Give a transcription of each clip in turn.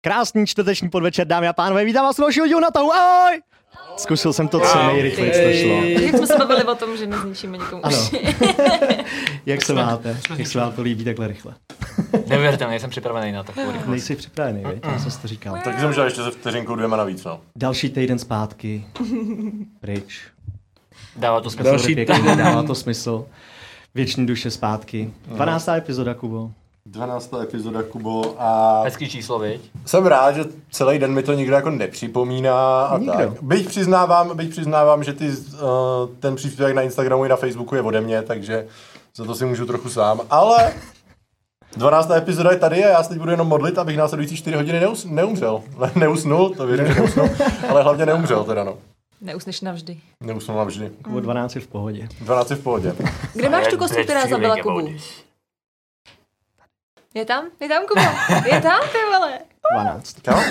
Krásný čtvrteční podvečer, dámy a pánové, vítám vás u dalšího dílu na tahu, ahoj! Zkusil jsem to co nejrychleji, co šlo. Jak jsme se bavili o tom, že nezničíme nikomu Ano. uši. Jak se máte? Jak se vám to líbí takhle rychle? Neuvěřitelný, nejsem připravený na takovou rychlost. Nejsi připravený, viď? Já jsem si to říkal. Tak jsem žil ještě ze vteřinku dvěma navíc, no. Další týden zpátky. Pryč. Dává to smysl. Další týden. Dává to smysl. Věční duše zpátky. No. 12. epizoda, Kubo. 12. epizoda, Kubo, a Hezký číslo, viď? jsem rád, že celý den mi to nikdo jako nepřipomíná a Nikdo. tak. Byť přiznávám, byť přiznávám, že ty, uh, ten příspěvek na Instagramu i na Facebooku je ode mě, takže za to si můžu trochu sám, ale 12. epizoda je tady a já se teď budu jenom modlit, abych následující 4 hodiny neus, neumřel. Ne, neusnul, to věřím, že neusnul, ale hlavně neumřel teda, no. Neusneš navždy. Neusnul mám vždy. Kubo 12 je v pohodě. 12 je v pohodě. Kde máš tu Let's kostku, která feeling zabila about Kubu? this. Je tam? Je tam, Kuba? Je tam, ty vole? 12. Kam?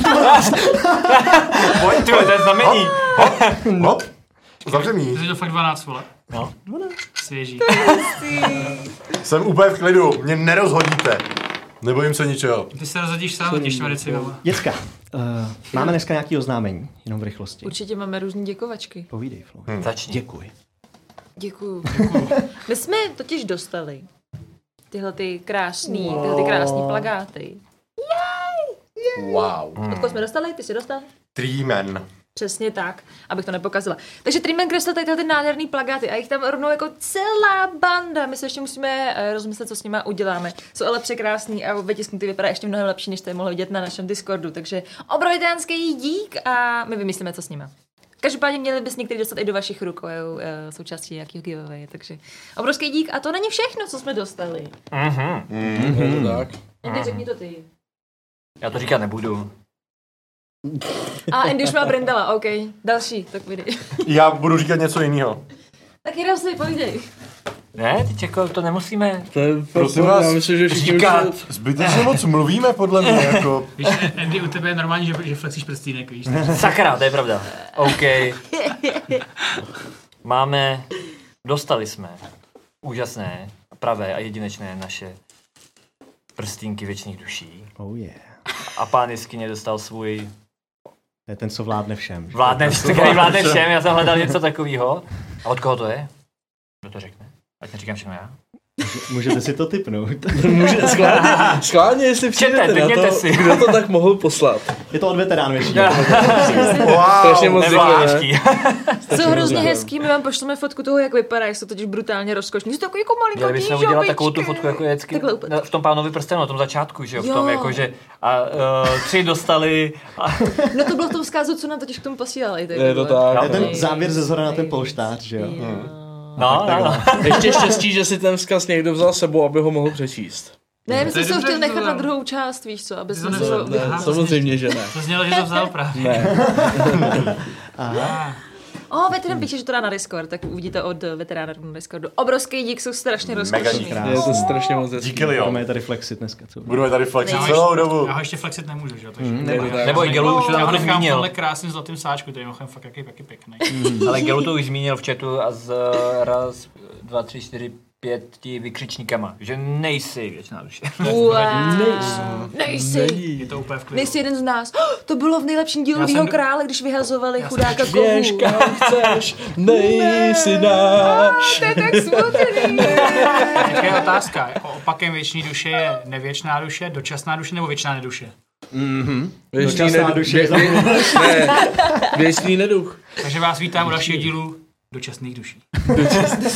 Pojď, ty vole, to je znamení. Oh. Hop. Zavřený. Jsi to fakt 12, vole. No. Svěží. Jsem úplně v klidu, mě nerozhodíte. Nebojím se ničeho. Ty se rozhodíš sám za těch čtverici, vole. Jecka, uh, máme dneska nějaký oznámení, jenom v rychlosti. Určitě máme různé děkovačky. Povídej, Flo. Začni. Děkuji. Děkuju. My jsme totiž dostali tyhle ty krásný, tyhle ty krásný plagáty. Wow. Od koho jsme dostali? Ty jsi dostal? Treeman. Přesně tak, abych to nepokazila. Takže Treatment kreslil tady tyhle ty nádherný plagáty a jich tam rovnou jako celá banda. My se ještě musíme eh, rozmyslet, co s nima uděláme. Jsou ale překrásný a vytisknutý vypadá ještě mnohem lepší, než jste je mohli vidět na našem Discordu. Takže obrovitánský dík a my vymyslíme, co s nima. Každopádně měli bys některý dostat i do vašich rukou eh, součástí nějakého giveaway, takže obrovský dík a to není všechno, co jsme dostali. Mhm. Tak. Andy, řekni to ty. Já to říkat nebudu. A Andy už má brindala, OK. Další, tak vydej. Já budu říkat něco jiného. tak jenom si povídej. Ne, teď jako to nemusíme. To je Prosím Prosím vás, vás, já myslím, že všichni říkat. už- Zbytečně moc mluvíme, podle mě, jako... Víš, Andy, u tebe je normální, že, že flexíš prstínek, víš. Sakra, to je pravda. OK. Máme, dostali jsme úžasné, pravé a jedinečné naše prstínky věčných duší. Oh yeah. A pán Jiskyně dostal svůj To je ten, co vládne všem. že? Vládne, který vládne všem, já jsem hledal něco takového. A od koho to je? Kdo to řekne? Ať neříkám všechno já. Můžete si to typnout. Může, schválně, schválně, jestli Čtěte, přijdete na řekněte to, si. kdo to tak mohl poslat. Je to od veteránů většině. Strašně Wow! moc děkujeme. Nevláští. Jsou hrozně dobrý. hezký, my vám pošleme fotku toho, jak vypadá, jak jsou totiž brutálně rozkošní. Jsou to jako, jako Měli malinkatý bychom udělat takovou tu žabičky. fotku jako vždycky Takhle úplně. na- v tom pánovi prstenu, na tom začátku, že jo, v tom Jo. jako, že a uh, tři dostali a No to bylo v tom vzkazu, co nám totiž k tomu posílali. Je to tak. Je ten záběr ze zhora na ten polštář, že jo? Hm. no, no, no. Ještě štěstí, že si ten vzkaz někdo vzal sebou, aby ho mohl přečíst. Ne, my To jsme je si ho dobře, chtěli že to nechat na bylo. druhou část, víš co, aby Ty jsme to si ho... nevzal. Ne, samozřejmě, že ne. To znělo, že to vzal právě. Ne, O, veterán píše, že to dá na Discord, tak uvidíte od eh, veterána na Discordu. Obrovský dík, jsou strašně Mega rozkošní. dík. je to strašně moc hezký. Díky, Leo. Máme tady flexit dneska, co? Budeme tady flexit Já ho celou ještě- dobu. Já ho ještě flexit nemůžu, že jo, takže. Je to tak. no. Nebo i Mhm. Gelu už to Já ho tam nechám v tomhle zmínil. krásným zlatým sáčku, který je mimochodem fakt jaký, jaký pěkný. Ale Gelu to už zmínil v chatu a z raz, dva, tři, čtyři, pěti vykřičníkama, že nejsi věčná duše. Wow. Nejsi. Je to úplně v klidu. Nejsi jeden z nás. To bylo v nejlepším dílu Já jsem Lýho do- krále, když vyhazovali chudáka kovu. Běž kam chceš, nejsi náš. To je tak smutný. Teďka je otázka, o- opakem věčný duše je nevěčná duše, dočasná duše nebo věčná neduše. Věčný Dočasná nedu- duše vě- vě- ne, Věčný neduch. Takže vás vítám u dalšího dílu dočasných duší.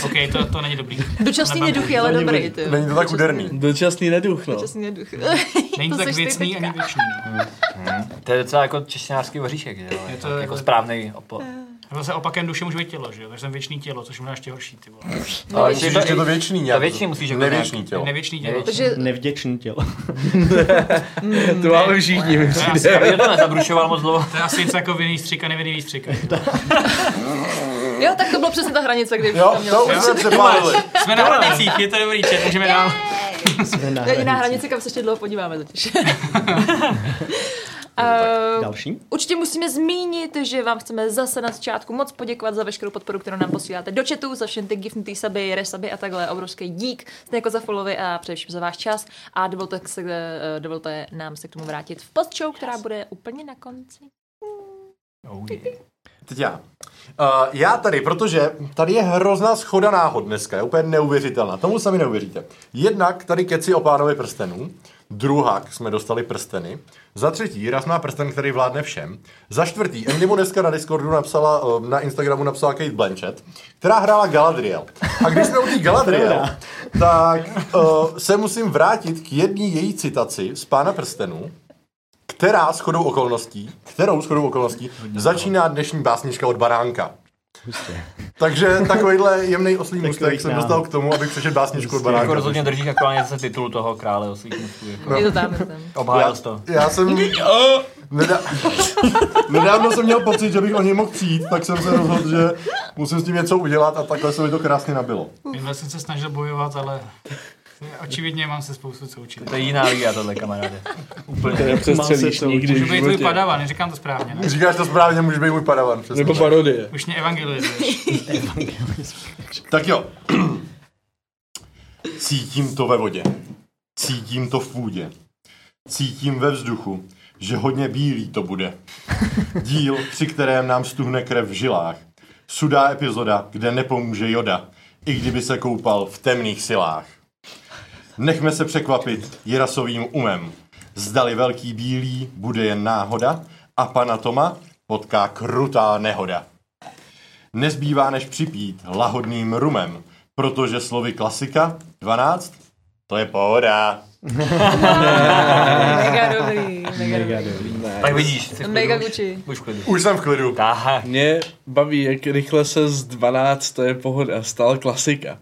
OK, to, to není dobrý. Dočasný neduch je ale dobrý. Ty. Není to tak úderný. Dočasný neduch, no. Dočasný neduch. Není To to, tak seš ty věcný teďka. ani věčný. No. To je docela jako češtinářský oříšek, že jo? Je to to jako jako- správný opo. Eh. A Zase opakem duše může být tělo, že jo? Takže jsem věčný tělo, což je možná ještě horší, ty vole. No. Ale Musíš říct, že je to věčný nějak. To věčný musíš jako Nevěčný nějak- tělo. Nevěčný tělo. Nevěčný. Takže Nevděčný tělo. To máme všichni, mi To je asi- přijde. Já to nezabrušoval moc dlouho. To je asi něco jako vinný stříka, nevinný výstříka. Jo, tak to bylo přesně ta hranice, kde Jo, tam to mělo. už jsme přepálili. Jsme na hranicích, je to dobrý čet, můžeme dál. Jsme na To je hranici. jediná Eh, hranice, kam se ještě dlouho podíváme totiž. Eh, Další? Určitě musíme zmínit, že vám chceme zase na začátku moc poděkovat za veškerou podporu, kterou nám posíláte do chatu, za všechny ty gifnutý saby, resaby a takhle. Obrovský dík, stejně jako za followy a především za váš čas. A dovolte, se, eh, dovolte nám se k tomu vrátit v postshow, která bude úplně na konci. Oh, yeah. Teď já. Uh, já tady, protože tady je hrozná schoda náhod dneska, je úplně neuvěřitelná. Tomu sami neuvěříte. Jednak tady keci o pánovi prstenů, druhak jsme dostali prsteny, za třetí raz má prsten, který vládne všem, za čtvrtý Andy mu dneska na Discordu napsala, eh, na Instagramu napsala Kate Blanchett, která hrála Galadriel. A když jsme u té Galadriel, tak uh, se musím vrátit k jedné její citaci z pána prstenů, která shodou okolností, kterou shodou okolností začíná dnešní básnička od Baránka. Takže takovýhle jemný oslý mustek jsem náhod. dostal k tomu, abych přečetl básničku od Jako Baránka. rozhodně držíš aktuálně zase titul toho krále oslých mostů. Jako. Je to tam, je to tam. Jako Obhájil jsi to. Já jsem... Nedá... Nedávno jsem měl pocit, že bych o něj mohl přijít, tak jsem se rozhodl, že musím s tím něco udělat a takhle se mi to krásně nabilo. Minule jsem se snažil bojovat, ale očividně mám se spoustu součit. To je jiná liga tohle, kamaráde. Úplně. Mám Přestřelíš se nikdy Můžu v být tvůj životě. padavan, neříkám to správně, ne? Říkáš to správně, můžeš být můj padavan. přesně. Nebo parodie. Už mě evangelizuješ. Tak jo. Cítím to ve vodě. Cítím to v půdě. Cítím ve vzduchu, že hodně bílý to bude. Díl, při kterém nám stuhne krev v žilách. Sudá epizoda, kde nepomůže joda, i kdyby se koupal v temných silách. Nechme se překvapit Jirasovým umem. Zdali velký bílý bude jen náhoda a pana Toma potká krutá nehoda. Nezbývá než připít lahodným rumem, protože slovy klasika 12, to je pohoda. Mega dobrý, mega dobrý. Tak vidíš, jsi v klidu Mega už. Gucci. Už v klidu. Už jsem v klidu. Tak. Mě baví, jak rychle se z 12, to je pohoda, stal klasika.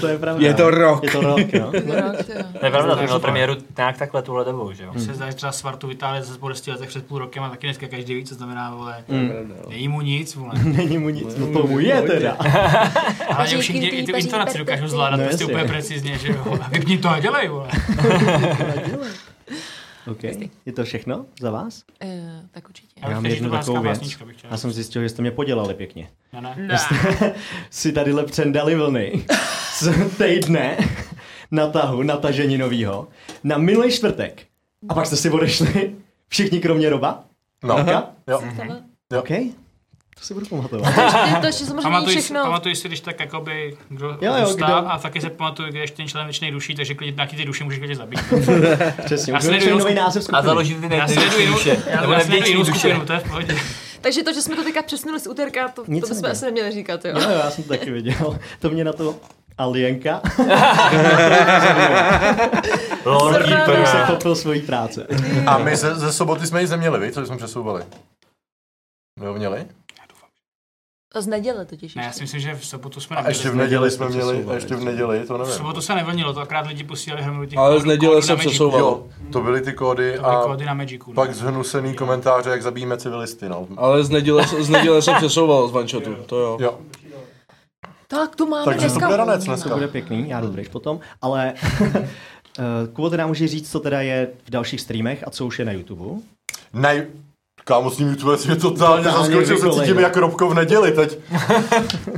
To je pravda. Je to rok. Je to rok, jo. No, To je pravda, to mělo premiéru nějak takhle tuhle dobou, že jo? Se zdáš třeba svartu vytáhli ze 10 letech před půl rokem a taky dneska každý ví, co znamená, vole. Hmm. Není mu nic, vole. Není mu nic. No tomu je teda. Ale Paříky, už všichni i tu paříky, intonaci dokážou zvládat No prostě jasně. úplně precizně, že jo. A vypni to a dělej, vole. Okay. Je to všechno za vás? Eh, Tak určitě. Já bych mám chtěl, že jednu to byla takovou hezká věc. básnička, bych chtěl. Já jsem zjistil, že jste mě podělali pěkně. Ne, ne. Si tady lepřendali vlny z týdne na tahu, na tažení novýho, na minulý čtvrtek. A pak jste si odešli, všichni kromě Roba. No. Roka. Jo. OK. To si budu pamatovat. Eh, To ještě samozřejmě není Pamatuji si, všechno. pamatuji si, když tak jakoby, kdo Jo, jo, zůstá, kdo- a taky se pamatuju, když ten člen věčnej duší, takže klidně nějaký ty duše můžeš klidně zabít. Přesně, A už jsme sleduju- nový název A skupiny. založit ty Já největší sleduju, duše. já, vlastně Nebo já sleduju nevděční jinou duše. skupinu, to je v pohodě. Takže to, že jsme to teďka přesunuli z úterka, to, to Nic bychom nebylo. asi neměli říkat, jo. No Jo, jo, já jsem to taky viděl. To mě na to Alienka, Lordí Zrada. kterou jsem prá. popil svojí práce. A my ze, ze soboty jsme ji zeměli, víš, co jsme přesouvali. My ho měli? Z neděle totiž. Ne, já ještě. si myslím, že v sobotu jsme A ještě v nebyli. neděli jsme měli, a ještě v neděli, to V nevím. sobotu se nevlnilo, to akrát lidi posílali hromadu těch Ale kódů- z neděle kódů na jsem Magicu. přesouval. Jo, to byly ty kódy Ty a kódy na Magicu. no. pak zhnusený komentáře, jak zabijíme civilisty, no. Ale z neděle, z neděle jsem přesouval z vančotu, to jo. Jo, Tak to máme takže to dneska. bude ranec volno. dneska. To bude pěkný, já jdu bryč potom, ale eh, Kubo teda může říct, co teda je v dalších streamech a co už je na YouTube. Na ju- Kámo, s ním YouTube si mě totálně Totálně zaskočil, se vykolejil. cítím jak Robko v neděli teď.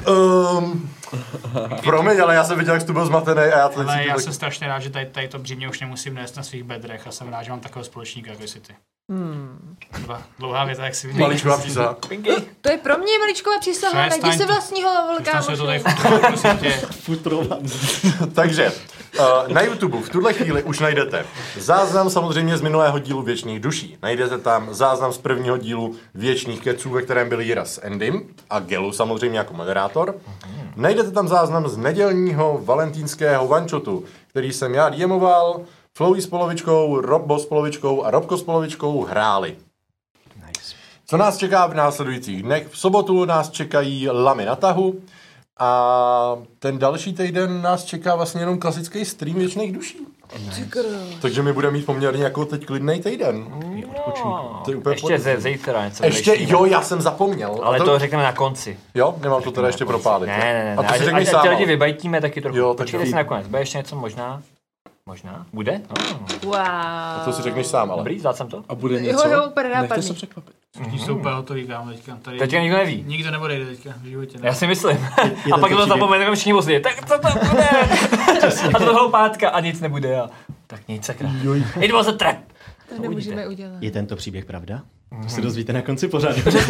um, promiň, ale já jsem viděl, jak jsi tu byl zmatený a já to Ale necítím já tak- jsem strašně rád, že tady, tady to břímě už nemusím nést na svých bedrech a jsem rád, že mám takového společníka, jako jsi ty. Hmm. Dva, dlouhá věta, jak si vidíš. Maličková přísaha. To je pro mě maličková přísaha, Přestaň najdi se to. vlastního velká Tam se to tady prostě, možný. fotilo, prosím tě. Futrova. Takže eh, na YouTube v tuhle chvíli už najdete záznam samozřejmě z minulého dílu Věčných duší. Najdete tam záznam z prvního dílu Věčných keců, ve kterém byl Jira s Endym a Gelu samozřejmě jako moderátor. Najdete tam záznam z nedělního valentínského vančotu, který jsem já diemoval, Flowy s polovičkou, Robbo s polovičkou a Robko s polovičkou hráli. Co nás čeká v následujících dnech? V sobotu nás čekají lamy na tahu a ten další týden nás čeká vlastně jenom klasický stream věčných duší. Takže my budeme mít poměrně jako teď klidný týden. To je úplně Hmm. Ještě podobný. ze zítra něco Ještě, vyleštíme. jo, já jsem zapomněl. A Ale to řekneme na konci. Jo, nemám to teda ještě propálit. Ne, ne, ne. A ne, to si až- řekni až ty sám. no. lidi vybajtíme taky trochu. Jo, Jo, tak Počkejte jo. si nakonec. Bude ještě něco možná? Možná. Bude? No. Wow. A to si řekneš sám, ale. Dobrý, zdát jsem to. A bude něco? Jo, jo, úplně Nechte nápadný. se překvapit. Všichni jsou úplně hotový, kámo, teďka. Tady Teďka nikdo neví. nikdo neodejde teďka v životě. Ne? Já si myslím. Je a to pak to určitě- zapomene, tak všichni musí. Tak co to bude? a dlouhou pátka a nic nebude. A... Tak nic, sakra. It was a trap. To nemůžeme udělat. Je tento příběh pravda? To Hmm. se dozvíte na konci pořadu.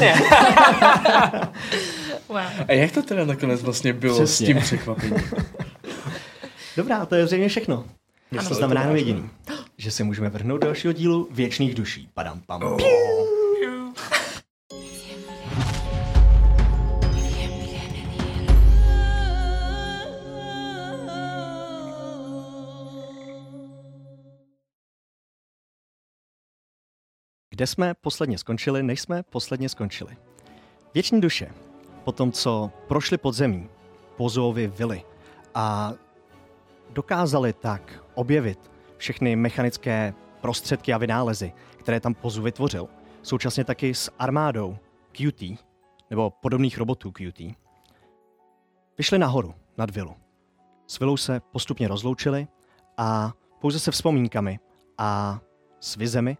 Wow. A jak to teda nakonec vlastně bylo Přesně. s tím překvapením? Dobrá, to je zřejmě všechno. To znamená jenom jediný, že se můžeme vrhnout do dalšího dílu Věčných duší. Padam pam. Kde jsme posledně skončili, než jsme posledně skončili? Věční duše, po tom, co prošli podzemí, Pozovi vily a dokázali tak objevit všechny mechanické prostředky a vynálezy, které tam Pozu vytvořil, současně taky s armádou QT, nebo podobných robotů QT, vyšli nahoru, nad vilu. S vilou se postupně rozloučili a pouze se vzpomínkami a s vizemi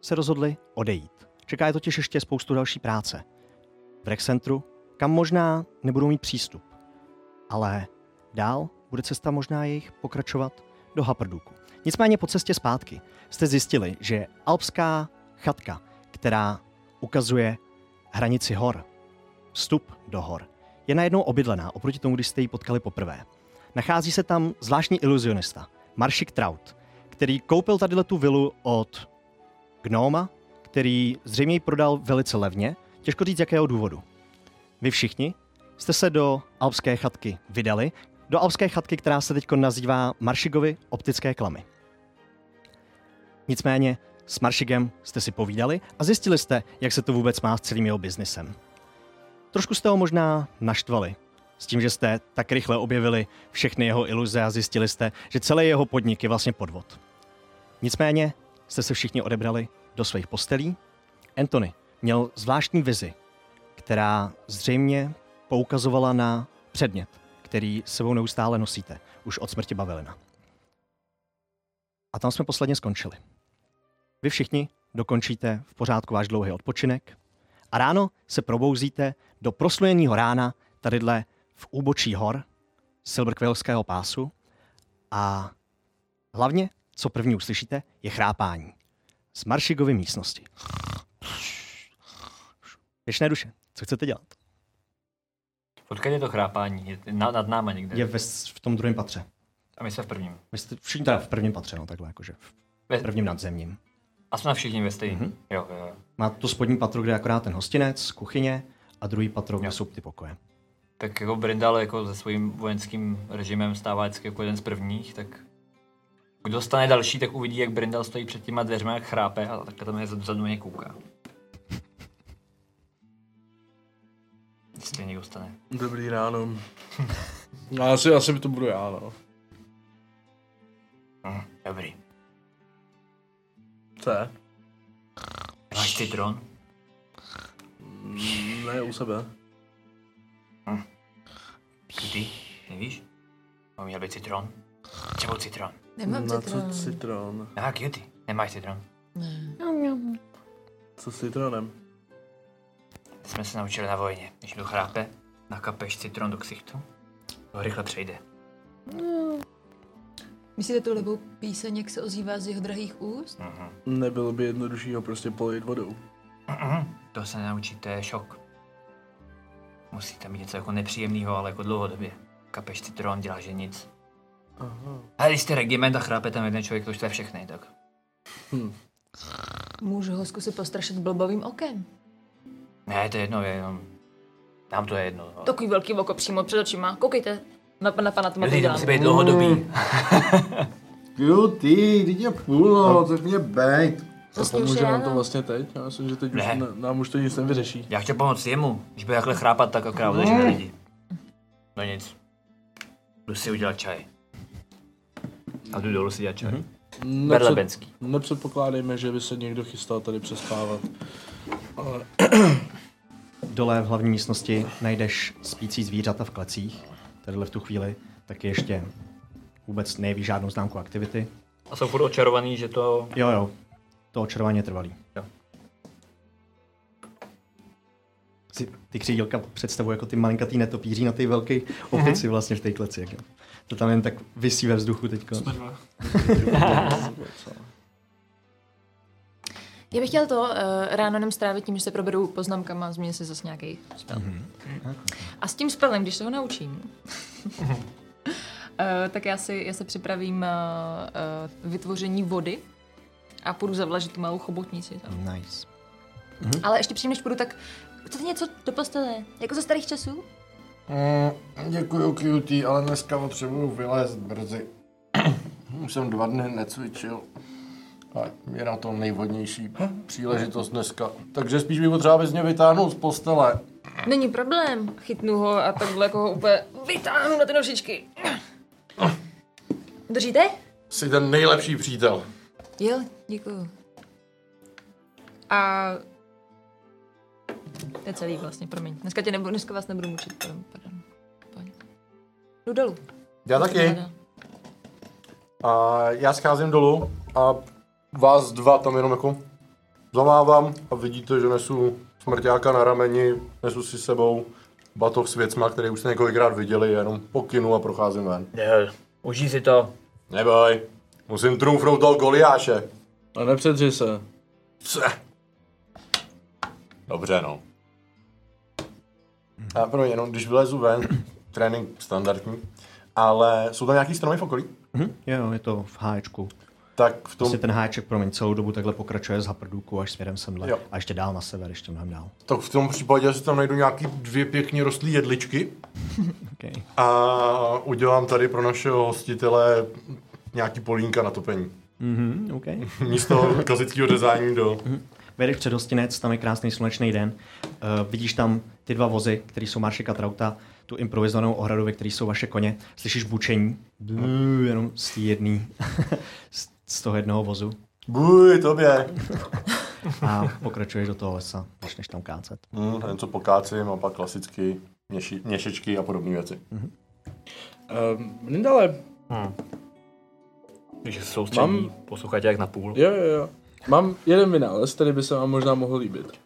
se rozhodli odejít. Čeká je totiž ještě spoustu další práce. V Rexcentru, kam možná nebudou mít přístup. Ale Dál bude cesta možná jejich pokračovat do Haprduku. Nicméně po cestě zpátky jste zjistili, že alpská chatka, která ukazuje hranici hor, vstup do hor, je najednou obydlená oproti tomu, když jste ji potkali poprvé. Nachází se tam zvláštní iluzionista, Maršik Traut, který koupil tady tu vilu od gnóma, který zřejmě ji prodal velice levně, těžko říct z jakého důvodu. Vy všichni jste se do alpské chatky vydali, do alpské chatky, která se teď nazývá Maršigovi optické klamy. Nicméně s Maršigem jste si povídali a zjistili jste, jak se to vůbec má s celým jeho biznesem. Trošku jste ho možná naštvali, s tím, že jste tak rychle objevili všechny jeho iluze a zjistili jste, že celý jeho podnik je vlastně podvod. Nicméně jste se všichni odebrali do svých postelí. Anthony měl zvláštní vizi, která zřejmě poukazovala na předmět, který s sebou neustále nosíte, už od smrti Bavilina. A tam jsme posledně skončili. Vy všichni dokončíte v pořádku váš dlouhý odpočinek a ráno se probouzíte do proslujeného rána tadyhle v úbočí hor Silberquillského pásu a hlavně, co první uslyšíte, je chrápání z Maršigovy místnosti. Věčné duše, co chcete dělat? Odkud je to chrápání? Je na, nad náma někde. Je ve, s- v tom druhém patře. A my jsme v prvním. Vy jste všichni teda v prvním patře, no takhle jakože. Ve- V prvním nadzemním. A jsme všichni ve stejném. Mhm. Mm-hmm. Jo, jo, jo. Má to spodní patro, kde je akorát ten hostinec, kuchyně a druhý patro, kde jsou ty pokoje. Tak jako Brindal jako se svým vojenským režimem stává vždycky jako jeden z prvních, tak kdo stane další, tak uvidí, jak Brindal stojí před těma dveřmi, jak chrápe a takhle tam je zadu mě kouká. Jestli někdo stane. Dobrý ráno. No, asi, asi by to budu já, no. Hm, dobrý. Co je? Máš ty dron? Ne, u sebe. Ty? Nevíš? No, měl by citron. Třeba citron. Nemám Na citron. co citron? Aha, cutie. Nemáš citron. Co s citronem? To jsme se naučili na vojně. Když kdo chrápe, nakapeš citron do ksichtu. To rychle přejde. Myslíte tu libou píseň, jak se ozývá z jeho drahých úst? No. Mhm. Nebylo by jednodušší ho prostě polít vodou. Mhm. To se naučíte, je šok. Musíte mít něco jako nepříjemného, ale jako dlouhodobě. Kapeš citron, dělá že nic. Aha. A když jste regiment a chrápe tam jeden člověk, to už to je všechny, tak. Můžu ho zkusit postrašit blbovým okem. Ne, to je jedno, je jenom... Nám to je jedno. no. Takový velký oko přímo před očima. Koukejte na, na pana Toma. Lidi, to musí být dlouhodobý. Jo, ty, teď je půlnoc, tak mě bejt. Tak Prostě už pomůže je nám to ráno. vlastně teď? Já myslím, že teď už Ne. na- nám už to nic nevyřeší. Já chtěl pomoct jemu. Když bude takhle chrápat, tak akorát udeříme lidi. No nic. Jdu si udělat čaj. A jdu dolů si dělat čaj. Mm-hmm. Nepřed, Berlebenský. nepředpokládejme, že by se někdo chystal tady přespávat. Dole v hlavní místnosti najdeš spící zvířata v klecích. Tadyhle v tu chvíli taky ještě vůbec nejeví žádnou známku aktivity. A jsou furt očarovaný, že to... Jo, jo, to očarování je trvalý. Jo. Si ty křídílka představují jako ty malinkatý netopíří na ty velké opici vlastně v té kleci. Jak jo. To tam jen tak vysí ve vzduchu teď. Jsme dva. Já bych chtěl to uh, ráno nem strávit tím, že se proberu poznámkama a změní si zase nějaký spel. A s tím spelem, když se ho naučím, eh, tak já, si, já se připravím eh, eh, vytvoření vody a půjdu zavlažit tu malou chobotnici. Tam. Nice. Ale ještě předtím, než půjdu, tak chcete něco do postele? Jako ze starých časů? Mm, děkuju, cutie, ale dneska potřebuju vylézt brzy. Už jsem dva dny necvičil. A je na to nejvhodnější příležitost dneska. Takže spíš bych potřeba bys mě vytáhnout z postele. Není problém. Chytnu ho a takhle jako ho úplně vytáhnu na ty nožičky. Držíte? Jsi ten nejlepší přítel. Jo, děkuju. A... To je celý vlastně, promiň. Dneska, tě nebudu, dneska vás nebudu mučit, pardon. pardon. Pojď. Jdu dolů. Já taky. A já scházím dolů a vás dva tam jenom jako zamávám a vidíte, že nesu smrťáka na rameni, nesu si sebou batoh s věcma, které už jste několikrát viděli, jenom pokynu a procházím ven. Ne, užij si to. Neboj, musím trumfnout toho Goliáše. A nepředři se. Pse. Dobře, no. A pro jenom, když vylezu ven, trénink standardní, ale jsou tam nějaký stromy v okolí? Mhm. Jo, je to v háječku. Tak v tom, Vlastně ten háček, promiň, celou dobu takhle pokračuje z Haprduku až směrem semhle. Jo. A ještě dál na sever, ještě mnohem dál. tak v tom případě si tam najdu nějaký dvě pěkně rostlé jedličky Okay. a udělám tady pro našeho hostitele nějaký polínka na topení. Mhm, okay. Místo klasického řezání do... Vedeš před hostinec, tam je krásný slunečný den. Uh, vidíš tam ty dva vozy, které jsou Maršek a Trauta, tu improvizovanou ohradu, ve které jsou vaše koně. Slyšíš bučení, Bů, jenom z té jedný, z- z toho jednoho vozu. Buj, tobě! A pokračuješ do toho lesa, začneš tam kácet. Hmm, ten, co pokácím a pak klasicky měši, měšečky a podobné věci. Um, Brindale, Hmm. Takže soustředí, Mám- Mám... poslouchajte jak na půl. jo, jo, jo. Mám jeden vynález, který by se vám možná mohl líbit.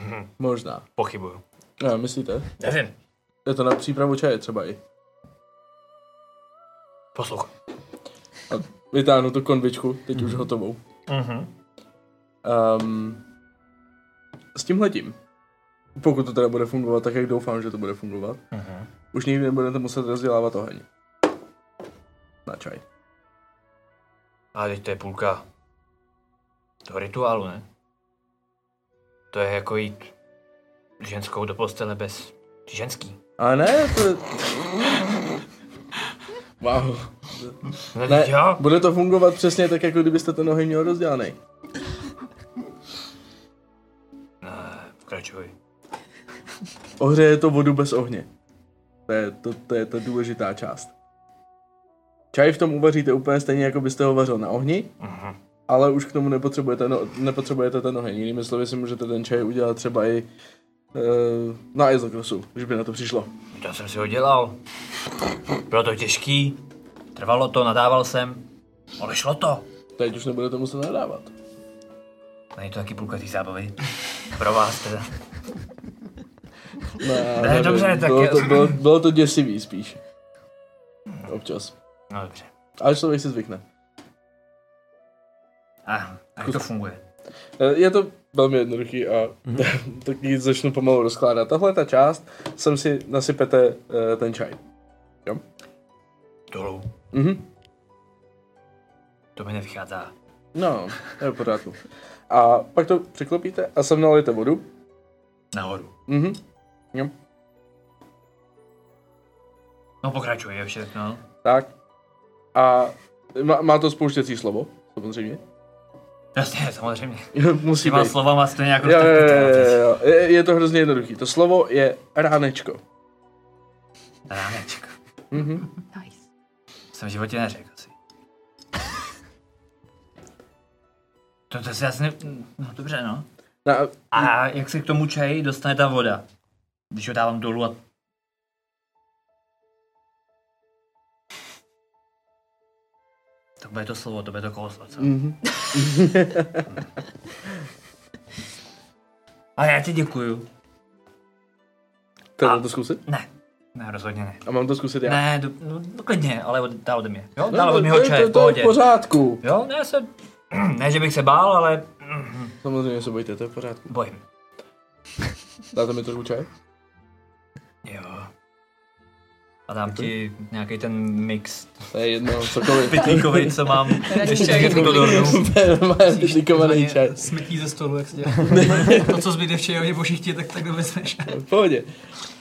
Mhm. Možná. Pochybuju. Ne, No, myslíte? Nevím. Je to na přípravu čaje třeba i. Poslouchej. Vytáhnu tu konvičku, teď už hotovou. Mhm. Um, s tímhletím, pokud to teda bude fungovat tak, jak doufám, že to bude fungovat, Mhm. už nikdy nebudete muset rozdělávat oheň. Na čaj. A teď to je půlka toho rituálu, ne? To je jako jít s ženskou do postele bez ženský. Ale ne, to je... Wow. Ne, Ne, jo? bude to fungovat přesně tak, jako kdybyste ten oheň měl rozdělaný. Ne, pokračuj. Ohřeje to vodu bez ohně. To je, to, to je ta důležitá část. Čaj v tom uvaříte úplně stejně, jako byste ho vařil na ohni, Mhm. ale už k tomu nepotřebujete, no, nepotřebujete ten oheň. Jinými slovy si můžete ten čaj udělat třeba i uh, na Isokrosu, když by na to přišlo. To jsem si ho dělal. Bylo to těžký, trvalo to, nadával jsem, ale šlo to. Teď už nebudete muset nadávat. Není to taky půlka té zábavy. Pro vás teda. Ne, Ne, dobře, nevím, tak bylo, je- to, bylo, bylo to děsivý spíš. Občas. No dobře. Ale člověk si zvykne. A jak to funguje? Eh, Je to velmi jednoduchý a Mhm. tak ji začnu pomalu rozkládat. Tahle ta část, sem si nasypete eh, ten čaj. Dolů. Mhm. To mi nevychází. No, je v pořádku. A pak to překlopíte a sem nalijete vodu. Nahoru. Mhm. Jo. No pokračuj, je no. všechno. Tak. A má, má to spouštěcí slovo, samozřejmě. Jasně, samozřejmě. Musí Těma být. slovama stejně jako Jo, jo, jo, jo, jo. Je, je to hrozně jednoduchý. To slovo je ránečko. Ránečko. Mhm. Nice. Jsem v životě neřekl si. To, to si asi ne... No dobře, no. Na, A jak se k tomu čaji dostane ta voda? Když ho dávám dolů a... To bude to slovo, to bude to kouzlo, co? Mhm. A já ti děkuju. Tak mám to zkusit? Ne, ne, rozhodně ne. A mám to zkusit já? Ne, do, no, no, klidně, ale od, dál ode mě. Jo, No, dál no, od to mého je- čaje, to, v to je pohodě. v pořádku. Jo, ne, se, ne, že bych se bál, ale Samozřejmě se bojte, to je v pořádku. bojím. Dáte mi trošku čaj? Jo. A dám ti nějaký ten mix To je jedno, cokoliv. pitlíkový, co mám. Ještě jak to no. dornu. Normálně vytikovaný čaj. Smetí ze stolu, jak se dělá. to, co zbyde včera, je božitě, tak tak dovezmeš. V pohodě.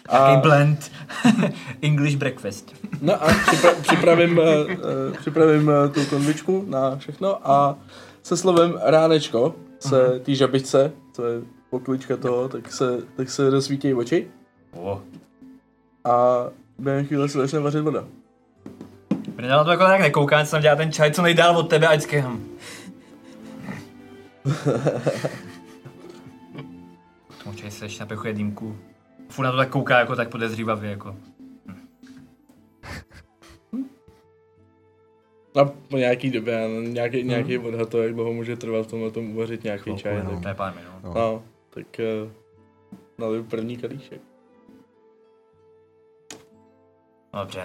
Taký A, blend. English breakfast. no a připra- připravím, eh, eh, připravím eh, tu konvičku na všechno a se slovem ránečko se Mhm. té žabičce, to je poklička toho, tak se, tak se rozsvítějí oči Oh. a během chvíle se začne vařit voda. Brindala to jako tak nekouká, co tam dělá ten čaj, co nejdál od tebe, ať skvěhám. K tomu čaj se ještě napěchuje dýmku. Furt na to tak kouká jako tak podezřívavě jako. A No, po nějaký době, já nevím, Mhm. nějaký, nějaký odhad to, jak dlouho může trvat v tomhle tom uvařit nějaký čaj. jenom. Tak, To je pár minut. no, tak eh, naliju první kalíšek. Dobře.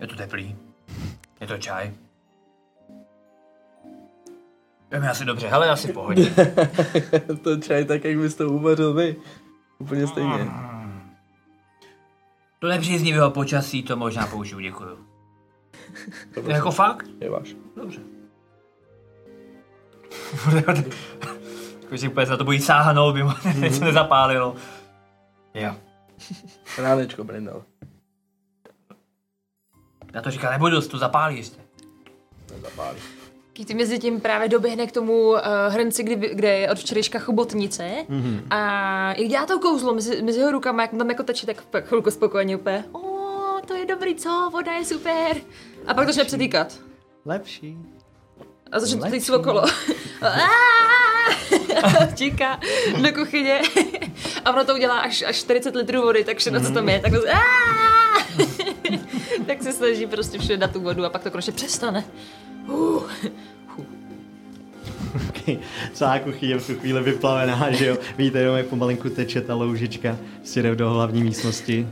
Je to teplý. Je to čaj. Je mi asi dobře, hele, asi v pohodě. to čaj tak, jak byste ho uvařil vy. Úplně stejně. Ah. Do nepříznivého počasí to možná použiju, děkuju. To To je jako fakt? je váš. Dobře. Takže Jako, úplně se na to bojí sáhnout, by mu něco nezapálilo. Jo. Ránečko, Brindal. Já to říká, nebudu, si to zapálíš. Zapálí. Kýty mezi tím právě doběhne k tomu uh, hrnci, kdy, kde je od včerejška chobotnice mm-hmm. a jak dělá to kouzlo mezi, mezi jeho rukama, jak mu tam jako teče, tak pak chvilku spokojeně úplně o, to je dobrý, co, voda je super. A pak začne přetýkat. Lepší. A začne to Lepší. plít okolo. Aaa! Utíká do kuchyně. A ono to udělá až, až 40 litrů vody, takže na co tam je, tak to... Aaa! tak se snaží prostě všude dát tu vodu a pak to konečně přestane. Uh. Okay. Celá kuchyně v tu chvíli vyplavená, že jo. Víte jenom, jak pomalinku teče ta loužička směrem do hlavní místnosti.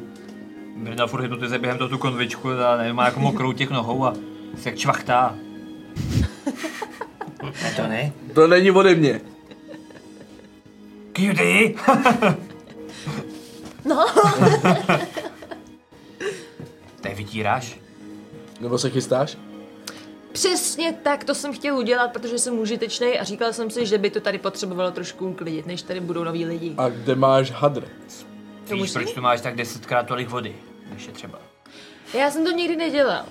Brna furt hypnotizuje během toho tu konvičku, a nevím, má jako mokrou těch nohou a se jak čvachtá. Ne to ne? To není ode mě. Cutie! No, Tady vytíráš? Nebo se chystáš? přesně tak to jsem chtěl udělat, protože jsem užitečný a říkal jsem si, že by to tady potřebovalo trošku uklidit, než tady budou noví lidi. A kde máš hadr? To Víš, musí? proč tu máš tak desetkrát tolik vody, než je třeba? Já jsem to nikdy nedělal.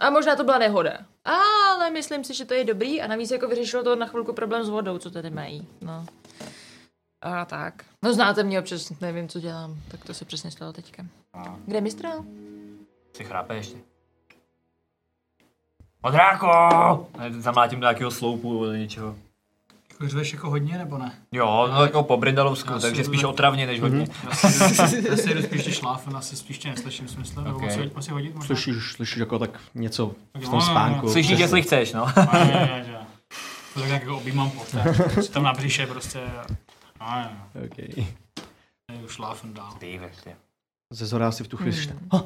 A možná to byla nehoda. Ale myslím si, že to je dobrý a navíc jako vyřešilo to na chvilku problém s vodou, co tady mají. No. A tak. No znáte mě občas, nevím, co dělám. Tak to se přesně stalo teďka. Kde je mistral? Jsi chrápe ještě? Modráko! Zamlátím do nějakého sloupu nebo do něčeho. Jako řveš jako hodně, nebo ne? Jo, no jako po Brindalovsku, Já takže si spíš budu- otravně než hodně. Já si- já si jdu spíš když šláfen, asi spíš tě neslyším smyslem, nebo Okay. musím musím hodit možná. Slyšíš, slyšíš jako tak něco v Jo, tom spánku. Slyšíš, Přesně. jestli chceš, no. A jo, jo, jo. To tak nějak jako objímám poté. Si tam na břiše prostě. A jo, Okay. já jdu šláfen dál. Ty vrtě. Ze zhora si v tu chvíli hmm. ha,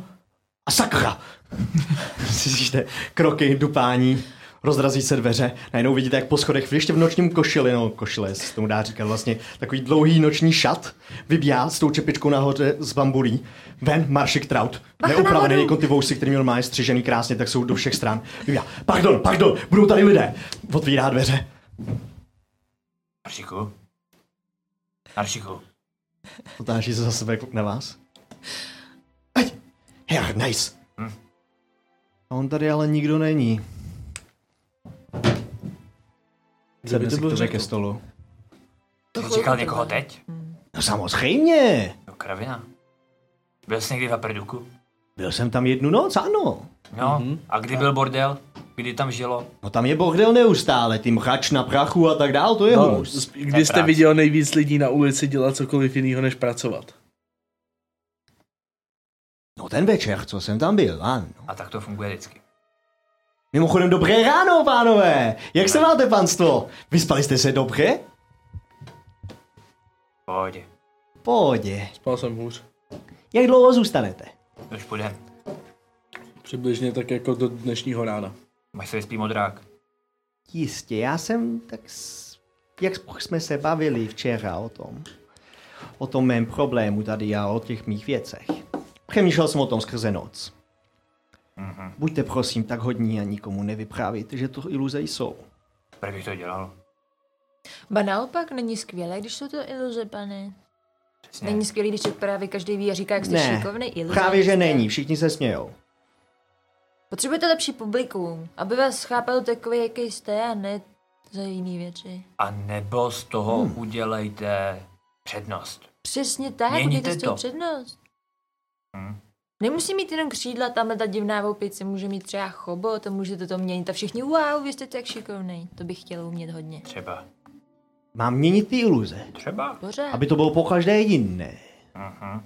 a sakra! Slyšíte kroky, dupání, rozrazí se dveře, najednou vidíte, jak po schodech, ještě v nočním košili, no košile, jestli se tomu dá říkat vlastně, takový dlouhý noční šat, vybíhá s tou čepičkou nahoře z bambulí, ven Maršik Traut, neupravený jako ty vousy, který měl má střižený krásně, tak jsou do všech stran. Vybíhá, pardon, pardon, budou tady lidé, otvírá dveře. Aršiku? Aršiku, Otáží se za sebe kluk na vás. Ať! Here, nice! Hm. A on tady ale nikdo není. Sedne to si k byl tobě řekl? ke stolu. jsi čekal někoho teď? No samozřejmě! Do kravina. Byl jsi někdy v Aperduku? Byl jsem tam jednu noc, ano. No, a kdy byl bordel? Kdy tam žilo? No tam je bordel neustále, ty mchač na prachu a tak dál, to je no, No, hus. sp- kdy jste práce. viděl nejvíc lidí na ulici dělat cokoliv jiného, než pracovat? No ten večer, co jsem tam byl, ano. A tak to funguje vždycky. Mimochodem, dobré ráno, pánové! Jak se máte, panstvo? Vyspali jste se dobře? Pojď, Pohodě. Spal jsem hůř. Jak dlouho zůstanete? už půjde. Přibližně tak jako do dnešního rána. Máš se vyspí modrák. Jistě, já jsem tak... s- Jak jsme se bavili včera o tom, o tom mém problému tady a o těch mých věcech. Přemýšlel jsem o tom skrze noc. Mm-hmm. Buďte prosím tak hodní a nikomu nevyprávějte, že to iluze jsou. Proč bych to dělal? Ba naopak, není skvělé, když jsou to iluze, pane. Přesně. Není skvělé, když to právě každý ví a říká, jak jste Ne, šikovný iluze. prostě. Právě, že není, všichni se smějou. Potřebujete lepší publikum, aby vás chápalo takový, jaký jste a ne za jiný věci. A nebo z toho hmm. udělejte přednost. Přesně tak, Měníte udělejte s tou to. přednost. Hmm. Nemusí mít jenom křídla, tamhle ta divná voupice může mít třeba chobo, to můžete to měnit a všichni, wow, vy jste tak šikovný, to bych chtěla umět hodně. Třeba. Mám měnit ty iluze, Třeba. Pořád. Aby... aby to bylo po každé jiné. Uh-huh.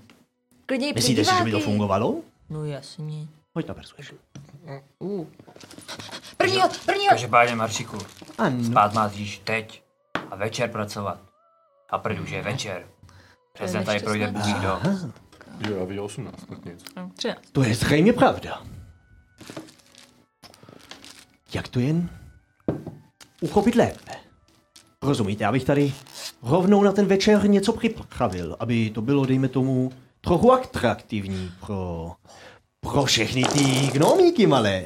Klidně i pro Myslíte si, že by to diváky. fungovalo? No jasně. Pojď na persuasion. Uh. Prvního, prvního! Každopádně, Maršiku, Ano. spát máš již teď a večer pracovat. A prd už je večer. Přesně tady projde no. nešťastné. nikdo. Jo, já viděl 18, tak nic. No, Třináct. To je zřejmě pravda. Jak to jen uchopit lépe? Rozumíte, abych tady rovnou na ten večer něco připravil, aby to bylo, dejme tomu, trochu atraktivní pro, pro všechny ty gnomíky malé.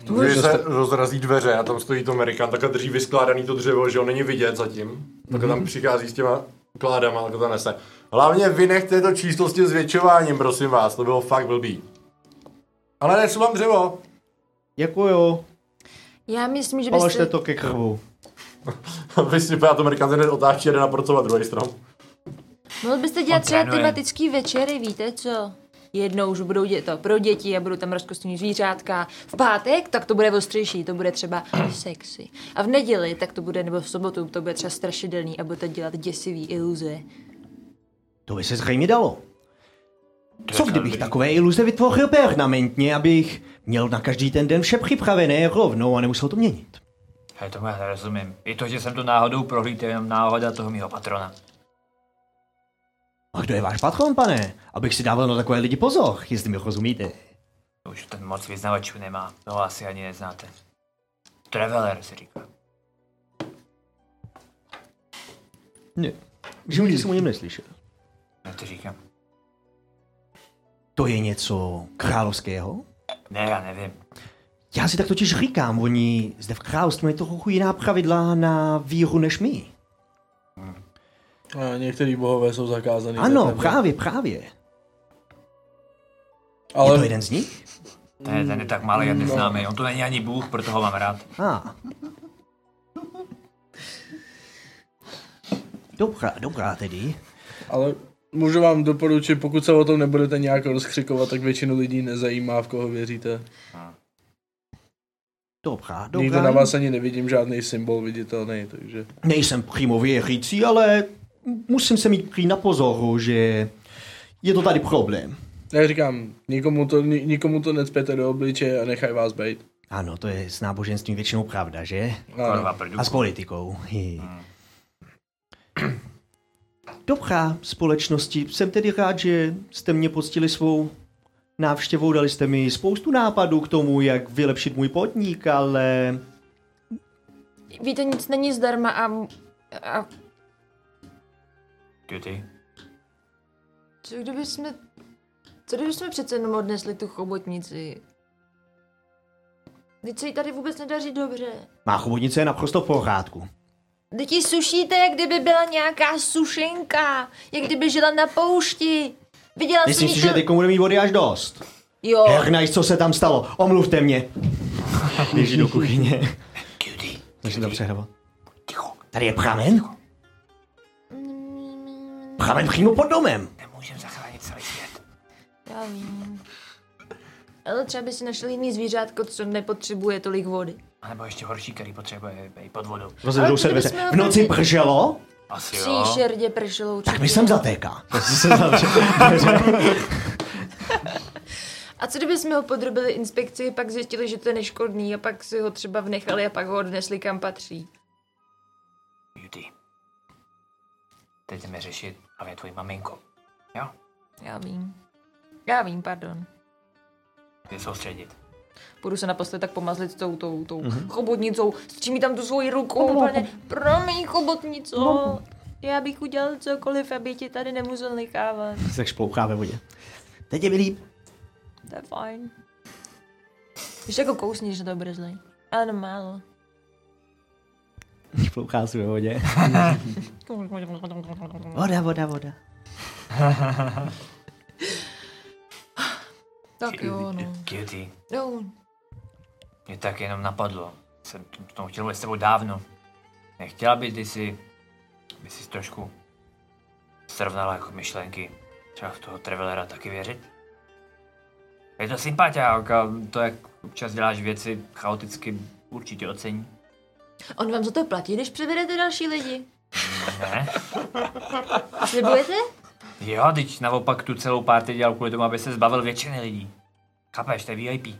Když se rozrazí dveře a tam stojí to Amerikán, takhle drží vyskládaný to dřevo, že ho není vidět zatím. Takhle tam přichází s těma kládama, takhle to nese. Hlavně vynechte to číslo s tím zvětšováním, prosím vás, to bylo fakt blbý. Ale nesu vám dřevo. Jako jo, Já myslím, že položte byste... to ke krvu. Vysypá to Amerikán, ten otáčí jeden a pracovat druhý strom. Mohl byste dělat On třeba trénuje. tematický večery, víte co? Jednou už budou dě- to pro děti a budou tam rozkostní zvířátka. V pátek tak to bude ostřejší, to bude třeba sexy. A v neděli tak to bude, nebo v sobotu to bude třeba strašidelný a budete dělat děsivý iluze. To by se zřejmě dalo. Co kdybych dobrý. takové iluze vytvořil permanentně, abych měl na každý ten den vše připravené rovnou a nemusel to měnit? Hej, tomu já nerozumím. I to, že jsem to náhodou prohlíd, je jenom náhoda toho mýho patrona. A kdo je váš patron, pane? Abych si dával na takové lidi pozor, jestli mi rozumíte. To Už ten moc vyznavačů nemá. To asi ani neznáte. Traveler se říká. Ne. Že nikdy jsem o něm neslyšel. Já to říkám. To je něco královského? Ne, já nevím. Já si tak totiž říkám, oni zde v království mají trochu jiná pravidla na víru než my. A některý bohové jsou zakázaný. to Ano, je pravda. právě, právě. Je to Ale jeden z nich? Ten, ten je tak malý Mm, no. a neznámý. On to není ani bůh, proto ho mám rád. A. Dobrá, dobrá tedy. Ale můžu vám doporučit, pokud se o tom nebudete nějak rozkřikovat, tak většinu lidí nezajímá, v koho věříte. Dobrá, Dobrá. Nikde na dobrá. vás ani nevidím žádný symbol viditelný, takže... Nejsem přímo věřící, ale musím se mít prý na pozoru, že je to tady problém. Já říkám, nikomu to, ni- nikomu to necpěte do obličeje a nechaj vás být. Ano, to je s náboženstvím většinou pravda, že? Korva prdu. No. A s politikou. Hi. Dobrá společnosti, jsem tedy rád, že jste mě poctili svou návštěvou, dali jste mi spoustu nápadů k tomu, jak vylepšit můj podnik, ale Víte, nic není zdarma a... a Cutie. co kdyby jsme... Co kdyby jsme přece jenom odnesli tu chobotnici? Teď se jí tady vůbec nedaří dobře. má chobotnice je naprosto v pořádku. Teď ji sušíte, jak kdyby byla nějaká sušenka, jak kdyby žila na poušti. Viděla jsem Myslím si, jí že tu- teď bude mít vody až dost. Jo, Oh. Hernajs, co se tam stalo? Omluvte mě. Běží do kuchyně. Cutie. Začne tam přehrávat. Ticho. Tady je pramen? Pramen přímo pod domem. Nemůžem zachránit celý svět. já vím. Ale třeba by si našli jiný zvířátko, co nepotřebuje tolik vody. A nebo ještě horší, který potřebuje být pod vodou. Rozevřou Ale se kdyby dveře. jsme V noci otevřeli- prželo? Asi jo. Příšerdě pršelo určitě. Tak mi sem zatéká. A co kdyby jsme ho podrobili inspekci, pak zjistili, že to je neškodný a pak si ho třeba vnechali a pak ho odnesli kam patří. Judy. Teď jdeme řešit hlavně tvoji maminko. Jo? Já vím. Já vím, pardon. Jde soustředit. Budu se naposled tak pomazlit tou, tou, tou Mhm. mm-hmm. chobotnicou, s čím jí tam tu svoji No, ruku úplně. Promiň, chobotnico. Já bych udělal cokoliv, aby ti tady nemusel nechávat. Se tak šplouchá ve vodě. Teď je mi líp. To je fajn. Když jako kousneš, že to bude zlej. Ale jenom málo. Šplouchá se ve vodě. Voda, voda, voda. Tak jo, no. Judy, Jo, mě tak jenom napadlo. Jsem k tomu chtěl mluvit s tebou dávno. Nechtěla by ty si, by si trošku srovnala jako myšlenky. Třeba v toho Travelera taky věřit? Je to sympatiák a to, jak občas děláš věci chaoticky, určitě ocení. On vám za to platí, když přivedete další lidi. Ne? Slibujete? Jo, teď naopak tu celou party dělal kvůli tomu, aby se zbavil většiny lidí. Chápeš, to je VIP.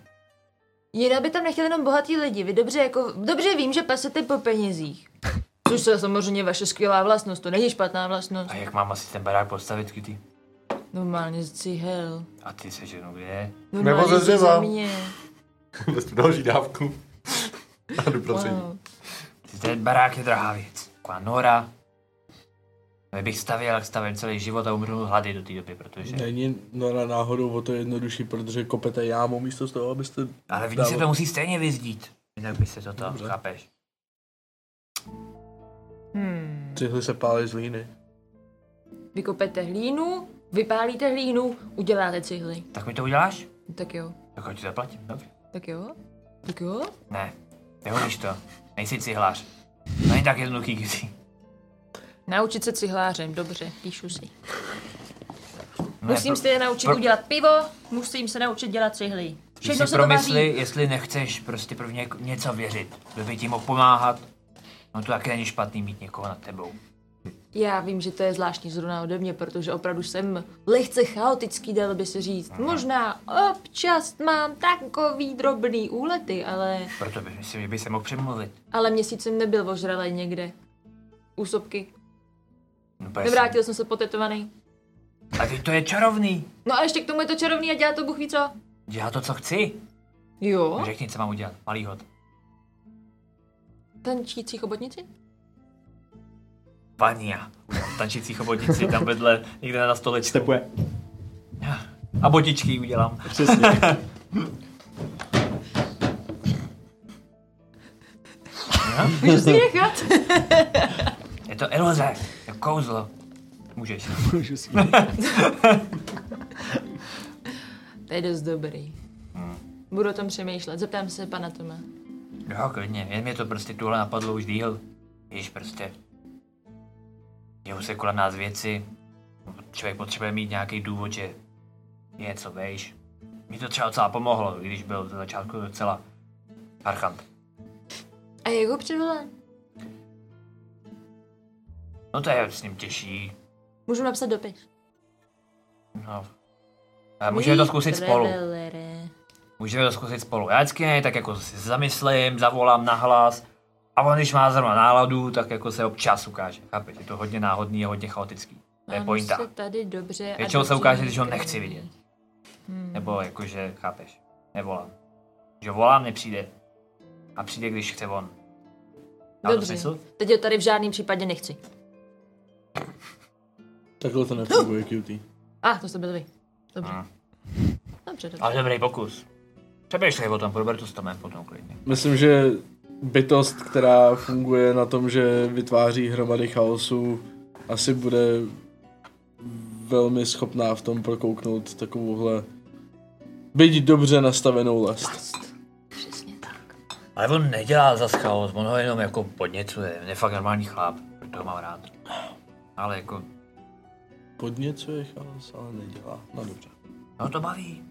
Jinak by tam nechtěli jenom bohatí lidi. Vy dobře, jako, dobře vím, že pasete po penězích. Což je samozřejmě vaše skvělá vlastnost, to není špatná vlastnost. A jak mám asi ten barák postavit, Kitty? Normálně z cihel. A ty se ženu, kde je? Normálně ze z dřeva. země. Vezmu další dávku. A jdu pro třetí. Wow. Ty ten barák je drahá věc. Taková nora. Kdybych stavěl, jak stavěl celý život a umřu hlady do té doby, protože... Není no na náhodou o to jednodušší, protože kopete jámu místo z toho, abyste... Ale v ní se to musí stejně vyzdít. Jinak by se to to, chápeš? Hmm. Cihly se pálí z líny. Vykopete hlínu, vypálíte hlínu, uděláte cihly. Tak mi to uděláš? No, tak jo, Tak ho ti zaplatím, dobře. tak jo, tak jo. Ne, nehodíš to. Nejsi cihlář. To není tak jednoduchý, Kitty. Naučit se cihlářem, dobře, píšu si. Ne, Musím pro- se naučit No, pro- udělat pivo, musím se naučit dělat cihly. Když Všechno si se to vaří. promysli, jestli nechceš prostě prvně jako něco věřit, kdo by ti mohl pomáhat. No to taky není špatný mít někoho nad tebou. Já vím, že to je zvláštní zrovna ode mě, protože opravdu jsem lehce chaotický, dalo by se říct. Možná občas mám takový drobný úlety, ale, Proto bych myslím, že by se mohl přemluvit. ale měsíc jsem nebyl ožralý někde. Úsobky. No, to je Nevrátil jsem se potetovaný. A teď to je čarovný. No a ještě k tomu je to čarovný a dělá to Bůh ví co. Dělá to, co chci. Jo. Řekni, co mám udělat. Malý hod. Tančící chobotnici? Vania. Udělám tančící chobotnici tam vedle, někde na stolečku. Ah, Stepuje. A botičky jí udělám. Přesně. Můžu si ji nechat? Je to iluze. Je kouzlo. Můžeš. Můžu si. To je dost dobrý. Hm. Budu o tom přemýšlet. Zeptám se pana Toma. Jo, klidně. Jen mě to prostě tuhle napadlo už díl. Víš, prostě. Dějou se kolem nás věci. Člověk potřebuje mít nějaký důvod, že je něco, vejš. Mně to třeba docela pomohlo, i když byl ze začátku docela parchant. A jak ho přivolám? No to je s ním těžší. Můžu napsat dopis. No. A můžeme to zkusit spolu. Travelere. Můžeme to zkusit spolu. Já vždycky ne, tak jako si zamyslím, zavolám na hlas. A on, když má zrovna náladu, tak jako se občas ukáže. Chápeš, je to hodně náhodný a hodně chaotický. To je Mám pointa. se tady dobře a Hmm. Většinou se dobře ukáže, když ho nakryje. nechci vidět. Nebo jakože, chápeš, nevolám. Že volám, nepřijde. A přijde, když chce on. Dá to Dobře, smysl? teď ho tady v žádném případě nechci. Takhle to nefunguje, cutie. A, ah, to jste byl vy. Dobře. Mm. Dobře, dobře. Ale dobrý pokus. Přemýšlej o tom, prober to s Tomem potom klidně. Myslím, že bytost, která funguje na tom, že vytváří hromady chaosu, asi bude velmi schopná v tom prokouknout takovouhle byť dobře nastavenou lest. Přesně tak. Ale on nedělá za chaos, on ho jenom jako podněcuje. On je fakt normální chlap, proto ho mám rád. Ale jako, Podněcuje chaos, ale nedělá. No dobře. no to baví.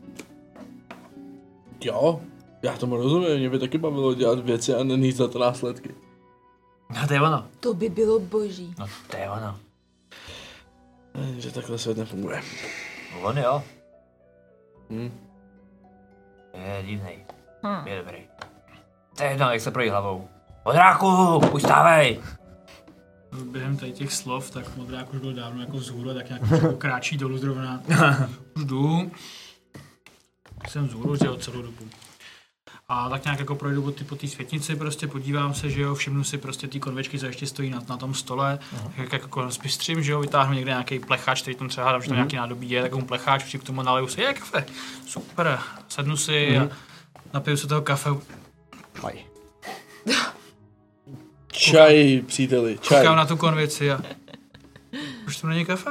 Jo, já tomu rozumím, mě by taky bavilo dělat věci a nenýst za to následky. No to je ono. To by bylo boží. No to je ono. Že takhle svět nefunguje. On jo. Hm. Je divnej. Hmm. Je dobrý. To je jedno, jak se projí hlavou. Modráku, už stávej! Během tady těch slov, tak modrák už byl dávno jako vzhůru, tak nějak jako kráčí dolů zrovna. Už jdu. Jsem vzhůru, že jo, celou dobu. A tak nějak jako projdu po ty- po té světnici, prostě podívám se, že jo, všimnu si prostě ty konvečky, co ještě stojí na, na tom stole, tak jako kolem spistřím, že jo, vytáhnu někde nějaký plecháč, který tam třeba hádám, že tam nějaký nádobí je, tak mu plecháč, při k tomu naliju si, je kafe, super, sednu si a napiju se toho kafe, Faj. Čaj, příteli, čaj. Koukám na tu konvici a... Už to není kafe?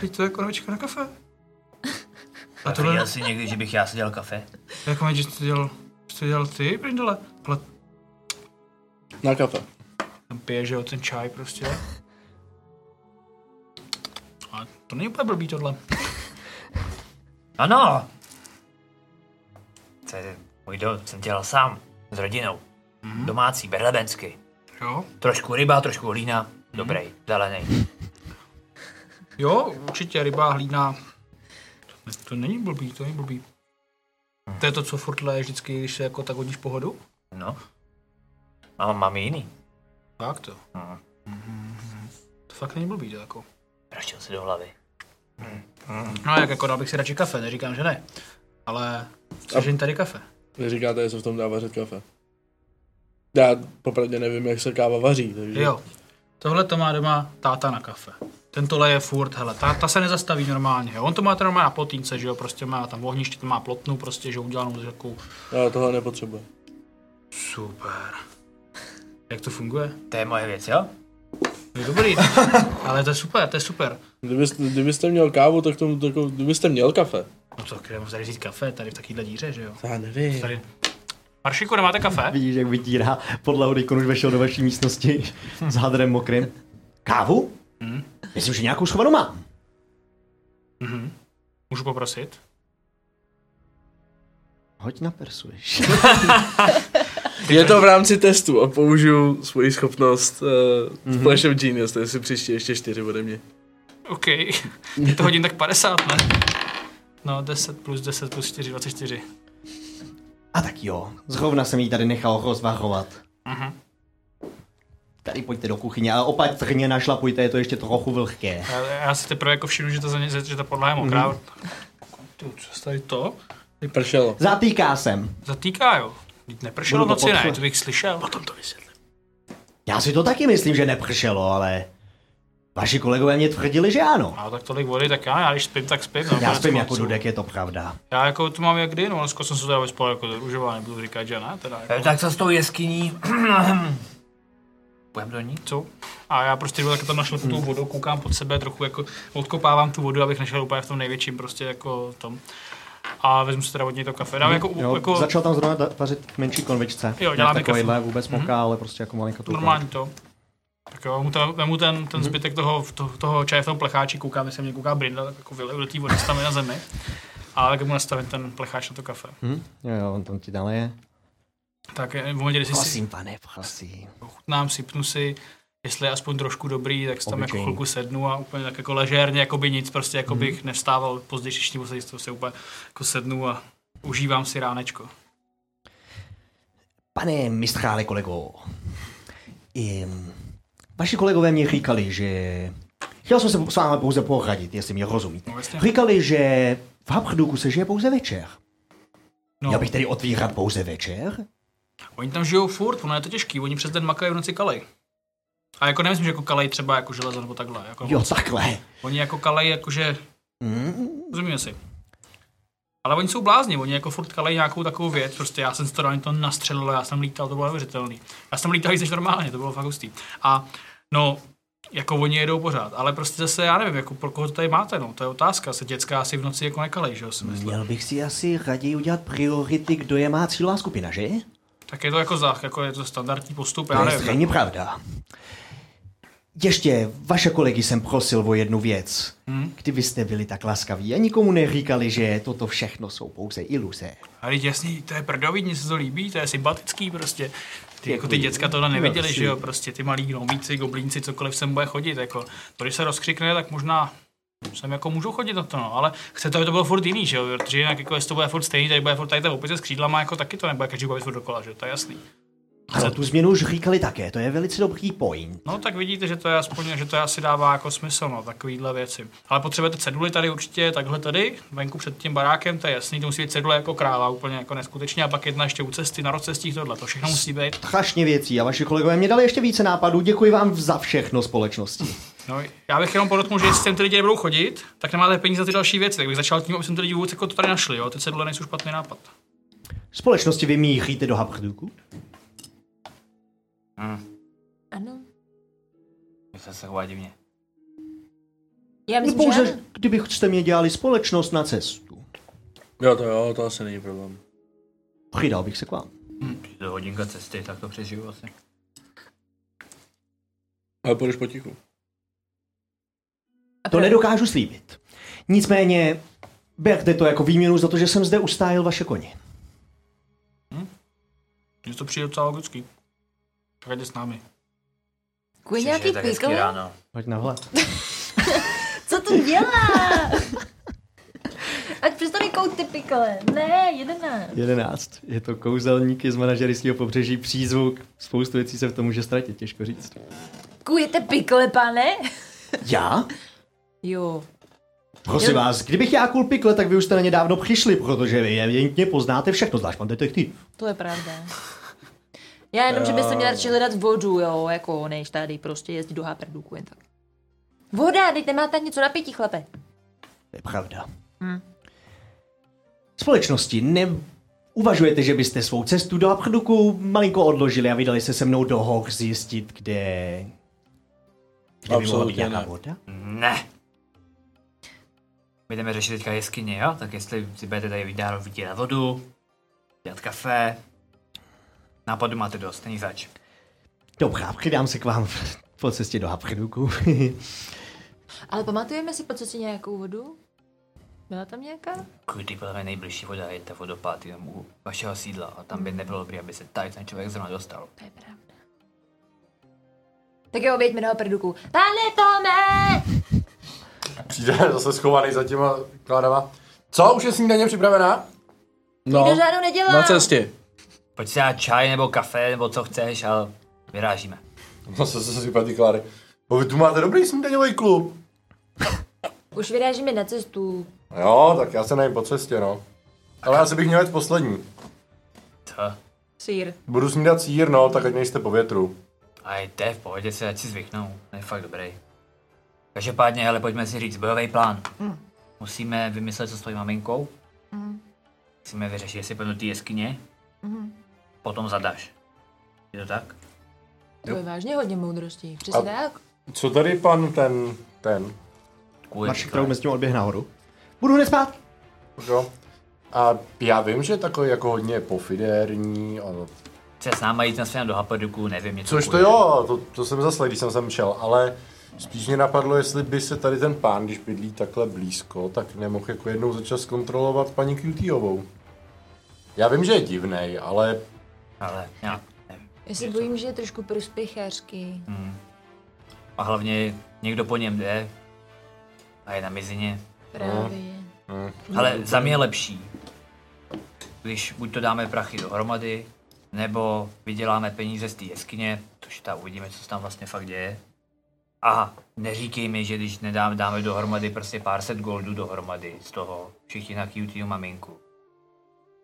Teď to je konvička na kafe. A Tohle... tohle, Viděl jsi někdy, že bych já si dělal kafe? jak mají, že jsi to dělal, jsi to dělal ty, Brindole? Ale Na kafe. tam pije, že jo, ten čaj prostě. A to není úplně blbý tohle. Ano! To je můj dom, jsem dělal sám, s rodinou. Mm-hmm. Domácí, berlebensky. Jo? Trošku ryba, trošku hlína. Dobrý, zelený. Jo, určitě ryba, hlína. To, to není blbý, to není blbý. To je to, co furt leje vždycky, když se jako tak hodíš pohodu? No. A mám jiný. Tak to. Mhm. To fakt není blbý, to jako. Praštil si do hlavy. No jak jako dal bych si radši kafe, neříkám, že ne. Ale sežeň tady kafe. Neříkáte, co v tom dá vařit kafe. Já popravdě nevím, jak se káva vaří, takže... Jo. Tohle to má doma táta na kafe. Tento leje furt, hele, ta, ta se nezastaví normálně, jo. On to má teda normálně na plotínce, že jo, prostě má tam ohniště, to má plotnu, prostě, že udělanou z jakou. Já tohle nepotřebuji. Super. Jak to funguje? To je moje věc, jo? To je dobrý, ale to je super, to je super. Kdybyste, kdybyste měl kávu, tak tomu, tak, kdybyste měl kafe. No to, kde mám tady říct kafe, tady v takovýhle díře, že jo. Já nevím. Tady... Maršiku, nemáte kafe? Vidíš, jak vytírá podlahu, když už vešel do vaší místnosti s hadrem mokrým. Kávu? Myslím, že nějakou schovanou mám. Můžu poprosit? Hoď na persuješ. Je to v rámci testu a použiju svoji schopnost uh, mm-hmm. Flash of Genius, to je si příště ještě čtyři ode mě. OK, je to hodin tak 50, ne? No, 10 plus 10 plus 4, 24. A tak jo, zrovna jsem jí tady nechal rozvahovat. Mhm. Tady pojďte do kuchyně, ale opatrně našlapujte, je to ještě trochu vlhké. Já, já si teprve jako všimnu, že ta, země, že ta podlaha je Mhm. mokrá. Mm. Co se tady to? Pršelo. Zatýká jsem. Zatýká, jo. Vždyť nepršelo v Budu to noci, ne? potřebovat. To bych slyšel. Potom to vysvětlím. Já si to taky myslím, že nepršelo, ale... Vaši kolegové mě tvrdili, že ano. A No, tak tolik vody, tak já, já když spím, tak spím. No, Já konec spím jako konců. Dudek, je to pravda. Já jako to mám jak kdy, no, dneska jsem se teda vyspal jako do růžová, nebudu říkat, že ne, teda E, jako, tak co s tou jeskyní? Půjdem do ní? co? A já prostě jdu tak tam našel tu Mhm. vodu, koukám pod sebe, trochu jako odkopávám tu vodu, abych nešel úplně v tom největším prostě jako tom. A vezmu si teda od něj to kafe. Dám jako, Mhm. Jo, jako Začal tam zrovna da- vařit v menší konvičce. děláme Ne kafe. takovejhle, vůbec moká, ale prostě jako malinko tu. Normální to. Tak jo, mu ten, vemu ten, Mhm. ten zbytek toho, to, toho čaje v tom plecháči, koukám, jestli mě kouká Brinda, tak jako vyleju do té vody, co tam je na zemi. A tak mu nastavím ten plecháč na to kafe. Hm? Jo, jo, on tam ti dále je. Tak eh, v momentě, když si Prosím, pane, prosím. ochutnám, sypnu si, jestli je aspoň trošku dobrý, tak si tam jako Obyčejný. Mhm. chvilku sednu a úplně tak jako ležérně, jako by nic, prostě jako bych nevstával později, když nebo se jistou se úplně jako sednu a užívám si ránečko. Pane mistrále kolego, um, vaši kolegové mě říkali, že... Chtěl jsem se s vámi pouze poradit, jestli mě rozumíte. No, jasně. Říkali, že v Habchduku se žije pouze večer. No, Měl bych tedy otvírat pouze večer? Oni tam žijou furt, ono je to těžký, oni přes den makají v noci kalej. A jako nemyslím, že jako kalej třeba jako železo nebo takhle. Jako Jo, takhle. Oni jako kalej, jakože, Mm, rozumíme si. Ale oni jsou blázni, oni jako furt kalej nějakou takovou věc, prostě já jsem se to na to nastřelil, já jsem lítal, to bylo neuvěřitelný. Já jsem lítal víc než normálně, to bylo fakt hustý. A no, jako oni jedou pořád, ale prostě zase já nevím, jako pro koho to tady máte, no, to je otázka, se dětská asi v noci jako nekalej, že jo, si myslím. měl bych si asi raději udělat priority, kdo je má cílová skupina, že? Tak je to jako zách, jako je to standardní postup, já To je nevím. zřejmě pravda. Ještě vaše kolegy jsem prosil o jednu věc. Hmm? Kdybyste byli tak laskaví a nikomu neříkali, že toto všechno jsou pouze iluze. Ale jasný, to je prdový, mně se to líbí, to je sympatický prostě. Ty, jako ty děcka tohle neviděli, že jo, prostě ty malí gnomíci, goblínci, cokoliv sem bude chodit, jako. To, když se rozkřikne, tak možná Sem jako můžu chodit na to, no, ale chcete, aby to bylo furt jiný, že jo? Protože jinak, jako jestli to bude furt stejný, tady bude furt tady ta opice s křídlama, jako taky to nebude každý bavit furt dokola, že jo? To je jasný. Ano, tu změnu už říkali také, to je velice dobrý point. No tak vidíte, že to je aspoň, že to je asi dává jako smysl, no, takovýhle věci. Ale potřebujete ceduly tady určitě, takhle tady, venku před tím barákem, to je jasný, to musí být cedule jako krála, úplně jako neskutečně, a pak jedna ještě u cesty, na rozcestích, tohle, to všechno musí být. Strašně věcí a vaši kolegové mě dali ještě více nápadů, děkuji vám za všechno společnosti. No, já bych jenom podotknul, že jestli sem ty lidi nebudou chodit, tak nemáte peníze za ty další věci, tak bych začal tím, aby sem ty lidi vůbec jako to tady našli, jo, ty cedule nejsou špatný nápad. Společnosti vy míříte do Habrdůku? Ano. Že se se chová divně. Já No myslím, že ano. pouze, kdybyste mě dělali společnost na cestu. Jo, to jo, to asi není problém. Přidal bych se k vám. Je to hodinka cesty, tak to přežiju vlastně. asi. Ale půjdeš potichu. A To pro- nedokážu slíbit. Nicméně, berte to jako výměnu za to, že jsem zde ustájil vaše koně. Mně to přijde docela logický. Tak jde s námi. Kuj nějaký tak hezký pikl? ráno. Pojď na hlad. Co to dělá? Ať přestane kout ty pikle. Ne, jedenáct. 11. Je to kouzelníky z manažerského pobřeží přízvuk. Spoustu věcí se v tom může ztratit, těžko říct. Kujete pikle, pane? Já? Jo. Prosím vás, kdybych já kul pikle, tak vy už jste na ně dávno přišli, protože vy evidentně poznáte všechno, zvlášť pan detektiv. To je pravda. Já jenom, že byste měla radši hledat vodu, jo, jako než tady prostě jezdit do háprdůku jen tak. Voda, teď nemáte něco na pití, chlape. To je pravda. Společnosti, ne... Uvažujete, že byste svou cestu do Abchrduku malinko odložili a vydali se se mnou do hor zjistit, kde... Kde by mohla být Absolutně nějaká ne. voda? Ne! My jdeme řešit teďka jeskyně, jo? Tak jestli si budete tady vydávat vytírat vodu, dělat kafe, nápadu máte dost, není zač. Dobrá, přidám se k vám po cestě do Abchrduku. Ale pamatujeme si po cestě nějakou vodu? Byla tam nějaká? Kdy podle mě nejbližší voda je ta vodopád jenom u vašeho sídla a tam by nebylo dobré, aby se tady ten člověk zrovna dostal. To je pravda. Tak jo, věďme do háprduku. Pane Tome! Přijde zase schovaný za těma kládama. Co, už je snídaně připravená? No, Nikdo žádnou nedělá. na cestě. Pojď si dát čaj nebo kafe nebo co chceš, ale vyrážíme. No, se se sypat ty klády. Bo vy tu máte dobrý snídaňový klub. Už vyrážíme na cestu. Jo, tak já se najím po cestě, no. Ale já se bych měl jít poslední. Co? Sýr. Budu snídat sír, no, tak ať nejste po větru. A to je v pohodě, se ať si zvyknou, on je fakt dobrý. Každopádně, hele, pojďme si říct bojový plán. Musíme vymyslet, co s tvojí maminkou. Musíme vyřešit, jestli půjdu do té jeskyně. Potom zadaš. Je to tak? To je vážně hodně moudrosti. Přesně A- tak. Co tady pan ten, ten, Kvůli Marši, kterou mezi tím odběh nahoru. Budu hned spát. jo? A já vím, že je takový jako hodně pofidérní, ale... Chce s náma jít na svém do Hapaduku, nevím, něco Což to kvůli. jo, to, to jsem zase, když jsem sem šel, ale spíš mě napadlo, jestli by se tady ten pán, když bydlí takhle blízko, tak nemohl jako jednou za čas kontrolovat paní QTovou. Já vím, že je divnej, ale Ale já nevím. Já se bojím, že je trošku prospěchářky. Mm. A hlavně někdo po něm jde. A je na mizině. Právě. No. Ale za mě je lepší, když buď to dáme prachy dohromady, nebo vyděláme peníze z té jeskyně, což ta uvidíme, co se tam vlastně fakt děje. A neříkej mi, že když nedám, dáme dohromady prostě pár set goldů dohromady z toho, všichni na QT maminku.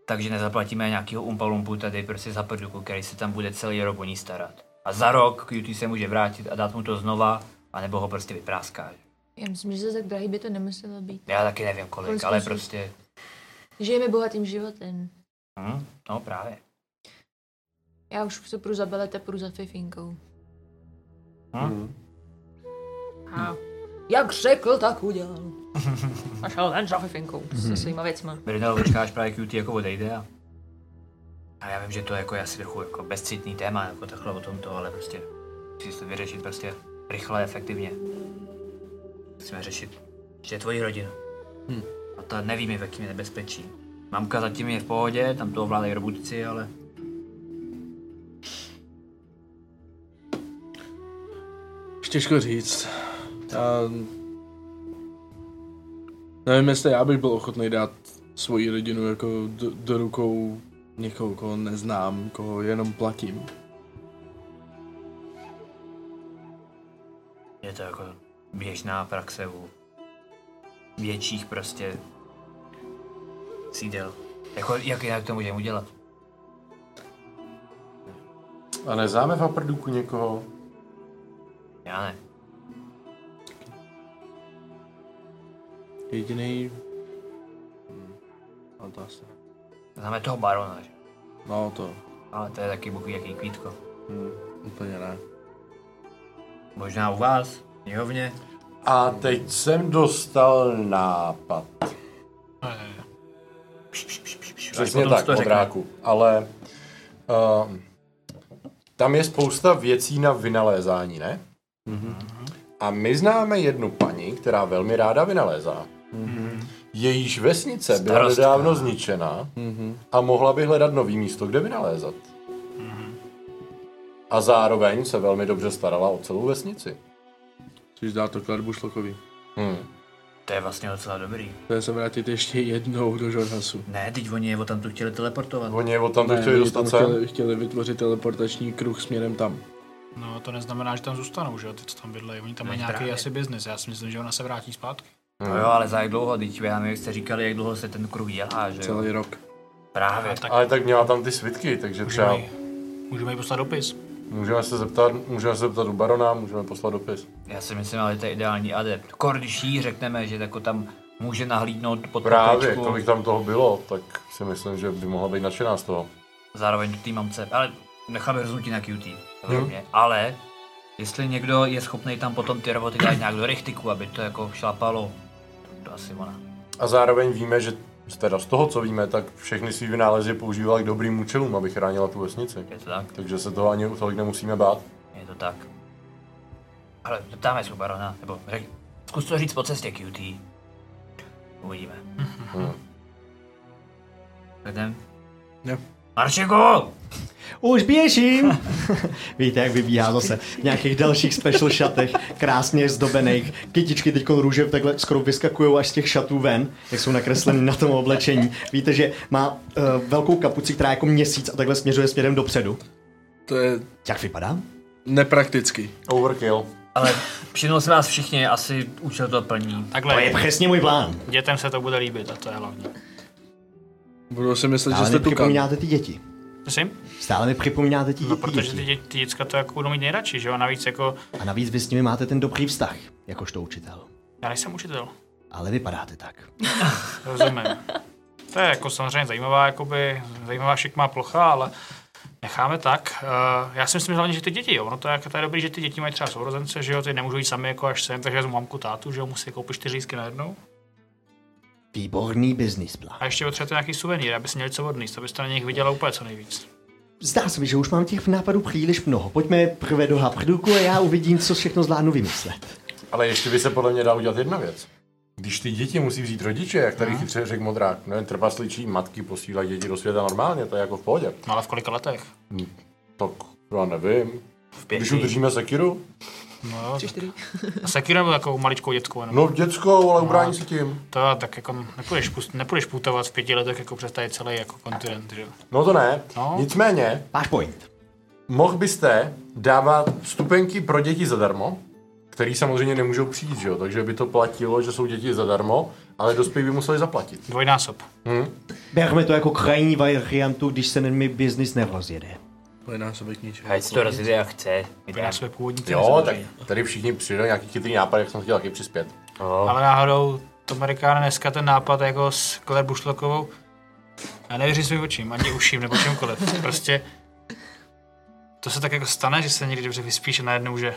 Takže nezaplatíme nějakého umpalumpu tady prostě za prduku, který se tam bude celý rok o ní starat. A za rok QT se může vrátit a dát mu to znova, anebo ho prostě vypráská. Já myslím, že za tak drahý by to nemuselo být. Já taky nevím kolik, Kolik ale zkusí? prostě... Žijeme bohatým životem. Hm? No právě. Já už se půjdu za belete, půjdu za fifinkou. Hm? A jak řekl, tak udělal. A šel jen za fifinkou Mhm. se svýma věcma. Brindal počká, až právě QT jako odejde a... A já vím, že to je jako je asi trochu jako bezcitný téma, jako takhle o tomto, ale prostě musíš to vyřešit prostě rychle, efektivně. Musíme řešit, že je tvoji rodinu. A ta nevíme, v jakým je nebezpečí. Mamka zatím je v pohodě, tam to ovládají robotci, ale Už Těžko říct. Já Nevím, jestli já bych byl ochotný dát svoji rodinu jako do, do rukou někoho, koho neznám, koho jenom platím. Je to jako běžná praxe u větších prostě sídel. Jako, jak jinak to můžeme udělat? A neznáme v Aprduku někoho? Já ne. Jediný... Hmm, Fantasté. Známe toho barona, že? No to, Ale to je taky bohu jaký kvítko. úplně ne. Možná u vás, knihovně. A teď jsem dostal nápad. Přesně potom tak, si to řekne. modráku. Ale uh, tam je spousta věcí na vynalézání, ne? Mm-hmm. A my známe jednu paní, která velmi ráda vynalézá. Mm-hmm. Jejíž vesnice byla Starostka. nedávno zničena mm-hmm. a mohla by hledat nový místo, kde vynalézat. Mm-hmm. A zároveň se velmi dobře starala o celou vesnici. Což dá to Klarbu Šlokovi. Hmm. To je vlastně docela dobrý. To je se vrátit ještě jednou do Žorhasu. Ne, teď oni je o tam tu chtěli teleportovat. Oni je od tam chtěli oni dostat tam sem. chtěli, chtěli vytvořit teleportační kruh směrem tam. No, to neznamená, že tam zůstanou, že jo, ty, co tam bydlejí. Oni tam mají nějaký právě. asi biznis. Já si myslím, že ona se vrátí zpátky. No jo, ale za jak dlouho, teď já nevím, jak jste říkali, jak dlouho se ten kruh dělá, že jo? Celý rok. Právě. tak Ale tak měla tam ty svitky, takže třeba můžeme, jí- můžeme jí poslat dopis. můžeme se zeptat, můžeme se zeptat u barona, můžeme poslat dopis. Já si myslím, ale to je ideální adept. Kor, když jí řekneme, že jako tam může nahlídnout pod Právě, pokličku, kolik tam toho bylo, tak si myslím, že by mohla být nadšená z toho. zároveň do té mamce, ale necháme rozhodnutí na QT, Hm? samozřejmě. Ale jestli někdo je schopný tam potom ty roboty dát nějak do rechtiku, aby to jako šlapalo, to asi ona. A zároveň víme, že teda z toho, co víme, tak všechny svý vynálezy používala k dobrým účelům, aby chránila tu vesnici. Je to tak? Takže se toho ani tolik nemusíme bát. Je to tak. Ale zeptáme se u barona, nebo řek, zkus to říct po cestě QT. Uvidíme. Hmm. Jdem? Jo. Marčeko! Už běžím! Víte, jak vybíhá zase v nějakých dalších special šatech, krásně zdobených. Kytičky teď růžev takhle skoro vyskakují až z těch šatů ven, jak jsou nakreslený na tom oblečení. Víte, že má uh, velkou kapuci, která je jako měsíc a takhle směřuje směrem dopředu. To je Jak vypadá? nepraktický. Overkill. Ale přinul jsme vás všichni, asi účel to plní. To Takhle, je přesně můj plán. dětem se to bude líbit a to je hlavní. Budu si myslet, že Ale jste mi tu kam. připomínáte ty děti. Prosím? Stále mi připomínáte ty, No, ty protože ty, děti. dě- ty děcka to jako budou mít nejradši, že jo? A navíc jako, A navíc vy s nimi máte ten dobrý vztah, jakožto učitel. já nejsem učitel. Ale vypadáte tak. Rozumím. To je jako samozřejmě zajímavá, jakoby, zajímavá šikmá plocha, ale necháme tak. Uh, já si myslím hlavně, že ty děti, jo, no to je, to je dobrý, že ty děti mají třeba sourozence, že jo, ty nemůžou jít sami jako až sem, takže vezmu mamku, tátu, že jo, musí koupit čtyři lístky najednou. Výborný business plán. A ještě potřebujete nějaký suvenýr, aby si měli co odníst, abyste na nich viděla úplně co nejvíc. Zdá se mi, že už mám těch nápadů příliš mnoho. Pojďme je prvé do Haprduku a já uvidím, co všechno zvládnu vymyslet. Ale ještě by se podle mě dá udělat jedna věc. Když ty děti musí vzít rodiče, jak tady chytře řekl modrák, ne, trpasličí matky posílají děti do světa normálně, to je jako v pohodě. No ale v kolika letech? Tak já nevím. V Když pěti. udržíme sekiru, No jo, Tři, čtyři. tak- Sekiro nebo takovou maličkou dětskou jenom. no dětskou, ale ubrání si tím. To tak jako nepůjdeš, pust, nepůjdeš putovat v pěti letech jako přes tady celý jako kontinent, že jo. No to ne. No. Nicméně, Máš point. mohl byste dávat stupenky pro děti zadarmo, který samozřejmě nemůžou přijít, že jo? Takže by to platilo, že jsou děti zadarmo, ale dospělí by museli zaplatit. Dvojnásob. Berme to jako krajní variantu, když se mi biznis nerozjede. Dvojnásobek ničeho. Ať si to rozjede jak chce. My tam- Dvojnásobek původní ceny Jo, samozřejmě. no. tak tady všichni přidali nějaký chytrý nápad, jak jsem chtěl taky přispět. No, Ale náhodou to Amerikána dneska ten nápad jako s Claire Bušlokovou. Já nevěřím svým očím, ani uším nebo čemkoliv. Prostě to se tak jako stane, že se někdy dobře vyspíš a najednou, že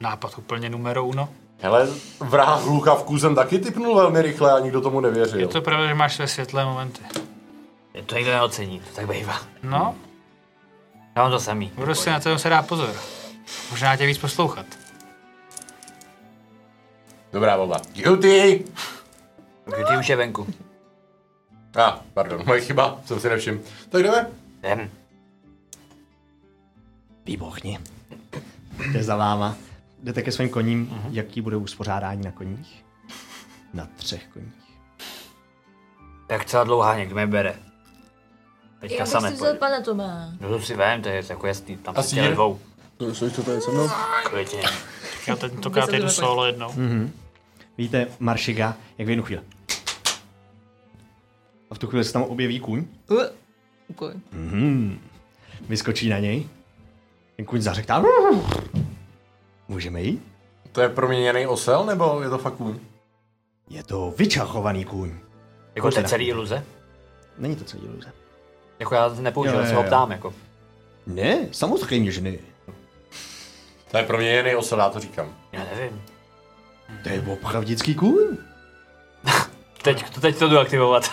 nápad úplně no. numero uno. Hele, vrah lukavku jsem taky typnul velmi rychle a nikdo tomu Je nevěřil. to pravda, že máš své světlé momenty. je to někdo neocení, to tak bývá. No, Já mám to samý. budu si na to se dá pozor. Možná tě víc poslouchat. Dobrá volba. Guilty! Takže ty už je venku. A, ah, pardon, moje chyba, jsem si nevšiml. Tak jdeme. Jdem. Výborně. Jde za váma. Jdete ke svým koním, jaký bude uspořádání na koních? na třech koních. Tak celá dlouhá někdo mě bere. Teďka Já bych samé si vzal pana Tomá. No to si vem, to je jako jasný, tam A se sír? těle dvou. To jsou No, to tady se mnou. Klidně. Já tentokrát jdu solo jednou. Vidíte Maršiga, jak v jednu chvíli. A v tu chvíli se tam objeví kůň. Uh, okay. Mhm. Vyskočí na něj. Ten kůň zařektá. Můžeme jít? To je proměněný osel, nebo je to fakt kůň? Je to vyčachovaný kůň. Jako to je teda. celý iluze? Není to celý iluze. Jako já nepoužil, Jo, já jo, se ho jo. ptám, jako. Ne, samozřejmě, že ne. To je proměněný osel, já to říkám. Já nevím. To je opravdický kůň. Teď, to, teď to jdu aktivovat.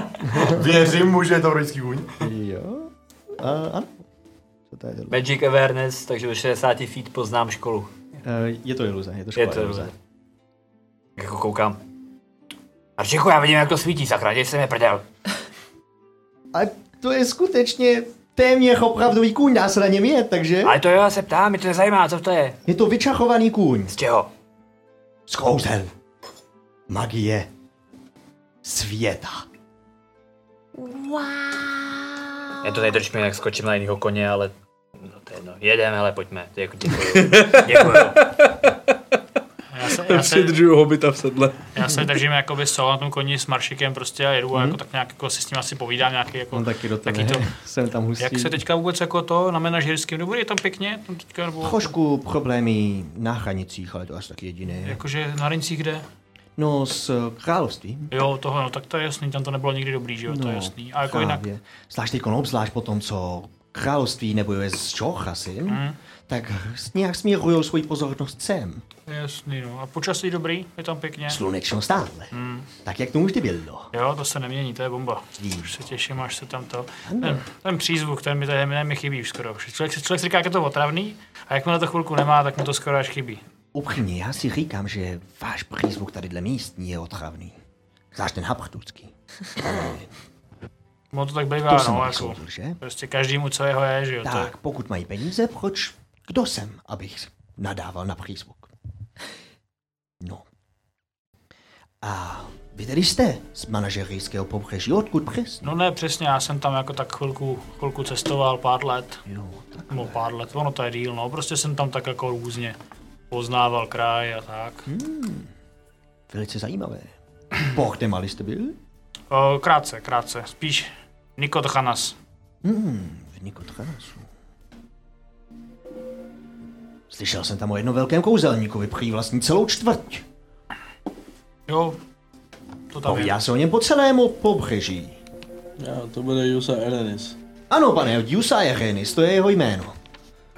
Věřím mu, že je to britský kůň. Jo. A, ano. Co to je, za- Magic Awareness, takže do 60 feet poznám školu. Eh, je to iluze, je to škola Je to iluze. Jako koukám. Arčichu, já vidím, jak to svítí, sakra, děj se mi prdel. A to je skutečně téměř opravdový kůň, dá se na něm jet, takže Ale to jo, já se ptám, mě to nezajímá, co to je. je to vyčachovaný kůň. Z čeho? Z kouzel. Magie. Světa. Já to nejdrž mi, jak skočím na jinýho koně, ale... No to je jedno. Jedeme, hele, pojďme. Děku, děkuju. děkuju. Já se, já se, Přidržuju hobita v sedle. já se držím jakoby solo na tom koni s Maršikem prostě a jedu a jako tak nějak jako si s ním asi povídám nějaký jako... On taky do tebe. Taky to. Jsem tam hustý. Jak se teďka vůbec jako to na manažerském dobu, je tam pěkně? Tam teďka, nebo, Trošku problémy na hranicích, ale to asi tak jediné. jakože na rincích kde? No, s eh, královstvím. No, Jo, toho, no tak to je jasný, tam to nebylo nikdy dobrý, že jo, to je jasný. A jako jinak, právě. Zvlášť teď obzvlášť po tom, co království nebojuje s Čorchasem, mm. tak s- nějak směrují svoji pozornost sem. jasný, no. A počasí dobrý, je tam pěkně. Slunečno stále. Mm. Tak jak tomu vždy bylo. Jo, to se nemění, to je bomba. Už se těším, až se tam to... Ten, ten přízvuk, ten mi, ten, mi chybí už skoro. Člověk, si- člověk si říká, jak je to otravný, a jakmile to chvilku nemá, tak mu to skoro až chybí. Upřímně, já si říkám, že váš přízvuk tady dle místní je otravný. Zvlášť ten habrtucký. Ono to tak To bývá, jsem no, no, jako. že? Prostě každému, co jeho je, že jo. To, je- Tak, pokud mají peníze, proč? Kdo jsem, abych nadával na přízvuk? No. A vy tedy jste z manažerijského pobřeží, odkud přesně? no ne, přesně, já jsem tam jako tak chvilku, chvilku cestoval, pár let, Jo, tak. nebo pár let, ono to je díl, no, prostě jsem tam tak jako různě poznával kraj a tak. Hm? Velice zajímavé. Pohde mali jste byl? O, krátce, krátce, spíš Nikotchanas. Hmm, v Nikotrásu. Slyšel jsem tam o jednom velkém kouzelníkovi, prý vlastní celou čtvrť. Jo, to tam je. Povídá se o něm po celému pobřeží. Já, to bude Jusa Erenis. Ano, pane, Jusai Renis, to je jeho jméno.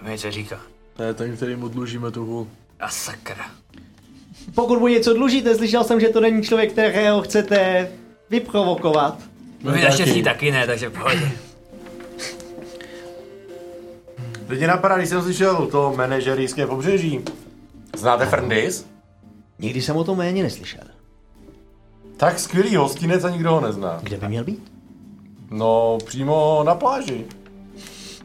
Mě co říká. To je ten, který mu dlužíme tu hůl. A sakra. Pokud mu něco dlužíte, slyšel jsem, že to není člověk, kterého chcete vyprovokovat. No, Vy naštěstí taky ne, takže v pohodě. Teď mě napadá, když jsem slyšel to manažerijské pobřeží. Znáte Frndis? Nikdy jsem o tom méně neslyšel. Tak skvělý hostinec a nikdo ho nezná. Kde by měl být? No, přímo na pláži.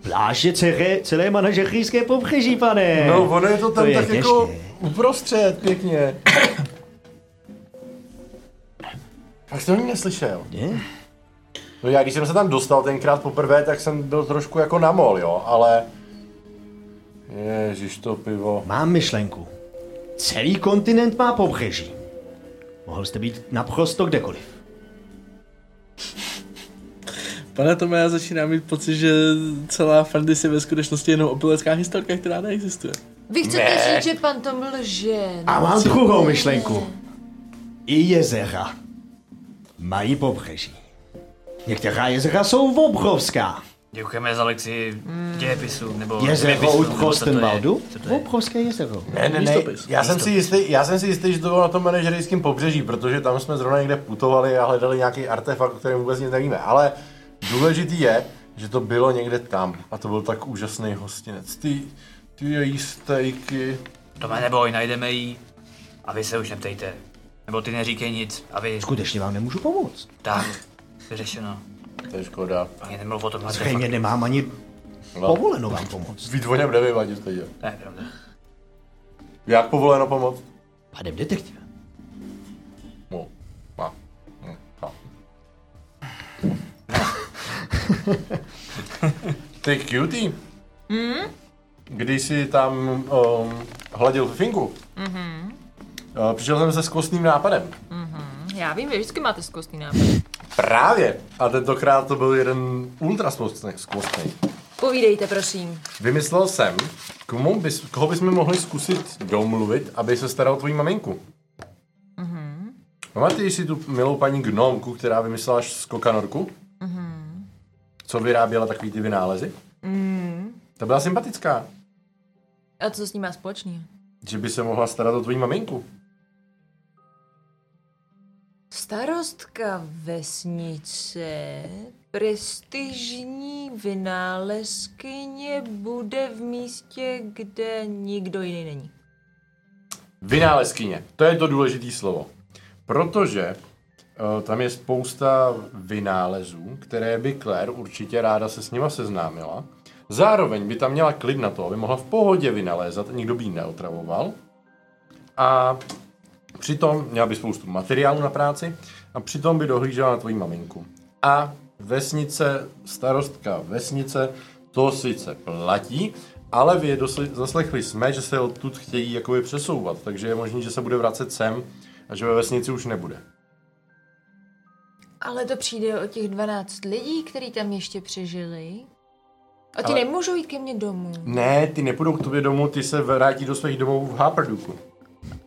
Pláž je celé, celé manažerské pobřeží, pane. No, ono je to tam To je tak jako těžké. uprostřed, pěkně. Tak jsem o ní neslyšel. Ne? No já, když jsem se tam dostal tenkrát poprvé, tak jsem byl trošku jako na mol, jo, ale... Ježiš, to pivo. Mám myšlenku. Celý kontinent má pobřeží. Mohl jste být naprosto kdekoliv. Pane Tome, já začínám mít pocit, že celá Fandis je ve skutečnosti jenom opilecká historka, která neexistuje. Vy chcete ne. říct, že pan Tom lže. A mám druhou myšlenku. I jezera mají pobřeží. Některá jezera jsou obrovská. Děkujeme za lekci dějepisu, nebo... Jezero zeměpisu, u nebo co to je. Kostenwaldu? Co to je? Obrovské jezero. Ne, ne, ne, Místopis. já jsem, si jistý, já jsem si jistý, že to bylo na tom manažerském pobřeží, protože tam jsme zrovna někde putovali a hledali nějaký artefakt, o kterém vůbec nic nevíme, ale důležitý je, že to bylo někde tam a to byl tak úžasný hostinec. Ty, ty její stejky. To mě neboj, najdeme ji. A vy se už neptejte. Nebo ty neříkej nic. A vy... Skutečně vám nemůžu pomoct. Tak. Vyřešeno. To je škoda. Ani nemluv o tom. máte Zřejmě fakt- nemám ani povoleno vám pomoct. Víc o něm nevím ani teď. To je pravda. Jak povoleno pomoct? Panem detektivem. No. Ty cutie. Mm? Když jsi tam um, hladil finku, mm-hmm. uh, přišel jsem se s kostným nápadem. Já vím, vy vždycky máte zkostný nápad. Právě. A tentokrát to byl jeden ultra skvostný. Povídejte, prosím. Vymyslel jsem, komu bys, koho bychom mohli zkusit domluvit, aby se staral o tvoji maminku. Mm-hmm. Pamatuješ si tu milou paní Gnomku, která vymyslela skokanorku? Mm-hmm. Co vyráběla takový ty vynálezy? Mm. Ta byla sympatická, A co s ním má společného? že by se mohla starat o tvoji maminku. Starostka vesnice, prestižní vynálezkyně bude v místě, kde nikdo jiný není. Vynálezkyně, to je to důležité slovo. Protože eh, tam je spousta vynálezů, které by Claire určitě ráda se s nima seznámila. Zároveň by tam měla klid na to, aby mohla v pohodě vynalézat, nikdo by ji neotravoval. A přitom měla by spoustu materiálu na práci a přitom by dohlížela na tvoji maminku. A vesnice, starostka vesnice, to sice platí, ale vy je dosle- zaslechli jsme, že se odtud chtějí jakoby přesouvat, takže je možné, že se bude vracet sem a že ve vesnici už nebude. Ale to přijde o těch 12 lidí, kteří tam ještě přežili. A ti Ale- nemůžou jít ke mně domů. Ne, ty nepůjdou k tobě domů, ty se vrátí do svých domovů v Haperduku.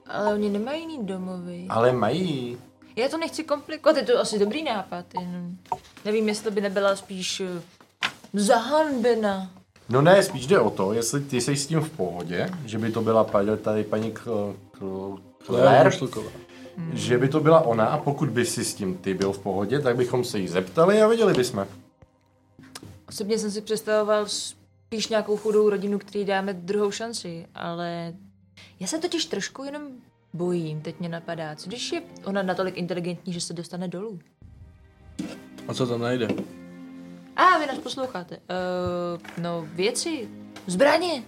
Ale oni nemají jiný domovy. Ale mají. Já to nechci komplikovat, je to asi dobrý nápad, jenom nevím, jestli by nebyla spíš eh, zahanbena. No ne, spíš jde o to, jestli ty jsi s tím v pohodě, že by to byla pa- tady paní Kl- Kl- Claire, Mušluková. že by to byla ona a pokud by si s tím ty byl v pohodě, tak bychom se jí zeptali a viděli bychom. Osobně jsem si představoval spíš nějakou chudou rodinu, který dáme druhou šanci, ale já se totiž trošku jenom bojím, teď mě napadá, co když je ona natolik inteligentní, že se dostane dolů. A co tam najde? A vy nás posloucháte. Uh, no věci, zbraně,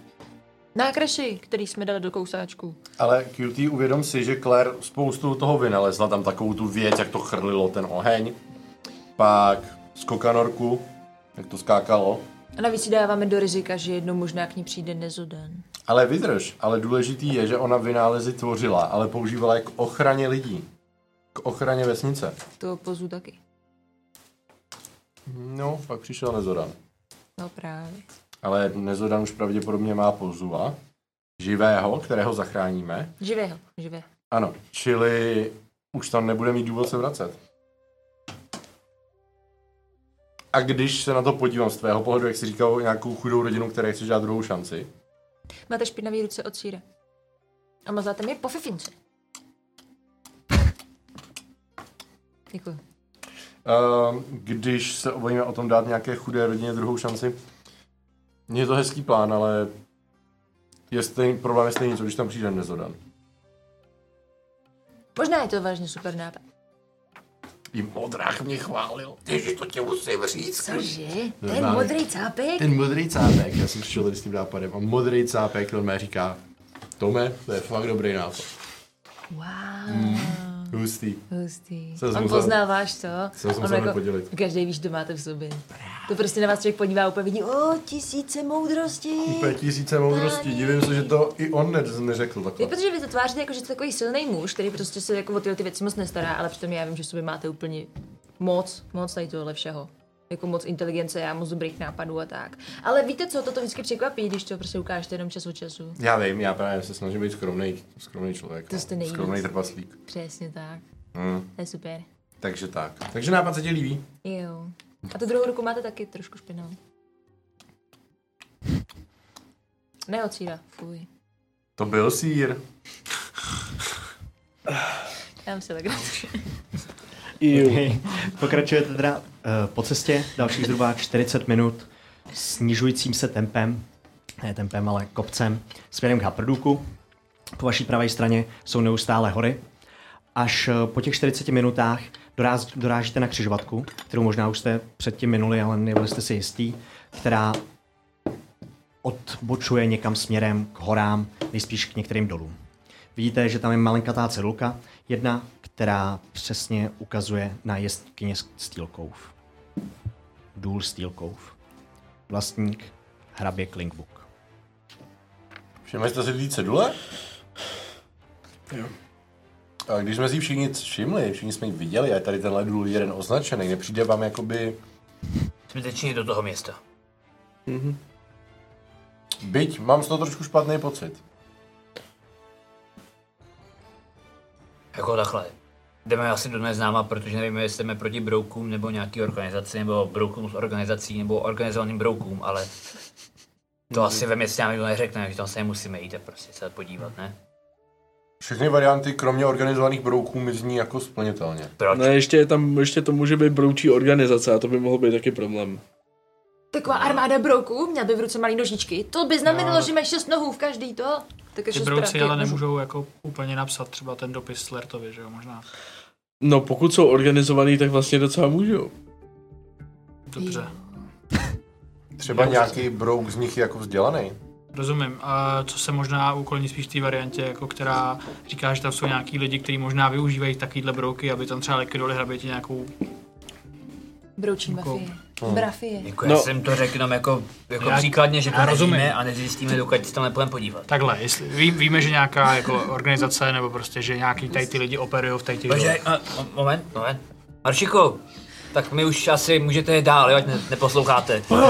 nákresy, který jsme dali do kousáčku. Ale QT, uvědom si, že Claire spoustu toho vynalezla, tam takovou tu věc, jak to chrlilo ten oheň, pak skokanorku, jak to skákalo. A navíc ji dáváme do rizika, že jednou možná k ní přijde nezodan. Ale vydrž, ale důležitý je, že ona vynálezy tvořila, ale používala je k ochraně lidí. K ochraně vesnice. To pozvu taky. No, pak přišel Nezodan. No právě. Ale Nezodan už pravděpodobně má pozula, živého, kterého zachráníme. Živého, živé. Ano, čili už tam nebude mít důvod se vracet. A když se na to podívám z tvého pohledu, jak jsi říkal, nějakou chudou rodinu, které chceš dát druhou šanci, Máte špinavý ruce od síra. A mazláte mi po fifince. Děkuji. Ehm, když se obojíme o tom dát nějaké chudé rodině druhou šanci, je to hezký plán, ale je stejný, problém je stejný, co když tam přijde nezodan. Možná je to vážně super nápad. I modrách mě chválil. Ježiš, to tě musím říct. Cože? Ten Normálně. modrý cápek? Ten modrý cápek, já jsem přišel tady s tím nápadem, a modrý cápek normálně říká, Tome, to je fakt dobrý nápad. Wow. Hustý. Hustý. Hmm. Jsem On zmusen- poznal váš to. Jsem se On musel podělit. Každý víš, kdo máte v sobě. To prostě na vás člověk podívá a úplně vidí, o, tisíce moudrosti. Úplně tisíce moudrostí, divím se, že to i on ne- neřekl Je, takhle. protože vy zatváříte jako, že jste takový silný muž, který prostě se jako o tyhle ty věci moc nestará, ale přitom já vím, že v sobě máte úplně moc, moc tady tohle všeho. Jako moc inteligence a moc dobrých nápadů a tak. Ale víte co, toto vždycky překvapí, když to prostě ukážete jenom čas od času. Já vím, já právě se snažím být skromný, skromný člověk. To no. jste nejvíc. Skromný trpaslík. Přesně tak. Hmm. To je super. Takže tak. Takže nápad se ti líbí? Jo. A tu druhou ruku máte taky trošku špinavou. Ne od síra, fuj. To byl sír. Já si legraci. Okay. Pokračujete teda uh, po cestě dalších zhruba 40 minut snižujícím se tempem, ne tempem, ale kopcem, směrem k Haprduku. Po vaší pravé straně jsou neustále hory. Až eh, po těch 40 minutách doráz, dorážíte na křižovatku, kterou možná už jste předtím minuli, ale nebyli jste si jistí, která odbočuje někam směrem k horám, nejspíš k některým dolům. Vidíte, že tam je malinkatá cedulka, jedna, která přesně ukazuje na jezdkyně s stílkou. Důl Steel Cove. Vlastník hrabě Klingbook. Všimli jste si ty cedule? Jo. A když jsme si ji všichni všimli, všichni jsme ji viděli a je tady tenhle důl jeden označený, nepřijde vám jakoby, Zbytečně do toho města. byť mám z toho trošku špatný pocit. Jako takhle. Jdeme asi do neznáma, protože nevíme, jestli jdeme proti broukům nebo nějaký organizaci, nebo broukům s organizací, nebo organizovaným broukům, ale to asi ve městě nám nikdo neřekne, takže tam se musíme jít a prostě se podívat, ne? Všechny varianty, kromě organizovaných brouků, mi zní jako splnitelně. Proč? Ne, No, ještě, je tam, ještě to může být broučí organizace a to by mohl být taky problém. Taková armáda brouků, měla by v ruce malý nožičky. To by znamenalo, že mají šest nohů v každý to. Tak je No. Ty šest brouci pravky. ale nemůžou jako úplně napsat třeba ten dopis Slertovi, že jo, možná. No pokud jsou organizovaný, tak vlastně docela můžou. Dobře, Třeba nějaký brouk z nich je jako vzdělaný. rozumím. A co se možná ukloní spíš té variantě, jako která říká, že tam jsou nějaký lidi, kteří možná využívají takovýhle brouky, aby tam třeba likvidovali hraběti nějakou Broučí mafie. Brafie. Jako No. já jsem to řekl jenom jako, jako Já- příkladně, že to já rozumím. nevíme a nezjistíme, dokud se tam nepůjdeme podívat. Takhle, jestli, ví, víme, že nějaká jako organizace, nebo prostě, že nějaký tady ty lidi operují v tady těch Takže, dolech. a, a- moment, moment. Maršiku, tak mi už asi můžete jít dál, jo, ať ne, neposloucháte. Jo,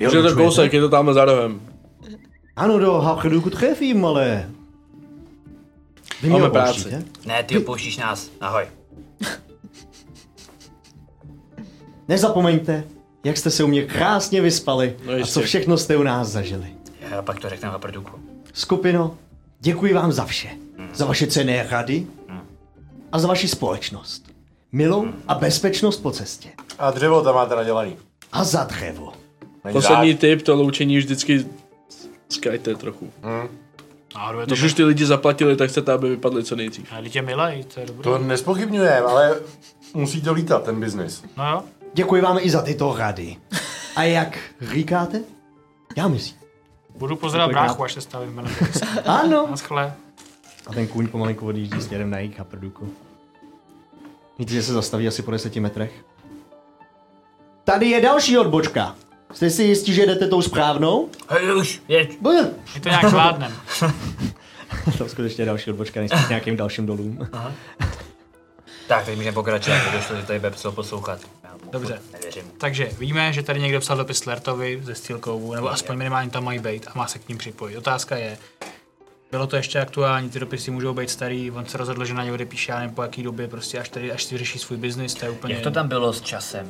Že to čujete? kousek, je to tamhle za rohem. Ano, do Hapcheduku trefím, ale... Vy mě Máme opouštíte? práci. Ne, ty opouštíš nás. Ahoj. Nezapomeňte, jak jste se u mě krásně vyspali No a jistě. co všechno jste u nás zažili. Já pak to řekneme na produku. Skupino, děkuji vám za vše. Za vaše cené rady Hmm. a za vaši společnost. Milou a bezpečnost po cestě. A dřevo tam máte nadělaný. A za dřevo. Není Poslední dák. tip, to loučení vždycky zkrajte trochu. Náhodou je to Když už ty lidi zaplatili, tak chcete, aby vypadli co nejdřív. A lidi je milej, to je dobrý. To nespochybňujem, ale musí to lítat ten biznis. No jo, Děkuji vám i za tyto rady. A jak říkáte? Já myslím. budu pozerát bráchu, až se stavím jmenem. Ano. Naschle. A ten kůň pomalinku odjíždí směrem na jejich haprduku. Víte, že se zastaví asi po deseti metrech? Tady je další odbočka. Jste si jistí, že jdete tou správnou? Hej, už, jeď. Bl! My to nějak zvládnem. Tam skutečně je další odbočka, než k nějakým dalším dolům. Tak, teď můžeme pokračovat, protože došlo, že tady Bepso poslouchat. Já mu Dobře. furt Nevěřím. Takže víme, že tady někdo psal dopis Lertovi ze Steelkovu, nebo aspoň minimálně tam mají být a má se k ním připojit. Otázka je, bylo to ještě aktuální, ty dopisy můžou být starý, on se rozhodl, že na ně odepíše, já nevím po jaký době, prostě až tady, až si vyřeší svůj biznis, to je úplně... Jak to tam bylo s časem?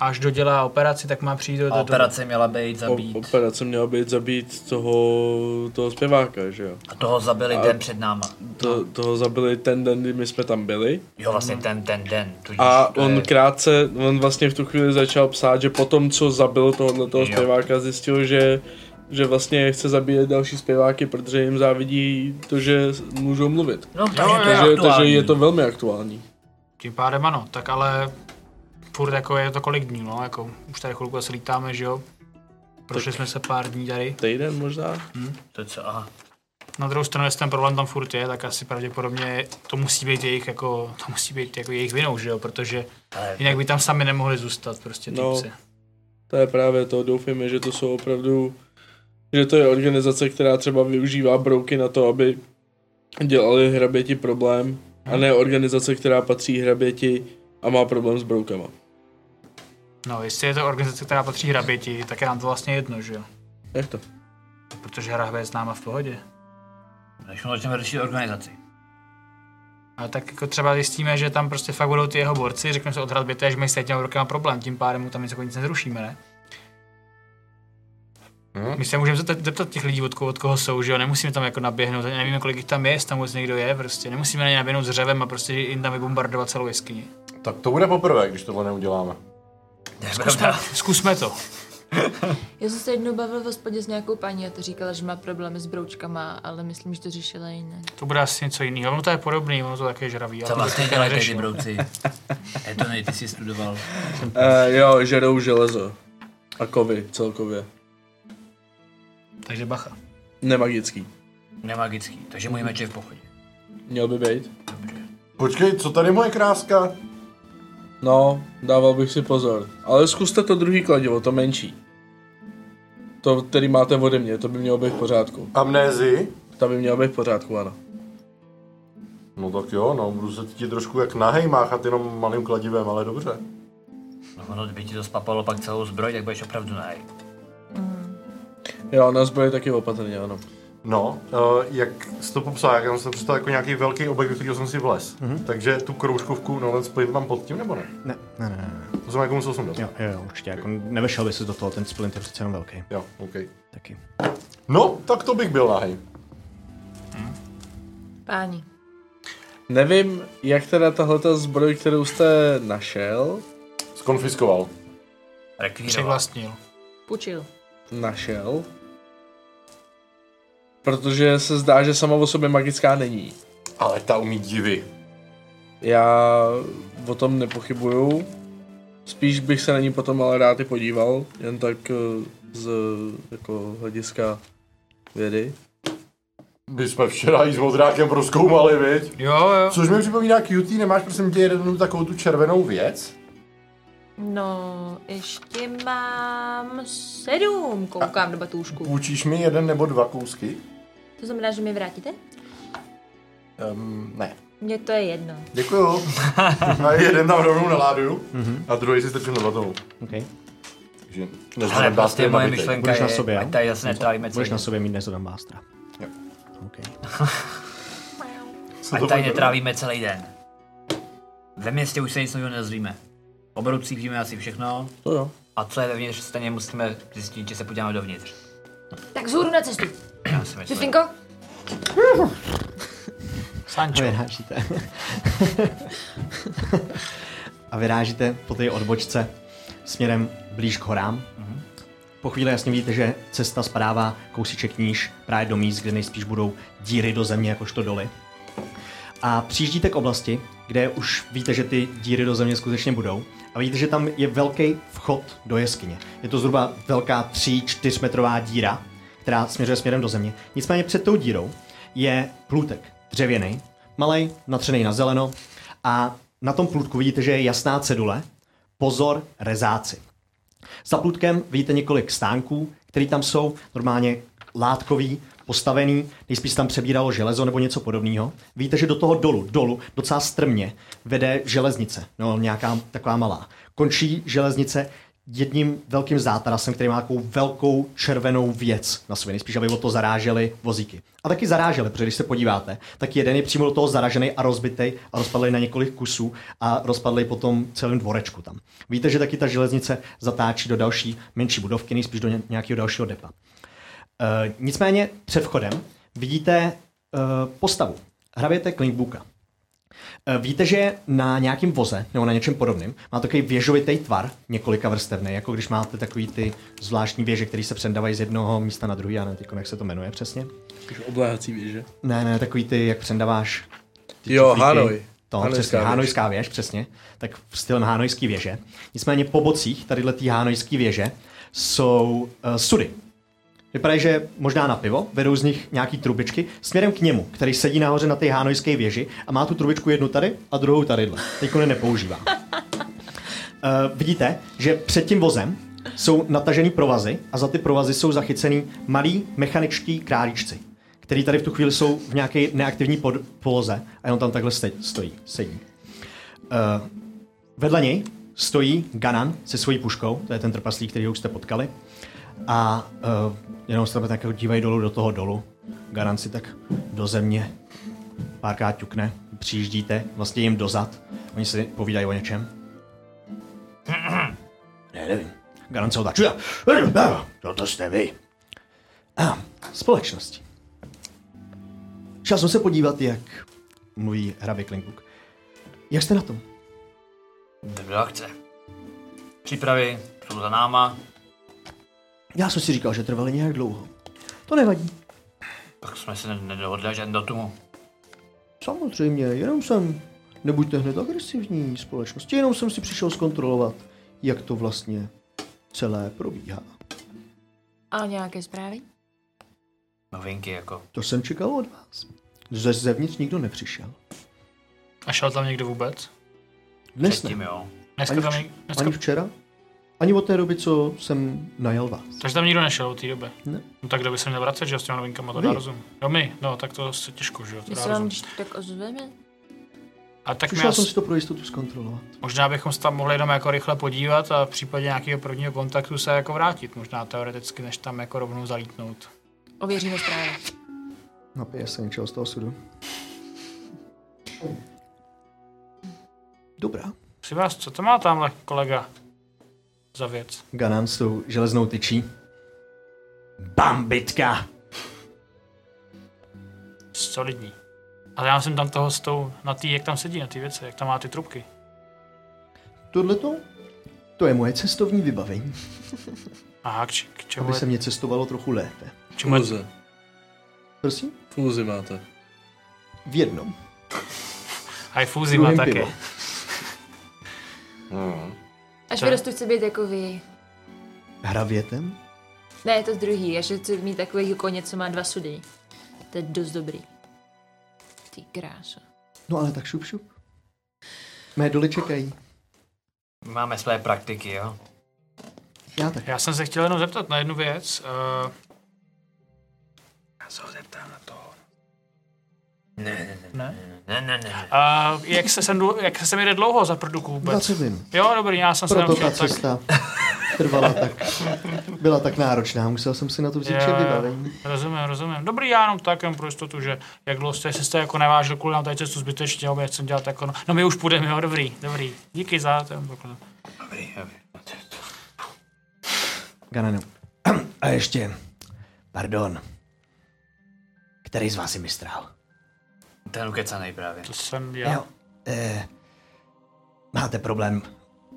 Až dodělá operaci, tak má přijít do A do- operace měla být O, zabít. operace měla být zabít toho, toho zpěváka, že jo? A toho zabili den před náma. To, toho zabili ten den, kdy my jsme tam byli. Jo, vlastně ten, ten den. Tudíž A to on je- krátce, on vlastně v tu chvíli začal psát, že potom, co zabil tohohle toho Jo. zpěváka, zjistil, že že vlastně chce zabíjet další zpěváky, protože jim závidí to, že můžou mluvit. No, takže to Takže, je takže aktuální. je to velmi aktuální. Tím pádem ano, tak ale furt jako je to kolik dní, no, jako už tady chvilku asi lítáme, že jo. Prošli jsme se pár dní tady. Týden možná? To co, aha. Na druhou stranu, jestli ten problém tam furt je, tak asi pravděpodobně to musí být jejich, jako, to musí být jako jejich vinou, že jo, protože Ale jinak by tam sami nemohli zůstat prostě ty No. psy. To je právě to, doufejme, že to jsou opravdu, že to je organizace, která třeba využívá brouky na to, aby dělali hraběti problém, a ne organizace, která patří hraběti a má problém s broukama. No, jestli je to organizace, která patří hraběti, tak je nám to vlastně jedno, že jo. Jak to? Protože hrabě je s náma v pohodě. než mu začneme řešit organizaci. A tak jako třeba zjistíme, že tam prostě fakt budou ty jeho borci, řekneme se od hraběte, že mají s těma rukama problém, tím pádem mu tam něco jako nic nezrušíme, ne? Hm? My se můžeme zeptat, zeptat těch lidí, od koho, od koho jsou, že jo, nemusíme tam jako naběhnout, ani nevíme, kolik jich tam je, jestli tam vůbec někdo je, prostě nemusíme na ně naběhnout s řevem a prostě jim tam vybombardovat celou jeskyni. Tak to bude poprvé, když tohle neuděláme. To je pravda. Zkusme to. Já jsem se jednou bavil v hospodě s nějakou paní a to říkala, že má problémy s broučkama, ale myslím, že to řešila jinak. To bude asi něco jiného. Ono to je podobný, ono to také žraví. ale Co to vlastně teďka dělají tady ty neřeším. brouci? Etony, ty jsi studoval. Uh, jo, žerou železo. A kovy celkově. Takže bacha. Nemagický. Nemagický, takže můj meč je v pochodě. Měl by být. Počkej, co tady moje kráska? No, dával bych si pozor. Ale zkuste to druhý kladivo, to menší. To, který máte ode mě, to by mělo být v pořádku. Amnézi? To by mělo být v pořádku, ano. No tak jo, no, budu se cítit trošku jak nahej máchat jenom malým kladivem, ale dobře. No ono, kdyby ti to spapalo pak celou zbroj, tak budeš opravdu naj. Jo, na zbroje taky opatrně, ano. No, uh, jak jsi to popsal, jak jsem si to představil jako nějaký velký obek, do kterého jsem si vlez. Mm-hmm. Takže tu kroužkovku no let's play mám pod tím, nebo ne? Ne, ne, ne, ne. To jsem jako musel sundat. Jo, jo, jo, určitě. Jako nevešel by se do toho, ten splint je přece jenom velký. jo OK. Taky. No, tak to bych byl nahej. Páni. Nevím, jak teda tahle ta zbroj, kterou jste našel, Skonfiskoval. Rekvíroval. Přivlastnil. Půjčil. našel, protože se zdá, že sama o sobě magická není. Ale ta umí divy. Já o tom nepochybuju. Spíš bych se na ní potom ale rád i podíval, jen tak eh, z jako hlediska vědy. My jsme včera jí s modrákem proskoumali, viď? Jo, jo. Což mi připomíná cutie, nemáš prosím tě jednu takovou tu červenou věc? No, ještě mám sedm, koukám do batůšku. Půjčíš mi jeden nebo dva kousky? To znamená, že mi vrátíte? Um, ne. Mně to je jedno. Děkuju. A jeden tam rovnou naláduju a druhý si strčím na batou. Okay. Takže Mhm. Ale nezvedám prostě dásky moje nabitej. myšlenka Budeš je, na sobě, ať jo? tady zase netálíme Budeš na ceny. sobě mít nezodam mástra. Jo. Okay. Co Ať to tady bude? netrávíme celý den. Ve městě už se nic nového nezvíme. O Broucích víme asi všechno. To jo. A co je vevnitř, stejně musíme zjistit, že se podíváme dovnitř. Tak zůru na cestu. Já si myslím. Fifinko? A vyrážíte. a vyrážíte po té odbočce směrem blíž k horám. Po chvíli jasně vidíte, že cesta spadává kousíček níž právě do míst, kde nejspíš budou díry do země, jakožto doly. A přijíždíte k oblasti, kde už víte, že ty díry do země skutečně budou. A vidíte, že tam je velký vchod do jeskyně. Je to zhruba velká 3-4 metrová díra, která směřuje směrem do země. Nicméně před tou dírou je plutek, dřevěný, malej, natřený na zeleno. A na tom plutku vidíte, že je jasná cedule. Pozor, rezáci. Za plutkem vidíte několik stánků, které tam jsou normálně látkový, postavený, nejspíš se tam přebíralo železo nebo něco podobného. Víte, že do toho dolu, dolu, docela strmě, vede železnice, no nějaká taková malá. Končí železnice jedním velkým zátarasem, který má takovou velkou červenou věc na sobě, nejspíš, aby o to zarážely vozíky. A taky zarážely, protože když se podíváte, tak jeden je přímo do toho zaražený a rozbitej a rozpadlý na několik kusů a rozpadlý potom celým dvorečku tam. Víte, že taky ta železnice zatáčí do další menší budovky, nejspíš do ně- nějakého dalšího depa. E, nicméně před vchodem vidíte e, postavu. Hraběte Klinkbuka. E, Víte, že je na nějakém voze nebo na něčem podobným má takový věžovitý tvar, několika vrstevný, jako když máte takový ty zvláštní věže, které se přendavají z jednoho místa na druhý, já nevím, teď, jak se to jmenuje přesně. Takže obléhací věže. Ne, ne, takový ty, jak přendáváš. Ty Jo, čuflíky. Hanoj. To, Hanojská Hanojská přesně, věž. věž. Hanojská věž, přesně. Tak v stylem Hanojský věže. Nicméně po bocích tadyhle té Hanojský věže jsou uh, sudy. Vypadají, že možná na pivo, vedou z nich nějaký trubičky směrem k němu, který sedí nahoře na té Hanojské věži a má tu trubičku jednu tady a druhou tadyhle. Teď je nepoužívá. Uh, vidíte, že před tím vozem jsou natažený provazy a za ty provazy jsou zachycený malí mechaničtí králíčci, který tady v tu chvíli jsou v nějaké neaktivní pod- poloze a on tam takhle ste- stojí, sedí. Uh, vedle něj stojí Ganan se svojí puškou, to je ten trpaslík, který už jste potkali, a uh, jenom se tam tak jako dívají dolů do toho dolu. Ganan si tak do země párkrát ťukne, přijíždíte vlastně jim dozad, oni si povídají o něčem. Ne, nevím. Garance otáčuje. No to jste vy. A, společnosti. Šel jsem se podívat, jak mluví hrabě Klinkbuk. Jak jste na tom? Dobrá akce. Přípravy jsou za náma, Já jsem si říkal, že trvali nějak dlouho. To nevadí. tak jsme se ne- nedohodli až do tomu. Samozřejmě, jenom jsem... Nebuďte hned agresivní společnosti, jenom jsem si přišel zkontrolovat, jak to vlastně celé probíhá. A nějaké zprávy? Novinky jako. To jsem čekal od vás. Ze zevnitř nikdo nepřišel. A šel tam někdo vůbec? Dnes ne. Předtím jo. Dneska Ani tam vč- nik- dneska, Ani včera? Ani od té doby, co jsem najel vás. takže tam nikdo nešel od té doby. Ne. No tak kdo by se měl vracet, že jo, s těma novinkama, to Vy. dá rozum. Jo my, no tak to se těžko, že jo, to My dá se vám rozum. když tak ozveme. A tak my Přišel asi, jsem si to pro jistotu zkontrolovat. možná bychom se tam mohli jenom jako rychle podívat a v případě nějakého prvního kontaktu se jako vrátit, možná teoreticky, než tam jako rovnou zalítnout. Ověříme zprávy. Napije se něčeho z toho sudu. Dobrá. Při vás, co to má tamhle kolega za věc? Ganám s tou železnou tyčí. Bambitka! Solidní. Ale já jsem tam toho s tou, na tý, jak tam sedí, na ty věci, jak tam má ty trubky. Tohleto? To je moje cestovní vybavení, Aha, k, č- k čemu, aby je, se mě cestovalo trochu lépe. k čemu je, Fúze. Prosím? Fúzi máte. V jednom. a i fúzi má druhém taky. pivo. Až To- vyrostu chci být jako vy. Hravětem? Ne, je to druhý. Až chci mít takový koně, co má dva sudy. To je dost dobrý. Ty krása. No ale tak šup šup. Mé doly čekají. Máme své praktiky, jo? Já tak. Já jsem se chtěl jenom zeptat na jednu věc. Uh, Já se ho zeptám na to. Ne, ne, ne. ne? Ne, ne, ne. Uh, jak, se sem, dlu- jak se sem jede dlouho za produku 20 vůbec? minut. Jo, dobrý, já jsem se tam Proto ta chtěl tak... cesta trvala tak. Byla tak náročná, musel jsem si na to vzít Jo, vše jo. vybavení. Rozumím, rozumím. Dobrý, já jenom tak, jenom pro jistotu, že jak dlouho jste, jestli jste jako nevážil kvůli nám tady cestu zbytečně, jo, já jsem dělat jako, no, no my už půjdeme, jo, dobrý, dobrý. Díky za ten poklad. Dobrý, dobrý. Gananu. A ještě, pardon. Který z vás je mistrál? Ten ukecanej právě. To jsem já. Jo. Eh, máte problém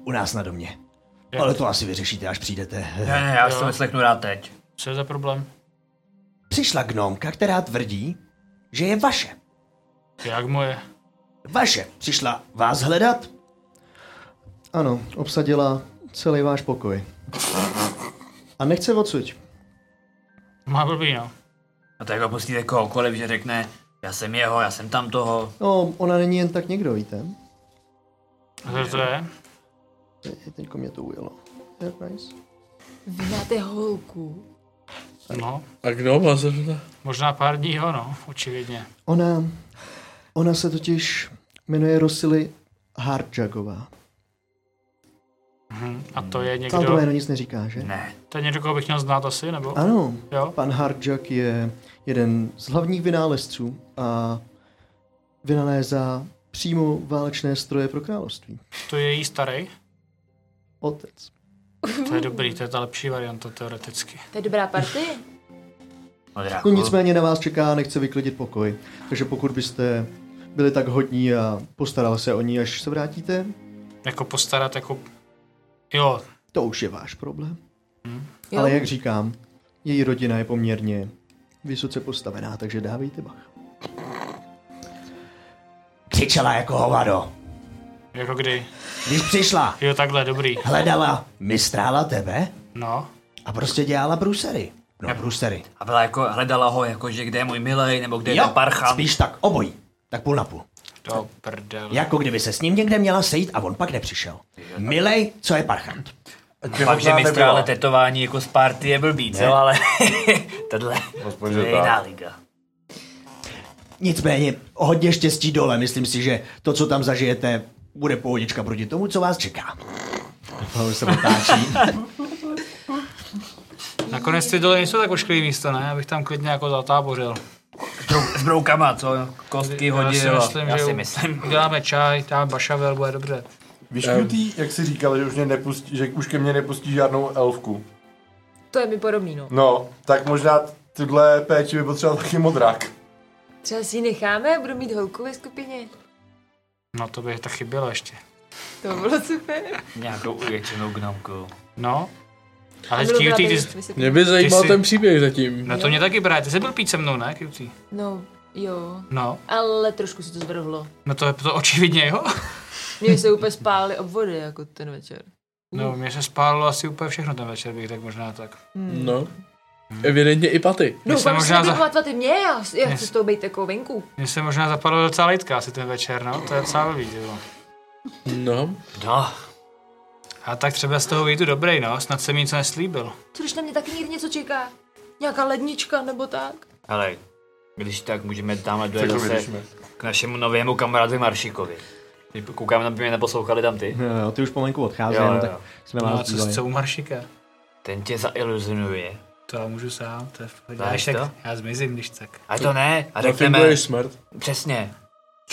u nás na domě. Jak? Ale to asi vyřešíte, až přijdete. Ne, ne, já už Jo. to vyslechnu rád teď. Co je za problém? Přišla gnomka, která tvrdí, že je vaše. Jak moje? Vaše. Přišla vás hledat? Ano, obsadila celý váš pokoj. A nechce odsuť. Má blbý, no. A tak ho pustíte kohokoliv, že řekne, já jsem jeho, já jsem tam toho. No, ona není jen tak někdo, víte? A to, to je? Te- Teďko mě to ujelo. Je Nice. Vy máte holku. No, A kdo má zrovna? možná pár dní, jo, no, očividně. Ona, ona se totiž jmenuje Rosily Hardjagová. Mhm. A to je Vám to někdo, jméno nic neříká, že? Ne. to je někdo, koho bych měl znát asi, nebo? Ano, Jo? pan Hardjak je jeden z hlavních vynálezců a vynalézá přímo válečné stroje pro království. To je její starý? Otec. To je dobrý, to je ta lepší varianta teoreticky. To je dobrá party. No, Jako dráku. nicméně na vás čeká a nechce vyklidit pokoj. Takže pokud byste byli tak hodní a postaral se o ní, až se vrátíte, Jako postarat, jako... Jo, to už je váš problém. Hmm. Jo. Ale jak říkám, její rodina je poměrně vysoce postavená, takže dávejte bach. Křičela jako hovado. jako kdy? Když přišla, Jo, takhle, dobrý. hledala mistrála tebe No, a prostě dělala brusery. No, brusery. A byla jako, hledala ho, jako, že kde je můj milej, nebo kde je ten parchan. spíš tak obojí. Tak půl na půl. do prdele. Jako kdyby se s ním někde měla sejít a on pak nepřišel. Milej, co je parchant? Fakt, že Tě možná nebyla. mistrále tetování jako z party je blbý, co? Ale tohle Aspoň, to že je jiná tak. liga. Nicméně, hodně štěstí dole. Myslím si, že to, co tam zažijete, bude pohodička proti tomu, co vás čeká. Pavel se otáčí. Nakonec ty dole nejsou tak ošklivý místo, ne? Abych tam klidně jako zatábořil. S brou- S broukama, co? Kostky hodil. já si myslím, já že si u- myslím. uděláme čaj, tam bašavel, bude dobře. Víš, Ehm. Cutie, jak jsi říkal, že už, mě nepustí, že už ke mně nepustí žádnou elfku. To je mi podobný, no. No, tak možná tuhle péči by potřeboval taky modrák. Třeba si ji necháme, budu mít holku ve skupině. No to by tak chybělo ještě. To bylo super. Nějakou uječenou gnomku. No. Ale A bylo QT, byla ty, tady- my se- Mě by zajímal jsi- ten příběh zatím. no to mě taky brá, ty jsi byl pít se mnou, ne, QT? No, jo. No, Ale trošku se to zvrhlo. no to je to očividně, jo? Mě se úplně spálily obvody, jako ten večer. No, mě se spálilo asi úplně všechno ten večer, bych tak možná tak. No. Evidentně i paty. Mně No, se vám se možná za- za... ty mě, já, já Yes. chci s tou být jako venku. Mně se možná zapadlo docela litka asi ten večer, no, to je docela blbý, ty vole. No. No, A tak třeba z toho vyjdu dobrý, no, snad jsem nic neslíbil. Co když na mě taky někdy něco čeká? Nějaká lednička nebo tak? Hele, když tak můžeme tamhle dojet Tak to zase vydržme. k našemu novému kamarádovi Maršíkovi. Teď koukám, aby mě neposlouchali tam ty. Jo, jo, ty už pomalinku odchází, Jo, jo, no, jo. tak jsme No vás a co, dívali. co u Maršika? Ten tě zailuzionuje. To já můžu sám, to je v pohodě. Dáš Až tak, to? já zmizím, když tak. A to ne, a řekneme, Nefinguješ smrt. No, přesně. No,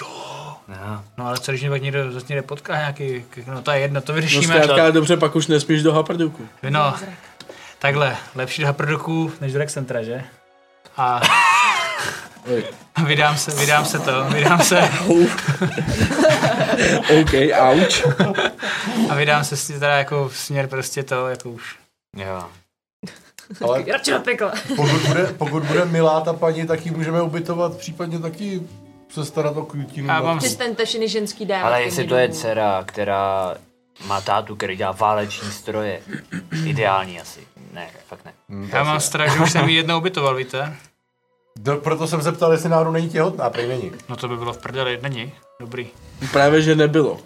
Jo. No, No ale co, když mě pak někdo zase někde potká nějaký, k- no to je jedno, to No vyřešíme. až- zkrátka, dobře, pak už nespíš do haprduku. No, takhle, lepší do haprdoků než do Rexcentra, že? A Oj. a vydám se, vydám se to, vydám se OK, auč. a vydám se s- teda jako směr prostě to, jako už. jo. Ale Radši do pekla. pokud bude, pokud bude milá ta paní, tak ji můžeme ubytovat, případně taky se starat o květinu. Já mám, Přestaňte všechny ženský dávky. Ale jestli mě to je domů. dcera, která má tátu, který dělá váleční stroje, ideální asi. Ne, fakt ne. já mám strach, že už jsem ji jednou ubytoval, víte? Do, proto jsem se ptal, jestli náhodou není těhotná, prej není. No to by bylo v prdeli, není? Dobrý. Právě, že nebylo.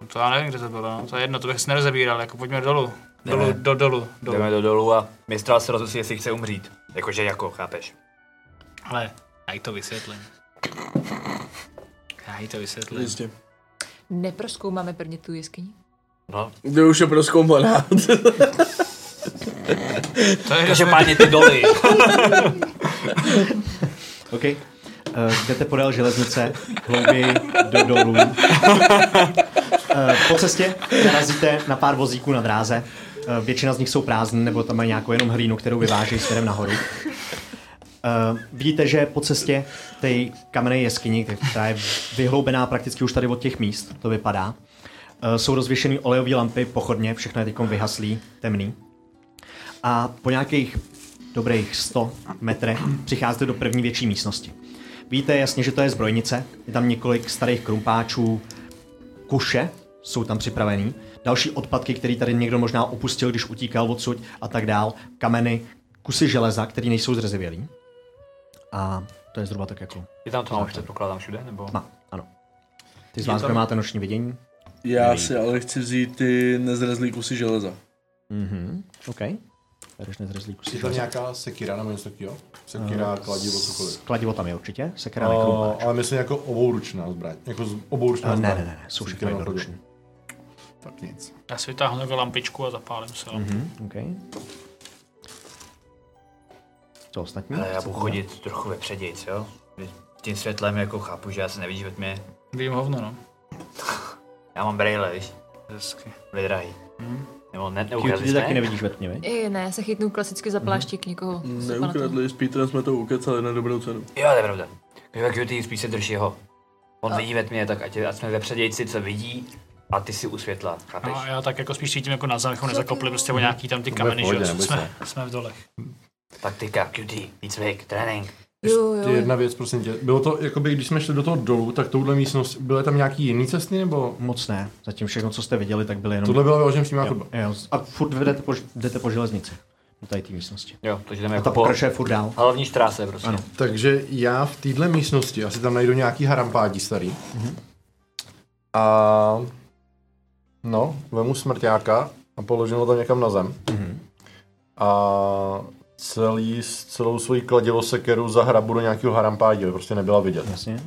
No to já nevím, kde to bylo, no. to je jedno, to bych se nerozebíral, jako pojďme dolů. Dolů, Ne. do, dolů, dolů. Jdeme do dolů a mistral se rozmyslí, jestli chce umřít. Jakože jako, chápeš? Ale já jí to vysvětlím. Já jí to vysvětlím. Jistě. Neproskoumáme prvně tu jeskyni. No, Kdo už je proskoumaná. To je, že každopádně ty doly. OK. Eh, jdete podél železnice, hlouběji do dolů. Eh, po cestě narazíte na pár vozíků na dráze. Eh, většina z nich jsou prázdné, nebo tam mají nějakou jenom hlínu, kterou vyvážejí směrem nahoru. Uh, vidíte, že po cestě té kamenné jeskyni, která je vyhloubená prakticky už tady od těch míst, to vypadá, eh, jsou rozvěšené olejové lampy, pochodně, všechno je teď vyhaslý, temný. A po nějakých dobrých 100 metrech přicházíte do první větší místnosti. Víte jasně, že to je zbrojnice, je tam několik starých krumpáčů, kuše jsou tam připravený, další odpadky, které tady někdo možná opustil, když utíkal odsud a tak dál, kameny, kusy železa, které nejsou zrezivělý. A to je zhruba tak jako... Je tam to mám, předpokládám všude, nebo? Má, ano. Ty z vás, kdo máte noční vidění? Já si ale chci vzít ty nezrezlý kusy železa. Mhm, OK. Bereš nezrezlý kusy Je tam železa. nějaká sekira nebo něco takového? Sekira, kladivo, cokoliv. Kladivo tam je určitě, sekera nekrumpáč. O, ale myslím jako obouručná zbraň. Jako z- obouručná No, Ne, ne, zbraň. ne, ne, jsou všechny Sekira na to jednoruční. Tak nic. Já si vytáhnu jako lampičku a zapálím se. Mm. Mhm, OK. Co ostatní? Ale já budu chodit trochu vepředějc, jo? Tím světlem jako chápu, že já se nevidím ve tmě. Vím hovno, no. Já mám brejle, víš? Hezky. Vydrahý. Nebo ne, Cute, neukradli ty taky jsme? nevidíš ve tmě, viď? I ne, já se chytnu klasicky za pláštík někoho. Co se pamatuju. Mm, Neukradli, s Petrem jsme to ukecali na dobrou cenu. Jo, to je pravda. Kdyby Cutie spíš se drží ho. On vidí ve tmě, tak ať, je- ať jsme vepředějci, co vidí, a ty si u světla, chápeš? No, a já tak jako spíš cítím jako na zem, abychom nezakopli prostě o nějaký tam ty kameny, že pohodě, jo, neboj jsme, jsme v dolech. Taktika, Cutie, výcvik, trénink. Jo, jo, Ještě jedna věc, prosím tě. Bylo to, jakoby, když jsme šli do toho dolů, tak touhle místnost, byly tam nějaký jiný cesty, nebo? Moc ne. Zatím všechno, co jste viděli, tak byly jenom... Tohle byla vyloženě přímá jo, chodba. jo. A furt vedete po, jdete po železnici. Do tady té místnosti. Jo, to jdeme A jako ta po pokračuje furt dál. hlavní štráse prostě. Ano. Takže já v téhle místnosti asi tam najdu nějaký harampádí starý. A no, vemu smrťáka a položím ho tam někam na zem. A celý, celou svoji kladivo sekeru zahrabu do nějakého harampádí, aby prostě nebyla vidět. Jasně.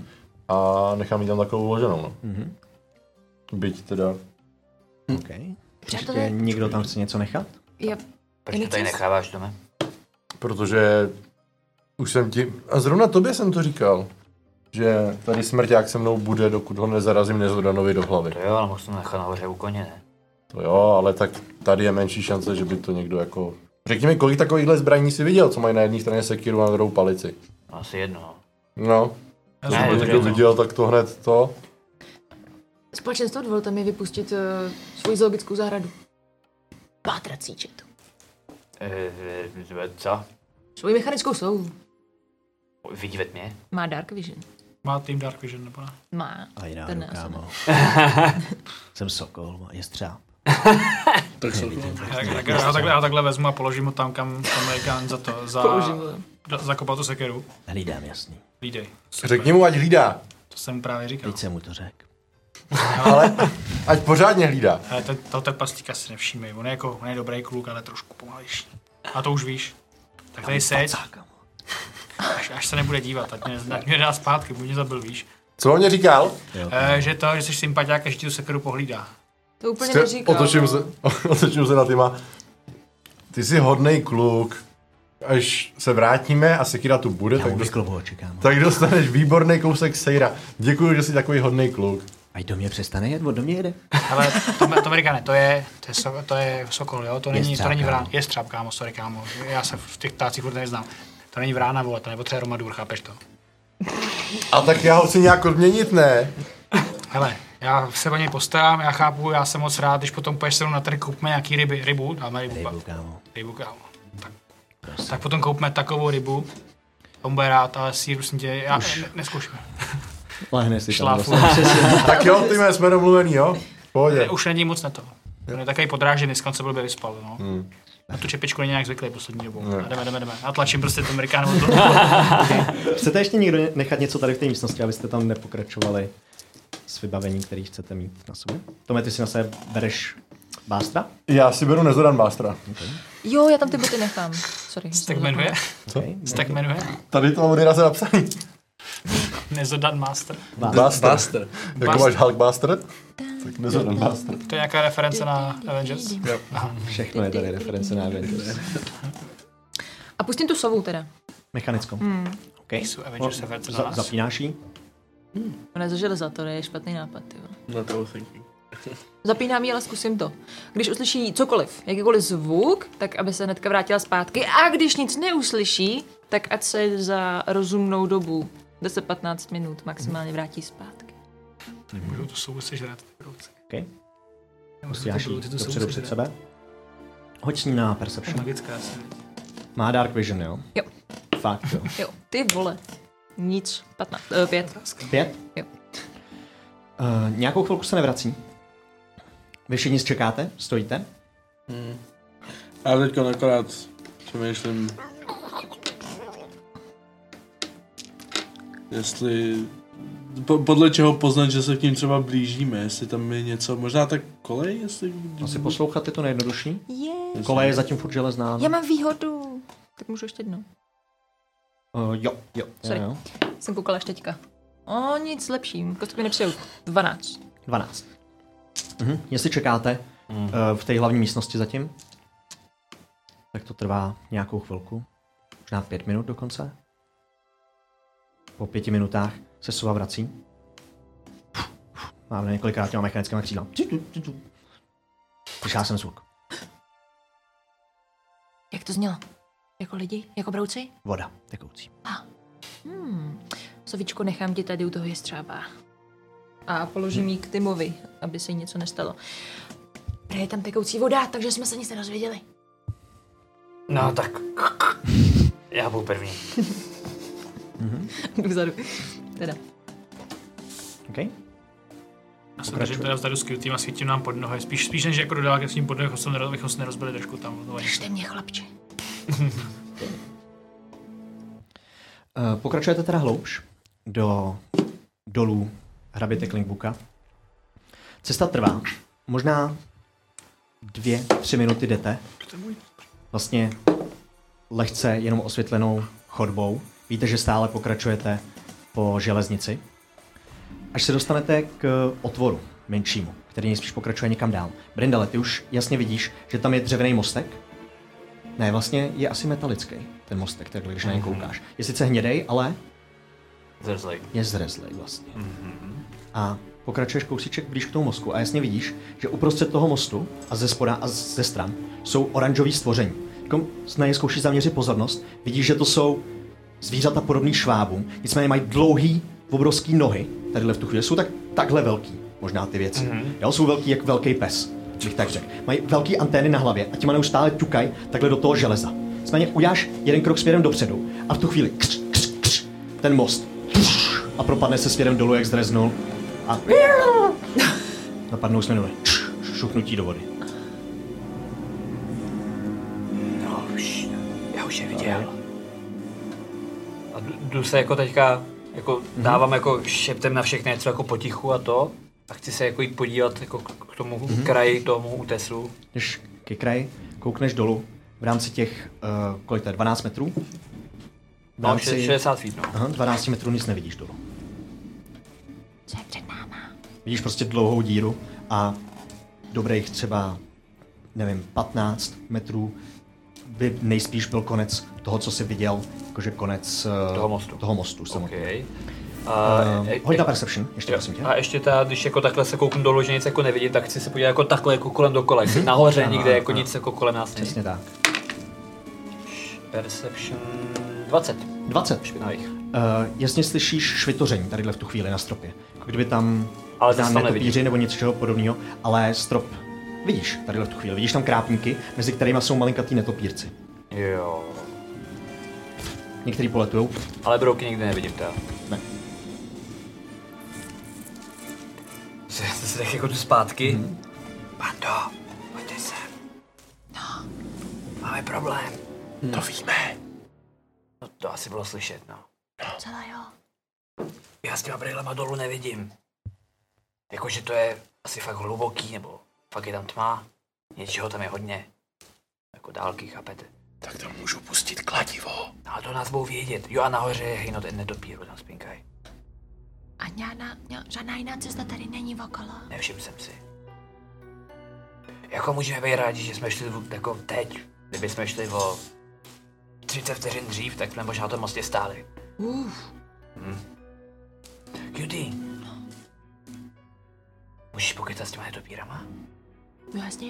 A nechám ji tam takovou uloženou, no. Byť teda, OK. Ještě přátelé, někdo tam chce něco nechat? já, Proč to tady Nechci- necháváš doma? protože už jsem ti, a zrovna tobě jsem to říkal, že tady smrťák se mnou bude, dokud ho nezarazím Nezodanovi do hlavy. To jo, ale mohl jsem to nechat nahoře u koně, ne? To jo, ale tak tady je menší šance, že by to někdo jako... Řekni mi, kolik takovýchhle zbraní si viděl, co mají na jedné straně sekiru a na druhou palici. No, asi jedno. no. No, Já Ne, jsem kdyby to byl je někdo taky- viděl, tak to hned to. společenstvo dovolte mi vypustit uh, svoji zoologickou zahradu. Pátrací čet. Eh, eh, co? Svoji mechanickou souhu. Vidí ve tmě? Má Dark Vision. Má tým Dark Vision, nebo ne? Má. A jiná Ten ruka, násobek. kámo. Jsem sokol, je střáp. Tak se to- Já, tak, já, takhle, já takhle vezmu a položím ho tam, kam tam je Gan za to, za, Použiju ho. da- zakopal tu sekeru. Hlídám, jasný. Lídej. Řekni mu, ať hlídá. No, To jsem mu právě říkal. Teď jsem mu to řekl. ale ať pořádně hlídá. Ale ten, toho trpaslíka si nevšímej, on je jako, on je dobrý kluk, ale trošku pomalejší. A to už víš. Tak tady seď, až, až, se nebude dívat, ať mě, ať mě dá zpátky, buď mě zabil, víš. Co on mě říkal? E, že to, že jsi sympatiák a že ti tu sekeru pohlídá. To úplně Jste- neříkám. Otočím no. se, otočím se na týma. Ty jsi hodnej kluk. Až se vrátíme a Sekira tu bude, Já tak, mu dost, vyklobu ho čekám. tak dostaneš výborný kousek Sejra. Děkuji, že jsi takový hodný kluk. Ať do mě přestane jet, on do mě jede. Ale to, to mi říká, ne, to je, to je, so, to je no. sokol, jo, to není, Jestřáb, to není vrán, kámo. je střáb, kámo, sorry, kámo, já se v těch ptácích furt neznám. To není vrána, vole, to nepotřebuje Romadur, chápeš to? A tak já ho chci nějak odměnit, ne? Hele, já se o něj postarám, já chápu, já jsem moc rád, když potom půjdeš se mnou na trh, koupíme nějaký ryby, rybu, dáme rybu, Rybu, rybu, kámo. rybu kámo. Tak, tak potom koupíme takovou rybu, on bude rád, ale sír, prosím tě, já ne, neskoušíme. Lehne si tam. Šláfu. Tak jo, ty jsme domluvený, jo? V Pohodě. Už není moc na to. On je takový podrážený, skon se byl by vyspal, no. Na tu čepičku není nějak zvyklý poslední dobou. A jdeme, jdeme, jdeme. A tlačím prostě ten Amerikán od toho. Chcete ještě někdo nechat něco tady v té místnosti, abyste tam nepokračovali s vybavením, který chcete mít na sobě? Tome, ty si na sebe bereš bástra? Já si beru Nezodan Mástra. Jo, já tam ty boty nechám. Sorry. že jsem Tak to jmenuje? Co? Se tak jmenuje? Tady to mám od se napsaný. Nezodan Master. Buster. Buster. Jako máš Hulkbuster? Tak Nezodan Buster. To je nějaká reference na Avengers? Všechno je tady reference na Avengers. zapomněla. A pustím tu sovu teda. Mechanickou. OK. Jsou Avengers reference na No, Za- nás? zapínáš ji? Ona ze železa, to je špatný nápad. Ty vole. No to thinking. Zapínám ji, ale zkusím to. Když uslyší cokoliv, jakýkoliv zvuk, tak aby se hnedka vrátila zpátky. A když nic neuslyší, tak ať se za rozumnou dobu, 10-15 minut maximálně vrátí zpátky. Můžou to prostě souvisí žrát ty brouci. OK. Nemusí Posíláš ji Jako to Prostě dopředu před sebe. Hoď s ní na Perception. Magická asi. Má Dark Vision, jo? Jo. Fakt, jo. Jo, ty vole. Nic. 15, eh, 5. Pět? Jo. Uh, nějakou chvilku se nevrací. Vy všichni čekáte, stojíte. A teď akorát přemýšlím, jestli po, podle čeho poznat, že se k ním třeba blížíme, jestli tam je něco, možná tak kolej, jestli... Mhm. Asi poslouchat je to nejjednodušší. Yeah. Kole je zatím furt železná. Já mám výhodu. Tak můžu ještě jednou. Uh, jo, jo, jo, Sorry. jo. Jsem koukala až teďka. O, nic lepším. Kostky mi nepřijou. 12. 12. Mhm. Jestli čekáte mm. v té hlavní místnosti zatím, tak to trvá nějakou chvilku, možná pět minut dokonce. Po pěti minutách se suva vrací. Mám několikrát těma mechanickými křídla. Slyšel jsem zvuk. Jak to znělo? Jako lidi? Jako brouci? Voda tekoucí. Hmm. Sovičko, nechám ti tady u toho jestřába. A položím jí k Timovi, aby se jí něco nestalo. Prý je tam tekoucí voda, takže jsme se nic nedozvěděli. No tak. Já budu první. Jdu Vzadu. Teda. Okay? Já jsem držím teda vzadu s krytým a svítím nám pod nohy. Spíš, spíš než jako dodal, jak s ním pod nohy, abychom neroz- abychom se nerozbili trošku tam. No, Držte mě, chlapče. Eh, Pokračujete teda hloubš do dolů hraběte Klingbuka. Cesta trvá. Možná dvě, tři minuty jdete. Vlastně lehce jenom osvětlenou chodbou. Víte, že stále pokračujete po železnici. Až se dostanete k otvoru menšímu, který nejspíš pokračuje někam dál. Brindale, ty už jasně vidíš, že tam je dřevěný mostek, ne, vlastně je asi metalický, ten mostek, takhle, když na něj koukáš. Je sice hnědej, ale Zrzlej. je zrezlej vlastně. A pokračuješ kousíček blíž k tomu mozku a jasně vidíš, že uprostřed toho mostu a ze spoda a ze stran jsou oranžový stvoření. Kom na ně zkouší zaměřit pozornost, vidíš, že to jsou zvířata podobný švábům, nicméně mají dlouhý, obrovský nohy, tadyhle v tu chvíli jsou tak, takhle velký, možná ty věci. Jo, jsou velký jak velký pes, bych tak řekl. Mají velký antény na hlavě a těma neustále ťukají takhle do toho železa. Nicméně uděláš jeden krok směrem dopředu a v tu chvíli kř, kř, kř, ten most a propadne se směrem dolů, jak zdreznul a napadnou jsme nové. Šuchnutí do vody. No už, já už je viděl. Mhm. A jdu- jdu se jako teďka, jako dávám jako šeptem na všechny něco jako potichu a to. A chci se jako jít podívat jako k k tomu kraji, k tomu útesu. Jdeš ke kraji, koukneš dolů v rámci těch, uh, kolik to je, 12 metrů? V No, še- 60 feet, no. Aha, 12 metrů nic nevidíš dolů. Co je před náma? Vidíš prostě dlouhou díru a dobrých třeba, nevím, 15 metrů by nejspíš byl konec toho, co jsi viděl, jakože konec eh, Toho mostu. Toho mostu OK. samotného. A, Uh, e- hoď e- na Perception, ještě Jo. prosím tě. A ještě ta, když jako takhle se kouknu dolů, že nic jako nevidím, tak chci se podívat jako takhle jako kolem dokola, jestli nahoře nikde jako nic jako kolem nás není. Přesně tak. Perception 20. 20. Špinavých. Uh, jasně slyšíš švitoření tadyhle v tu chvíli na stropě. Jako Kdyby tam Ale tam zase to nevidíš. netopíři nebo něco podobného, ale strop vidíš tadyhle v tu chvíli. Vidíš tam krápníky, mezi kterými jsou malinkatý netopírci. Jo. Některý poletujou, Ale brouky nikde nevidím teda. Ne. Se, se, se tak jako jdu zpátky. Mhm. Hmm. Pando, pojďte sem. No. Máme problém. Hmm. To víme. No to asi bylo slyšet, no. Docela jo. Já s těma brýlema dolů nevidím. Jakože to je asi fakt hluboký, nebo fakt je tam tma. Něčeho tam je hodně. Jako dálky, chápete? Tak tam můžu pustit kladivo. No ale to nás budou vědět. Jo a nahoře je hejno ten netopíru, tam spinkaj. A žádná, žádná jiná cesta tady není okolo. Nevšiml jsem si. Jako můžeme být rádi, že jsme šli v- jako teď. Kdyby jsme šli o 30 vteřin dřív, tak jsme možná na tom mostě stáli. Uf. Hmm. Judy. Můžeš pokytat s těma netopírama? No jasně.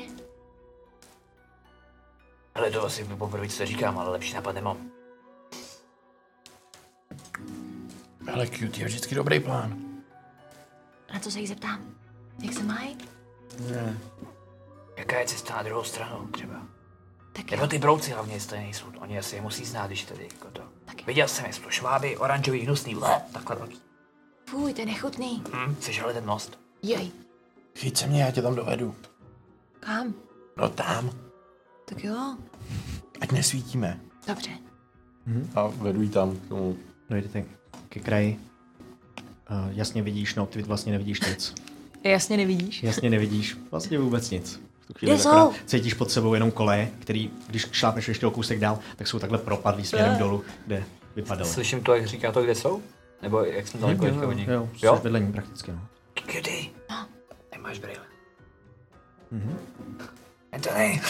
Ale to asi by poprvé, co to říkám, ale lepší nápad nemám. Ale cute je vždycky dobrý plán. Na co se jich zeptám? Jak se mají? Jaká je cesta na druhou stranu třeba? Tak Nebo ty brouci hlavně, jestli nejsou. Oni asi je musí znát, když tady jako to. Taky. Viděl jsem, jestli to šváby, oranžový, hnusný, le, takhle velký. Fuj, to je nechutný. Hm, sežrali ten most. Jej, Chyť se mě, já tě tam dovedu. kam? No tam, Tak jo, ať nesvítíme. dobře. A vedu ji tam k tomu. dojdete No, ke kraji. Uh, jasně vidíš, no ty vlastně nevidíš nic. Jasně nevidíš. Jasně nevidíš vlastně vůbec nic. V tu Kde jsou? akorát cítíš pod sebou jenom koleje, který, když šlápneš ještě o kousek dál, tak jsou takhle propadlý směrem dolů, kde vypadaly. Slyším to, jak říká to, kde jsou? Nebo jak jako jsem daleko teďka od nich? jo, jo, jo? bydlení prakticky. No. Kdy? Nemáš brýle. Mhm. Anthony,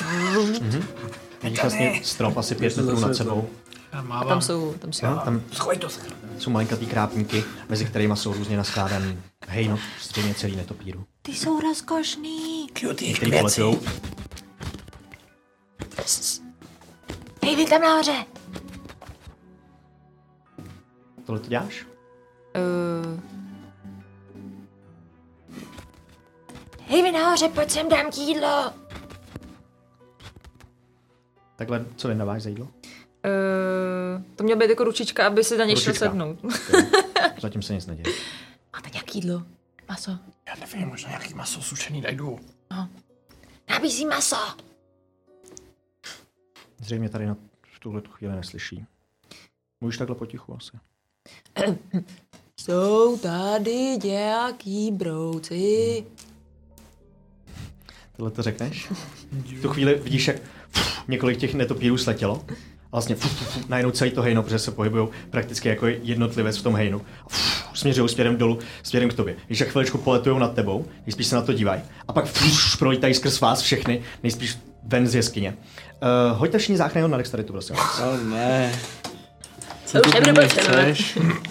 Vidíš vlastně strop asi pět metrů nad sebou. Já A mávám. tam jsou, tam jsou. Jo, tam schovej to se. jsou malinkatý krápníky, mezi kterými jsou různě naskládaný hejno, stejně celý netopíru. Ty jsou rozkošný. Cutie, Který poletujou, Hej, vy tam nahoře. tohle to děláš? Eh. Uh, Hej, vy nahoře, pojď sem, dám ti jídlo. Takhle, co vyndáváš za jídlo? uh, to měla být jako ručička, aby si na něj šel Ručička. sednout. Zatím se nic neděje. Máte nějaký jídlo? Maso. No. Já nevím, možná nějaký maso sušený najdu. Nabízí maso. Zřejmě tady na v tuhle tu chvíli neslyší. Můžeš takhle potichu asi. Jsou tady nějaký brouci. Tohle to řekneš? V tu chvíli vidíš, jak několik těch netopírů sletělo. A vlastně najednou celý to hejno, protože se pohybují prakticky jako jednotlivec v tom hejnu. A směřují směrem dolů, směrem k tobě. Když za chviličku poletují nad tebou, nejspíš se na to dívají. A pak prolítají skrz vás všechny, nejspíš ven z jeskyně. Uh, hoďte všichni záchrannou na dexteritu, prosím. vás. No ne. To už nebude potřebovat.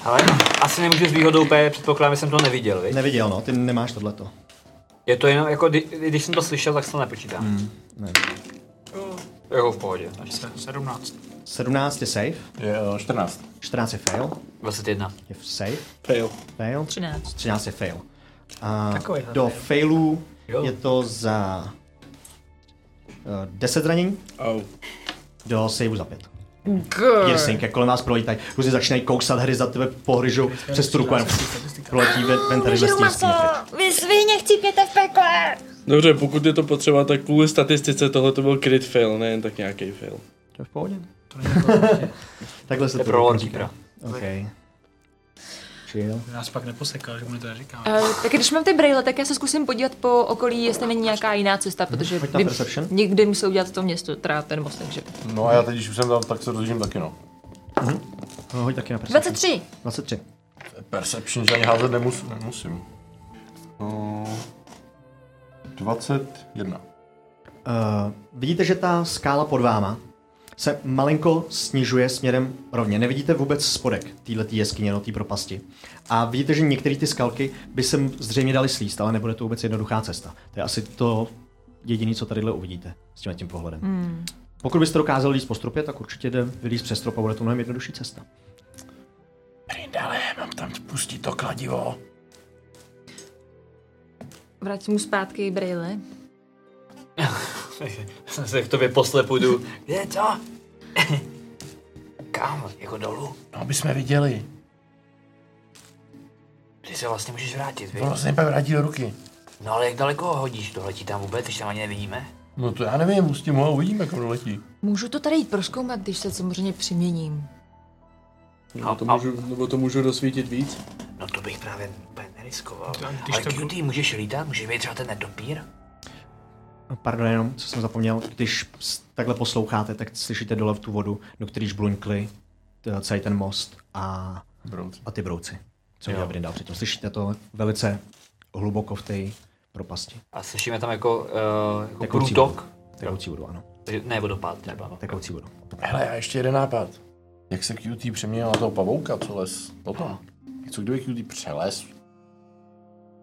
Ale asi nemůžu s výhodou úplně, předpokládám, že jsem to neviděl, viď? Neviděl, no, ty nemáš tohleto. Je to jenom, jako, kdy- když jsem to slyšel, tak se to nepočítá. Mhm. ne. Jako v pohodě. 17. 17 je safe, Je, eh, 14. 14 je fail, 21. je safe, Fail. fail, 13. 13 je fail. A Takovýhle do fail. failů Jo. je to za eh, 10 zranění, Au. do saveu za 5. Grr. Piercing, jak kolem vás prolítají, různě začínají kousat, hry za tebe pohryžou přes tu ruku, jenom proletí ven, ven tady vlastně ve Žiju stěstí. maso. Vy svině chcípěte v pekle. Dobře, pokud je to potřeba, tak kvůli statistice tohle to byl crit fail, nejen tak nějaký fail. To je v pohodě. Takhle se To je to říká. pro Lordíkra. OK. přijel. Že Nás pak neposekal, že mu to neříkám. Uh, tak když mám ty brýle, tak já se zkusím podívat po okolí, jestli není nějaká jiná cesta, protože Pojď na vím, perception. někdy musí udělat to město, teda ten most, takže. No a já teď, když už jsem tam, tak se rozložím taky, no. No, hoď taky na percepci. 23. 23. Perception, že ani házet nemus, nemusím. No, 21. Uh, vidíte, že ta skála pod váma se malinko snižuje směrem rovně. Nevidíte vůbec spodek této jeskyně, no té propasti. A vidíte, že některé ty skalky by se m- zřejmě daly slíst, ale nebude to vůbec jednoduchá cesta. To je asi to jediné, co tadyhle uvidíte s tím tím pohledem. Hmm. Pokud byste dokázali líst po stropě, tak určitě jde vylíst přes strop a bude to mnohem jednodušší cesta. Prindale, mám tam pustit to kladivo. Vrátím mu zpátky brýle. Jsem se k tobě poslepu jdu. Je to? Kam? Jako dolů? No, aby jsme viděli. Ty se vlastně můžeš vrátit, víš? Ono se mi pak vrátí do ruky. No ale jak daleko ho hodíš? Doletí tam vůbec, když tam ani nevidíme? No to já nevím, pustím ho a uvidíme, kam doletí. Můžu to tady jít proskoumat, když se samozřejmě přiměním. Nebo No, to můžu, nebo to můžu rozsvítit víc? No to bych právě úplně neriskoval. když Ale to cutie, můžeš lítat? Můžeš být třeba ten netopír? Pardon, jenom, co jsem zapomněl, když s- takhle posloucháte, tak slyšíte dole v tu vodu, do kterýž bluňkli t- celý ten most a, a ty brouci, co Jo. měl Brindal předtím. Slyšíte to velice hluboko v té propasti. A slyšíme tam jako, uh, jako Tekoucí průtok? Tekoucí vodu, ano. Takže Ne, vodopád třeba. no. Tekoucí vodu. Hele, já ještě jeden nápad. Jak se QT přeměnil na toho pavouka, co les potom? Co kdyby QT přeles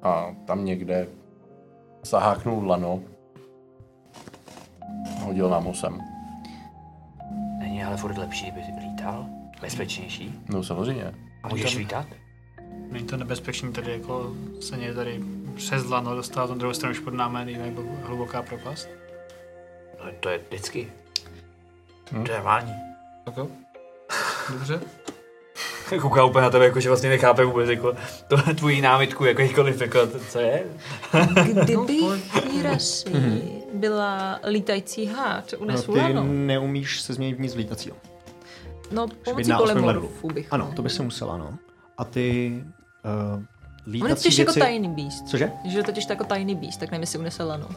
a tam někde zaháknul lano a hodil nám ho sem? Není ale furt lepší, by lítal? Bezpečnější? No samozřejmě. A můžeš Tam- lítat? Není to nebezpečný tady jako se mě tady přes dlano dostat, na druhou stranu už pod námi je hluboká propast. No to je vždycky. To je normální. Hm? Tak jo. Dobře. Kouká úplně na tebe, jakože vlastně nechápe vůbec jako to, tvoji námitku, jako jakoliv, jako to, co je? No, Kdyby Jirasi byla lítající hád, unesu Mhm. No, ty lano. neumíš se změnit v nic lítacího. No, Špidná pomocí osmým polemorfů levelů. bych. Ano, to by se musela, no. A ty uh, On je lítací totiž věci... jako tajný býst. Cože? Že je totiž to jako tajný býst, tak nevím, jestli unese lano. Uh,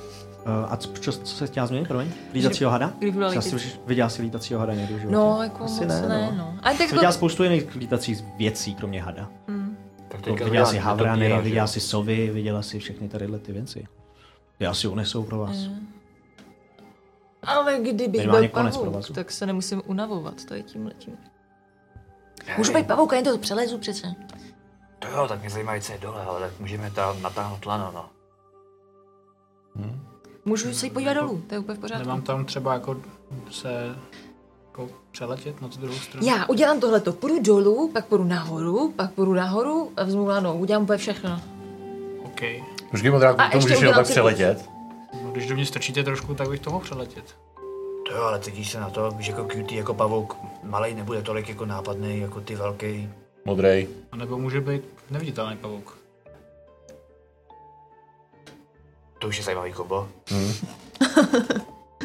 a co, čo- co se chtěla změnit, promiň? Lítacího hada? Kdyby byla Jsi asi lítací- už viděla si lítacího hada někdy v životě? No, jako moc ne, no. Ale Ale tak tak jako- viděla spoustu jiných lítacích věcí, kromě hada. Mm. Tak To teďka viděla to si dělá- havrany, to to viděla dělá, si sovy, viděla si všechny tadyhle ty věci. Ty asi unesou pro vás. Mm. Ale kdyby Minimálně byl konec pavouk, provazu. tak se nemusím unavovat, to je tím letím. Já Můžu nevím. být pavouk, a jen to přelezu přece. To jo, tak mě zajímá, co je dole, ale tak můžeme tam natáhnout lano, no. Můžu se jí podívat dolů, to je úplně v pořádku. Nemám tam třeba jako se jako přeletět na tu druhou stranu. Já udělám tohleto, půjdu dolů, pak půjdu nahoru, pak půjdu nahoru a vezmu lano, udělám úplně všechno. OK. Počkej, Modráku, A ještě to můžeš jenom udělám tak ty- přeletět. No, Když do mě strčíte trošku, tak bych to mohl přeletět. To jo, ale teď když se na to, že jako cutie, jako pavouk, malej nebude tolik jako nápadný, jako ty velký. Modrej. A nebo může být neviditelný pavouk. To už je zajímavý kobo. Hm.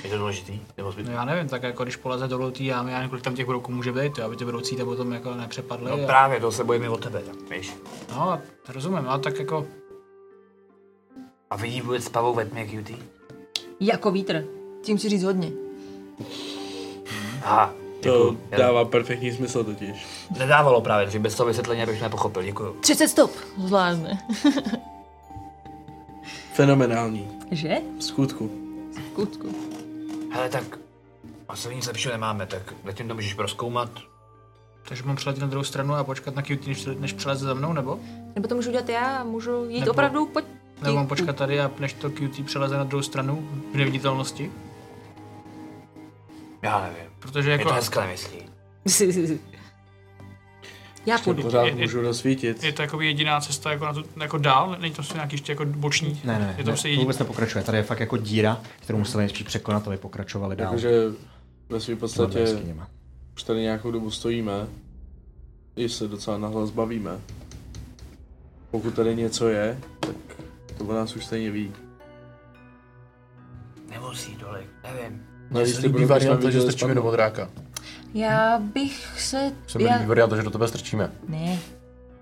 Je to důležitý? Nebo zbyt... No já nevím, tak jako když poleze dolů té jámy, já nevím, kolik tam těch brouků může být, jo, aby ty broucí tam potom jako nepřepadly. No a- právě, to se bojím i o tebe, tak víš. No, rozumím, ale tak jako A vidí vůbec pavouk ve tmě cutie? Jako vítr, tím si říct hodně. Aha, To děkuju. dává perfektní smysl totiž. Nedávalo právě, takže bez toho vysvětlení bych nepochopil, děkuju. 30 stop, zvládne. Fenomenální. Že? V skutku. Kutku. Hele, tak asi nic lepšího nemáme, tak zatím to můžeš proskoumat. Takže mám přeletět na druhou stranu a počkat na QT, než, než přeleze za mnou, nebo? Nebo to můžu udělat já, můžu jít Nebo- opravdu, pojď. Nebo mám počkat tady, a než to QT přeleze na druhou stranu v neviditelnosti? Já nevím. Protože Je jako... to hezké myslí. já půjdu. Pořád můžu rozsvítit. Je to jako jediná cesta jako, na tu, jako dál? Není to nějaký ještě jako boční? Ne, ne, je to ne, prostě to jediný. vůbec nepokračuje. Tady je fakt jako díra, kterou museli nejspíš překonat, aby pokračovali dál. Jakože ve své Těma podstatě jeskyněma. už tady nějakou dobu stojíme, i se docela nahlas bavíme. Pokud tady něco je, tak to o nás už stejně ví. Nemusí tolik, nevím. No, Mně jestli se líbí budeme varianta, vidět, že že strčíme spadne. do modráka. Já bych se... Se mi líbí varianta, že do tebe strčíme. Ne.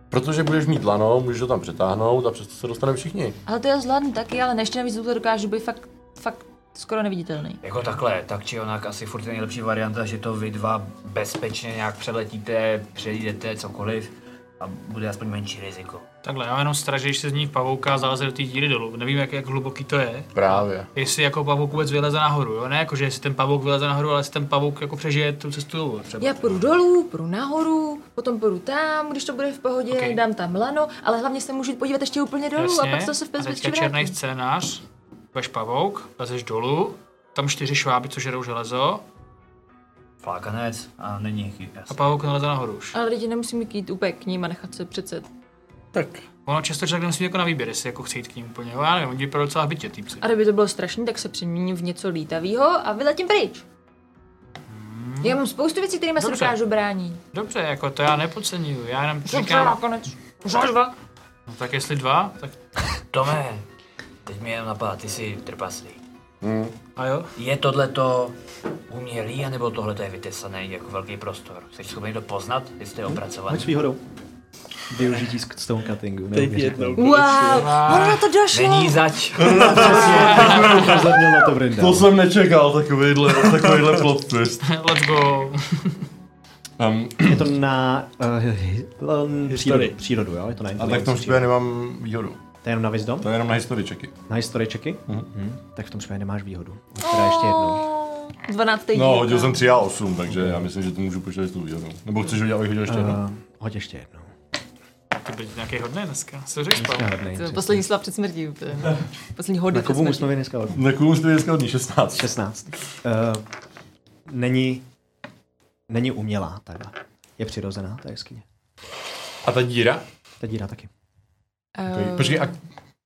Protože budeš mít lano, můžeš ho tam přetáhnout a přesto se dostaneme všichni. Ale to já zvládnu taky, ale než navíc to dokážu být fakt, fakt skoro neviditelný. Jako takhle, tak či onak asi furt je nejlepší varianta, že to vy dva bezpečně nějak přeletíte, přejdete, cokoliv a bude aspoň menší riziko. Takhle, já jenom stražím, když se z ní pavouka a zaleze do té díry dolů. Nevím, jak, jak hluboký to je. Právě. Jestli jako pavouk vůbec vyleze nahoru, jo? Ne jako, že jestli ten pavouk vyleze nahoru, ale jestli ten pavouk jako přežije tu cestu dolů třeba. Já půjdu dolů, půjdu nahoru, potom půjdu tam, když to bude v pohodě, Ok. okay. dám tam lano, ale hlavně se můžu podívat ještě úplně dolů a pak to se v a bezpečí teďka vrátí. černý scénář, budeš pavouk, lezeš dolů, tam čtyři šváby, co žerou železo, Flákanec a není chyba. a pavouk neleze nahoru už. Ale lidi nemusím jít úplně k ním a nechat se přece. Tak, Ono často člověk nemusí mít jako na výběr, jestli jako chce jít k ním úplně. Jo, já nevím, oni vypadají docela bytě, týpci. A kdyby to bylo strašný, tak se přeměním v něco lítavého a vyletím pryč. Já mám spoustu věcí, kterými se Hmm. Dobře. dokážu bránit. Dobře, jako to já nepodceňuju, já jenom Dobře, říkám, nakonec. Žáš dva. no, tak jestli dva, tak Tome, teď mi jenom napadá, ty jsi trpaslík. a jo. Je tohleto umělý, anebo tohleto je vytesaný jako velký prostor? Jsi schopný to poznat, jestli je opracovaný? Hoď s výhodou. Využití z stone cuttingu. teď neuvěřitelný. jednou. Wow, ono na to došlo. Není zač. Rozhodně na to Brindal. To jsem nečekal, takovýhle, takovýhle plot twist. Let's go. Um, Je to na eh, uh, přírodu, přírodu, jo? Je to na a tak v tom případě nemám výhodu. To je jenom na wisdom? To je jenom na No, historičeky. Na historii čeky? Mhm. Tak v tom případě nemáš výhodu. Hoď teda ještě jednou. 12. No, díl. hodil jsem 3 a 8, takže já myslím, že to můžu počítat s tou výhodou. Nebo chceš hodit, abych hodil ještě jednou? Uh, hoď ještě jednou. Ty byl nějaký hodný dneska, co řekl spal. Já hodnej, To je přesně. Poslední slova před smrtí. úplně. Poslední hody Na před kovu mu smrtí. jsme dneska hodili. Na kůlu jste dneska hodný 16. 16. Uh, není, není umělá takhle. Je přirozená, ta jeskyně. A ta díra? Ta díra taky. Eh, Počkej, a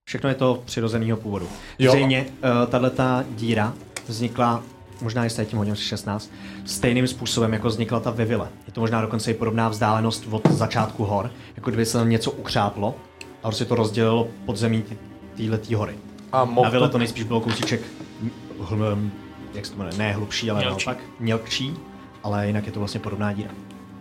Všechno je to přirozeného původu. Jo. Zřejmě uh, tato díra vznikla možná jestli je tím hodně 16, stejným způsobem, jako vznikla ta ve vile. Je to možná dokonce i podobná vzdálenost od začátku hor, jako kdyby se tam něco ukřáplo a prostě to rozdělilo podzemí této hory. A Na mohl vile to... to nejspíš bylo kousíček, hm, hm, jak se to jmenuje, ne hlubší, ale Mělčí. naopak mělkčí, ale jinak je to vlastně podobná díra.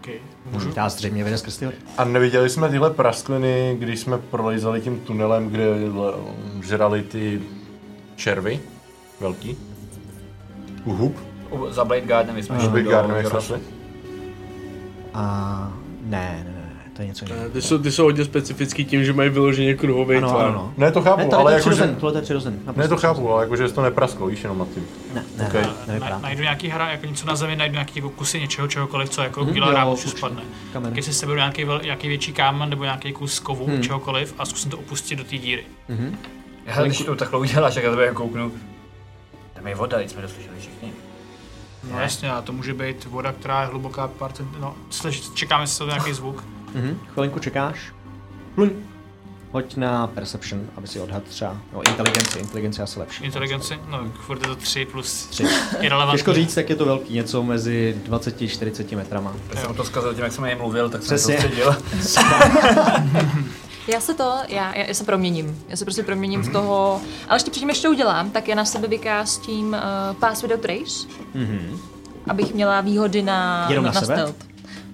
Okay. Mhm. Ta zřejmě vede skrz ty hory. A neviděli jsme tyhle praskliny, když jsme prolejzali tím tunelem, kde l- žrali ty červy velký? Uhub? U- Za Blade Gardenem jsme Už šli by do- Gardner do jak rosu. A ne, ne, ne, ne, to je něco jiného. Ty jsou, ty jsou hodně specifický tím, že mají vyloženě kruhový Ano, tvar. ano, no. Ne, to chápu, Ne, tohle ale je jakože... přirozen, tohle je přirozen. Ne, to chápu, ale jakože jsi to neprasklo, víš, jenom na tím. Ne, ne, Okej. ne, nevypadá. Na, to. najdu nějaký hra, jako něco na zemi, najdu nějaký jako kusy něčeho, čehokoliv, co jako Mhm, hmm, kila jo, rámu určitě. spadne. Kamen. Tak jestli seberu nějaký, vel, nějaký větší kámen nebo nějaký kus kovu, Mhm. hmm. čehokoliv a zkusím to opustit do té díry. Já když to takhle uděláš, tak já tebe kouknu. Tam je voda, když jsme to slyšeli všichni. No jasně, a to může být voda, která je hluboká pár cent... No, slyš, čekáme, jestli to nějaký zvuk. Mhm, chvilinku čekáš. Hoď na Perception, aby si odhad třeba. No, inteligenci, inteligence je asi lepší. Inteligenci? No, furt je to 3 plus Tři. Těžko irrelevantní. říct, jak je to velký, něco mezi 20-40 metrama. Já jsem to zkazil tím, jak jsem o něm mluvil, tak jsem Přesně. to středil. Já se to, já, já, já se proměním. Já se prostě proměním Mhm. v toho. Ale ještě předtím, než to udělám, tak já na sebe vykástím uh, Pass Without Trace, mm-hmm. abych měla výhody na, Mhm. Jenom na sebe? stealth.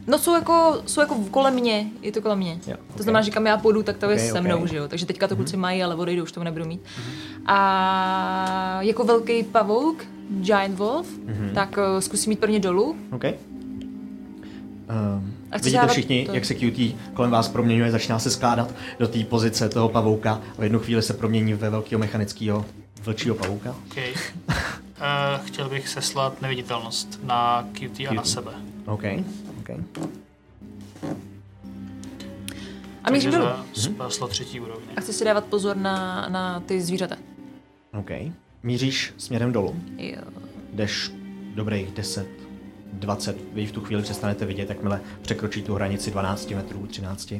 No jsou jako, jsou jako kolem mě, je to kolem mě. Jo, To ok. znamená, že kam já půjdu, tak to je Ok, Mhm. se ok. mnou, že jo. Takže teďka to kluci mají, ale odejdou, už to nebudu mít. A jako velký pavouk, Giant Wolf, Mhm. tak uh, zkusím jít prvně dolů. OK. Um, A chci vidíte dávat všichni, to- jak se QT kolem vás proměňuje, začíná se skládat do té pozice toho pavouka a v jednu chvíli se promění ve velkého mechanického vlčího pavouka. Okay. Uh, Eh, chtěl bych seslat neviditelnost na QT a na sebe. OK. OK. A mířím dolů. Mhm. za spáslo třetí úrovně. A chci si dávat pozor na, na ty zvířata. OK. Míříš směrem dolů. Jo. jdeš dobrých 10, 20, vy v tu chvíli přestanete vidět, jakmile překročí tu hranici 12 metrů, 13.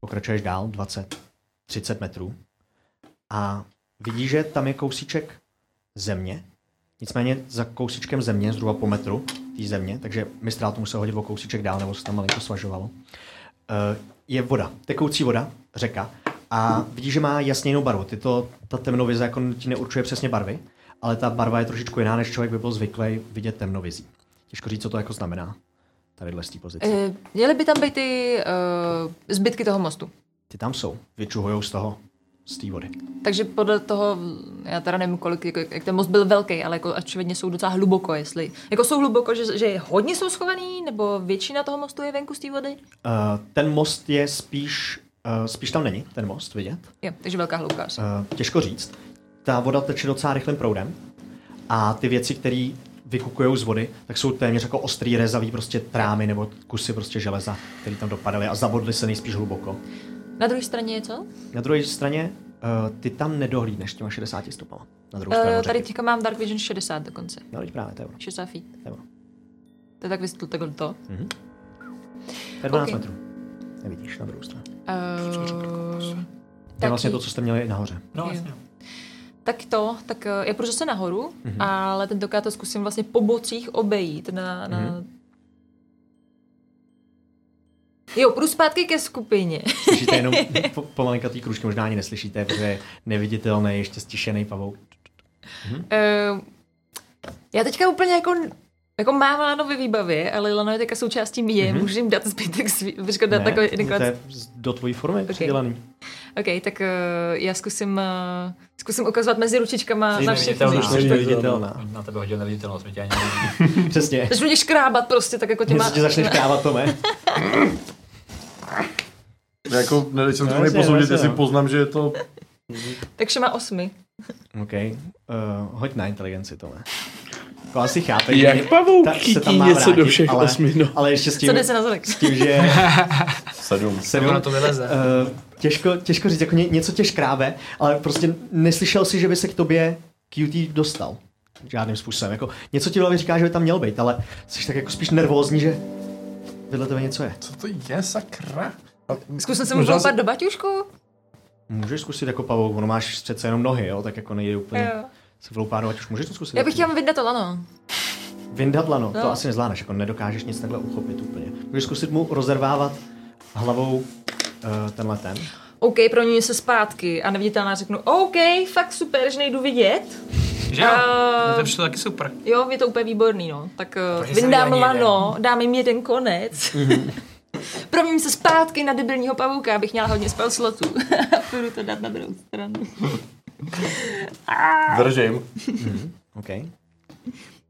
Pokračuješ dál, 20, 30 metrů a vidíš, že tam je kousíček země, nicméně za kousíčkem země, zhruba po metru té země, takže mistrál to musel hodit o kousíček dál, nebo se tam malinko svažovalo, eh, je voda, tekoucí voda, řeka. A vidíš, že má jasně jinou barvu. Ty to, ta temnovize jako ti neurčuje přesně barvy, ale ta barva je trošičku jiná, než člověk by byl zvyklý vidět temnovizí. Těžko říct, co to jako znamená. Tadyhle z té pozice. Eh, Měly by tam být ty uh, zbytky toho mostu. Ty tam jsou, vyčuhujou z toho, z té vody. Takže podle toho, já teda nevím, kolik, jako, jak ten most byl velký, ale jako očividně jsou docela hluboko, jestli. Jako jsou hluboko, že, že hodně jsou schovaný, nebo většina toho mostu je venku z té vody? Uh, ten most je spíš, uh, spíš tam není, ten most, vidět. Jo, takže velká hloubka asi. Eh, těžko říct. Ta voda teče docela rychlým proudem a ty věci, které vykukují z vody, tak jsou téměř jako ostrý rezavý prostě trámy nebo kusy prostě železa, které tam dopadaly a zabodly se nejspíš hluboko. Na druhé straně je co? Na druhé straně eh, ty tam nedohlídneš těma 60 stopama. Na druhou stranu Uh, řeky. tady teďka mám Dark Vision 60 dokonce. No, teď právě, to je ono. 60 feet. To je ono. To je tak vystl takhle to. To je 12 Ok. metrů. Nevidíš na druhou stranu. Uh, To je vlastně to, co jste měli nahoře. No, vlastně. Tak to, tak eh, já půjdu zase nahoru, mm-hmm. ale tentokrát to zkusím vlastně po bocích obejít na... na... Mm-hmm. Jo, půjdu zpátky ke skupině. Slyšíte jenom po, pomalinkatý kružky, možná ani neslyšíte, protože je neviditelný, ještě stišený pavouk. Eh, já teďka úplně jako, jako mám Lano ve výbavě, ale Lano je teďka součástí mě, mm-hmm. můžu jim dát zbytek svý, počkat, dát No, takový to nakonec. je z- do tvojí formy přidělaný. Ok, tak uh, já zkusím, uh, zkusím ukazovat mezi ručičkama Jsi na všechny. neviditelná. Jsi neviditelná. Na tebe hodil neviditelnost, my tě ani nevidíme. Přesně. Začnu mě škrábat prostě, tak jako těma... Něco tě začne škávat, Tome. Jako, nedej jsem No, to jasně, posoudit, jasně, jestli no. poznám, že je to... Takže má osmi. OK. Uh, hoď na inteligenci, Tome. To asi chápe, Jak pavouk chytí něco do všech ale, osmi, no. ale ještě s tím, Co jde se na zadek? s tím že Sedm. sedm, na to vyleze. eh, těžko, těžko říct, jako ně, něco tě škrábe, ale prostě neslyšel si, že by se k tobě QT dostal. Žádným způsobem. Jako, něco ti v hlavě říká, že by tam měl být, ale jsi tak jako spíš nervózní, že vedle tebe něco je. Co to je, sakra? Zkusím se mu koupat do baťušku. Můžeš zkusit jako pavouk, ono máš přece jenom nohy, jo, tak jako nejde úplně Jo. se vloupánovat, už můžeš to zkusit. Já bych taky. chtěla vyndat to lano. Vyndat lano, no. to No. asi nezvládneš, jako nedokážeš nic takhle uchopit úplně. Můžeš zkusit mu rozervávat hlavou uh, tenhle ten. OK, pro ní se zpátky a neviditelná řeknu OK, fakt super, že nejdu vidět. Eh. Že jo? A- Mně to přišlo taky super. Jo, je to úplně výborný, no. Tak eh, Protože jsem vyndám viděl ani lano, dám jim jeden konec. Promím se zpátky na debilního pavouka, abych měla hodně spell slotů. A půjdu to dát na druhou stranu. Držím. OK.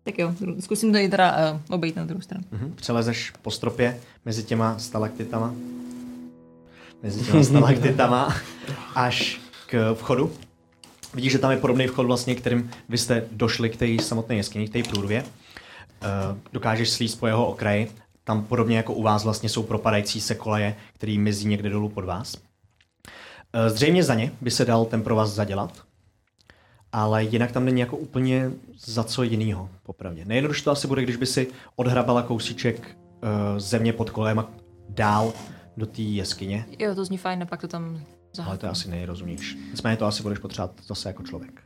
Tak jo, zkusím to i teda uh, obejít na druhou stranu. Mhm. Přelezeš po stropě mezi těma stalaktitama. Mezi těma stalaktitama až k vchodu. Vidíš, že tam je podobný vchod vlastně, kterým vy jste došli k té samotné jeskyni, k té průrvě. Eh, Dokážeš slíst po jeho okraji. Tam podobně jako u vás vlastně jsou propadající se koleje, který mizí někde dolů pod vás. Eh, Zřejmě za ně by se dal ten pro vás zadělat, ale jinak tam není jako úplně za co jinýho, popravdě. Nejjednodušší to asi bude, když by si odhrabala kousíček uh, země pod kolem a dál do té jeskyně, Jo, to zní fajn, a pak to tam ale to je zahodím. asi nejrozumější. Nicméně to asi budeš potřebovat zase jako člověk.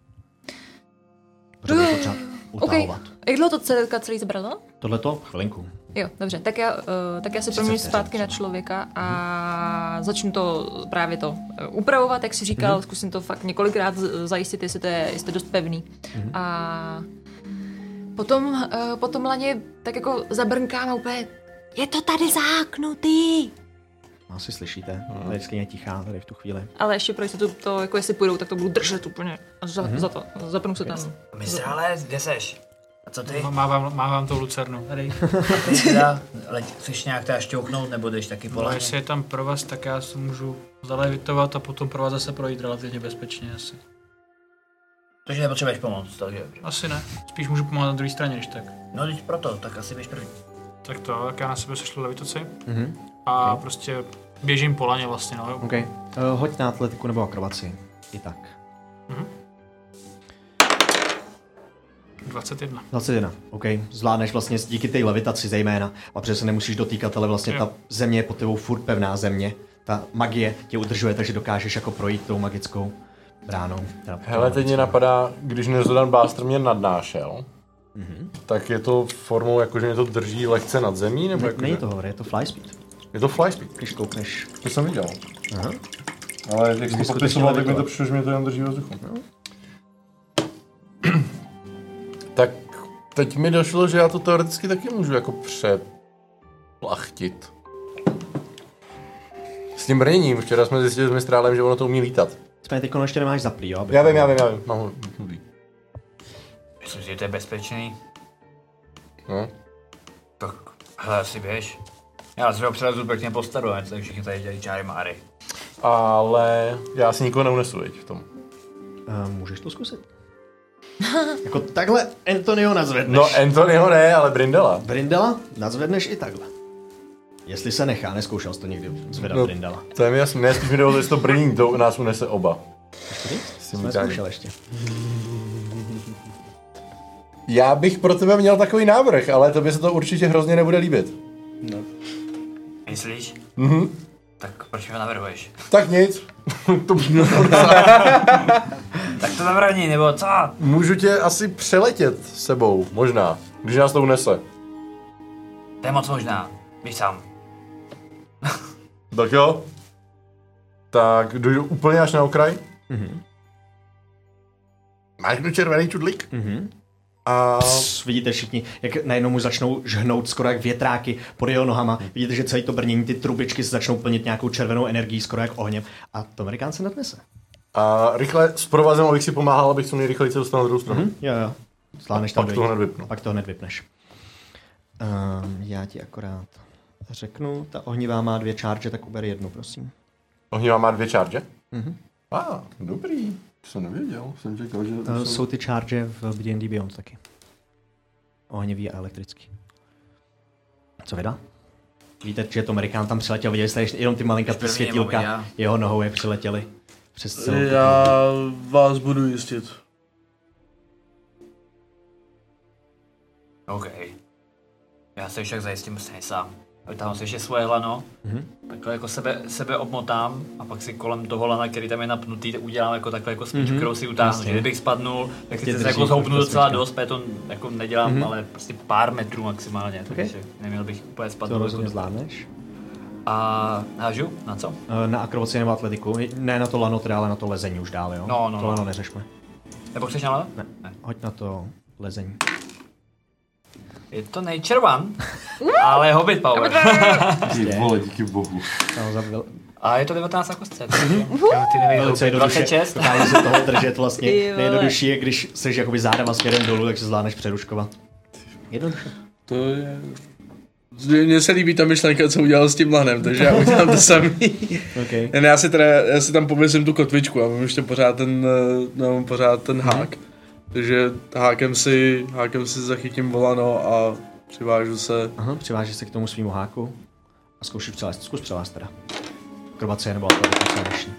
Protože budeš potřebovat utahovat. Okay. Jak dlouho to celka celý zabralo? Tohle to chvilinku. Jo, dobře, tak já, uh, tak já se proměním vteřin zpátky na třeba. člověka a začnu to právě to eh, upravovat, jak jsi Mhm. říkal, zkusím to fakt několikrát z- zajistit, jestli to je, jestli to je dost pevný. Mhm. A potom, uh, potom laně tak jako zabrnkám a úplně, Je to tady záknutý. Asi slyšíte, ta jeskyně je tichá tady v tu chvíli. ale ještě pro jistotu to, jako jestli půjdou, tak to budu držet úplně a za, Mhm. za to, zapnu se tam. Mistrále, kde seš? A co ty? No, Má- Mávám, mávám tou lucernu. Tady. Ty teda, leď, chceš nějak teda šťouchnout, nebo jdeš taky po No, laně? jestli je tam pro vás, tak já se můžu zalevitovat a potom pro vás zase projít relativně bezpečně asi. Protože nepotřebuješ pomoc, takže dobře. Asi ne. Spíš můžu pomáhat na druhé straně, než tak. No teď proto, tak asi běž první. Tak to, tak já na sebe sešlu levitaci Mhm. a prostě běžím po laně vlastně, no. OK. Uh, hoď na atletiku nebo akrobaci. I tak. 21. 21, OK. Zvládneš vlastně díky té levitaci zejména, a protože se nemusíš dotýkat, ale vlastně ta země je pod tebou furt pevná země. Ta magie tě udržuje, takže dokážeš jako projít tou magickou bránou. Teda Hele, teď mě napadá, když Nerzodan Bástr mě nadnášel, Mhm. tak je to formou, jakože mě to drží lehce nad zemí, nebo Ne, jakože... není to hovory, je to fly speed. Je to fly speed, Když koukneš. to jsem viděl. Aha. Ale jak jsi to skutečně popisoval, tak mi levitovat. to přišlo, že mě to jenom drží ve vzduchu. tak teď mi došlo, že já to teoreticky taky můžu jako pře Plachtit. S tím brněním, včera jsme zjistili s mistrálem, že ono to umí lítat. Jsme teď ještě nemáš zaplý, jo? aby- Já vím, já vím, já vím, mám ho nutný. Myslím si, že to je bezpečný. No. Tak, hele, asi běž. Já svého přelezu pěkně postadu, ať tak všichni tady dělají čáry máry. Ale já si nikoho neunesu, veď, v tom. Eh, můžeš to zkusit. jako takhle Antonio nazvedneš. No, Anthonyho ne, ale Brindela. Brindela nazvedneš i takhle. Jestli se nechá, neskoušel jsi to někdy zvedat No. Brindela. To je mi jasné, ne, spíš mi jde o to, jestli to brní, to nás unese oba. S tím Jsme lítáním. zkoušel ještě. Já bych pro tebe měl takový návrh, ale tobě se to určitě hrozně nebude líbit. Myslíš? Mhm. Tak proč mi ho navrhuješ? Tak nic. to Tak to zabraní, nebo co? Můžu tě asi přeletět sebou, možná, když nás to unese. To je moc možná. Víš sám. Tak jo. Tak jdu úplně až na okraj. Mhm. Máš tu červený čudlík? Mhm. A Pss, No, vidíte všichni, jak najednou mu začnou žhnout skoro jak větráky pod jeho nohama. Vidíte, že celé to brnění, ty trubičky se začnou plnit nějakou červenou energií, skoro jak ohněm. A to Amerikán se nadnese. A rychle s provazem, abych si pomáhal, abych se mě rychleji se dostal na druhou stranu. Mhm, Jo, jo. Sláhneš A tam pak dojít. to hned vypnu. Pak to hned vypneš. Um, já ti akorát řeknu, ta ohnivá má dvě charge, tak uber jednu, prosím. Ohnivá má dvě charge? Mhm. A, ah, dobrý. To jsem nevěděl, jsem čekal, že... Uh, že jsou ty charge v D&D Beyond taky. Ohnivý a elektrický. Co vydá? Víte, že to Amerikán tam přiletěl, viděli jste ještě jenom ty malinkatý První nebo světílka já. jeho nohou, jak přiletěli přes celou Já vás budu jistit. OK. Já se však zajistím stejně sám. Vytáhnu si ještě svoje lano, Mhm. takhle jako sebe, sebe obmotám a pak si kolem toho lana, který tam je napnutý, udělám jako takhle jako smyčku, Mhm. kterou si utáhnu. Jasně. Prostě Že kdybych spadnul, tak Tě si se drží jako zhoupnu fakt ta docela smyčka. dost, protože to jako nedělám, Mhm. ale prostě pár metrů maximálně, Ok. takže neměl bych úplně To spadnout. rozhodně jako- zvládneš. A hážu? Na co? Eh, Na akrobaci nebo atletiku. Ne na to lano, teda, ale na to lezení už dál, jo? No, no, to no. lano neřešme. Nebo chceš na lano? Ne. Hoď na to lezení. Je to nature one, ale hobbit power. prostě- Ty vole, díky bohu. No, za vel- A je to 19 na kostce. takže- Jo, Ty velice nevěděl, jednoduše. 26. Dá se toho držet Ty vlastně. vole. Nejjednodušší je, když seš jakoby zádama směrem dolů, takže zvládneš přeruškovat. Jednoduše. To je... Mně se líbí ta myšlenka, co udělal s tím lanem, takže já udělám to samý. Okay. Jen já si teda, já si tam pověsím tu kotvičku a mám ještě pořád ten, eh, no, pořád ten hák. Takže hákem si, hákem si zachytím volano a přivážu se. Aha, přivážeš se k tomu svýmu háku a zkoušíš přelézt. Zkus přelézt teda. Akrobacie nebo atletika, co je lepší.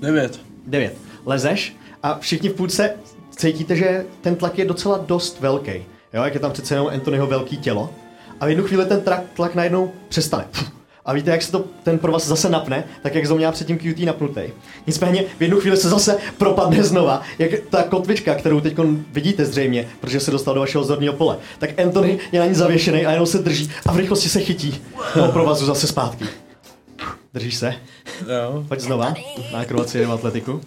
Devět. 9. Lezeš a všichni v půlce cítíte, že ten tlak je docela dost velký. Jo, jak je tam přece jenom Antonyho velký tělo. A v jednu chvíli ten trak, tlak najednou přestane. Pff. A víte, jak se to, ten pro vás zase napne, tak jak zrovna předtím QT napnutý. Nicméně v jednu chvíli se zase propadne znova, jak ta kotvička, kterou teď vidíte zřejmě, protože se dostal do vašeho zorního pole. Tak Anthony je na ní zavěšený a jenom se drží a v rychlosti se chytí toho provazu zase zpátky. Držíš se? Jo. Pojď znova na akrobaci nebo atletiku.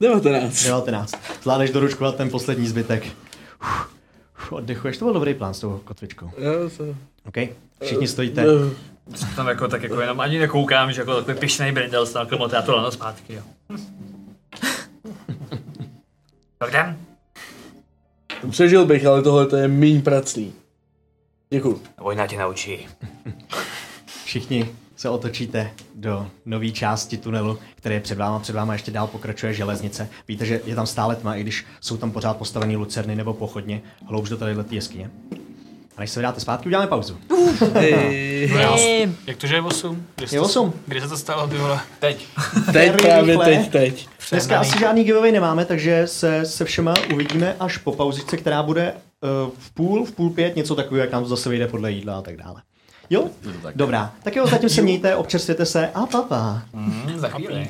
19. 19. Zvládneš doručkovat ten poslední zbytek. Uf, uf, Oddechuješ, to byl dobrý plán s tou kotvičkou. Jo, to... OK? Všichni stojíte. Eh, Tam jako tak jako jenom ani nekoukám, že jako takový pišnej brindel se takhle motá to lano zpátky, jo. Tak jdem. Eh, Přežil bych, ale tohle to je míň pracný. Děkuju. Vojna tě naučí. Všichni se otočíte do nové části tunelu, který je před váma. Před váma ještě dál pokračuje železnice. Víte, že je tam stále tma, i když jsou tam pořád postavení lucerny nebo pochodně. Hloubš do tadyhle té jeskyně. A než se vydáte zpátky, uděláme pauzu. Jak to, že je 8? Kde se Je to- 8. Kde se to stalo, ty vole? Teď. Teď Very právě, rychle. teď, teď. Dneska asi žádný giveaway nemáme, takže se se všema uvidíme až po pauzičce, která bude eh, v půl, v půl pět, něco takového, jak nám to zase vyjde podle jídla a tak dále. Jo? Dobrá. Tak jo, Hmm. zatím se mějte, občerstvěte se a papa. Pa. Hm, za chvíli.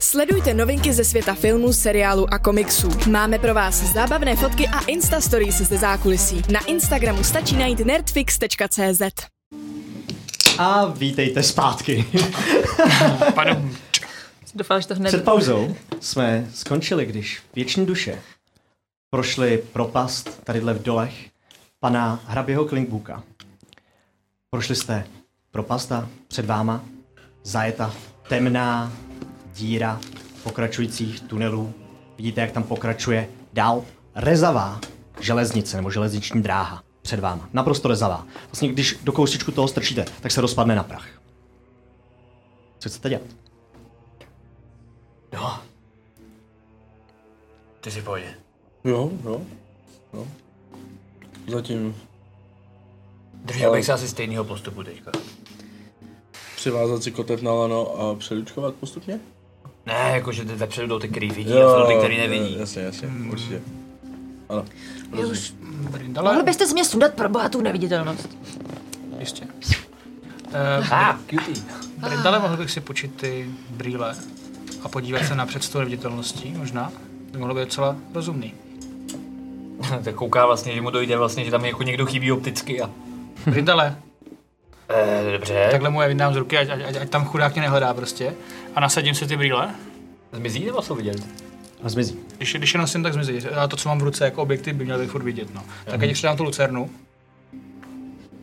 Sledujte novinky ze světa filmů, seriálů a komiksů. Máme pro vás zábavné fotky a Insta stories ze zákulisí. Na Instagramu stačí najít nerdfix.cz. A vítejte zpátky. Pardon. Doufám, že to hned... Před pauzou jsme skončili, když věční duše prošly propast tadyhle v dolech, pana hraběho Klingbuka. Prošli jste propasta před váma, zajeta temná díra pokračujících tunelů. Vidíte, jak tam pokračuje dál rezavá železnice nebo železniční dráha před váma. Naprosto rezavá. Vlastně, když do koustičku toho strčíte, tak se rozpadne na prach. Co chcete dělat? No. Ty si pojď. Jo, jo. jo. Zatím Držel Ale- bych se asi stejného postupu teďka. přivázat si kotev na lano a přelučkovat postupně? Ne, jakože ty vepředu jdou ty, který vidí, jo, a jsou ty, který nevidí. Jasně, jasně, Hmm. určitě. Ano. Jezus, Mohl byste z mě sundat pro boha tu neviditelnost? Ještě. Uh, Eh, ah, cutie. Brindale, mohl bych si počít ty brýle a podívat se na představu viditelností, možná. To mohlo být docela rozumný. tak kouká vlastně, že mu dojde vlastně, že tam jako někdo chybí opticky a... Brindale, Eh, dobře. takhle mu je vydám z ruky, ať, ať, ať, ať tam chudák mě nehledá prostě. A nasadím si ty brýle. Zmizí nebo jsou vidět? A zmizí. Když, když je nosím, tak zmizí. A to, co mám v ruce jako objektiv, by měl bych furt vidět. No. Tak když předám tu lucernu,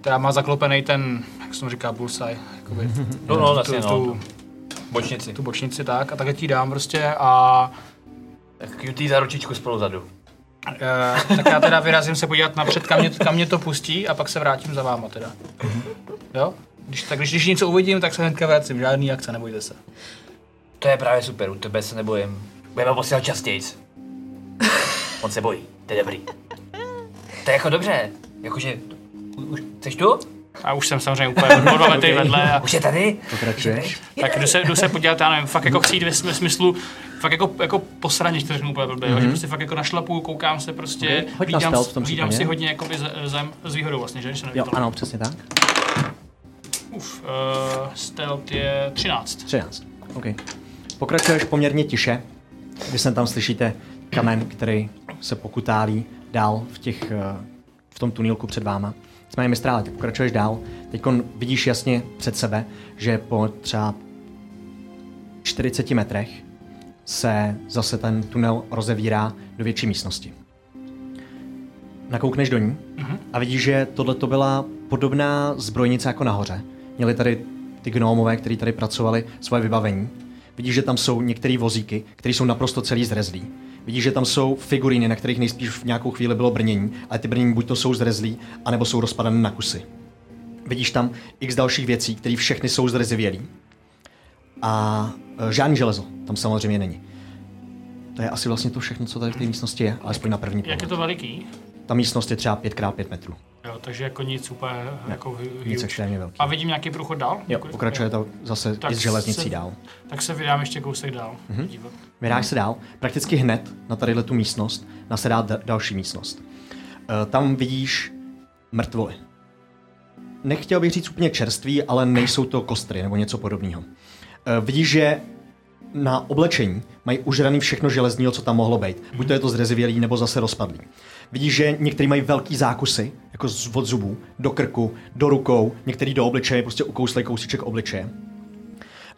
která má zaklopený ten, jak se tomu říká, bullseye. Jakoby, No, no, vlastně, no. tu, Bočnici. tu bočnici tak a takhle ti dám prostě a Tak QT za ručičku spolu zadu. Eh, tak já teda vyrazím se podívat napřed, kam mě, kam mě to pustí a pak se vrátím za váma teda. Jo? Když, tak když, když něco uvidím, tak se hnedka vracím, žádný akce, nebojte se. To je právě super, u tebe se nebojím. Budeme posílat častěji. On se bojí, to je dobrý. To je jako dobře, jakože... Už, jsi tu? A už jsem samozřejmě úplně o dva metry vedle. A, Už je tady? Pokračuješ? tak jdu se, jdu se podívat, já nevím, fakt jako přijít ve, sm- ve smyslu, fakt jako, jako posraně, když to řeknu úplně blbě, mm-hmm. že Mhm. prostě fakt jako našlapuju, koukám se prostě, Ok, hoď na hlídám stealth s- v tom hlídám případě. si hodně jakoby z- zem, s výhodou vlastně, že? Když se Jo, neviditelný. ano, přesně tak. Uf, uh, stealth je 13. 13. OK. Pokračuješ poměrně tiše. Vy sem tam slyšíte kamen, který se pokutálí dál v, těch, eh, v tom tunílku před váma. Nicméně mistrále, tak pokračuješ dál. Teď vidíš jasně před sebe, že po třeba 40 metrech se zase ten tunel rozevírá do větší místnosti. Nakoukneš do ní Mhm. a vidíš, že tohle to byla podobná zbrojnice jako nahoře. Měli tady ty gnomové, kteří tady pracovali, svoje vybavení. Vidíš, že tam jsou některé vozíky, které jsou naprosto celý zrezlí. Vidíš, že tam jsou figuríny, na kterých nejspíš v nějakou chvíli bylo brnění, ale ty brnění buď to jsou zrezlí, anebo jsou rozpadané na kusy. Vidíš tam x dalších věcí, které všechny jsou zrezivělí. A e, žádný železo tam samozřejmě není. To je asi vlastně to všechno, co tady v té místnosti je, alespoň na první Jak je pohled. to veliký? Ta místnost je třeba 5x5 metrů. Jo, takže jako nic úplně jako hu- Nic huge. extrémně velký. A vidím nějaký průchod dál? Jo, pokračuje to zase Tak i s železnicí se- dál. Tak se vydám ještě kousek dál. Mhm. Dívat. Vydáš se dál, prakticky hned na tadyhle tu místnost nasedá d- další místnost. E, tam vidíš mrtvoly. Nechtěl bych říct úplně čerství, ale nejsou to kostry nebo něco podobného. E, vidíš, že na oblečení mají užraný všechno železního, co tam mohlo být. Buď to je to zrezivělý, nebo zase rozpadlý. Vidíš, že některý mají velký zákusy, jako z- od zubů, do krku, do rukou, některý do obličeje, prostě ukouslej kousíček obličeje.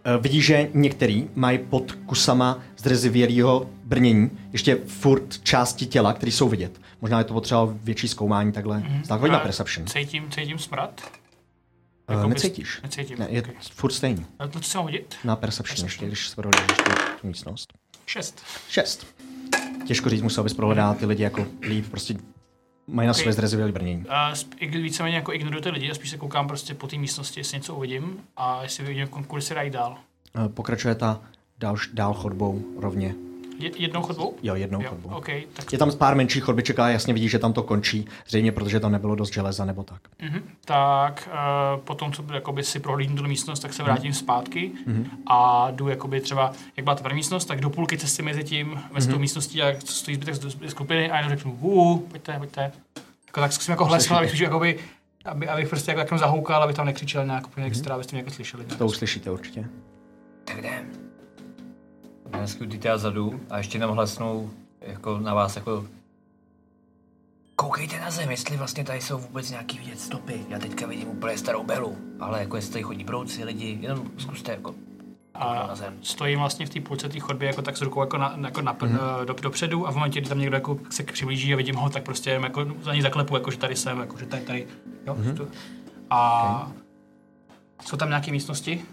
Eh, vidí, že některý mají pod kusama zrezivělýho brnění ještě furt části těla, které jsou vidět. Možná je to potřeba větší zkoumání takhle. Mm-hmm. Tak hoď na Ale perception. Cítím, cítím smrad? Uh, Jako bys- necítíš. Necítím. Ne, je okay. furt stejný. A to co jsem hodit? Na perception ještě, když se prohlédneš tu, tu místnost. Šest. Šest. Těžko říct, musel bys prohledat ty lidi jako líp, prostě mají na Ok. sobě zrezivělý brnění. A sp- i- víceméně jako ignoruju ty lidi a spíš se koukám prostě po té místnosti, jestli něco uvidím a jestli vidím, jako, kudy se dají dál. Eh, Pokračuje ta dál, dál chodbou rovně. Je, jednou chodbou? Jo, jednou chodbou. OK, tak Je tam pár menších chodbiček a jasně vidíš, že tam to končí, zřejmě protože tam nebylo dost železa nebo tak. Mhm, tak uh, potom, co jakoby si prohlídnu tu místnost, tak se vrátím zpátky Mhm. a jdu jakoby třeba, jak byla ta první místnost, tak do půlky cesty mezi tím, mezi Mhm. tou místností a co stojí zbytek z- z- skupiny a jenom řeknu, hů, pojďte, pojďte. Jako, tak zkusím jako Slyšíte. hlesnout, abych, slyšel jakoby, aby, abych prostě jako, jako zahoukal, aby tam nekřičel nějak Mhm. úplně extra, abyste mě jako slyšeli. To uslyšíte určitě. Tak jdem. Já skutýte já zadu a ještě jenom hlasnou jako na vás jako Koukejte na zem, jestli vlastně tady jsou vůbec nějaký vidět stopy. Já teďka vidím úplně starou belu, ale jako jestli tady chodí brouci lidi, jenom zkuste jako A stojím vlastně v té půlce té chodby jako tak s rukou jako, na, jako na, mm-hmm. do, dopředu a v momentě, kdy tam někdo jako se přiblíží a vidím ho, tak prostě jenom jako za ní zaklepu, jako že tady jsem, jako že tady, tady, jo, Mhm. mm-hmm. tu. A okay. jsou tam nějaké místnosti,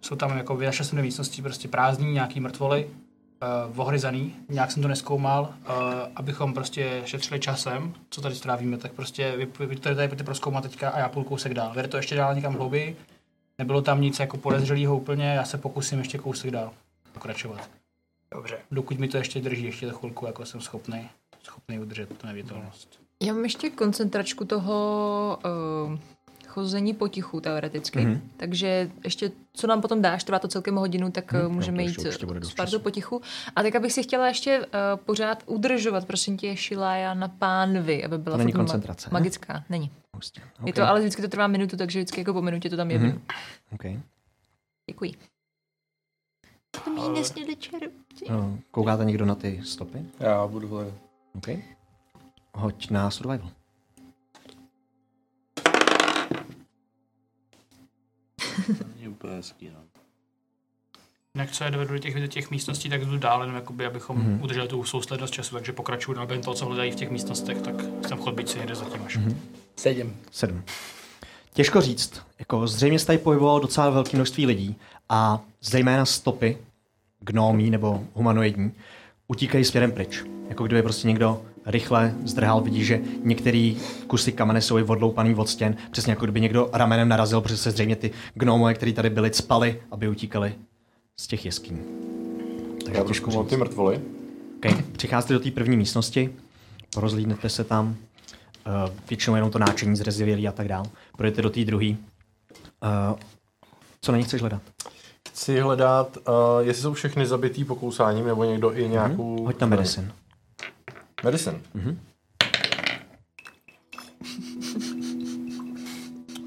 jsou tam jako vynašel jsem do místnosti prostě prázdný, nějaký mrtvoly, uh, ohryzaný, nějak jsem to neskoumal, uh, abychom prostě šetřili časem, co tady strávíme, tak prostě vy, vy to tady budete proskoumat teďka a já půl kousek dál. Vede to ještě dál někam hlouběji, nebylo tam nic jako podezřelého úplně, já se pokusím ještě kousek dál pokračovat. Dobře. Dokud mi to ještě drží, ještě za chvilku, jako jsem schopný, schopný udržet tu nevětelnost. Já mám ještě koncentračku toho uh, chození potichu teoreticky, mm-hmm. Mhm. takže ještě co nám potom dáš, trvá to celkem hodinu, tak mm-hmm. můžeme jo, to jít ještě určitě bude dost Spartu potichu. A tak abych si chtěla ještě uh, pořád udržovat, prosím tě, Šilája na pánvi, aby byla To není furt ma- koncentrace, ne? magická. Není. Hustě. Je Ok. to, ale vždycky to trvá minutu, takže vždycky jako po minutě to tam je. Mm-hmm. Mhm. Okay. Děkuji. To mi nesněli červ. No, Koukáte někdo na ty stopy? Já budu hledat. OK. Hoď na survival. Je úplně hezký, no. Jinak co je dovedu do těch, do těch místností, tak jdu dál, jenom jakoby, abychom Mhm. mm-hmm. udrželi tu souslednost času, takže pokračuju na toho, co hledají v těch místnostech, tak jsem chodbíci jde zatím až. Mhm. Mm-hmm. Sedím. Sedm. Těžko říct. Jako zřejmě se tady pohybovalo docela velké množství lidí a zejména stopy, gnomí nebo humanoidní, utíkají směrem pryč. Jako kdyby prostě někdo rychle zdrhal, vidí, že některé kusy kamene jsou i odloupaný od stěn, přesně jako kdyby někdo ramenem narazil, protože se zřejmě ty gnomové, které tady byly, spali, aby utíkali z těch jeskyní. Já budu zkoumat ty mrtvoly. Okay. Přicházíte do té první místnosti, porozlídnete se tam, uh, většinou jenom to náčení zrezivělí a tak dál. Projdete do té druhé. Uh, co na ní chceš hledat? Chci hledat, uh, jestli jsou všechny zabitý pokousáním, nebo někdo i nějakou... Hoď na medicine. Medicine? Mhm.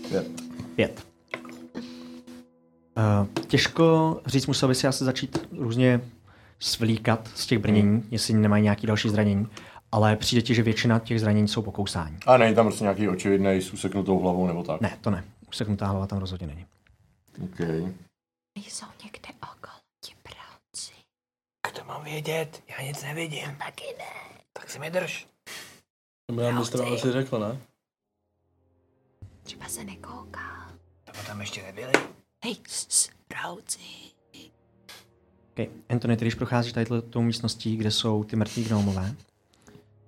Pět. Pět. Uh, těžko říct, musel by si asi začít různě svlíkat z těch brnění, jestli nemají nějaké další zranění, ale přijde ti, že většina těch zranění jsou pokousání. A není tam prostě nějaký očividný s useknutou hlavou nebo tak? Ne, to ne. Useknutá hlava tam rozhodně není. Okay. Jsou někde okolo ti bráci. Jak to mám vědět? Já nic nevidím. Taky ne. Tak si mi drž. To mi nám mistr asi řekl, ne? Třeba se nekouká. Nebo tam ještě nebyli. Hej, s- s- bráci. Okay. Anthony, ty když procházíš tady tou místností, kde jsou ty mrtví gnomové,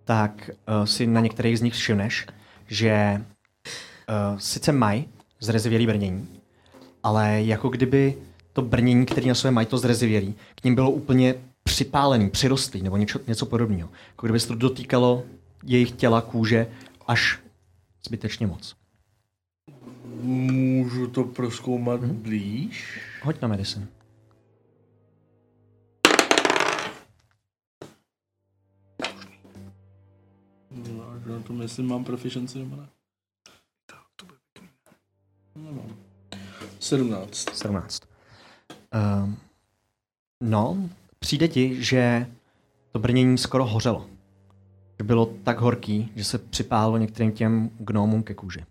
tak uh, si na některých z nich všimneš, že uh, sice mají zrezivělý brnění, ale jako kdyby to brnění, který na sobě mají, to zrezivělý, k ním bylo úplně připálený, přirostlý nebo něco, něco podobného. Jako kdyby se to dotýkalo jejich těla, kůže až zbytečně moc. Můžu to proskoumat mm-hmm. blíž? Hoď na medicine. No, na tom, jestli mám proficiency nebo ne. Nemám. 17. 17. Um, no, přijde ti, že to brnění skoro hořelo. Že bylo tak horký, že se připálilo některým těm gnomům ke kůži.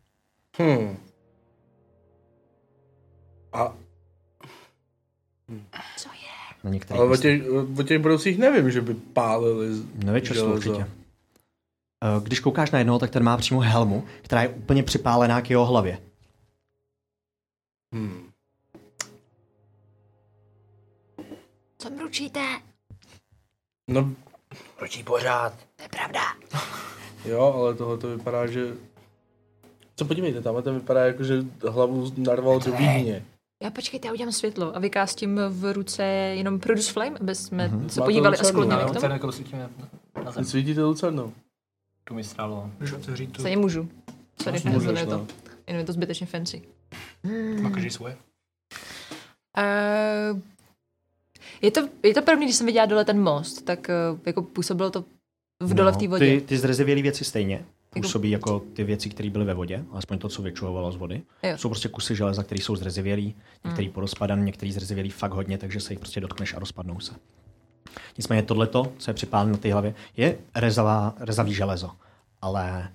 Hmm. A... Co je? Na některých Ale o místech. těch, o těch budoucích nevím, že by pálili z- Nevečer jsou železo. určitě. Eh, Když koukáš na jednoho, tak ten má přímo helmu, která je úplně připálená k jeho hlavě. Hmm. Co mručíte? No Pročí pořád. To je pravda. jo, ale tohle to vypadá, že... Co podívejte, tam to vypadá jako, že hlavu narval do Vídně. Já počkejte, já udělám světlo a vykástím v ruce jenom produce flame, aby jsme Mhm. mm-hmm. se Máte podívali a lucernu, sklonili ne? no, k Lucernu tomu. jako Jako svítíme na zem. Svítíte lucernou? Tu mi stralo. Můžeš otevřít tu. Se nemůžu. Sorry, Můžeš, nezvládnu no. Hmm. to. Jenom je to zbytečně fancy. Má každý svoje. Uh, je, to, je to první, když jsem viděla dole ten most, tak uh, jako působilo to v dole v té vodě. No, Jako Ty, ty zrezivělé věci stejně působí jako ty věci, které byly ve vodě, alespoň to, co vyčuhovalo z vody. Jo. Hmm. Jsou prostě kusy železa, které jsou zrezivělí, některý mm. porozpadaný, některý zrezivělí fakt hodně, takže se jich prostě dotkneš a rozpadnou se. Nicméně tohleto, co je připáleno na té hlavě, je rezavá, rezavý železo, ale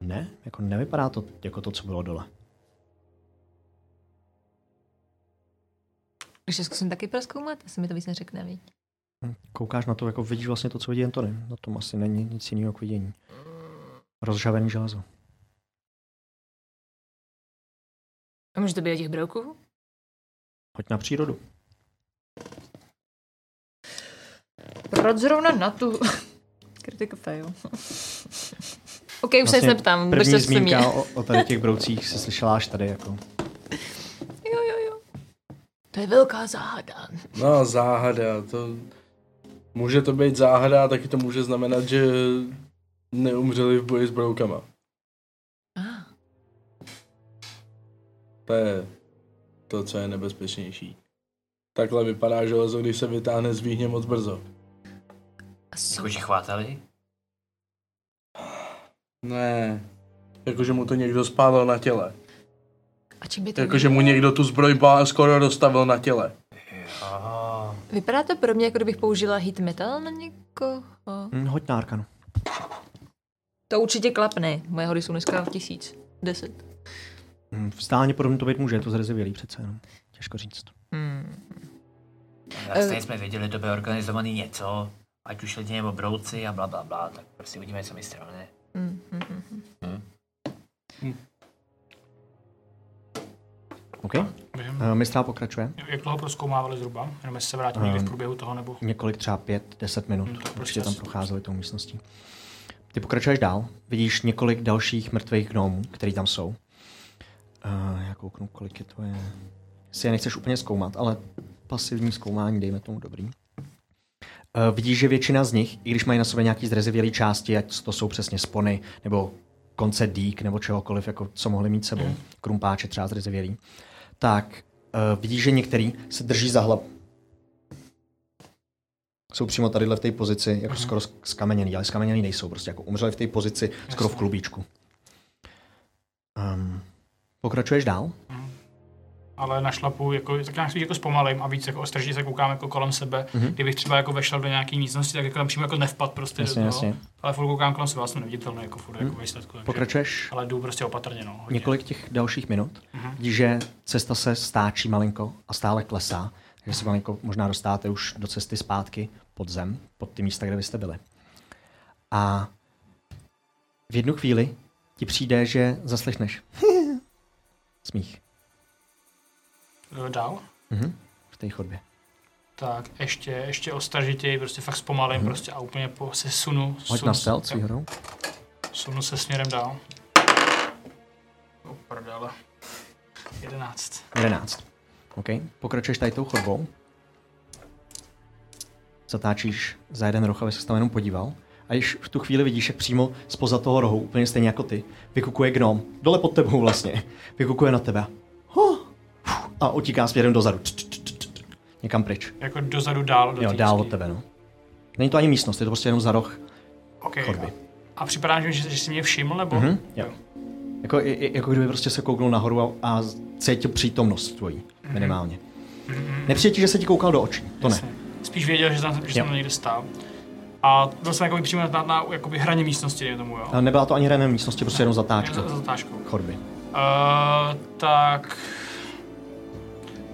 ne, jako nevypadá to jako to, co bylo dole. Takže zkusím taky proskoumat, asi mi to víc neřekne, víc. Koukáš na to, jako vidíš vlastně to, co vidí Antony. Na tom asi není nic jiného k vidění. Rozžavený železo. A může to být od těch brouků? Hoď na přírodu. Proč zrovna na tu... Kritika fail. OK, už se neptám, Vlastně První držte se mě. zmínka o, o, tady těch broucích se slyšela až tady. Jako. Jo, jo, jo. To je velká záhada. No, záhada, to... Může to být záhada, a taky to může znamenat, že neumřeli v boji s broukama. Ah. To je to, co je nebezpečnější. Takhle vypadá železo, když se vytáhne z výhně moc brzo. Jakože chvátali? Ne. Jakože mu to někdo spálil na těle. A čím by to Jakože mu někdo tu zbroj bá- skoro dostavil na těle. Vypadá to pro mě, jako kdybych použila hit metal na někoho. Hm, hoď na Arkanu. To určitě klapne. Moje hody jsou dneska tisíc. Deset. Hm, Vzdáleně podobně to být může, je to zrezivělý přece jenom. Těžko říct. Hmm. Eh. Tak stejně jsme věděli, to by organizovaný něco, ať už lidi nebo brouci a bla, bla, bla, tak prostě uvidíme, co mi strane. Hmm, hmm, hmm, hmm. OK? Eh, Mistrál pokračuje. Jak dlouho proskoumávali zhruba? Jenom jestli se vrátím Ehm, někdy v průběhu toho, nebo... Několik třeba pět, deset minut. Hmm, to je prostě Určitě tam asi- procházeli tou místností. Ty pokračuješ dál, vidíš několik dalších mrtvých gnomů, který tam jsou. Uh, já kouknu, kolik je to je. Si je nechceš úplně zkoumat, ale pasivní zkoumání, dejme tomu dobrý. Uh, vidíš, že většina z nich, i když mají na sobě nějaký zrezivělý části, ať to jsou přesně spony, nebo konce dýk, nebo čehokoliv, jako co mohli mít Hmm. sebou, krumpáče třeba zrezivělý, tak uh, vidíš, že některý se drží za hlavu jsou přímo tadyhle v té pozici, jako skoro sk- skameněný, ale skameněný nejsou, prostě jako umřeli v té pozici, skoro v klubíčku. Um, pokračuješ dál? ale našlapu, jako, tak nějak spíš jako zpomalím a víc jako ostržitě se koukám jako kolem sebe. Mhm. Mm-hmm. Kdybych třeba jako vešel do nějaké místnosti, tak jako tam přímo jako nevpad prostě Jasně, do toho. jasně. Ale furt koukám kolem sebe, já jsem neviditelný jako furt jako Mhm. výsledku. Takže, Pokračuješ? Ale jdu prostě opatrně, no. hodně. Několik těch dalších minut, Mhm. vidíš, že cesta se stáčí malinko a stále klesá, takže se malinko možná dostáte už do cesty zpátky pod zem, pod ty místa, kde byste byli. A v jednu chvíli ti přijde, že zaslechneš smích Eh, Dál. mhm. v té chodbě. Tak ještě, ještě ostražitěji, prostě fakt zpomalím Mhm. prostě a úplně po, se sunu. Hoď sunu na se- stealth s výhodou. Sunu se směrem dál. O prdele. Jedenáct. 11. OK. Pokračuješ tady tou chodbou. Zatáčíš za jeden roh, aby se tam jenom podíval. A již v tu chvíli vidíš, jak přímo spoza toho rohu, úplně stejně jako ty, vykukuje gnom. Dole pod tebou vlastně. Vykukuje na tebe. Ho! Fuh. A utíká směrem dozadu. Tch, tch, tch, tch, tch. Někam pryč. Jako dozadu dál do Jo, té dál hospody. od tebe, no. Není to ani místnost, je to prostě jenom za roh okay. chodby. A připadá, že, že jsi mě všiml, nebo? Mhm, jo. Jako, i- i- jako kdyby prostě se kouknul nahoru a, a cítil přítomnost tvojí, minimálně. Nepřijetí, že se ti koukal do očí, to ne. Spíš věděl, že tam, že jsem Jo. někde stál. A byl jsem jakoby přímo na, na jakoby hraně místnosti, dejme tomu, jo. A nebyla to ani hrané místnosti, prostě jenom zatáčka. Jenom za- zatáčkou. Chodby. Uh, tak...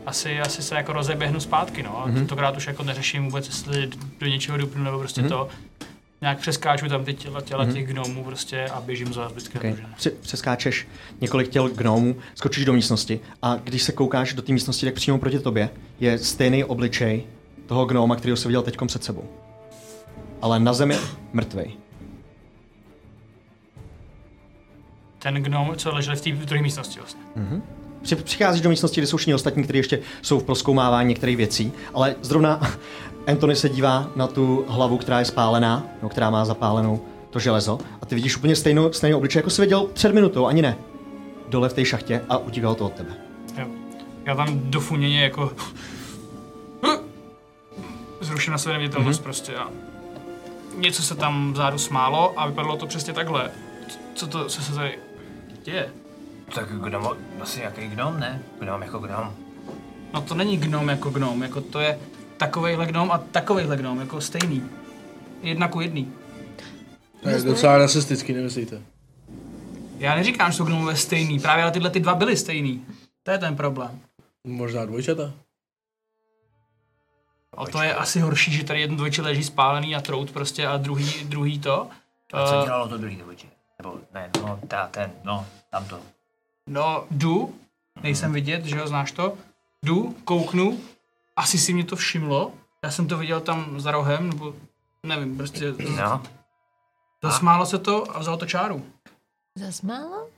Asi, asi se jako rozeběhnu zpátky, no. A Mhm. tentokrát už jako neřeším vůbec, jestli do něčeho dupnu, nebo prostě Mhm. to. Nějak přeskáču tam ty těla, těla Mhm. těch gnomů prostě a běžím za zbytkem. Okay. Při- Přeskáčeš několik těl gnomů, skočíš do místnosti a když se koukáš do té místnosti, tak přímo proti tobě je stejný obličej toho gnoma, kterého se viděl teď před sebou. Ale na zemi mrtvej. Ten gnom, co ležel v té druhé místnosti vlastně. Mhm. Při- Přicházíš do místnosti, kde jsou všichni ostatní, kteří ještě jsou v proskoumávání některých věcí, ale zrovna Anthony se dívá na tu hlavu, která je spálená, no, která má zapálenou to železo a ty vidíš úplně stejnou, stejnou obličej, jako jsi viděl před minutou, ani ne. Dole v té šachtě a utíkalo to od tebe. Jo. Já tam dofuněně jako... Zruším na své nevědětelnost Mhm. mm-hmm. prostě a... Něco se tam vzadu smálo a vypadalo to přesně takhle. C- Co to, co se tady děje? Tak gnom, asi jaký gnom, ne? Gnom jako gnom. No to není gnom jako gnom, jako to je takovejhle gnom a takovejhle gnom, jako stejný. Jedna ku jedný. To je docela rasistický, nemyslíte? Já neříkám, že jsou gnomové stejný, právě ale tyhle ty dva byly stejný. To je ten problém. Možná dvojčata? O to je asi horší, že tady jedno dvojče leží spálený a trout prostě a druhý, druhý to. A co Eh, dělalo to druhý dvojče? Nebo ne, no, ta, ten, no, tamto. No, jdu, nejsem vidět, že jo, znáš to. Jdu, kouknu, asi si mě to všimlo. Já jsem to viděl tam za rohem, nebo nevím, prostě... No. Zasmálo se to a vzal to čáru. Zasmálo?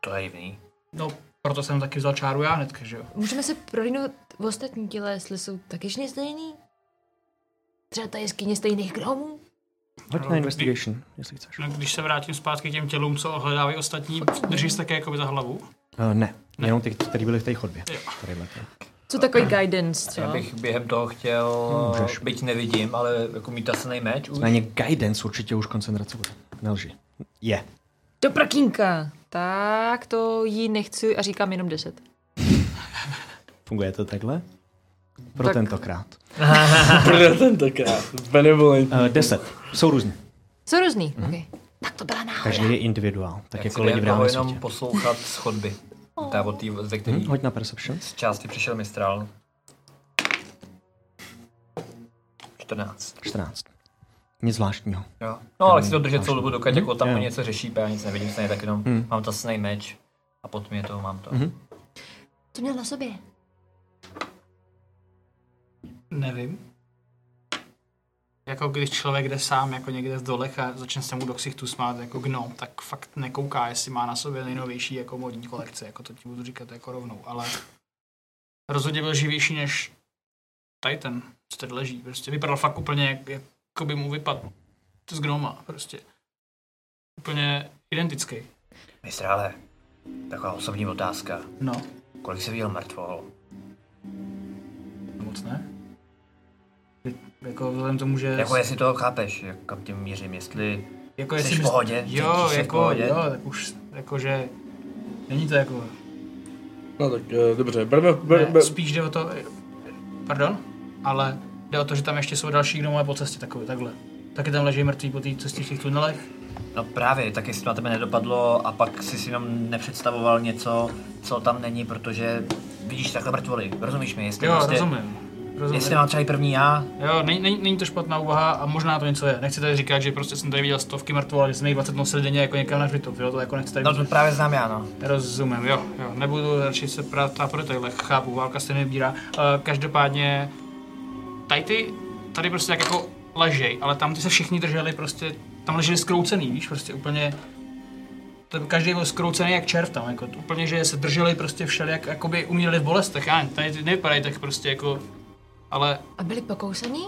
To je divný. No, proto jsem taky vzal čáru já hnedka, že jo. Můžeme se prolínout v ostatní těle, jestli jsou taky stejný? Třeba ta jeskyně stejných gromů? Hoď na investigation, jestli chceš. No, když se vrátím zpátky k těm tělům, co ohledávají ostatní, držíš se také jako za hlavu? Uh, ne, jenom ty, který byli v té chodbě. Tadyhle to. Co takový guidance, Já třeba? bych během toho chtěl, Hmm. Můžeš. byť nevidím, ale jako mít tasený meč už. Nicméně guidance určitě už koncentrace bude. Nelži. Je. Do prkínka! Tak to jí nechci a říkám jenom 10. Funguje to takhle? Pro Tak. tentokrát. Pro tentokrát. Benevolentní. Uh, deset. Jsou různý. Jsou různý. Mhm. Mm-hmm. Okay. Každý je individuál. Tak Já jako chci lidi v jako reálném jenom světě. poslouchat schodby. Ta od tý, ze který Hm, hoď na perception. z části přišel Mistral. 14. 14. Nic zvláštního. Jo. No, ale Hm, chci to držet celou dobu, dokud jako tam Hmm, jo. něco řeší, protože já nic nevidím, stejně tak jenom Hm. mám tasený meč a pod mě to mám to. Mhm. Co měl na sobě? Nevím. Jako když člověk jde sám jako někde z dolech a začne se mu do ksichtu smát jako gnom, tak fakt nekouká, jestli má na sobě nejnovější jako modní kolekce, jako to ti budu říkat jako rovnou, ale rozhodně byl živější než Titan, co tady leží, prostě vypadal fakt úplně, jak, jako by mu vypadl z gnoma, prostě. Úplně identický. Mistrále, taková osobní otázka. No. Kolik se viděl mrtvol? Moc ne? Jako vzhledem tomu, že... Jako jestli to chápeš, jak- kam tím mířím, jestli Jako jsi jestli v bys- pohodě, Jo, jsi v jako, pohodě. jo, tak už, jakože, není to jako, No tak eh, dobře, berme, ber, ne, ber, spíš jde o to, pardon, ale jde o to, že tam ještě jsou další gnomové po cestě, takové, takhle. Taky tam leží mrtví po té cestě v těch tunelech. No právě, tak jestli to na tebe nedopadlo a pak jsi si jenom nepředstavoval něco, co tam není, protože vidíš takhle mrtvoly, rozumíš mi? Jestli Jo, prostě, rozumím. rozumím. Jestli mám třeba i první já, No, Jo, není, není, není to špatná úvaha a možná to něco je. Nechci tady říkat, že prostě jsem tady viděl stovky mrtvol, ale že jsem jich 20 nosil denně jako někam na hřbitov, jo, to jako nechci tady no to právě znám já, no. Rozumím, jo, jo. Nebudu radši se prát ptát pro detaily, chápu, válka se nevybírá. E, každopádně, tady ty, tady prostě tak jako ležej, ale tam ty se všichni drželi prostě, tam leželi skroucený, víš, prostě úplně, to každý byl skroucený jak červ tam, jako to, úplně, že se drželi prostě všeli, jak, jakoby umírali v bolestech, já nevím, tady ty nevypadají tak prostě jako, ale A byli pokousaní?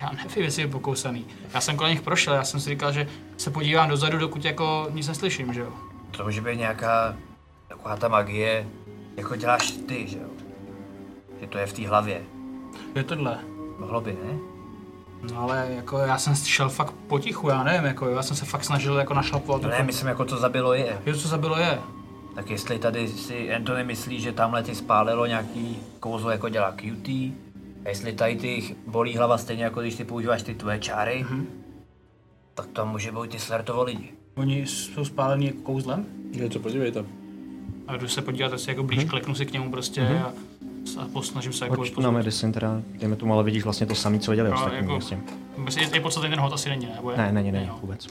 já nevím, jestli je pokousaný. Já jsem kolem nich prošel, já jsem si říkal, že se podívám dozadu, dokud jako nic neslyším, že jo. To může být nějaká taková ta magie, jako děláš ty, že jo? Že to je v té hlavě. Je tohle. Mohlo by, ne? No ale jako já jsem šel fakt potichu, já nevím, jako jo, já jsem se fakt snažil jako našlapovat. No ne, jako- myslím, jako to zabilo je. Jo, co zabilo je. Tak jestli tady si Anthony myslí, že tamhle ty spálilo nějaký kouzlo, jako dělá QT, a jestli tady ty bolí hlava stejně, jako když ty používáš ty tvoje čáry, Mhm. tak tam může být ty slertovo lidi. Oni jsou spálení jako kouzlem Je to podívej tam. a jdu se podívat asi jako blíž, kleknu si k němu prostě Mhm. a, a posnažím se jako Hoď na medicine teda, dejme tomu, ale vidíš vlastně to samé, co viděli No, ostatní. jako- Vlastně. Myslím, je, je podstatný ten hod asi není, nebo je? Ne, není, není, Jo. vůbec.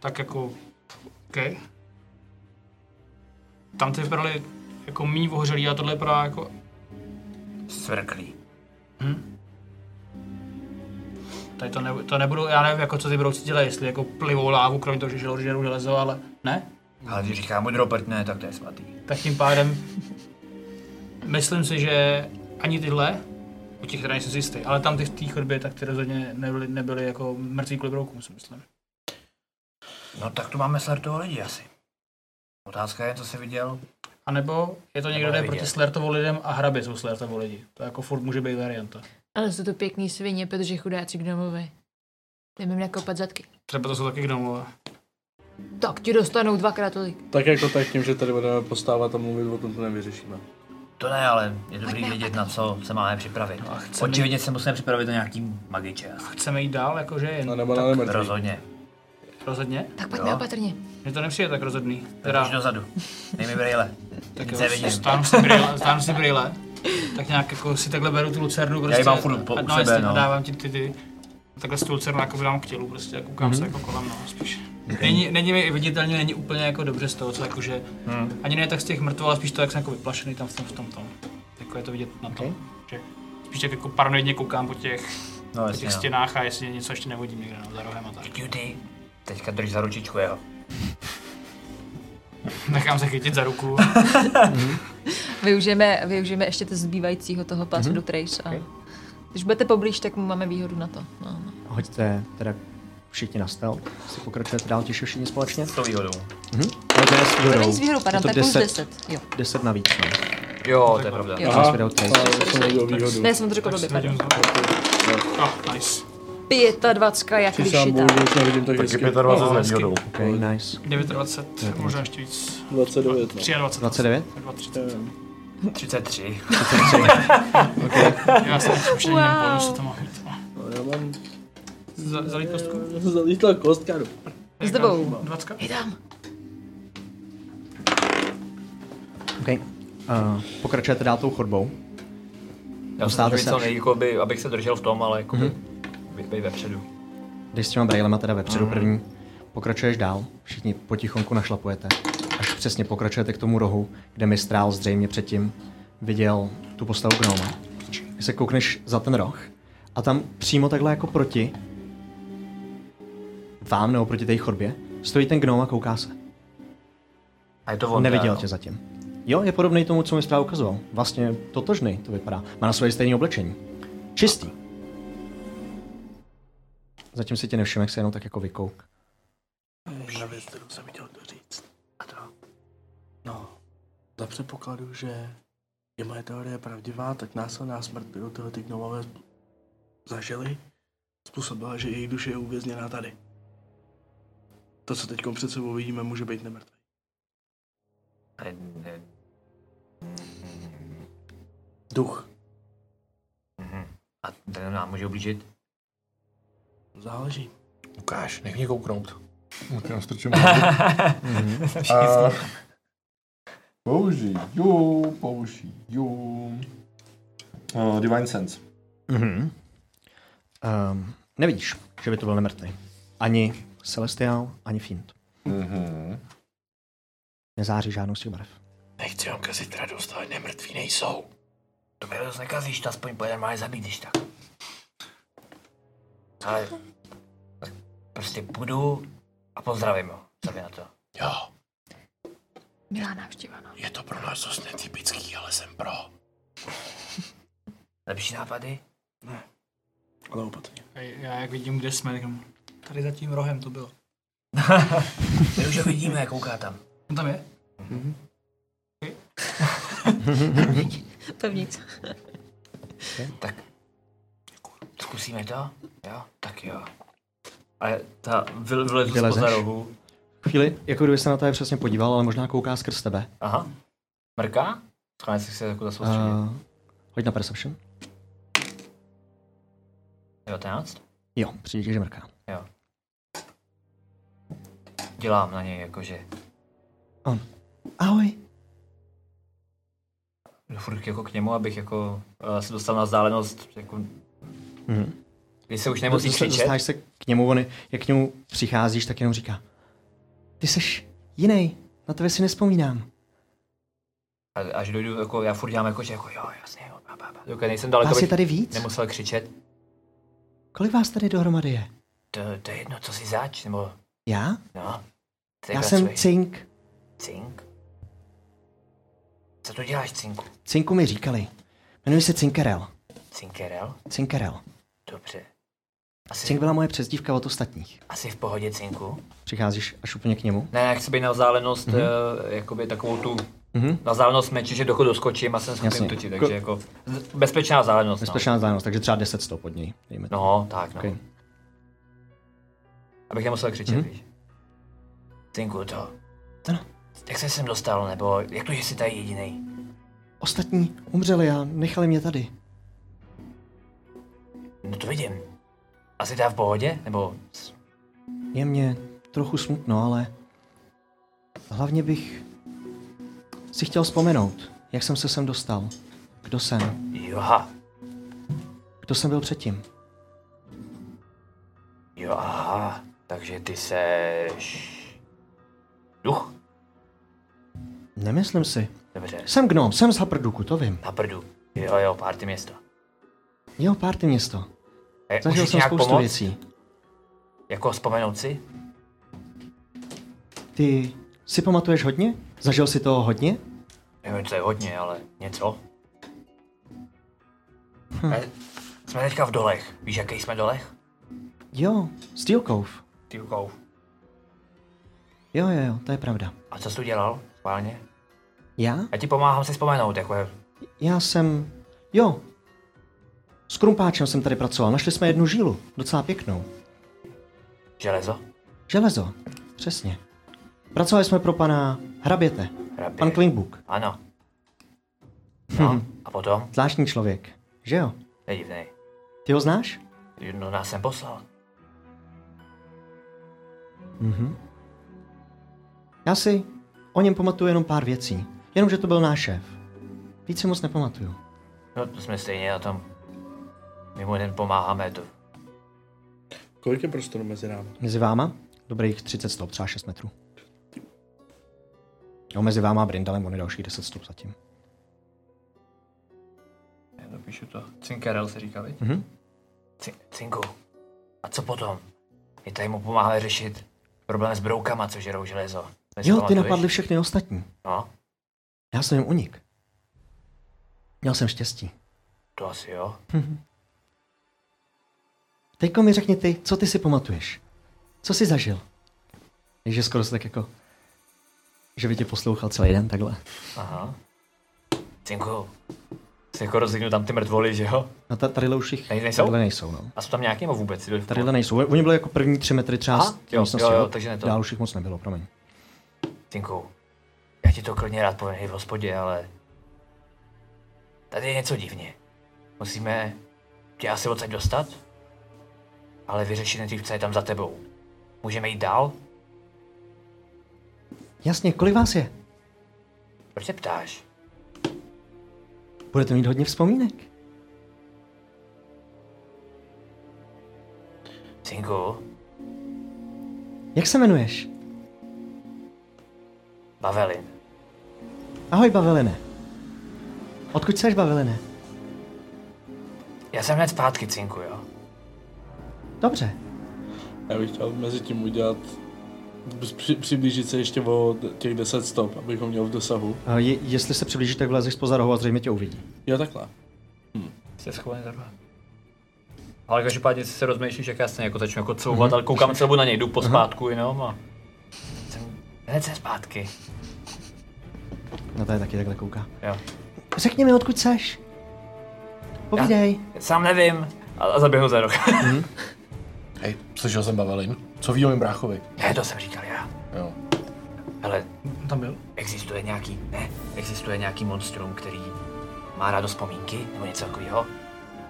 Tak jako, OK. Tam ty vypadaly jako méně ohořelý a tohle vypadá jako Svrklí. Tady to, ne, to nebudu, já nevím, jako co ty brouci dělají, jestli jako plivou lávu, kromě toho, že želou, žerou železo, ale ne. Ale když říká můj Robert, ne, tak to je svatý. Tak tím pádem myslím si, že ani tyhle, u těch teda nejsem si jistý, ale tam ty v té chodbě, tak ty rozhodně nebyly, nebyly jako mrtví kvůli broukům, si myslím. No tak tu máme slertovo lidi asi. Otázka je, co jsi viděl. A nebo je to někdo, Nebo kdo je neviděl. proti slertovo lidem a hraby jsou slertovo lidi. To jako furt může být varianta. Ale jsou to pěkný svině, protože chudáci gnomové. Jdeme jim nakopat zadky. Třeba to jsou taky gnomové. Tak ti dostanou dvakrát tolik. Tak jako tak tím, že tady budeme postávat a mluvit o tom, to nevyřešíme. To ne, ale je dobrý vědět, na co se máme připravit. No chceme- Očividně se musíme připravit na nějaký magiče. asi. Chceme jít dál, jakože No jen nebo na nemrtvý. Rozhodně. rozhodně? Tak pojďme Jo. opatrně. Mně to nepřijde tak rozhodný. Teda... Už Teda, dozadu. Dej mi brýle. tak Nic jo, nevidím. stáhnu si brýle, stáhnu si brýle tak nějak jako si takhle beru tu lucernu ji prostě. mám furt po- u a- sebe, jasně, no. A dávám ti ty, ty takhle si tu lucernu jako dám k tělu prostě a koukám Mhm. se jako kolem, no spíš. Není, není mi viditelně, není úplně jako dobře z toho, co jakože, Mhm. ani ne tak z těch mrtvol, ale spíš to, jak jsem jako vyplašený tam v tom, v tom, tom. Jako je to vidět na tom, že spíš tak jako paranoidně koukám po těch, No, po jasně, těch no. stěnách a jestli něco ještě nevodím někde, no, za rohem a tak. Cutie, teďka drž za ručičku jeho. Nechám se chytit za ruku. Využijeme, využijeme ještě to zbývajícího toho pásu Mhm. mm-hmm. do Trace. A když budete poblíž, tak mu máme výhodu na to. No, no. Hoďte teda všichni na stel. Si pokračujete dál těžší všichni společně. S tou výhodou. Mhm. Ale to je s To výhodou. není s výhodou, pardon, to je plus 10. Jo. 10 navíc. No. Jo, to je pravda. Jo. Aha, já jsem nevěděl výhodu. Ne, jsem to řekl blbě, pardon. Oh, nice. 25, jak vyšitá. nevidím tak Taky hezky. 25 No, s nevýhodou. Okay, nice. 29, možná ještě víc. 29, no. 23. 29? 23. 33. Já jsem ještě wow. Wow. bonus, co to má být. No, já mám... Za, zalít kostku? Zalítla kostka do... S tebou. 20. Je tam. Okay. Uh, pokračujete dál tou chodbou. Já jsem Dostáváte to se Mhm. co až- nej, jakoby, abych se držel v tom, ale jako mm-hmm. být vepředu. Jdeš s těma brailema teda vepředu Mhm. první. Pokračuješ dál, všichni potichonku našlapujete. Až přesně pokračujete k tomu rohu, kde Mistrál zřejmě předtím viděl tu postavu gnoma. Když se koukneš za ten roh a tam přímo takhle jako proti vám nebo proti té chodbě stojí ten gnom a kouká se. A je to on. Neviděl teda, tě zatím. Jo, je podobný tomu, co mi Mistrál ukazoval. Vlastně totožný to vypadá. Má na sobě stejné oblečení. Čistý. Zatím si tě nevšiml, jak se jenom tak jako vykouk. Jedna věc, kterou jsem chtěl říct. A to... No, za předpokladu, že je moje teorie pravdivá, tak násilná smrt, kterou tyhle ty gnomové zažili, způsobila, že jejich duše je uvězněná tady. To, co teď před sebou vidíme, může být nemrtvé. no. Ne, ne, Duch. mhm. A ten nám může ublížit? Záleží. Lukáš, nech mě kouknout. Tak já strčím. Všichni. A- Použiju, použiju. Uh, Divine Sense. Mhm. Um, nevidíš, že by to byl nemrtvý. Ani Celestial, ani Fiend. Mhm. Nezáří žádnou z těch barev. Nechci vám kazit radost, ale nemrtví nejsou. To mi dost nekazíš, to aspoň po jeden má zabít, když tak. Ale tak prostě půjdu a pozdravím ho. Co vy na to? Jo, Milá návštěva, no. je to pro nás dost netypický, ale jsem pro. Lepší nápady? Ale opatrně. A Já jak vidím, kde jsme, říkám, tady za tím rohem to bylo. My už ho vidíme, kouká tam. On tam je? Pevnic. Tak zkusíme to? Jo? Tak jo. Ale ta vyle- vylezu spoza Vylezeš? rohu. Chvíli, jako kdyby se na tebe přesně podíval, ale možná kouká skrz tebe. Aha. Mrká? Schválně se chce jako zasoustředit. Uh. Uh, hoď na Perception. 19? Jo, přijde, ti, že mrká. Jo. Dělám na něj jakože. Ahoj. jdu furt jako k němu, abych jako eh, se dostal na vzdálenost, jako, Mhm. když se už nemusí Dosta- křičet. Dostáš se k němu, on, jak k němu přicházíš, tak jenom říká. Ty seš jiný, na tebe si nespomínám. A, až dojdu, jako, já furt dělám jako, že jako, jo, jasně, jo, bá, bá, bá. Dokud nejsem daleko, Vás je abych tady víc? nemusel křičet. Kolik vás tady dohromady je? To, to je jedno, co si zač, nebo, Já? no. to Já je jako jsem svůj- Cink. Cink. Co tu děláš, Cinku? Cinku mi říkali. Jmenuji se Cinkerel. Cinkerel? Cinkerel. Dobře. Asi, Cink byla moje přezdívka od ostatních. asi v pohodě, Cinku? Přicházíš až úplně k němu? Ne, jak se být na vzdálenost, mm-hmm. jakoby takovou tu Mhm. na vzdálenost meče, že dokud doskočím a jsem Jasně. schopný točit, Ko- takže jako z- bezpečná vzdálenost. No. Bezpečná vzdálenost, takže třeba 10 stop od něj. Dejme. to. No, tak no. Okay. Okay. Abych nemusel křičet, Mhm. mm-hmm. víš. Tinku, to. no. Ano. Jak se sem dostal, nebo jak to, že jsi tady jediný? Ostatní umřeli a nechali mě tady. No to vidím. Asi dá v pohodě, nebo... s- Je mě trochu smutno, ale hlavně bych si chtěl vzpomenout, jak jsem se sem dostal. Kdo jsem? Joha. Kdo jsem byl předtím? Jo, aha. Takže ty seš... Duch? Nemyslím si. Dobře. Jsem gnom, jsem z Haprduku, to vím. Na prdu. Jo, jo, párty město. Jo, párty město. E, Zažil můžeš jsem nějak spoustu pomoct? věcí. Jako vzpomenout si? Ty si pamatuješ hodně? Zažil jsi toho hodně? Nevím, co je hodně, ale něco. Hm. E, jsme teďka v dolech. Víš, jaký jsme dolech? Jo, Steel Cove. Týlkou. Jo, jo, jo, to je pravda. A co jsi tu dělal? Spálně? Já? Já ti pomáhám si vzpomenout, jako je... Já jsem... Jo. S krumpáčem jsem tady pracoval. Našli jsme jednu žílu. Docela pěknou. Železo? Železo. Přesně. Pracovali jsme pro pana Hraběte. Hrabě. Pan Klingbuk. Ano. No. A potom? Zvláštní člověk. Že jo? Nedivnej. Ty ho znáš? Jedno No, nás sem poslal. Mhm. Já si o něm pamatuju jenom pár věcí. Jenom, že to byl náš šéf. Víc si moc nepamatuju. No, to jsme stejně na tom. Mimo jeden pomáháme to. Kolik je prostoru mezi námi? Mezi váma? Dobrých 30 stop, třeba 6 metrů. Jo, mezi váma a Brindalem on je další 10 stop zatím. Já napíšu to. Cinkarel se říká, viď? Mhm. Cinku. A co potom? My tady mu pomáháme řešit problém s broukama, co žerou železo. To si Jo, ty pamatuješ? napadly všechny ostatní. No, Já jsem jim unik. Měl jsem štěstí. to asi jo. Teďko mi řekni ty, co ty si pamatuješ? Co jsi zažil? Ježe skoro se tak jako, že by tě poslouchal celý den takhle. Aha. Cinku. Si jako rozlíknu tam ty mrtvoly, že jo? No ta, tadyhle už jich Tady nejsou? Tadyhle nejsou, no. A jsou tam nějaký nebo vůbec? Jsi byl v Tadyhle nejsou. Oni byli jako první tři metry třeba Aha, z té jo, místnosti, jo, jo, takže ne to. Dál už jich moc nebylo, promiň. Tinku, já ti to klidně rád povím i v hospodě, ale tady je něco divně. Musíme tě asi odsaď dostat, ale vyřešit nejdřív, co je tam za tebou. Můžeme jít dál? Jasně, kolik vás je? Proč se ptáš? Budete mít hodně vzpomínek. Tinku, Jak se jmenuješ? Bavelin, Ahoj, Baveline. Odkud jsi, Baveline? já jsem hned zpátky, Cinku, jo? Dobře. Já bych chtěl mezi tím udělat při, přiblížit se ještě o d- těch 10 stop, abychom měl v dosahu. A Je, jestli se přiblížíš, tak vlezeš spoza rohu a zřejmě tě uvidí. Jo, takhle. Jste schovaný takhle. Ale každopádně si se rozmýšlíš, jak já se jako začnu jako couvat, ale koukám celou na něj, jdu po zpátku jenom a... Jsem hned jsem zpátky. No to je taky takhle kouká. Jo. Řekni mi, odkud jsi? Povídej. Sám nevím. A, a zaběhnu za rok. Hej, slyšel jsem Bavelin. Co ví o mém bráchovi? ne, to jsem říkal já. Jo. Ale Tam byl? existuje nějaký, ne, existuje nějaký monstrum, který má rádo vzpomínky nebo něco takového.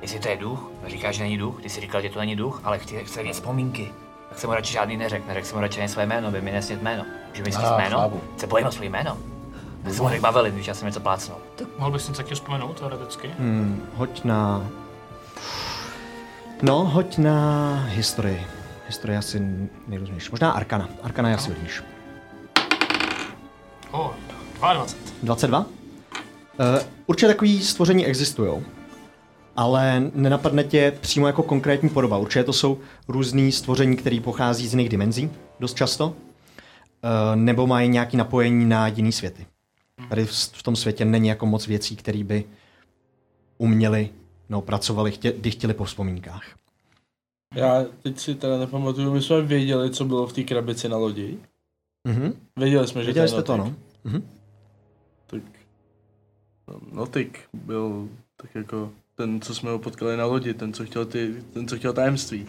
Jestli to je duch, říká, že není duch, ty jsi říkal, že to není duch, ale chci, chce mít vzpomínky. Tak jsem mu radši žádný neřekl, neřekl jsem mu radši ani své jméno, by mi nesnět jméno. Že mi snět Ah, jméno, chápu. se bojím o svý jméno. Tak jsem mu řekl bavili, když já jsem něco plácnul. Mohl bys něco taky vzpomenout teoreticky? Hmm, hoď na... No, hoď na historii. Historie asi nejrůznější. Možná Arkana. Arkana je asi hodnější. O, 22. 22? Uh, Eh, určitě takový stvoření existují, ale nenapadne tě přímo jako konkrétní podoba. Určitě to jsou různý stvoření, které pochází z jiných dimenzí, dost často, uh, nebo mají nějaké napojení na jiný světy. Tady v, v tom světě není jako moc věcí, které by uměli nebo pracovali, chtě, když chtěli po vzpomínkách. Já teď si teda nepamatuju, my jsme věděli, co bylo v té krabici na lodi. Mhm. Věděli jsme, že Věděli ten jste to, notik- no. Mhm. no? Tak, notik byl tak jako ten, co jsme ho potkali na lodi, ten, co chtěl, ty, ten, co chtěl tajemství.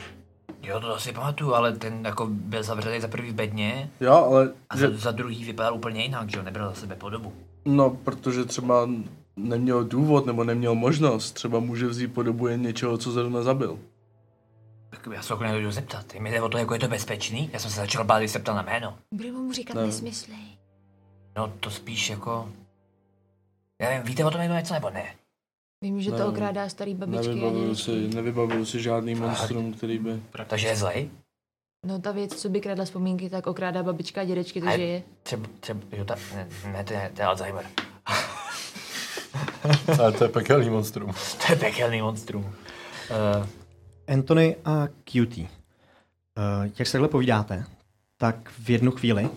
Jo, to asi pamatuju, ale ten jako byl zavřený za první v bedně Jo, ale... a za, za druhý vypadal úplně jinak, že jo, nebral za sebe podobu. No, protože třeba neměl důvod nebo neměl možnost. Třeba může vzít podobu jen něčeho, co zrovna zabil. Tak já se jako nejdu zeptat. Je mi jde o to, jako je to bezpečný? Já jsem se začal bát, když se ptal na jméno. Budeme mu říkat Ne. nesmysly. No to spíš jako... Já nevím, víte o tom někdo něco nebo ne? Vím, že to Nevím. okrádá starý babičky. a Nevybavuju dědečky. si, nevybavuju si žádný monstrum, který by... Takže je zlej? No ta věc, co by kradla vzpomínky, tak okrádá babička a dědečky, takže je. Třeba, třeba, jo, ta, ne, ne, to je, to je Alzheimer. Ale to je pekelný monstrum. To je pekelný monstrum. Uh, Anthony a Cutie. Uh, jak se takhle povídáte, tak v jednu chvíli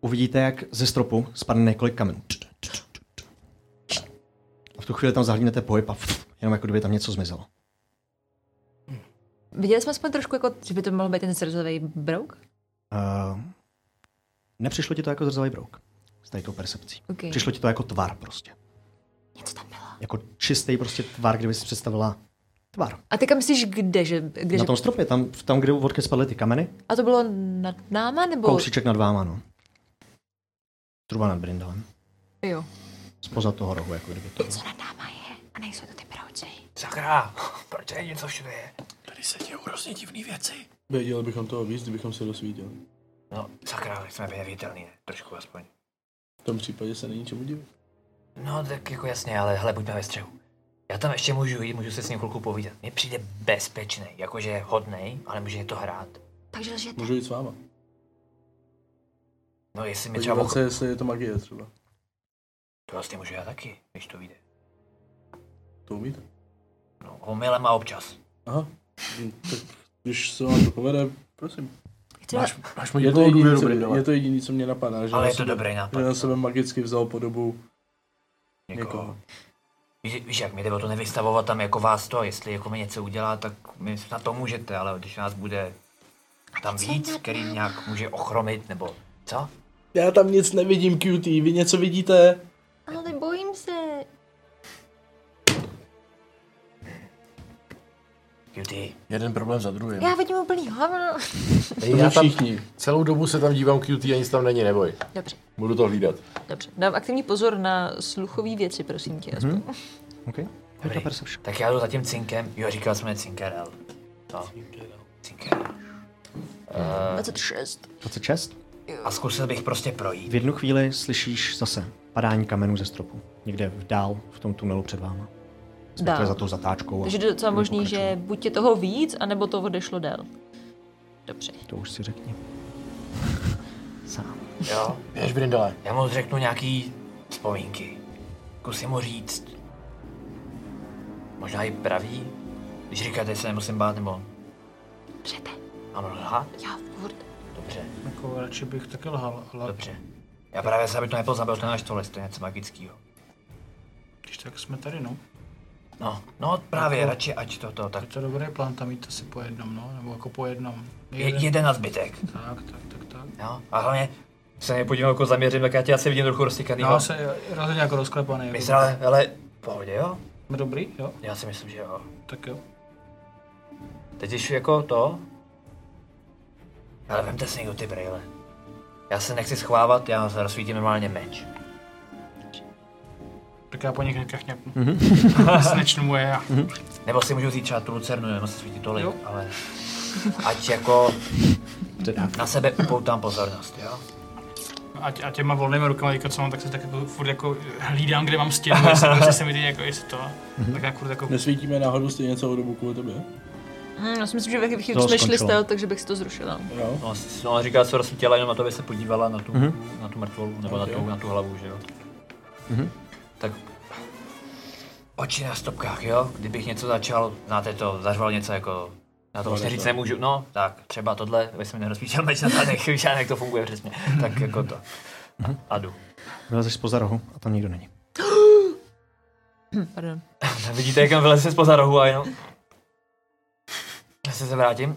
uvidíte, jak ze stropu spadne několik kamenů. A v tu chvíli tam zahlídnete pohyb a jenom jako kdyby tam něco zmizelo. Viděli jsme aspoň trošku, jako, že by to mohl být ten srdcový brouk? Uh, nepřišlo ti to jako zrzavý brouk s tady tou percepcí. Ok. Přišlo ti to jako tvar prostě. Něco tam bylo. Jako čistý prostě tvar, kdyby si představila tvar. A teďka myslíš, kde, že... Kde, Na že... tom stropě, tam, tam kde odkud spadly ty kameny, A to bylo nad náma, nebo... kousíček nad váma, no. Truba nad Brindalem. Jo. Spoza toho rohu, jako kdyby to. Co nad náma je? A nejsou to ty brouci. Sakra, proč je něco všude je? Tady se dějou hrozně divný věci. Věděli bychom toho víc, kdybychom se dosvíděli. no, sakra, ale jsme neviditelný, ne? Trošku aspoň. V tom případě se není čemu divit. No, tak jako jasně, ale hele, buďme ve střehu. Já tam ještě můžu jít, můžu se s ním chvilku povídat. Mně přijde bezpečný, jakože je hodnej, ale může to hrát. Takže lžete. Můžu jít s váma. No, jestli mi třeba... Podívat se, Ocho... jestli je to magie třeba. To vlastně můžu já taky, když to vyjde. To umíte. No, omylem a občas. Aha. Hm, Tak když se vám to povede, prosím. Třeba- Máš- máš moji je, to plnou jediný, důvěru, co, Brindale. je to jediný, co mě napadá. Že Ale já je to sebe- dobrý nápad. jako- Že já jsem magicky vzal podobu Někoho. někoho. Víš, víš jak, mi jde o to nevystavovat tam jako vás to, jestli jako mi něco udělá, tak mi na to můžete, ale když nás bude tam víc, který nějak může ochromit, nebo co? Já tam nic nevidím, cutie, vy něco vidíte? Ale bojím se. Cutie. Jeden problém za druhým. Já vidím úplný hovno. Já tam všichni. celou dobu se tam dívám QT a nic tam není, neboj. Dobře, Budu to hlídat. dobře. Dám aktivní pozor na sluchové věci, prosím tě. aspoň. Mhm. OK. Dobrý. Tak já jdu za tím cinkem. Jo, říkal jsme cinkerel. No. Cinkerel. Eh, 26. 26. A zkusil bych prostě projít. V jednu chvíli slyšíš zase padání kamenů ze stropu. Někde v dál v tom tunelu před váma. Respektive Dál. za tou zatáčkou. a- Takže je docela možný, že buď je toho víc, anebo to odešlo dál. Dobře. To už si řekni. Sám. Jo. Běž, Brindale. Já mu řeknu nějaký vzpomínky. Zkusím mu říct. Možná i pravý. Když říkáte, že se nemusím bát, nebo Lžete. mám lhát? Já furt. Dobře. Jako radši bych taky lhal, ale Dobře. Já právě se, aby to nepoznal, byl to náš tohle, to je něco magického. když tak jsme tady, no. No, no právě, Jako- radši ať to, to, tak Je to dobrý plán tam mít asi po jednom, no, nebo jako po jednom. je, jeden na zbytek. Tak, tak, tak, tak. Jo, a hlavně se nepodívám jako zaměřím, tak já tě asi vidím trochu roztykaný. Já se rozhodně jako rozklepaný. My se ale, ale, v pohodě, jo? Jsme dobrý, jo? Já si myslím, že jo. Tak jo. Teď když jako to... Ale vemte si někdo ty brýle. Já se nechci schovávat, já se rozsvítím normálně meč. Tak já po nich hnedka chňapnu. Mhm. Snečnu mu je já. Nebo si můžu vzít třeba tu lucernu, jenom se svítí tolik, Jo. ale... Ať jako... Na sebe upoutám pozornost, jo? A, tě, a těma volnýma rukama, jako co mám, tak se tak jako furt jako hlídám, kde mám stěnu, jestli, jestli se mi ty jako, jestli to. Mhm. Tak já furt jako... Nesvítíme náhodou stejně celou dobu kvůli tobě? Hm, já si myslím, že ve No, chvíli To jsme šli skončilo. stealth, takže bych si to zrušila. Jo. No, s- no říká, co rozsvítila jenom na to, aby se podívala na tu, Mhm. na tu mrtvolu, nebo Ok. na, tu, na tu hlavu, že jo? Mhm. Tak oči na stopkách, jo? Kdybych něco začal, znáte to, zařval něco jako... Na to No, vlastně tak říct to. nemůžu, no, tak třeba tohle, aby jsem nerozpíčel meč na zadech, víš, já, jak to funguje přesně. Tak jako to. Mhm. A, a jdu. Vylezeš spoza rohu a tam nikdo není. Pardon. Vidíte, jak tam vyleze spoza rohu a jenom... Já se se vrátím.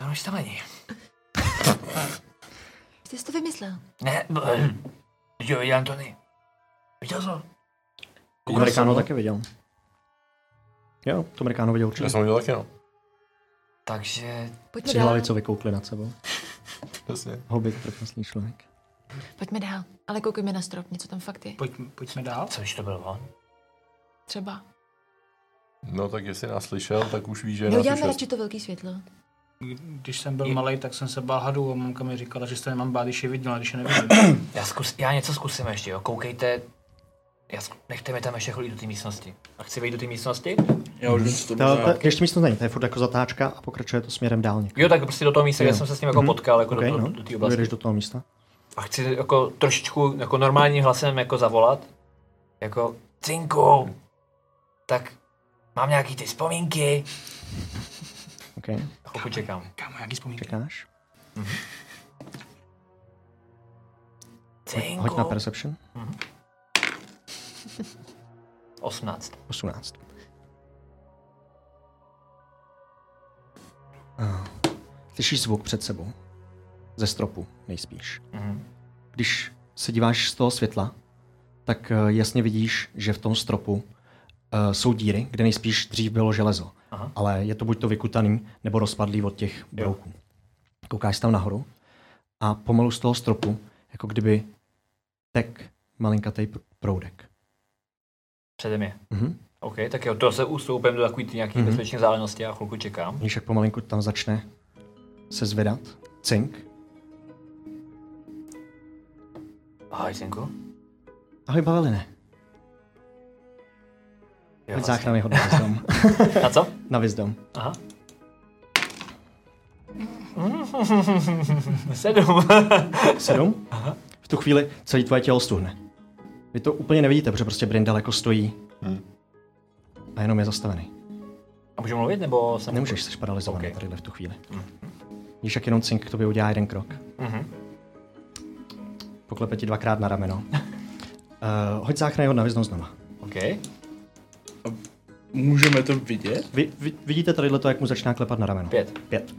No, už tam není. Jste si to vymyslel? Ne, b- Teď ho viděl Antony. Viděl jsi ho? To Amerikáno taky viděl. Jo, to Amerikáno viděl určitě. Já jsem ho viděl taky, no. Takže Pojďme Tři dál. hlavy, co vykoukly nad sebou. Jasně. Hobbit, trpasný člověk. Pojďme dál. Ale koukejme na strop, něco tam fakt je. Pojď, pojďme dál. Co když to byl on? Třeba. No tak jestli nás slyšel, tak už No, ví, že je nás Neuděláme slyšel. radši to velký světlo. Když jsem byl Je- malý, tak jsem se bál hadů a mamka mi říkala, že se nemám bát, když je viděla, když je nevidím. Já, zkus, já něco zkusím ještě, jo. Koukejte, Jasku, nechte mě tam ještě chodit do té místnosti. A chci vejít do té místnosti? Já už To, jdu to, to, ještě místnost není, to je furt jako zatáčka a pokračuje to směrem dál někam. Jo, tak prostě do toho místa, kde Jo. jsem se s ním jako Mhm. potkal, jako Okej, do, no. do, do té oblasti. Dojedeš do toho místa. A chci jako trošičku jako normálním hlasem jako zavolat. Jako, cinku, tak mám nějaký ty vzpomínky. Okay. A pokud čekám. Kámo, jaký vzpomínky? Čekáš? Cinku. Hoď na Perception. 18. 18. Ah. Slyšíš zvuk před sebou. Ze stropu, nejspíš. Mhm. Když se díváš z toho světla, tak eh, jasně vidíš, že v tom stropu eh, jsou díry, kde nejspíš dřív bylo železo. Aha. Ale je to buď to vykutaný, nebo rozpadlý od těch brouků. Koukáš tam nahoru a pomalu z toho stropu, jako kdyby tek malinkatej pr- proudek. Přede mě. Mhm. OK, tak jo, to se ustoupím do takový ty nějaký Mhm. bezpečné záležitosti a chvilku čekám. Víš, jak pomalinku tam začne se zvedat. Cink. Ahoj, cinku. Ahoj, Paveline. Jo, Hoď vlastně. záchrany hod na vizdom. Na co? na vizdom. Aha. Sedm. Sedm? V tu chvíli celý tvoje tělo stuhne. Vy to úplně nevidíte, protože prostě Brindal jako stojí. Hmm. A jenom je zastavený. A můžu mluvit, nebo jsem... Nemůžeš, jsi paralizovaný OK. Hmm. okay. tady v tu chvíli. Víš, jak jenom Cink k tobě udělá jeden krok. Mhm. Poklepe ti dvakrát na rameno. Uh, hoď záchranný hod na vizdom znova. OK. Můžeme to vidět? Vy, vy, vidíte tady to, jak mu začíná klepat na rameno. Pět. Pět.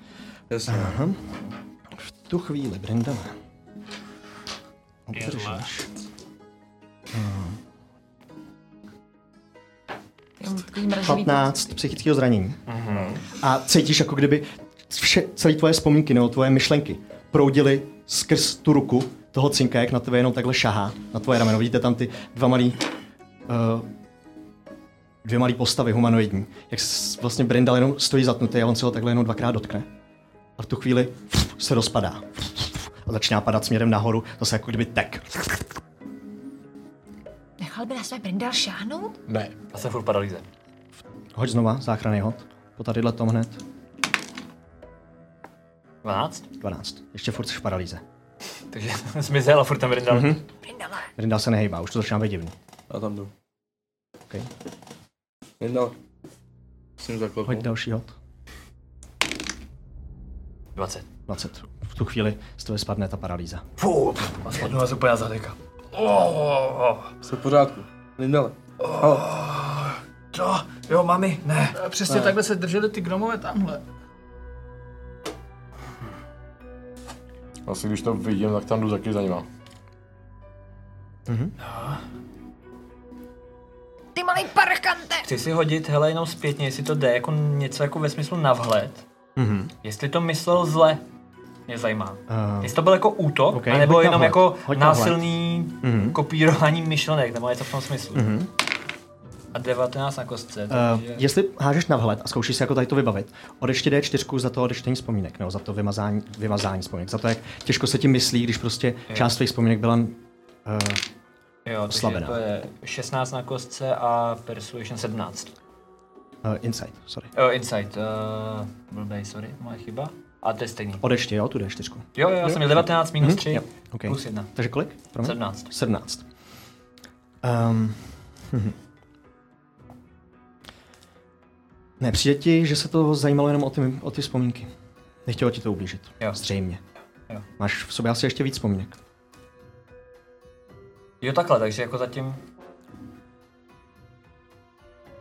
Jasně. Aha. V tu chvíli, Brindale. Obdržíš. Já mám takový mrazivý 15 psychického zranění. Mhm. A cítíš, jako kdyby vše, celé tvoje vzpomínky nebo tvoje myšlenky proudily skrz tu ruku toho cinka, jak na tebe jenom takhle šahá, na tvoje rameno. Vidíte tam ty dva malý, uh, dvě malý postavy humanoidní. Jak s- vlastně Brindal jenom stojí zatnutý a on se ho takhle jenom dvakrát dotkne. A v tu chvíli se rozpadá. A začíná padat směrem nahoru, zase jako kdyby tek. Nechal by na své brindal šáhnout? Ne. Já jsem furt paralýze. Hoď znova, záchranný hod. Po tadyhle tom hned. 12. 12. Ještě furt jsi v paralýze. Takže jsem zmizel a furt tam vydal. Mhm. Brindal se nehejbá, už to začíná být divný. A tam jdu. Okay. Nedal. Jsem Hoď zaklepnul. další hod. 20. 20. V tu chvíli z tebe spadne ta paralýza. Fuu, a spadnu vás úplně na zadeka. Oh, Jsi v pořádku. Lindale. Ale, to, jo, mami, ne. Eh, Přesně Ne. takhle se drželi ty gnomové tamhle. Asi když to vidím, tak tam jdu taky za nima. Ty malý parchante! Chci si hodit, hele, jenom zpětně, jestli to jde, jako něco jako ve smyslu navhled. Mhm. Jestli to myslel zle, mě zajímá. Uh, Jestli to byl jako útok, Ok, okay, anebo hoď jenom navhled, jako hoď navhled. násilný Mhm. kopírování myšlenek, nebo něco v tom smyslu. Mhm. A 19 na kostce, Uh, takže... jestli hážeš na vhled a zkoušíš si jako tady to vybavit, odečti D4 za to odečtení vzpomínek, nebo za to vymazání, vymazání vzpomínek, za to, jak těžko se ti myslí, když prostě část tvých vzpomínek byla... Uh, Eh, jo, takže oslabená. to je 16 na kostce a Persuasion 17. uh, insight, sorry. Jo, Insight, uh, blbej, sorry, moje chyba. A to je stejný. Odečti, jo, tu D4. Jo, jo, já jsem měl 19 minus Mhm, 3, jo, okay. plus 1. Takže kolik? Promiň? 17. 17. Um, hm. ne, přijde ti, že se to zajímalo jenom o ty, o ty vzpomínky. Nechtělo ti to ublížit. Jo. Zřejmě. Jo. Máš v sobě asi ještě víc vzpomínek. Jo, takhle, takže jako zatím...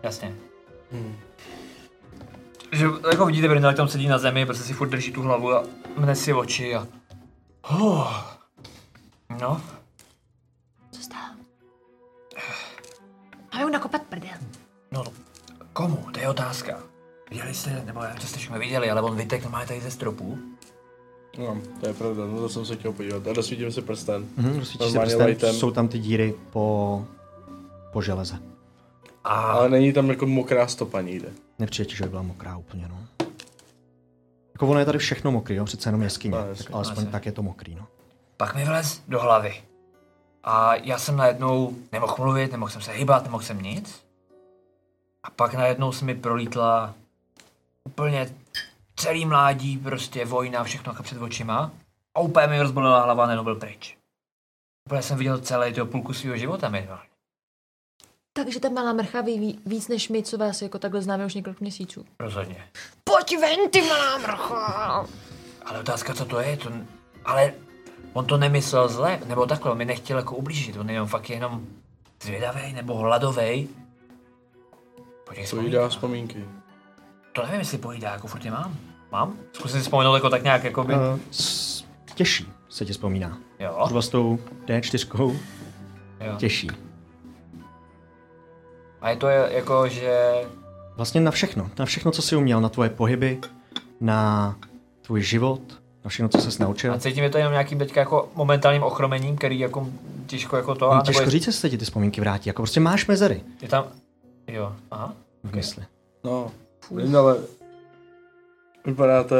Jasně. Že jako vidíte, Brindel jak tam sedí na zemi, prostě si furt drží tu hlavu a mne si oči a... Oh. No, Co stalo? Máme mu nakopat prdel. no, komu? To je otázka. Viděli jste, nebo já to jste všechno viděli, ale on vytek normálně tady ze stropu. no, to je pravda, no to jsem se chtěl podívat. A rozsvítím si prsten. Mhm, rozsvítíš si Normálně prstem, lightem. jsou tam ty díry po, po železe. A Ale není tam jako mokrá stopa nikde. Nepřijde ti, že by byla mokrá úplně, no. Jako ono je tady všechno mokrý, jo, přece jenom jeskyně, No, tak jasně, alespoň jasně. tak je to mokrý, no. pak mi vlez do hlavy. A já jsem najednou nemohl mluvit, nemohl jsem se hýbat, nemohl jsem nic. A pak najednou se mi prolítla úplně celý mládí, prostě vojna, všechno jako před očima. A úplně mi rozbolila hlava, a najednou byl pryč. Úplně jsem viděl celý toho půlku svého života minimálně. Takže ta malá mrcha ví ví víc než my, co vás jako takhle známe už několik měsíců. Rozhodně. Pojď ven, ty malá mrcha! Ale otázka, co to je, to... n- Ale on to nemyslel zle, nebo takhle, on mi nechtěl jako ublížit, on jenom fakt je jenom zvědavej nebo hladovej. Po těch Pojídá vzpomínky. To nevím, jestli pojídá, jako furt je mám. Mám? Zkusím si vzpomenout jako tak nějak, jako by... Eh, s- těžší se ti vzpomíná. Jo. Třeba s tou D4 Jo. těžší. A je to je- jako, že... Vlastně na všechno. Na všechno, co jsi uměl. Na tvoje pohyby, na tvůj život, na všechno, co jsi A naučil. cítím je to jenom nějakým teďka jako momentálním ochromením, který jako těžko jako to... No, a těžko nebo je, říct, jestli se ti ty vzpomínky vrátí. Jako prostě máš mezery je tam... Jo, aha. v mysli. No, nevím, ale vypadáte...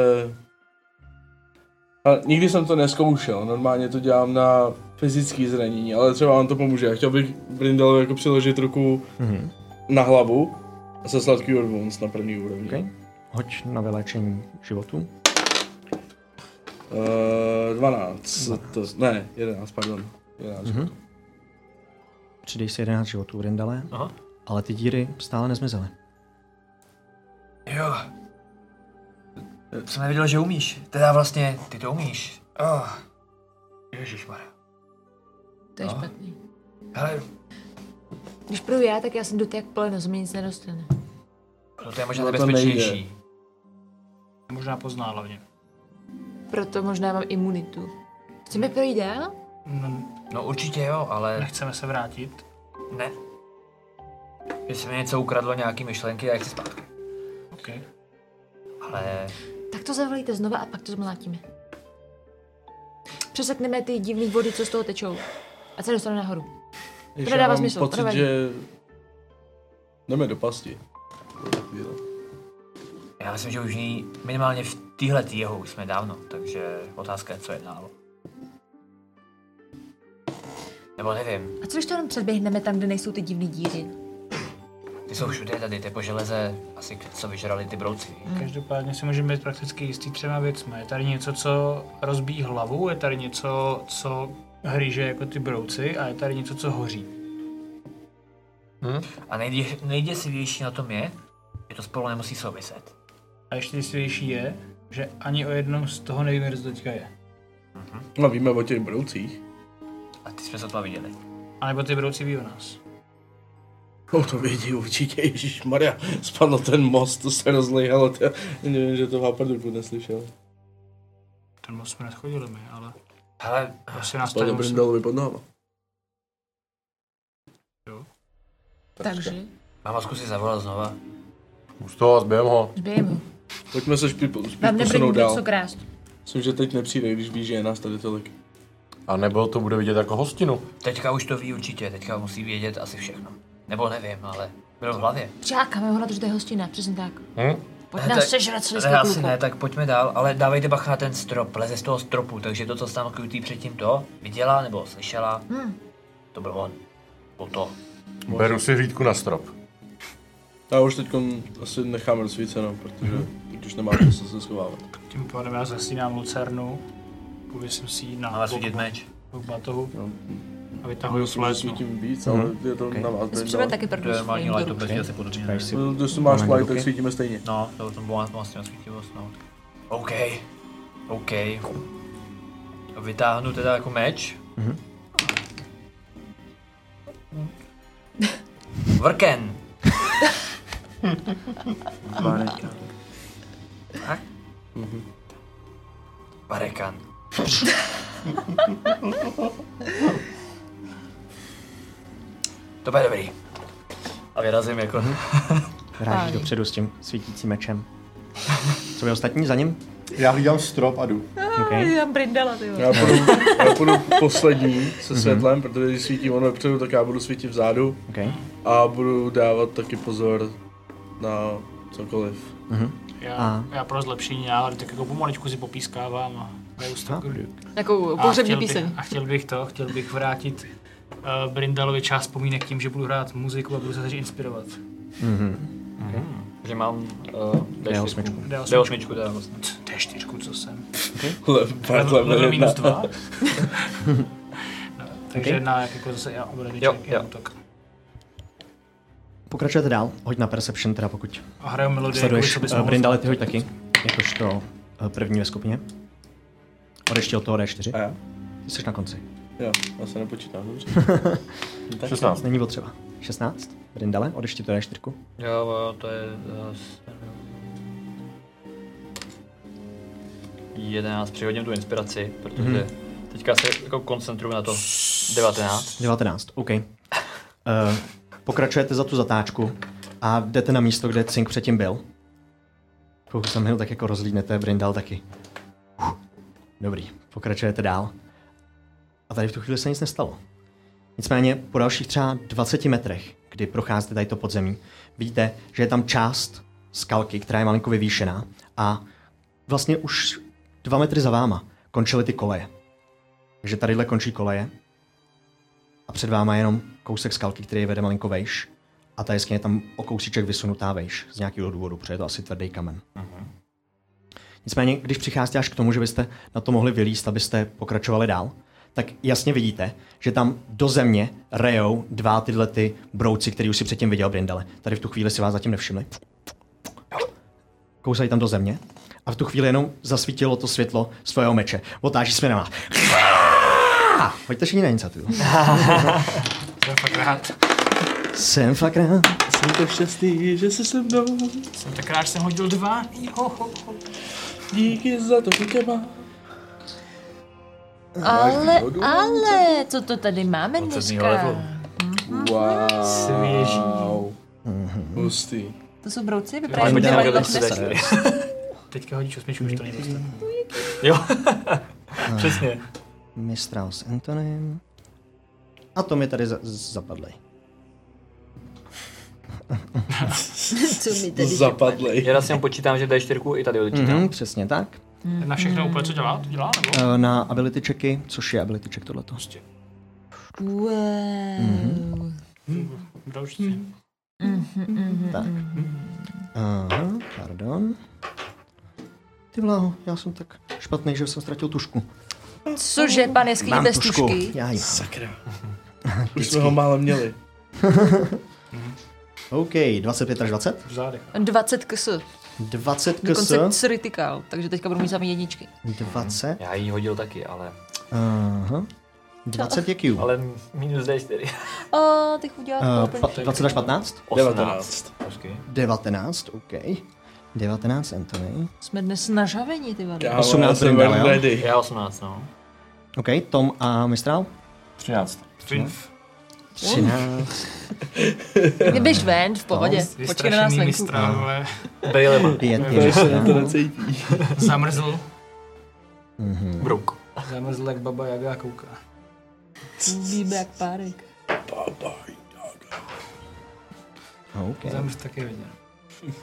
Ale nikdy jsem to neskoušel, normálně to dělám na fyzické zranění, ale třeba vám to pomůže. Já chtěl bych Brindalovi jako přiložit ruku Mhm. na hlavu a se sladký wounds na první úrovni. Okay. Hoď na vyléčení životu. Uh, 12, To, ne, 11, pardon. 11. Mhm. Přidej si 11 životů, Rindale. Aha. Ale ty díry stále nezmizely. Jo. Jsem nevěděl, že umíš. Teda vlastně, ty to umíš. Oh. Ježišmarja. To je No. špatný. Hele, Když půjdu já, tak já jsem do té jak pleno, ze mě nic nedostane. no to je možná No to nebezpečnější. Možná pozná hlavně. Proto možná mám imunitu. Chceme projít dál? No, No určitě jo, ale nechceme se vrátit. ne. Jestli mi něco ukradlo nějaký myšlenky, já chci zpátky. OK. Ale Tak to zavolíte znova a pak to zmlátíme. Přesekneme ty divné vody, co z toho tečou. A se dostane nahoru. Když To já nedává mám smysl, to pocit, nevadí. že jdeme do pasti. Pro chvíli. já myslím, že už ní minimálně v téhle jeho už jsme dávno, takže otázka je, co no. je dál. Nebo nevím, A co když to jenom předběhneme tam, kde nejsou ty divné díry? ty jsou všude tady, ty po železe, asi co vyžrali ty brouci. Každopádně si můžeme být prakticky jistý třema věcmi. Je tady něco, co rozbíjí hlavu, je tady něco, co hryže jako ty brouci a je tady něco, co hoří. A nejdě, nejděsivější na tom je, že to spolu nemusí souviset. A ještě jistější je, že ani o jednom z toho nevíme, kdo to teďka je. No víme o těch broucích. A ty jsme se to viděli. A nebo ty brouci ví o nás. No to vědí určitě, Ježíš Maria, spadl ten most, to se rozlejhalo, tě, nevím, že to v Haperduku neslyšel. Ten moc jsme nadchodili my, ale Hele, prostě nás tady Spadl musí... Brindalovi pod nohama. Takže? máma zkusí zavolat znova. Už toho, zbijem ho. Zbijeme ho. Pojďme se špíl, spíš Vám posunout nebude dál. co krást. Myslím, že teď nepřijde, když ví, že je nás tady tolik. A nebo to bude vidět jako hostinu. Teďka už to ví určitě, teďka musí vědět asi všechno. Nebo nevím, ale byl v hlavě. Čákáme ho na to, že to je hostina, přesně tak. Hm? Pojď Ne, nás tak- sežrat, co Ne, dneska asi kluku. ne, tak pojďme dál, ale dávejte bacha na ten strop, leze z toho stropu, takže to, co tam QT předtím to viděla nebo slyšela, Hm. to byl on. Byl to. Beru si hlídku na strop. Já už teď asi nechám rozsvícenou, protože teď už nemá co se schovávat. Tím pádem já zasínám lucernu, pověsím si ji na Máme bok- svítit meč. bok batohu No, a vytahuju myslím, že flétnu. svítím víc, ale je to na vás. My jsme Brindale. taky To prdů je normální light, to s bez asi podobně. ne? Připravíš si No, Když tu máš Máme light, tak ruky. svítíme stejně. No, to tam byla vlastně osvítivost, no. OK, OK. Vytáhnu teda jako meč. Mhm. Vrken! Tak? Barekan. to bude dobrý. A vyrazím jako. Rážíš dopředu s tím svítícím mečem. Co je ostatní za ním? Já hlídám strop a jdu. Okay. Já brindala, ty vole. Já půjdu, já půjdu poslední se světlem, protože když svítí ono vepředu, tak já budu svítit vzadu Okay. a budu dávat taky pozor na cokoliv. A- Já, já pro zlepšení nálady tak jako pomaličku si popískávám a hraju s A, tou- Jako a pohřební chtěl bych- píseň. A chtěl bych to, chtěl bych vrátit uh, Brindalovi část vzpomínek tím, že budu hrát muziku a budu se snažit inspirovat. Mhm. Že mám uh, D8. D8. D8, D8. D4, co jsem. Level, vlastně. level, level minus jedna. 2. no, takže Ok. okay. na jak jako zase já obrany jo, jo. útok. Pokračujete dál, hoď na Perception teda pokud A hrajou melodie, jako sleduješ co bys eh, mohl Brindale, znát. ty hoď taky, jakožto eh, první ve skupině. Odešti od toho D4. A já? Ty jsi na konci. Jo, já se nepočítám, dobře. Tak. Není potřeba. 16. Brindale, odešti to D4. Jo, jo, to je... zas- 11, přihodím tu inspiraci, protože Mhm. teďka se jako koncentruju na to 19. 19, OK. Uh, pokračujete za tu zatáčku a jdete na místo, kde Cink předtím byl. Pokud jsem tak jako rozlídnete, Brindal taky. Huh. Dobrý, pokračujete dál. A tady v tu chvíli se nic nestalo. Nicméně po dalších třeba 20 metrech, kdy procházíte tady to podzemí, vidíte, že je tam část skalky, která je malinko vyvýšená a vlastně už dva metry za váma končily ty koleje. Takže tadyhle končí koleje a před váma je jenom kousek skalky, který vede malinko vejš a ta jeskyně je tam o kousíček vysunutá vejš z nějakého důvodu, protože je to asi tvrdý kamen. Nicméně, když přicházíte až k tomu, že byste na to mohli vylíst, abyste pokračovali dál, tak jasně vidíte, že tam do země rejou dva tyhle ty brouci, který už si předtím viděl Brindale. Tady v tu chvíli si vás zatím nevšimli. Kousají tam do země a v tu chvíli jenom zasvítilo to světlo svého meče. Otáží se na vás. Pojďte všichni na iniciativu. To je fakt rád. Jsem fakt rád. Jsem to šťastný, že jsi se mnou. Jsem tak rád, že jsem hodil dva. Jo, ho, ho. Díky za to, že tě má. Ale, ale, co to tady máme dneska? Wow. Svěží. Hustý. To jsou brouci, Ale vypadají pojďme jak na malý rovnici chlapci. Teďka hodíš osmičku, už to není prostě. Jo. Přesně. Mistral s Antonem. A to mi tady za- zapadlej. Co mi tady Zapadlej. Já si počítám, že D4 i tady odečítám. Mhm, přesně tak. Na všechno úplně, co dělá? To dělá? Nebo? Eh, Na ability checky, což je ability check tohleto. Wow. Další. Mm. Tak. Aha, pardon. Ty vláho, já jsem tak špatný, že jsem ztratil tušku. Cože, pan jeskyně Mám bez tušku. tušky? Já ji mám. Sakra. Už jsme ho málo měli. OK, 25 až 20. V zádech. 20 ks. 20 ks. Dokonce critical, takže teďka budu mít samý jedničky. 20. Já ji hodil taky, ale... Aha. 20 je Q. Ale minus D4. A ty chudá. Eh, pa- 20 až 15? 18. Počkej. 19, OK. 19 Anthony. Jsme dnes nažavení, ty vady. Kámo, 18 já jsem brindal, velmi jo? ready. Já 18, no. OK, Tom a Mistral? 13. Trinf. 13. Běž ven, v pohodě. Počkej na nás Vystrašený venku. mistrálové. Bejlema. Je, To je, ještě na to je, necítí. Zamrzl. Mhm. Brouk. Zamrzl jak baba Jaga kouká. Líbe jak párek. OK. Zamrzl taky viděl.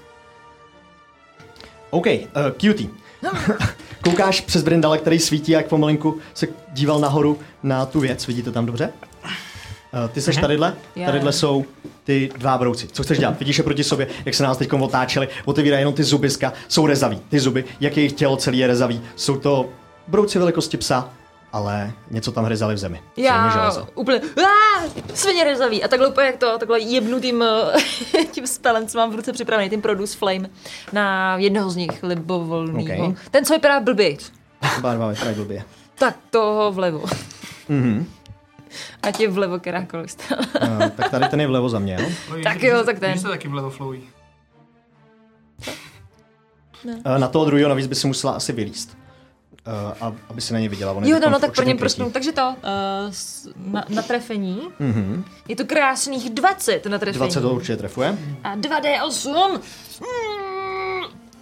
OK, uh, cutie. No. Koukáš přes brindale, který svítí, jak pomalinku se díval nahoru na tu věc. Vidíte tam dobře? Uh, ty seš tadyhle, Já tadyhle jo. jsou ty dva brouci. Co chceš dělat? Vidíš je proti sobě, jak se nás teď otáčeli, otevírají jenom ty zubiska, jsou rezaví. Ty zuby, jak jejich tělo celý je rezavý, jsou to brouci velikosti psa, ale něco tam hryzali v zemi. Zřejmě Já železo. úplně, aaa, svině rezavý. A takhle úplně jak to, takhle jebnutým eh, tím spelem, co mám v ruce připravený, tím Produce Flame, na jednoho z nich, libovolného. Okej. Ten, co vypadá blbě, Oba dva vypadají blbě. tak toho vlevo. Mhm. Ať je vlevo kterákoliv strana. Uh, tak tady ten je vlevo za mě, jo? Tak jo, tak ten. No, Víš, to taky vlevo flowí. Eh, Na toho druhého navíc by si musela asi vylíst. Eh, a- aby si na ně viděla. On je Jo, no, teďkon no, v tak pro určitém něm krytí. prstnu. Takže to, eh, s- na, na trefení. Mhm. Je to krásných 20 na trefení. 20 to určitě trefuje. A 2D8.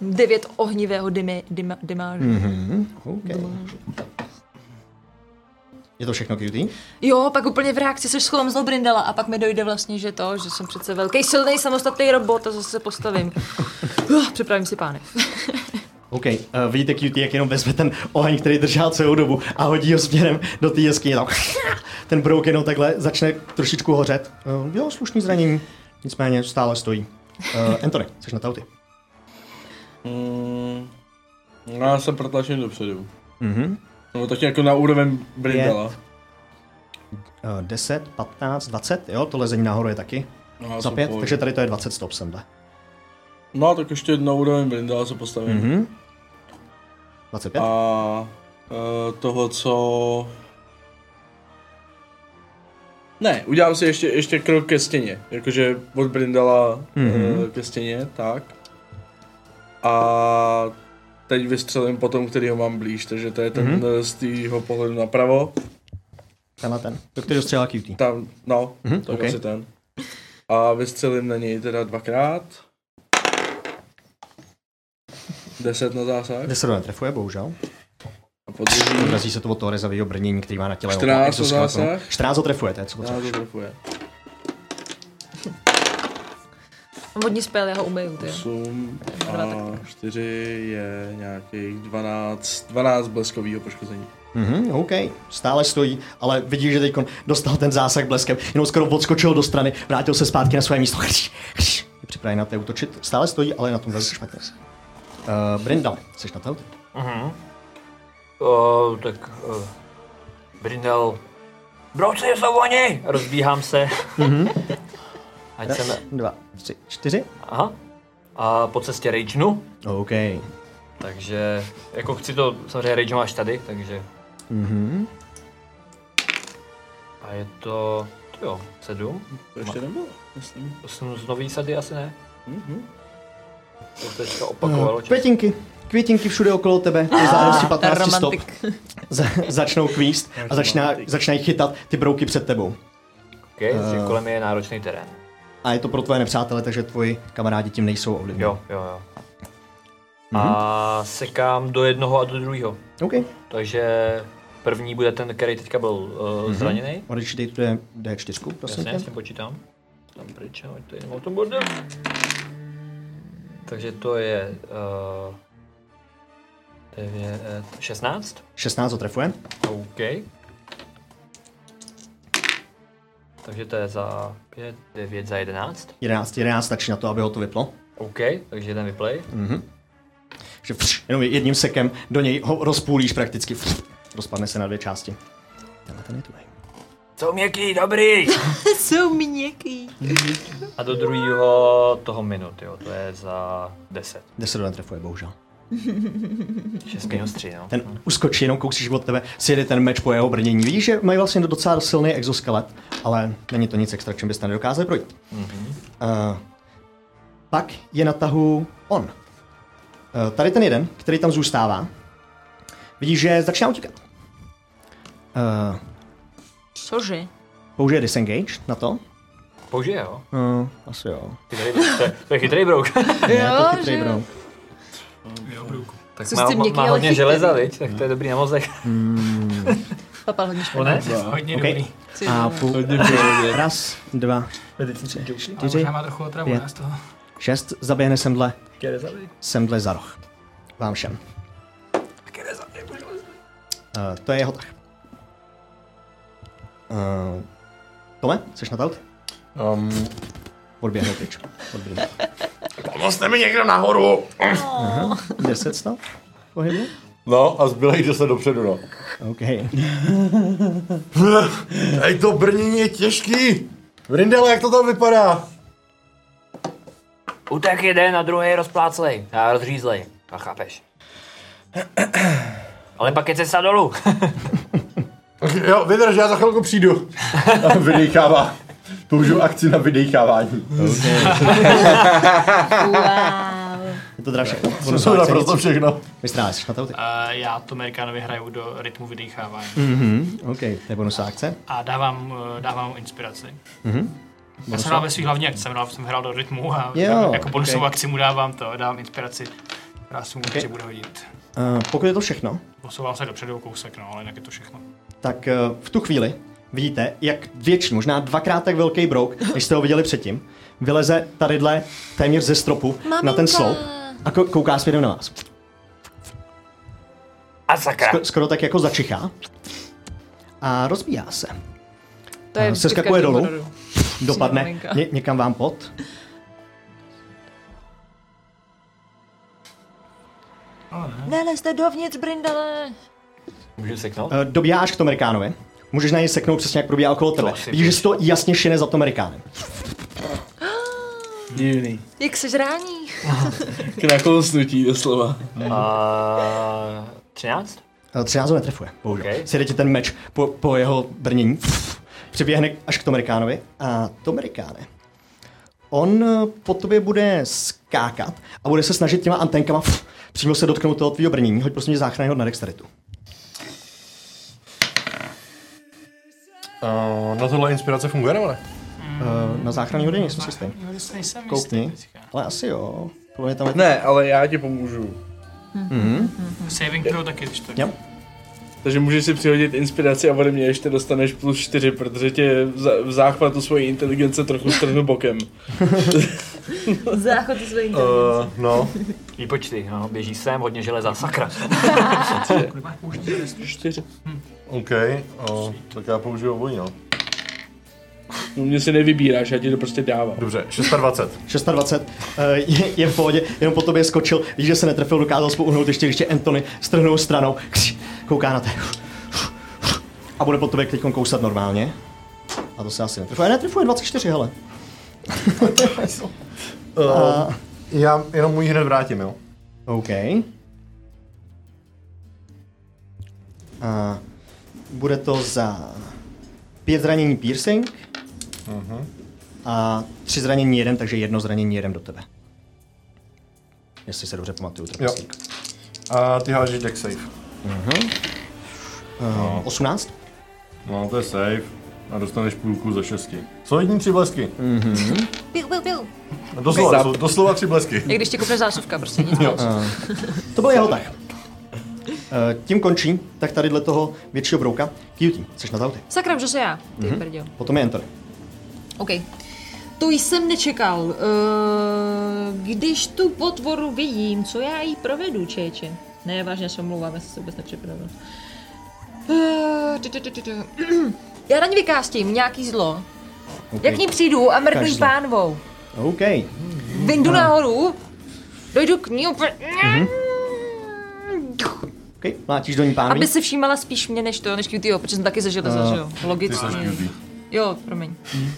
Mm, 9 ohnivého dymi, dyma, dymáže. Mhm. Okay. Je to všechno cutie? Jo, pak úplně v reakci seš schovám z Brindala a pak mi dojde vlastně, že to, že jsem přece velký silný samostatný robot a zase se postavím. Uh, Připravím si pány. OK, uh, vidíte QT, jak jenom vezme ten oheň, který držel celou dobu a hodí ho směrem do té jeskyně. Tam. Ten brouk jenom takhle začne trošičku hořet. Uh, jo, slušný zranění, nicméně stále stojí. Uh, Anthony, jsi na tauty. Mm, no, já jsem protlačený dopředu. Mhm. No tak jako na úroveň brindala. Uh, 10, 15, 20, jo, to lezení nahoru je taky. No, já Za jsem 5, pohodě. takže tady to je 20 stop semhle. No tak ještě na úroveň brindala se postavím. Mhm. 25? A eh, toho, co... Ne, udělám si ještě, ještě krok ke stěně. Jakože od Brindala Mhm. mm-hmm. ke stěně, tak. A teď vystřelím po tom, který ho mám blíž, takže to je ten Mhm. mm-hmm. z tého pohledu napravo. Tenhle ten, do kterého střelá QT. Tam, no, Mhm, mm-hmm, to ok. je asi ten. A vystřelím na něj teda dvakrát. Deset na zásah. 10 ho netrefuje, bohužel. A podruží. Odrazí se to od toho rezavého brnění, který má na těle. 14 okolo exoskeletonu. zásah. 14 ho trefuje, to je co Já potřebuješ. to trefuje. Vodní spel, já ho umeju, ty. 8 Dobrá a 4 je nějakých 12, 12 bleskového poškození. Mhm, OK, stále stojí, ale vidí, že teď dostal ten zásah bleskem, jenom skoro odskočil do strany, vrátil se zpátky na své místo. Chrš, chrš. Je připraven na to útočit, stále stojí, ale je na tom velice špatně. Uh, Brindal, jsi na to? Mhm. O, tak uh, Brindel. Brouci jsou oni! Rozbíhám se. Mhm. Ať Raz, jsem... dva, tři, čtyři. Aha. A po cestě ragenu. OK. Takže jako chci to, samozřejmě rage máš tady, takže... Mhm. A je to... to jo, sedm. To ještě Ma- nebylo, myslím. Osm z nový sady asi ne. Mhm. To se teďka opakovalo. Eh, čas. Květinky, Ah, květinky všude okolo tebe, ty zárosti 15 stop. Za, začnou kvíst a začíná, začínají chytat ty brouky před tebou. Ok, takže Eh. kolem je náročný terén. A je to pro tvoje nepřátele, takže tvoji kamarádi tím nejsou ovlivněni. Jo, jo, jo. Mhm. A sekám do jednoho a do druhého. OK. Takže první bude ten, který teďka byl uh, Mhm. zraněný. Odečtej tu D- D4, prosím Jasně, tě. s tím počítám. Tam pryč, ať to jenom o tom bordel. Takže to je uh, 9, 16. 16 ho trefuje. OK. Takže to je za 5, 9, za 11. 11, 11 stačí na to, aby ho to vyplo. OK, takže jeden vyplay. Mhm. Že vš, jenom jedním sekem do něj ho rozpůlíš prakticky. Vš, rozpadne se na dvě části. Tenhle ten je tu. Jsou měkký, dobrý! Jsou měkký. A do druhého toho minut, jo, to je za 10. 10 ho netrefuje, bohužel. 6 minus 3, no. Ten uskočí, jenom kousíš od tebe, sjede ten meč po jeho brnění. Vidíš, že mají vlastně docela silný exoskelet, ale není to nic extra, čím byste nedokázali projít. Mhm. Uh, pak je na tahu on. Uh, tady ten jeden, který tam zůstává, vidíš, že začíná utíkat. Uh, Cože? použije disengage na to. Použije, jo. Uh, asi jo. Chytrý brouk, to je, to je chytrý brouk. Ne, to je chytrý že brouk. Tak Co má, s tím má, měkký, má ale hodně chytrý. železa, viď? tak to je dobrý na mozek. Papal hodně O ne? špatně. Hodně Okay. dobrý. Ty A vole. půl, raz, dva, Ale čtyři, možná má trochu otravu pět. já z toho. šest, zaběhne semdle, semdle za roh. Vám všem. Uh, to je jeho tah. Uh, Tome, jsi na taut? Um, Odběhnu pryč. Odběhnu. Pomozte mi někdo nahoru! Aha, 10 snad? Pohybu? No a zbylej jde se dopředu, no. OK. Ej, to brnění je těžký! Brindele, jak to tam vypadá? Utek jeden a druhý rozpláclej, a rozřízlej. A chápeš. Ale pak je cesta dolů. Jo, vydrž, já za chvilku přijdu. A Vydechává. Použiju akci na vydechávání. Wow. Je to dražší. To jsou naprosto všechno. Vystrálej, jsi na tauty? A Eh, já to Amerikánovi hraju do rytmu vydýchávání. Mhm, OK, to je bonusová akce. A dávám, eh, dávám mu inspiraci. Mhm. Já jsem hrál ve svých hlavních akcích, jsem, hrál- jsem hrál do rytmu a Jo, dám- jako bonusovou ok. akci mu dávám to, dávám inspiraci, která se mu určitě bude hodit. Uh, pokud je to všechno, Posouvám se dopředu o kousek, no, ale jinak je to všechno. tak eh, v tu chvíli vidíte, jak větší, možná dvakrát tak velký brouk, než jste ho viděli předtím, vyleze tadyhle téměř ze stropu na Maminka. ten sloup a ko- kouká směrem na vás. A sakra. Skoro, skoro tak jako začichá. A rozbíjá se. To je A vždycky v Seskakuje každém dolů, hororu. dopadne Přímo malinka. ně, někam vám pot. Nelezte dovnitř, Brindale. Můžu seknout? Eh, Dobíháš k tomu Rikánovi. Můžeš na něj seknout přesně jak probíhá okolo tebe. Vidíš, že se to jasně šine za tom Rikánem. Divný. Jak sežrání. Krakousnutí doslova. A... 13? 13 Eh, ho netrefuje, bohužel. Okay. Okay. Sjede ti ten meč po, po jeho brnění. Přiběhne až k Tomerikánovi. A Tomerikáne, on eh, po tobě bude skákat a bude se snažit těma antenkama přímo se dotknout toho tvýho brnění. Hoď prosím tě záchranný hod na dexteritu. Uh, na tohle inspirace funguje nebo ne? Eh, Na záchranný hody nejsem si jistý. Nejsem Koukni. Ale asi jo. Podle mě tam je... Ne, ale já ti pomůžu. Mhm. Saving throw taky, když to... Jo. Takže můžeš si přihodit inspiraci a ode mě ještě dostaneš plus 4, protože tě v za- v záchvatu svojí inteligence trochu strhnu bokem. Záchod z Uh, no. Výpočty, no, běží sem, hodně železa, sakra. 4. OK, uh, tak já použiju obojí, no. No mě si nevybíráš, já ti to prostě dávám. Dobře, 26. 26 eh, je, je v pohodě, jenom po tobě skočil, víš, že se netrefil, dokázal spolu uhnout ještě, když tě Anthony strhnou stranou, kři, kouká na te. A bude po tobě teď kousat normálně. A to se asi netrefuje. Netrefuje 24, hele. Uh, já jenom můj hned vrátím, jo. OK. A bude to za pět zranění piercing Uh-huh. a tři zranění jeden, takže jedno zranění jeden do tebe. Jestli se dobře pamatuju, Jo. trpasík. A ty hážeš deck safe. Mhm. No. 18? No, to je safe. A dostaneš půlku ze šesti. Hmm. Solidní tři blesky. Mhm. Piu, piu, piu. Doslova, Zap. jsou- doslova tři blesky. Jak když ti kupneš zásuvka, prostě nic. Jo. To byl jeho tak. Eh, Tím končí, tak tadyhle toho většího brouka. Cutie, jsi na tauty. Sakra, že se já. Ty Mhm. prděl. Potom je Anthony. OK. To jsem nečekal. Eh, Když tu potvoru vidím, co já jí provedu, čeče? Ne, vážně já se omlouvám, já jsem se vůbec nepřipravil. Eh, tu, tu, tu, tu, tu. Já na ní vykástím nějaký zlo. OK. Jak k ní přijdu a mrdnu jí Vykáž zlo. pánvou. OK. Vyndu nahoru, dojdu k ní úplně... Mhm. OK, mlátíš do ní pánví. Aby si všímala spíš mě než to, než QTO, protože jsem taky ze železa, Eh, že jo? Logicky. Jo, promiň. Hmm,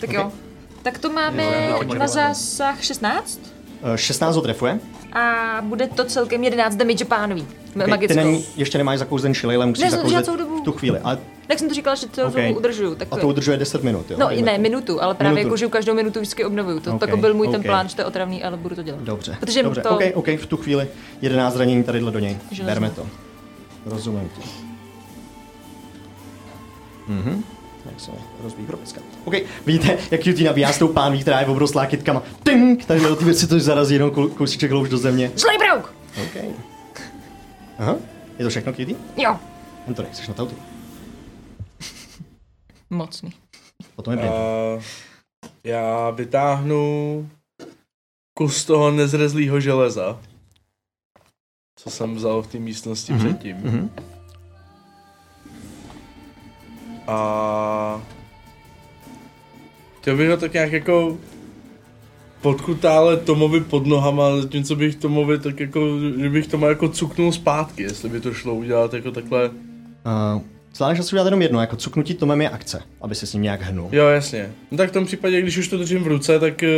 Tak jo. Tak to máme Jo, jo, na jo. zásah 16 Eh, 16 ho trefuje. a bude to celkem 11 damage pánový. Okay, OK, Ty magickou. není, ještě nemáš zakouzen šilejlem, musíš Ne, jsem zakouzet celou dobu. v tu chvíli. Ale, Jak jsem to říkala, že to OK. okay. udržuju, tak a je. to udržuje 10 minut, jo? No i Dejme ne, tomu. minutu, ale právě Minutu. jako, že každou minutu vždycky obnovuju. To, OK, okay, byl můj ten OK. plán, že to je otravný, ale budu to dělat. Dobře, Protože dobře. to... OK, OK, v tu chvíli 11 zranění tadyhle do něj. Železné. Berme to. Rozumím ti. Mhm. Jak se mi rozbíjí propiska. OK, vidíte, jak QT nabíjá s tou pánví, která je obrostlá kytkama. Tink! Tady do té věci to zarazí jenom kou- kousíček hlouš do země. Zlej brouk! OK. Aha, je to všechno QT? Jo. Antony, jsi na tautu. Mocný. Potom je Brindle. A já vytáhnu kus toho nezrezlého železa, co jsem vzal v té místnosti Mhm, předtím. mhm. A chtěl bych ho tak nějak jako podkutále Tomovi pod nohama, zatímco bych Tomovi tak jako, že bych tomu jako cuknul zpátky, jestli by to šlo udělat jako takhle. Uh, Zvládneš asi udělat jenom jedno, jako cuknutí Tomem je akce, aby se s ním nějak hnul. Jo, jasně. No tak v tom případě, když už to držím v ruce, tak, eh,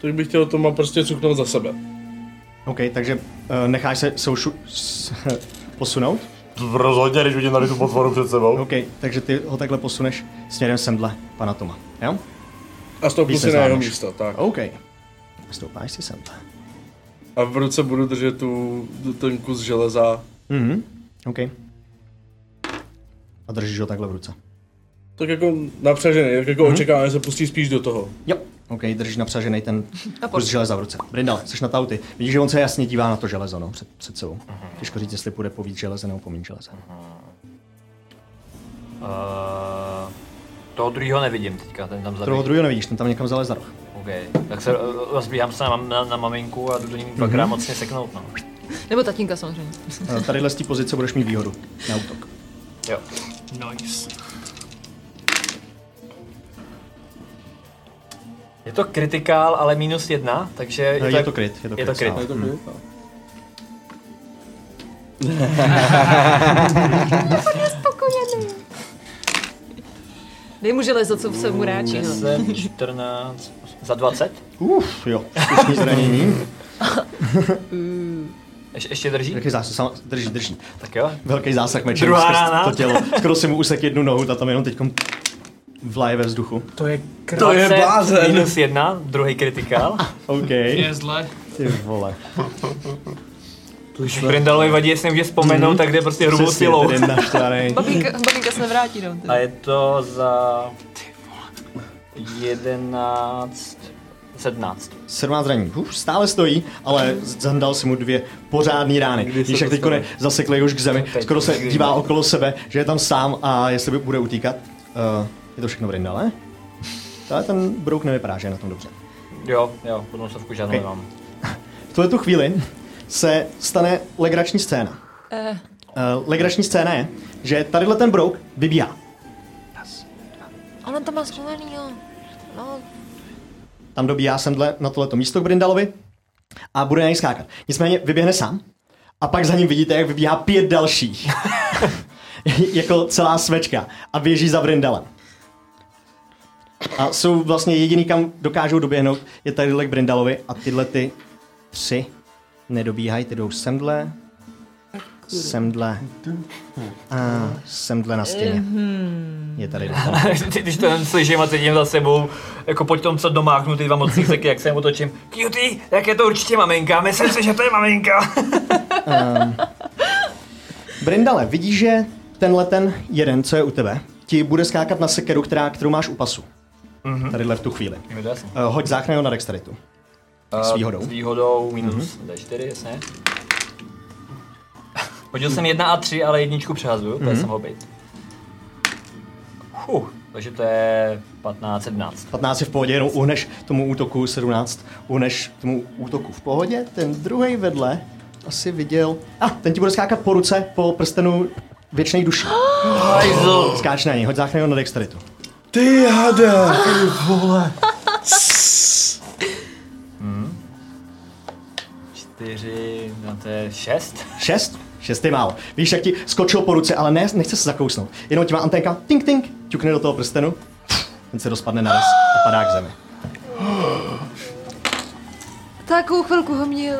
tak bych chtěl Toma prostě cuknout za sebe. OK, takže uh, necháš se soušu, s, posunout? Rozhodně, když vidím tady tu potvoru před sebou. OK, takže ty ho takhle posuneš směrem semdle pana Toma, jo? A stoupnu Víc si na jeho nezvládneš. místo, tak. OK. Stoupáš si semdle. A v ruce budu držet tu, ten kus železa. Mhm, OK. A držíš ho takhle v ruce. Tak jako napřažený, tak jako Mhm. mm-hmm. očekávám, že se pustí spíš do toho. Jo, OK, držíš napřažený ten A kus pojď. železa v ruce. Brindale, jsi na tauty. Vidíš, že on se jasně dívá na to železo, no, před, před sebou. Těžko říct, jestli půjde po víc železe nebo po méně železe. Uh, toho druhého nevidím teďka, ten tam zabít. Toho druhého nevidíš, ten tam někam zalez za roh. OK, tak se eh, rozbíhám se na, mam- na, na maminku a jdu do ní dvakrát Mhm. mocně seknout, no. Nebo tatínka samozřejmě. Eh, Tadyhle z té pozice budeš mít výhodu na útok. Jo. Nice. Je to kritikál, ale minus jedna, takže... Eh, je to kryt, je to Je to kryt, kryt. no. Je to Mhm. kryt, no. Spokojený. Dej mu železo, co se mu ráčí. no. hele. 10, 14, za 20? Uf, jo, zkušení zranění. Ještě, ještě drží? Velký zásah, sam- drží, drží. Tak jo. Velký zásah mečem Druhá skrz rána. to tělo. Skoro si mu usek jednu nohu, ta tam jenom teď vlaje ve vzduchu. To je krát. To je blázen. Minus jedna, druhý kritikál. OK. Je zle. Ty vole. Když Brindalovi vadí, jestli nemůže vzpomenout, Mhm. tak jde prostě hrubou Přesně, silou. tedy naštvanej. Babinka, babinka se nevrátí, no. A je to za... jedenáct, 17. 17 zraní. Uf, stále stojí, ale zandal si mu dvě pořádné rány. se Když jak to teď ne, stane? zasekli už k zemi, Teď, skoro se kdy? dívá okolo sebe, že je tam sám a jestli by bude utíkat. Uh, je to všechno v rindale? Ale ten brouk nevypadá, že je na tom dobře. Jo, jo, potom stovku žádnou Ok. nemám. V tuhle tu chvíli se stane legrační scéna. Eh, Uh, legrační scéna je, že tadyhle ten brouk vybíhá. Ono to má schovaný, jo. No, Tam dobíhá semhle na tohleto místo k Brindalovi a bude na něj skákat. Nicméně vyběhne sám a pak za ním vidíte, jak vybíhá pět dalších. jako celá svečka a běží za Brindalem. A jsou vlastně jediný, kam dokážou doběhnout, je tadyhle k Brindalovi a tyhle ty tři nedobíhají, ty jdou semdle, semdle a semdle na stěně. Je tady dostal. Když to jen slyším a cítím za sebou, jako po tom, co domáhnu ty dva mocní seky, jak se jim otočím. Cutie, jak je to určitě maminka, myslím si, že to je maminka. Um, Brindale, vidíš, že tenhle ten jeden, co je u tebe, ti bude skákat na sekeru, která, kterou máš u pasu. Mhm. Mm-hmm. Tadyhle v tu chvíli. Je mi to jasný. Uh, hoď záchranou na dexteritu. S Eh, výhodou. Mhm. S výhodou minus D4, jasně. Hodil jsem 1 a 3, ale jedničku přehazuju, to Mhm. jsem hobit. Huh, takže to je 15, 17. 15 je v pohodě, jenom uhneš tomu útoku 17, uhneš tomu útoku v pohodě. Ten druhý vedle asi viděl... A, ah, ten ti bude skákat po ruce, po prstenu věčnej duší. Hajzl. Skáč na něj, hoď záchranu na dexteritu. Ty hada, ty vole. 4, no to je 6. Šest? Šest je málo. Víš, jak ti skočil po ruce, ale ne, nechce se zakousnout. Jenom ti má anténka, tink, tink, ťukne do toho prstenu, ten se rozpadne naraz a padá k zemi. takovou chvilku ho měl.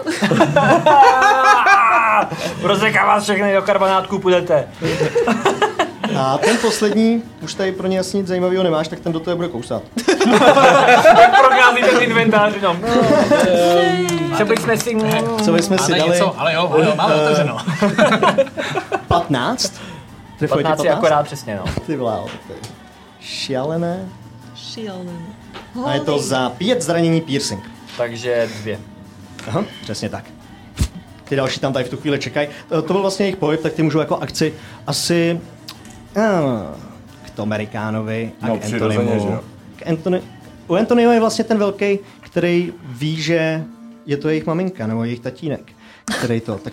Rozeká vás všechny do karbonátku, půjdete. A ten poslední, už tady pro ně asi nic zajímavého nemáš, tak ten do toho bude kousat. Jak procházíte ty inventář jenom. Co bychom si... Co bychom si Máte dali? něco? Ale jo, ale jo, máme Eh, otevřeno. 15? Trefuje ti 15 je akorát přesně, no. Ty vláo, ty. Šialené. Šílený. A je to za pět zranění piercing. Takže dvě. Aha, přesně tak. Ty další tam tady v tu chvíli čekají. Eh, To byl vlastně jejich pohyb, tak ty můžou jako akci asi eh, k Tomerikánovi a No, k přirozeně, že Antonimu. jo. K Antony... U Antonio je vlastně ten velký, který ví, že je to jejich maminka nebo jejich tatínek, který to, tak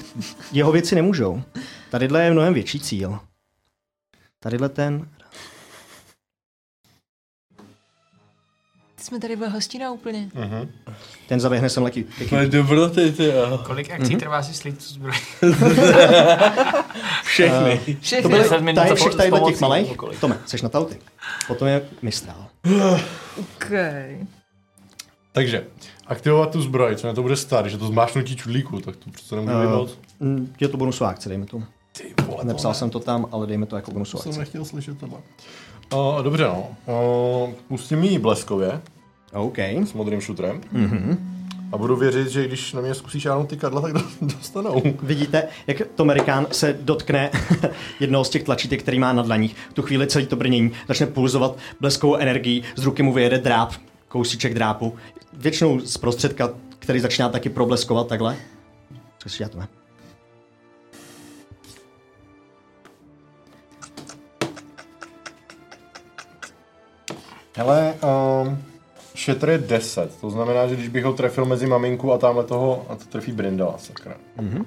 jeho věci nemůžou. Tadyhle je mnohem větší cíl. Tadyhle ten Jsme tady v hostina úplně. Ten zaběhne sem letí. No, To je dobroty, ty jo. Kolik Mhm. akcí trvá si slít tu zbroj? Všechny. To Všechny. byly Deset minut tady za- všech s tady těch pomocí, malých. nebo kolik? Tome, seš na tauty. Potom je mistrál. Okay. Takže, aktivovat tu zbroj, co na to bude stát, že to zmášnutí čudlíku, tak to přece No, nemůže být moc. Mm, Je to bonusová akce, dejme tomu. Ty vole, Nepsal to jsem to tam, ale dejme to jako bonusovou jsem akci. nechtěl slyšet tohle. Uh, dobře no, uh, pustím ji bleskově OK. s modrým šutrem Mhm. a budu věřit, že když na mě zkusí šáhnout ty kadla, tak do- dostanou. Vidíte, jak Tomerikán se dotkne jednoho z těch tlačítek, který má na dlaních. V tu chvíli celý to brnění začne pulzovat bleskovou energií, z ruky mu vyjede dráp, kousíček drápu. Většinou z prostředka, který začíná taky probleskovat takhle. Co si dělá Tome? Hele, um, Šetr je 10, to znamená, že když bych ho trefil mezi maminku a tamhle toho, a to trefí Brindala, sakra. Mhm.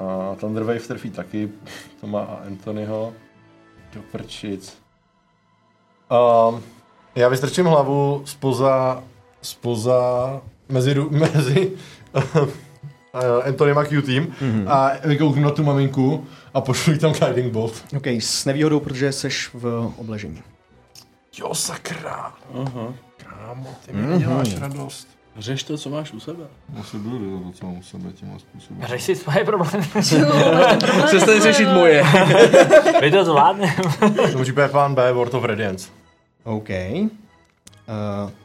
A Thunderwave trefí taky, to má a Anthonyho. Do prčic. Um, já vystrčím hlavu spoza, spoza, mezi, ru- mezi eh, Anthonyem a Q-team mm-hmm. a vykouknu na tu maminku a pošlu jí tam Guiding Bolt. OK, s nevýhodou, protože jsi v obležení. Jo, sakra. Aha. Kámo, ty mi Mhm. děláš radost. No. Řeš to, co máš u sebe. Musím budu to, co mám u sebe tímhle způsobem. Řeš si svoje problémy. Přestaň řešit moje. My to zvládneme. V tom případě plán B, World of Radiance. OK. Uh,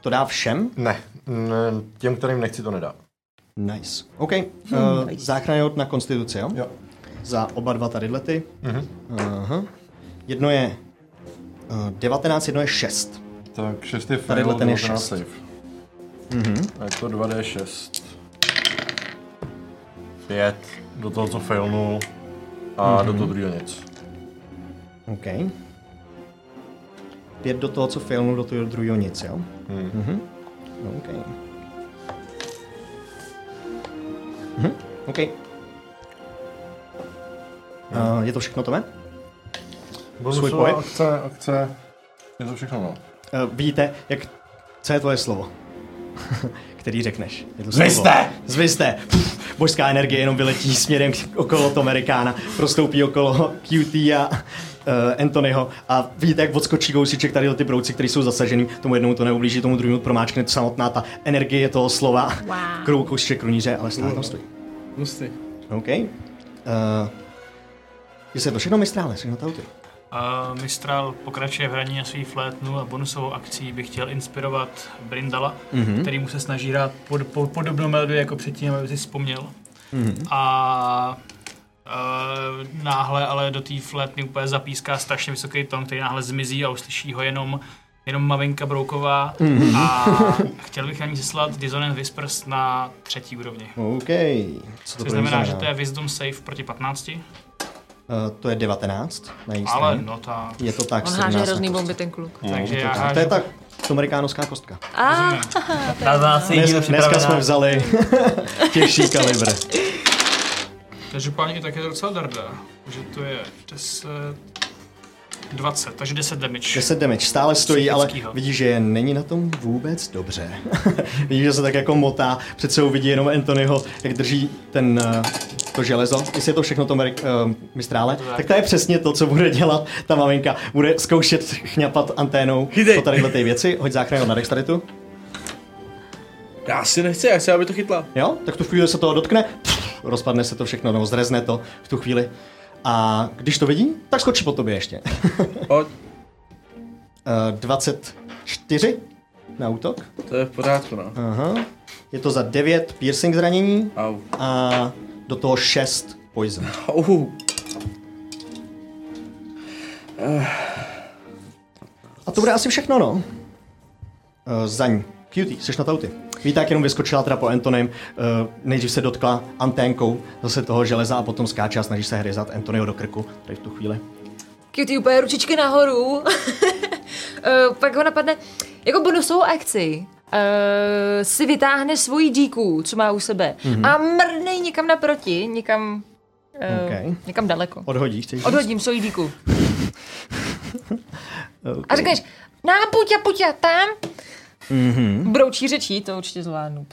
to dá všem? Ne, ne, těm, kterým nechci, to nedá. Nice. OK. Uh, záchrana hod na konstituci, jo? Jo. Za oba dva tadyhle ty. Mhm. Aha. Jedno je uh, 19, jedno je 6. Tak 6 je fail, Tadyhle ten je 19 šest. save. Mhm. A je to 2D6. 5 do toho, co failnul. Mhm. A mm-hmm. do toho druhého nic. OK. Pět do toho, co failnul, do toho druhého nic, jo? Hmm. Mhm. OK. Mhm. OK. Mhm. Uh, je to všechno, Tome? Svůj Bonusová pohyb? Akce, akce. Je to všechno, no. Uh, vidíte, jak... Co je tvoje slovo? Který řekneš? Je to Zvy slovo. jste! Zvy jste! Pff, Božská energie jenom vyletí směrem k- okolo Tomerikána, prostoupí okolo QT a uh, Anthonyho a vidíte, jak odskočí kousíček tady ty brouci, které jsou zasažený, tomu jednou to neublíží, tomu druhému promáčkne samotná ta energie toho slova. Wow. Krou kousíček kruníře, ale stále tam stojí. Musty. OK. Uh, jestli je to všechno mistrále, všechno tauty. A Mistral pokračuje v hraní na svý flétnu a bonusovou akcí bych chtěl inspirovat Brindala, Mhm. mm-hmm. který mu se snaží hrát pod, po, podobnou melodii jako předtím, aby si vzpomněl. Mhm. A e, náhle ale do té flétny úplně zapíská strašně vysoký tón, který náhle zmizí a uslyší ho jenom jenom maminka Brouková Mhm. a chtěl bych na ní zeslat Dissonant Whispers na třetí úrovni. OK. Co to Což pro znamená, ní že to je Wisdom Save proti 15, Uh, to je 19 na její ale straně. no tak. Je to tak, On 17 háže na hrozný kostku. bomby ten kluk. No, Takže je to já tak. hážu- To je tak amerikánská kostka. A, Na 12 Dnes, díl dneska jsme připravená. vzali těžší kalibr. Každopádně i tak je to docela darda, že to je 10, 20, takže 10 damage. 10 damage, stále stojí, ale Psychickýho. vidí, že není na tom vůbec dobře. vidí, že se tak jako motá, před sebou vidí jenom Anthonyho, jak drží ten, eh, to železo. Jestli je to všechno to uh, mistrále, tak. tak to je přesně to, co bude dělat ta maminka. Bude zkoušet chňapat anténou po tadyhle ty věci. Hoď záchranu na dexteritu. Já si nechci, já chci, aby to chytla. Jo, tak tu chvíli se toho dotkne, pff, rozpadne se to všechno, nebo zrezne to v tu chvíli. A když to vidí, tak skočí po tobě ještě. Pojď. Eh, 24 na útok. To je v pořádku, no. Aha. Je to za 9 piercing zranění Au. a do toho 6 poison. Au. A to bude asi všechno, no. Uh, zaň. Cutie, jsi na tauty. Víte, jak jenom vyskočila teda po Antonem, uh, nejdřív se dotkla anténkou zase toho železa a potom skáče a snaží se hryzat Antonio do krku, tady v tu chvíli. Cutie úplně ručičky nahoru. Eh, Pak ho napadne, jako bonusovou akci, eh, si vytáhne svoji díku, co má u sebe, Mhm. a mrne ji někam naproti, někam, eh, Ok. někam daleko. Odhodíš, chceš říct? Odhodím svoji díku. Ok. A řekneš, na, puťa, puťa, tam. Mhm. Broučí řečí, to určitě zvládnu.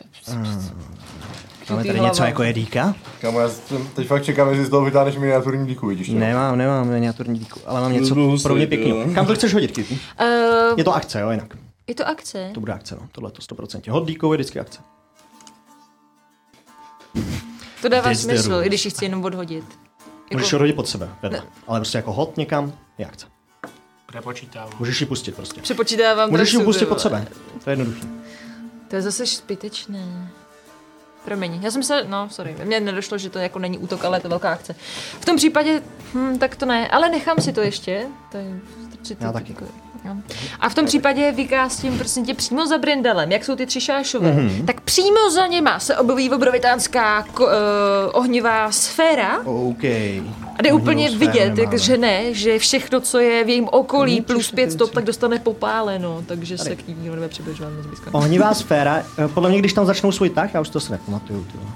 Máme ty tady hlava. něco jako jedýka? Kámo, já jsem- teď fakt čekám, jestli z toho vytáhneš miniaturní díku, vidíš to? Nemám, nemám miniaturní díku, ale mám něco byl hustý, pro mě ty pěkného. vole. Kam to chceš hodit, Kitty? Uh, Je to akce, jo, jinak. je to akce? To bude akce, no. Tohle to 100%. Hod díkou je vždycky akce. To dává This the smysl, rules. i když ji chci jenom odhodit. Můžeš ho Jako, hodit pod sebe, vedle. Ale prostě jako hod někam je akce. Prepočítávám. Můžeš ji pustit prostě. přepočítávám Můžeš ji trasu, pustit ty pod vole. sebe. To je jednoduché. To je zase zbytečné. Promiň, já jsem se, no sorry, mně nedošlo, že to jako není útok, ale je to velká akce. V tom případě, hm, tak to ne, ale nechám si to ještě. To je, strčit Já to- taky. jo. A v tom případě vykástím prosím tě přímo za Brindelem, jak jsou ty tři šášové, Mhm. tak přímo za něma se objeví obrovitánská ko, uh, ohnivá eh, sféra OK. A jde úplně Jinou sféru vidět, nemáme. jak žene, že všechno, co je v jejím okolí plus pět stop, tak dostane popáleno, takže se k ní nikdo nebude přibližovat moc blízko. Ohnivá sféra, eh, podle mě, když tam začnou svůj tah, já už to si nepamatuju. Ty. vole.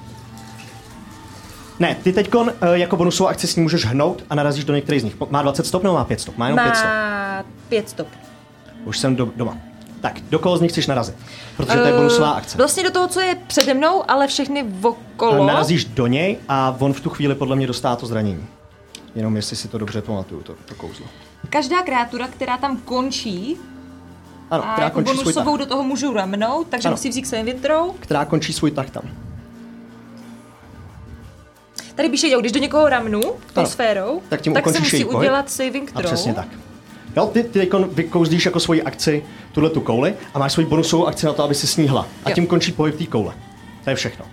Ne, ty teď jako bonusovou akci s ním můžeš hnout a narazíš do některých z nich. Po- Má 20 stop nebo má 5 stop? Má jenom 5 stop. Má pět stop. Už jsem do, doma. Tak, do koho z nich chceš narazit? Protože to je bonusová Eh, akce. Vlastně do toho, co je přede mnou, ale všechny okolo. Narazíš do něj a on v tu chvíli podle mě dostá to zranění. Jenom jestli si to dobře pamatuju, to, to kouzlo. Každá kreatura, která tam končí, Ano, a která jako končí svůj tah. bonusovou do toho můžu ramnou, takže Ano. musí vzít k svým větrou. Která končí svůj tah tam. Tady píše, jo, když do někoho ramnu, tou Ano. sférou, Tak tím tak se ukončíš musí její pohyb. udělat saving A throw. přesně tak. Jo, ty, ty teďkon vykouzdíš jako svoji akci tuhle tu kouli a máš svoji bonusovou akci na to, aby si sníhla. A Jo. tím končí pohyb té koule. To je všechno.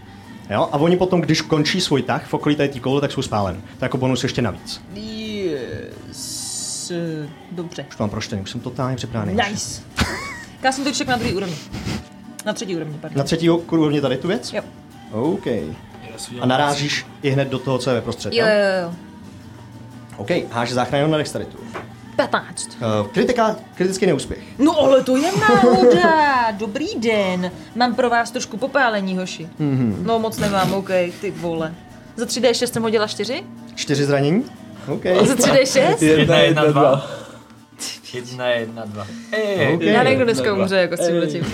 Jo? A oni potom, když končí svůj tah v okolí tady té koule, tak jsou spálen. To je jako bonus ještě navíc. Yes. Dobře. Už to mám proštěný, už jsem totálně připravený. Nice. Já jsem to čekal na druhý úrovni. Na třetí úrovni, pardon. Na třetí úrovni tady tu věc? Jo. OK. A narážíš i hned do toho, co je ve prostřed. Jo, jo? jo, jo. OK, háš záchranu na dexteritu. 15. Uh, kritika, kritický neúspěch. No ale to je náhoda. Dobrý den. Mám pro vás trošku popálení, hoši. Mhm. No moc nemám, OK, ty vole. Za 3D6 jsem hodila 4? Čtyři zranění? OK. Za 3D6? Jedna, jedna, dva. Jedna, jedna, dva. OK. Já někdo dneska umře, jako s tím Ej. letím.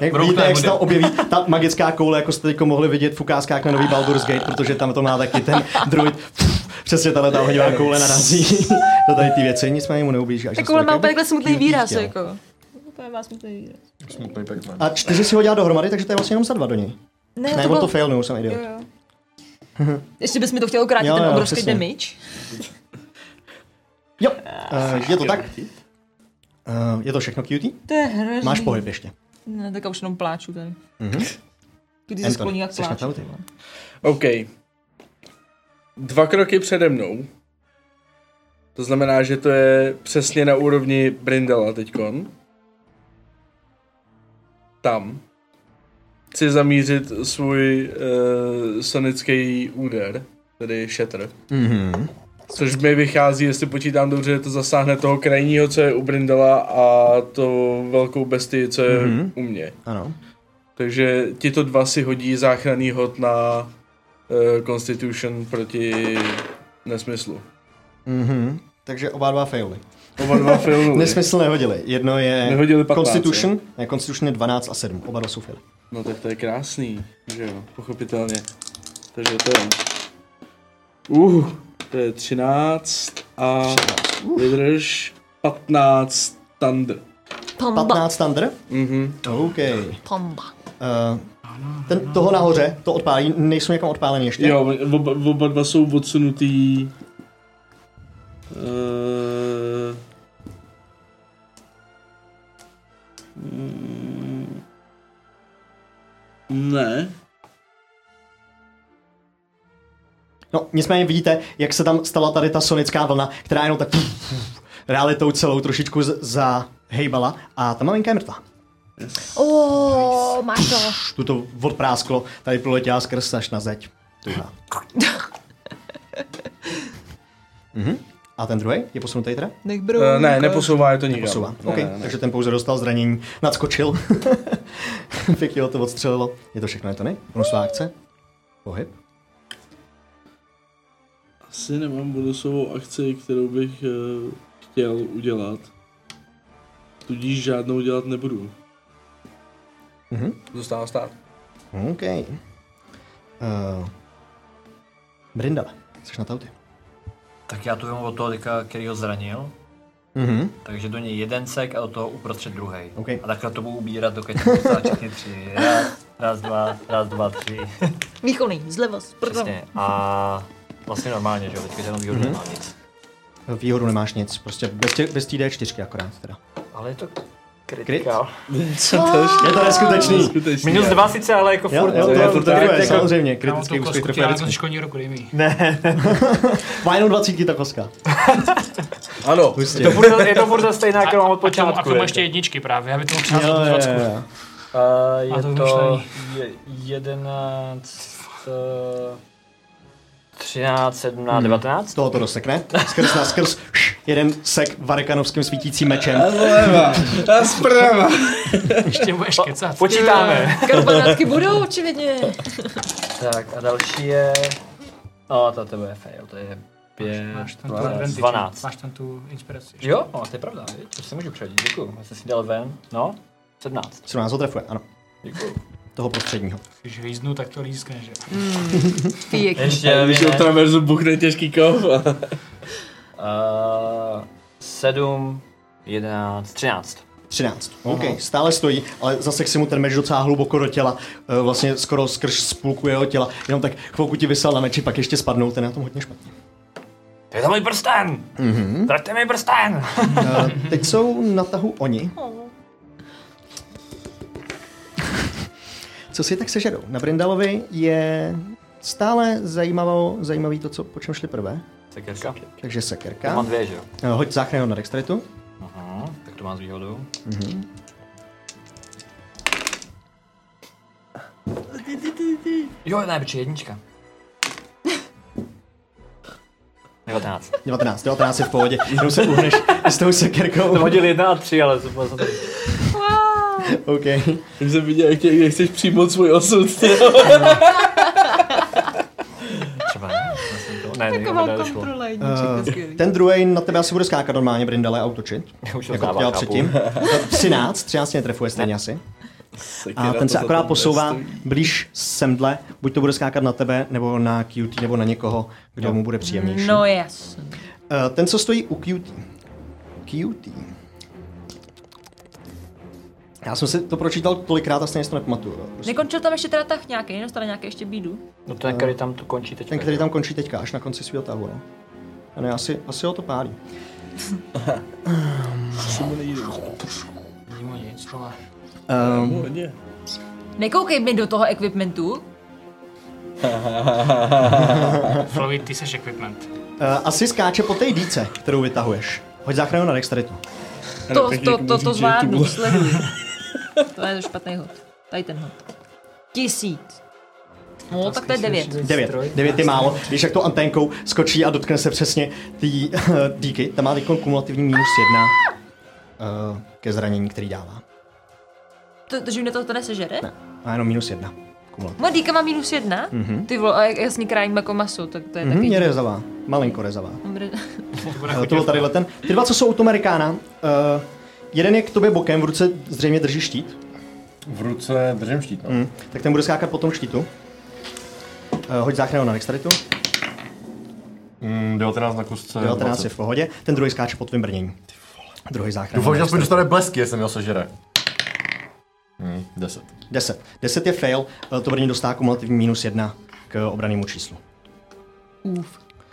Jak Brouk vidíte, tady jak se tam bude. objeví ta magická koule, jako jste teď mohli vidět v ukázkách na nový Baldur's Gate, protože tam to má taky ten druid. Pff, Přesně tahle ta hodivá koule narazí do tady ty věci, nicméně mu neublíží. až Tak zas vole má tolik. úplně takhle smutný Cutý výraz, tělo. jako. Úplně má smutný výraz. Smutný Pac-Man. A čtyři si hodila dohromady, takže to je vlastně jenom za dva do něj. Ne, ne to to, bylo- to fail, no, jsem Jo, idiot. jo. Ještě bys mi to chtěl ukrátit, Jo, ten jo, obrovský přesně. damage. Jo, uh, je to tak. Uh, je to všechno cutie? To je hrozný. Máš pohyb ještě. Ne, tak já už jenom pláču tady. Mhm. Když se Anthony, skloní, jak jsi na pláču. tahu, ty vole. OK. Dva kroky přede mnou. To znamená, že to je přesně na úrovni Brindela teďkon. Tam. Chci zamířit svůj uh, sonický úder, tedy šetr. Mhm. Což mi vychází, jestli počítám dobře, že to zasáhne toho krajního, co je u Brindela a to velkou bestii, co je Mhm. mm-hmm. u mě. Ano. Takže tito dva si hodí záchranný hod na uh, Constitution proti nesmyslu. Mhm. Takže oba dva faily. Oba dva failnuli. Nesmysl nehodili. Jedno je Nehodili 15, Constitution, ne, Constitution je 12 a 7. Oba dva jsou faily. No tak to je krásný, že jo, pochopitelně. Takže to je... Uh, to je 13 a vydrž 15 thunder. Pamba. 15 Thunder? Mhm. OK. Uh, Pamba. ten, toho nahoře, to odpálí, nejsou někam odpálení ještě? Jo, oba, oba dva jsou odsunutý... Uh, mm, ne. No, nicméně vidíte, jak se tam stala tady ta sonická vlna, která jenom tak realitou celou trošičku z- zahejbala a ta maminka je mrtvá. Oh, máš to. Tuto odprásklo, tady proletěla skrz až na zeď. Tuhá. mhm. A ten druhý je posunutý teda? Nech Eh, ne, neposouvá je to nikam. Posouvá. Ne, OK, ne, ne. takže ten pouze dostal zranění, nadskočil. Pěkně ho to odstřelilo. Je to všechno, je to ne? Bonusová akce? Pohyb? Asi nemám bonusovou akci, kterou bych eh, chtěl udělat. Tudíž žádnou dělat nebudu. Mhm. Zůstává stát. OK. Eh, Uh, Brindale, jsi na tauty. Tak já tu vím od toho teďka, který ho zranil. Mhm. Takže do něj jeden sek a do toho uprostřed druhý. OK. A takhle to budu ubírat, dokud to všechny tři. Raz, raz, dva, raz, dva, tři. Výkonný, zleva, zprdo. Přesně. A vlastně normálně, že jo, teďka jenom výhodu Mhm. nemám nic. Výhodu nemáš nic, prostě bez, tě, bez té D4 akorát teda. Ale je to Kryt? kritikál. Co to ještě? Je to neskutečný. Neskutečný. Minus já. dva sice, ale jako Jo, furt. jo, to, je je to to druhé, tak. samozřejmě, Kámo, kritický úspěch to kostku trefuje já na vždycky. školní roku, dej mi ji. Ne, má jenom 20 ta kostka. Ano, Hustě. To furt, je to furt za stejná, kterou jako mám od A k počátku. tomu, a k tomu je. ještě jedničky právě, aby tomu Jo, přiházal jo, tu dvacku. jo, jo. A je A to to, vymyšlení. je, jedenáct... eh, 13, Hmm. 17, 19. Toho to dosekne. Skrz na skrz. šš, Jeden sek varekanovským svítícím mečem. A zleva, a zprava. Ještě budeš kecat. Počítáme. Karpanátky budou, očividně. Tak a další je... No, to tebe je fail, to je 5, Máš tam tu No, 12. advantage, 12. Máš tam tu inspiraci. Jo, no, to je pravda, viď? to si můžu přehodit, děkuju. Já jsem si dal ven, no, 17. 17 ho trefuje, ano. Děkuju. Toho prostředního. Když hejznu, tak to lískne, že? Ještě Když vy ho ne. traverzu buchne těžký kov. Uh, 7, 11, 13. 13. OK, stále stojí, ale zase si mu ten meč docela hluboko do těla, eh, vlastně skoro skrz z půlku jeho těla, jenom tak chvilku ti vysel na meči, pak ještě spadnou, ten je na tom hodně špatně. To je to můj prsten! Mm-hmm. Vraťte mi prsten! Eh, Teď jsou na tahu oni. Co si tak sežerou? Na Brindalovi je stále zajímavo, zajímavý to, co, po čem šli prvé. Sekerka. Takže To sekerka. mám dvě, že jo? Eh, Hoď záchranu na dextritu. Aha, tak to mám s výhodou. Mhm. Jo, ne, protože jednička. 19. 19, 19 je v pohodě, jenom se uhneš s tou sekerkou. hodil 1 a 3, ale to bylo to. OK. Tak jsem viděl, jak, tě, jak chceš přijmout svůj osud. Třeba ne. vlastně to- Ne, ne, Taková ne, to šlo. kontrola Eh, jedniček, skvělý. ten druhý na tebe asi bude skákat normálně, Brindale, a útočit. Já už to Jako to znávám, dělal chápu. předtím. 13, 13 tě netrefuje stejně asi. A ten se akorát posouvá blíž semdle, buď to bude skákat na tebe, nebo na QT, nebo na někoho, kdo mu bude příjemnější. No jasně. Eh, Ten, co stojí u QT. QT. Já jsem si to pročítal tolikrát a stejně si to nepamatuju. jo. Prostě Nekončil tam ještě teda tah nějaký, dostane nějaký ještě bídu. No ten, který tam to končí teď. Ten, který tam končí teďka, až na konci svého tahu, no. A ne, asi, asi ho to pálí. Není mu nic, ale... Um, Nekoukej mi do toho equipmentu. Flowy, ty seš equipment. Eh, asi skáče po té dýce, kterou vytahuješ. Hoď záchranu na dexteritu. To, to, to, to zvládnu, sleduji. To je to špatný hod. Tady ten hod. Tisíc. No, tak to je devět. Devět. Devět je málo. Když jak tou anténkou skočí a dotkne se přesně tý eh, dýky, tam má teď kumulativní minus jedna eh, ke zranění, který dává. To, to, že mě to, to nesežere? Ne. Má jenom minus jedna. Kumulativní. Moje dýka má minus jedna? Mm-hmm. Ty vole, a jak- jasně krájím jako maso, tak to je Mhm, taky... je rezavá. Malinko rezavá. Dobré. Eh, To byl tady ten. Ty dva, co jsou u Tomerikána, eh, jeden je k tobě bokem, v ruce zřejmě drží štít. V ruce držím štít, no. Hm, tak ten bude skákat po tom štítu. Eh, Hoď záchranu na dexteritu. Mm, 19 na kusce. 19 20. je v pohodě. Ten druhý skáče po tvým brnění. Druhý záchranu. Doufám, na že aspoň dexteritu. dostane blesky, jestli mi ho sežere. Hmm, 10. 10. 10 je fail, eh, to brně dostá kumulativní minus 1 k obranému číslu. Uf.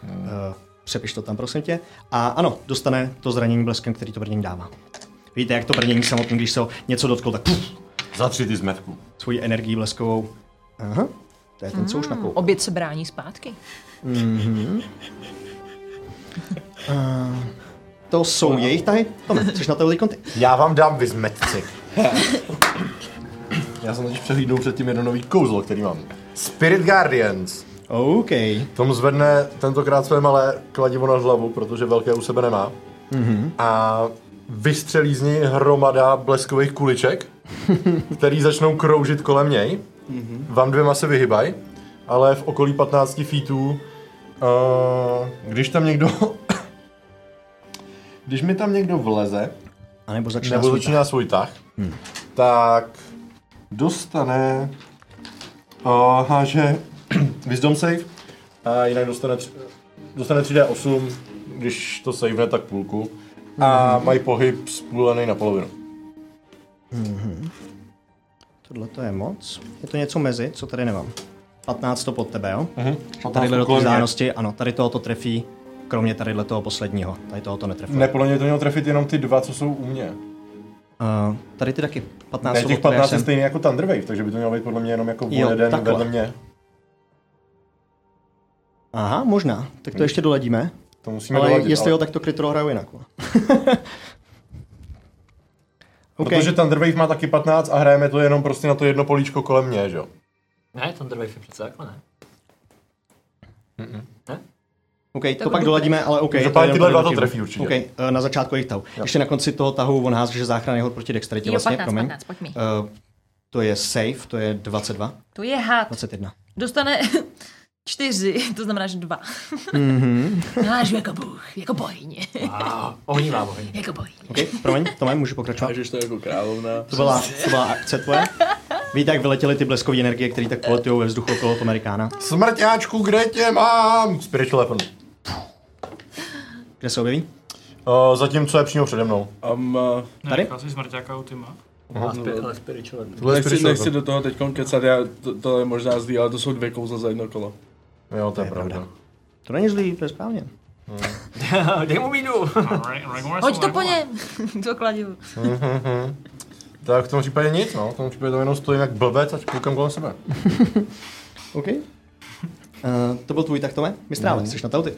Eh, Přepiš to tam, prosím tě. A ano, dostane to zranění bleskem, který to brnění dává. Víte, jak to brnění samotný, když se ho něco dotklo, tak puf, Za tři ty zmetku. svoji energii bleskovou. Aha, to je ten, co už nakoupil. Oběd se brání zpátky. To jsou jejich tahy? Tome, jsi na to velký konty. Já vám dám vy zmetci. Já jsem totiž přehlídnul předtím jedno nový kouzlo, který mám. Spirit Guardians. OK. Tom zvedne tentokrát své malé kladivo nad hlavu, protože velké u sebe nemá. Mm-hmm. A vystřelí z něj hromada bleskových kuliček, který začnou kroužit kolem něj. Mm-hmm. Vám dvěma se vyhybaj, ale v okolí 15 feetů, uh, když tam někdo... když mi tam někdo vleze, A nebo začíná nebo svůj začíná svůj tah, hmm. tak dostane uh, háže Wisdom save a jinak dostane, tři, dostane 3D8, když to savene, tak půlku. A mají pohyb spůlený na polovinu. tah. Tohle to je moc. Je to něco mezi, co tady nemám. 15 to pod tebe, jo? Mm-hmm. Tady do té vzdálenosti, ano, tady toho to trefí, kromě tady toho posledního. Tady toho to netrefí. Ne, podle mě to mělo trefit jenom ty dva, co jsou u mě. Uh, tady ty taky. 15 Ne, jsou těch od tebe 15 je sem. stejný jako Thunderwave, takže by to mělo být podle mě jenom jako o Jo, jeden takhle. vedle mě. Aha, možná. Tak to ještě doladíme. To musíme Ale Hmm. doladit, jestli ale... jo, tak to krytro hraju jinak. vole. OK. Protože Thunderwave má taky 15 a hrajeme to jenom prostě na to jedno políčko kolem mě, že jo? jako Ne, ten drvej je přece takhle, ne? Mm-mm. OK, to Tak pak dobrý. doladíme, ale OK. Každopádně je tyhle dva to dobrý trefí chybu. určitě. OK, eh, na začátku jejich tahu. Ještě na konci toho tahu on hází, že záchrana jeho proti dexteritě Jo, vlastně, 15, promiň. 15, pojď mi. Eh, to je safe, to je 22, To je had. 21. Dostane čtyři, to znamená, že dva. Mhm. Hážu jako bůh, jako bohyně. Ohnívá bohyně. Jako bohyně. OK, promiň, Tome, můžu pokračovat? Hážeš to jako královna. To byla, to byla akce tvoje. Víte, jak vyletěly ty bleskové energie, které tak poletují ve vzduchu okolo Tomerikána? Smrťáčku, kde tě mám? Spiritual weapon. Kde se objeví? Uh, zatím, co je přímo přede mnou. Um, uh, Tady? Říkal jsi smrťáka u Tima. Aha. No, spiritual. Tohle je nechci, spiritual nechci weapon. do toho teď kecat, já, to, to, je možná zlý, ale to jsou dvě kouzla za jedno kolo. Jo, to je pravda. To není zlý, to je správně. Dej mu mídu. Hoď to po něm, to kladivu. Mhm. tak v tom případě nic, no. V tom případě tam jenom stojím jak blbec a koukám kolem sebe. OK. Uh, to byl tvůj tak, Tome? Mistrále, jsi na tauty.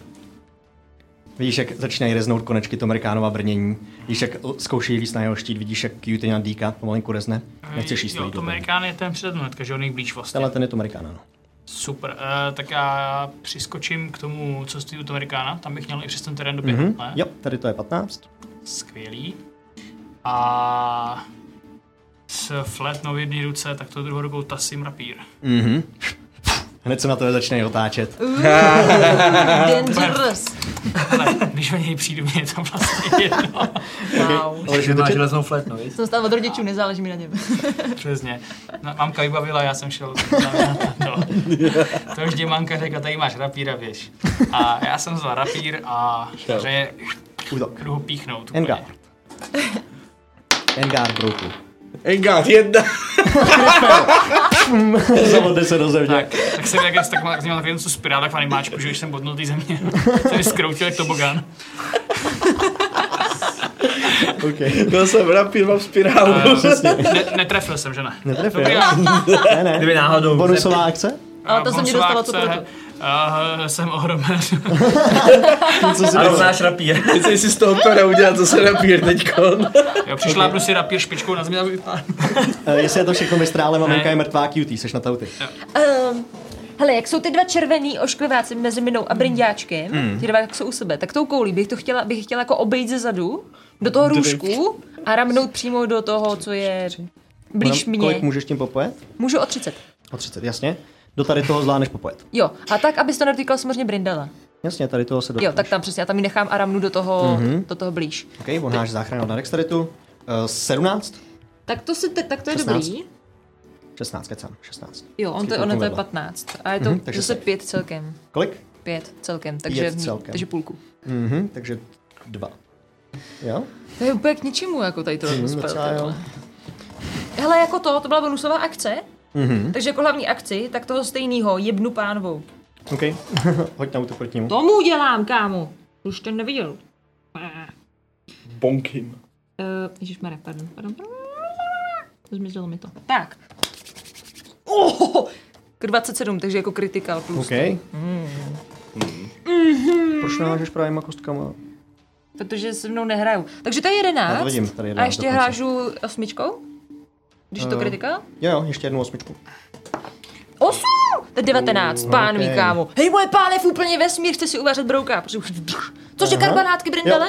Vidíš, jak začínají reznout konečky Tomerikánova brnění. Vidíš, jak l- zkouší líst na jeho štít, vidíš, jak cutie na dýka pomalinku rezne. Nechceš jíst Jo, to Amerikán je ten přede mnou, hnedka, že on je blíž vlastně. Tenhle ten je Tomerikán, ano. Super, uh, tak já přiskočím k tomu, co stojí u toho Amerikána, tam bych měl i přes ten terén doběhnout, Mhm. mm-hmm. ne? Jo, tady to je 15. Skvělý. A s flétnou v jedné ruce, tak to druhou rukou tasím rapír. Mhm. Hned se na to začínají otáčet. Dangerous. Ale když o něj přijdu, mě je to vlastně jedno. Wow. Ale že máš železnou flétnu, víš? Jsem stál od rodičů, nezáleží mi na něm. Přesně. No, mamka vybavila, já jsem šel na na to. To vždy mamka řekla, tady máš rapír a běž. A já jsem vzal rapír a Šel. že Útok. jdu ho píchnout. úplně. Engard. Engard brouku. Engard jedna. Zavode se do země. Tak, tak jsem jak tak měl takový takový tu spirálu jak v animáčku, že když jsem bodnul té země, jsem mi skroutil jak tobogán. Okay. Byl jsem rapír, mám spirálu. Eh, ne, netrefil jsem, že ne? Netrefil. Dobrý, já- ne, ne. Kdyby náhodou. Bonusová akce? Ale to se mě bonusová dostalo, co akce, proto. eh, jsem ohromen. Co si A rovnáš rapír. Teď si z toho pere udělat zase rapír teďkon. Jo, přišlápnu si rapír špičkou na země. a- Eh, Jestli je to všechno mistrále, maminka Ne. je mrtvá cutie, seš na tauty. Ehm, hele, jak jsou ty dva červený oškliváci mezi mnou a brindáčkem, Mm. mm. ty dva jak jsou u sebe, tak tou koulí bych to chtěla, bych chtěla jako obejít ze zadu, do toho růžku a ramnout přímo do toho, co je blíž Ona- Kolik mě. můžeš tím popojet? Můžu o 30. O 30, jasně. Do tady toho zvládneš popojet. Jo, a tak, aby se to nedotýkal samozřejmě Brindala. Jasně, tady toho se Jo, dotkneš. tak tam přesně, já tam ji nechám a ramnu do toho, Mhm. mm-hmm. do toho blíž. OK, on háže záchranu na dexteritu. Uh, 17? Tak to, si, tak to je 16. dobrý. 16, kecám, 16. Jo, on to, Chytnu ono to je vedle. 15. A je to Mhm, mm-hmm, takže zase safe. 5 celkem. Kolik? 5 celkem, takže, Pět celkem. takže půlku. Mhm, takže dva. Jo? To je úplně k ničemu, jako tady to Mhm, mm, docela jo. Hele, jako to, to byla bonusová akce, Mhm. takže jako hlavní akci, tak toho stejného jebnu pánvou. OK, hoď na útok proti němu. Tomu udělám, kámo. Už to neviděl. Bonkin. Uh, Ježišmarja, pardon, pardon, pardon. Zmizelo mi to. Tak. Oh, k 27, takže jako kritikál plus. OK. Mm-hmm. Proč nehážeš právýma kostkama? Protože se mnou nehraju. Takže to je Já 11. to vidím, tady je a 11 ještě dokonce. hrážu osmičkou? Když je to Eh. kritikál? Jo, jo, ještě jednu osmičku. 8! To je 19, Uh, uh, pán ví, ok. kámo. Hej, moje pánev úplně vesmír, chce si uvařit brouka. protože už- Což je Aha. karbonátky, Brindale?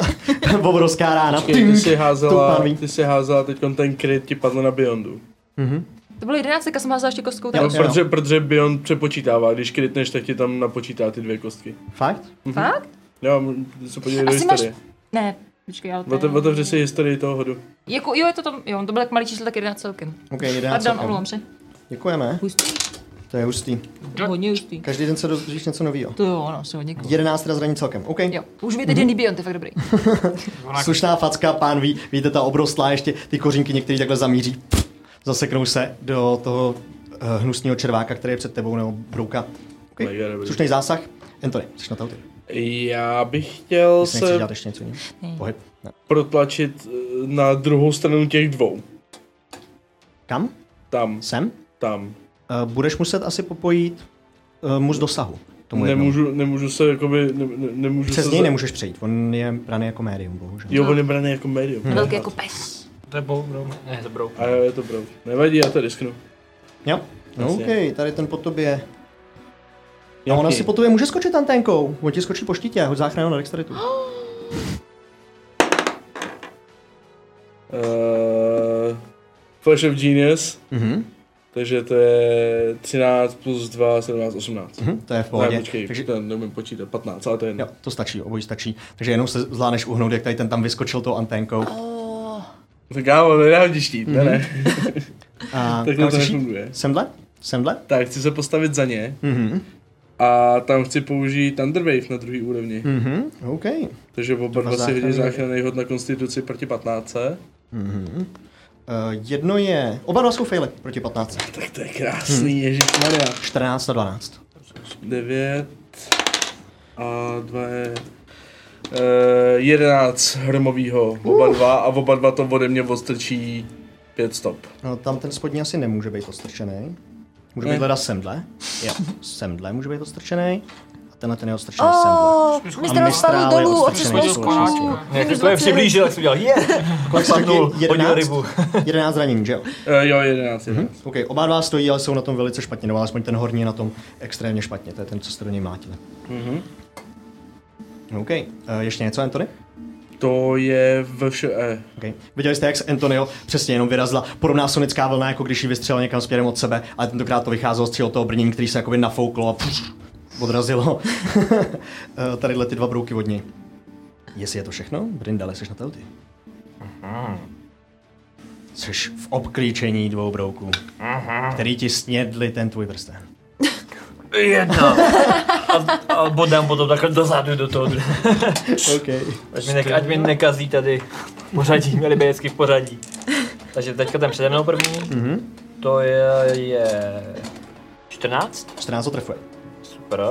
Obrovská rána. Počkej, ty si To házela, pán ví. ty si házela teďkon ten kryt ti padl na Beyondu. Mhm. To bylo 11, tak já jsem házela ještě kostkou. No, Tak. protože, protože Beyond přepočítává, když krytneš, tak ti tam napočítá ty dvě kostky. Fakt? Fakt? Jo, m- se podívej do Asi máš- Eh. historie. Ne, počkej, ale to Ote- je... Otevři si historii toho hodu. Jako, jo, je to tam, jo, to bylo jak malý číslo, tak 11 celkem. OK, 11 Pardon, celkem. omlouvám se. Děkujeme. Hustý. To je hustý. Hodně hustý. Každý den se dozvíš něco nového. To jo, ono, se hodně cool. 11 teda zraní celkem. OK. Jo, už víte, Mhm. Danny Bion, to je fakt dobrý. Slušná facka, pán ví, víte, ta obrostlá ještě, ty kořínky některý takhle zamíří, pff, zaseknou se do toho eh, hnusného červáka, který je před tebou, nebo brouka. Okay. Mega dobrý. Slušný zásah. Anthony, jsi na tauty. Já bych chtěl Jestli nechceš se dělat ještě něco jiného. Pohyb. Ne. protlačit eh, na druhou stranu těch dvou. Kam? Tam, Sem? tam. Eh, budeš muset asi popojit uh, mu z dosahu. Tomu jednomu. Nemůžu, nemůžu se jakoby, ne, ne, nemůžu Přes se něj za- nemůžeš přejít, on je braný jako médium, bohužel. Jo, on je braný jako médium. Hm. Velký jako pes. To je bou, bro. Ne, to brou. A jo, je to bro. Nevadí, já to risknu. Jo? No, Jasně. OK, tady ten po tobě Jo, ona si po tobě může skočit anténkou. On ti skočí po štítě, hoď záchranu na dexteritu. Uh, Flash of Genius. Mhm. Takže to je 13 plus 2, 17, 18. Mhm, to je v pohodě. Ne, počkej, Takže- Takže... to neumím počítat, 15, ale to je jedno. Jo, to stačí, obojí stačí. Takže jenom se zvládneš uhnout, jak tady ten tam vyskočil tou anténkou. Tak kámo, nedám ti štít, ne, Mhm. ne. A Takhle kam to chceš jít? nefunguje. Semdle? Semdle? Tak, chci se postavit za ně Mhm. a tam chci použít Thunder Wave na druhý úrovni. Mhm, OK. Takže oba Na dva si záchranný hodí wave. záchranný hod na konstituci proti 15. Mhm. Eh, jedno je... Oba dva jsou faily proti 15. Tak to je krásný, Mhm. hmm. ježišmarja. 14 a 12. 9 a 2 je... eh, 11 hromovýho, oba Uh. dva a oba dva to ode mě odstrčí 5 stop. No, tam ten spodní asi nemůže být odstrčený. Může Ne. být teda semdle. Jo, semdle může být odstrčený. A tenhle ten je odstrčený semdle. Oh, A mistr mistrále spadl dolů, odstrčený odsesnul z jsou kůžů. Jak to je přiblížil, jak jsi udělal, je! Kolik jsi Padnul, taky? hodil 11? rybu. 11 zranění, že jo? Eh, jo, 11, 11. OK, oba dva stojí, ale jsou na tom velice špatně, nebo alespoň ten horní je na tom extrémně špatně, to je ten, co jste do něj mlátili. Mhm. OK, eh, ještě něco, Anthony? To je eh. VŠE. Okay. Viděli jste, jak z Antonio přesně jenom vyrazila podobná sonická vlna, jako když ji vystřelil někam směrem od sebe, ale tentokrát to vycházelo z cíl toho brnění, který se jakoby nafouklo a pš, odrazilo Eh, tadyhle ty dva brouky od něj. Jestli je to všechno, Brindale, jsi na to ty. Jsi v obklíčení dvou brouků, který ti snědli ten tvůj prsten. Jedna. A, a bodám potom takhle dozadu do toho druhého. Okay. Ať, mi ne, ať mi nekazí tady pořadí, měli by hezky v pořadí. Takže teďka ten přede mnou první, Mhm. to je, je 14, 14 to trefuje. super.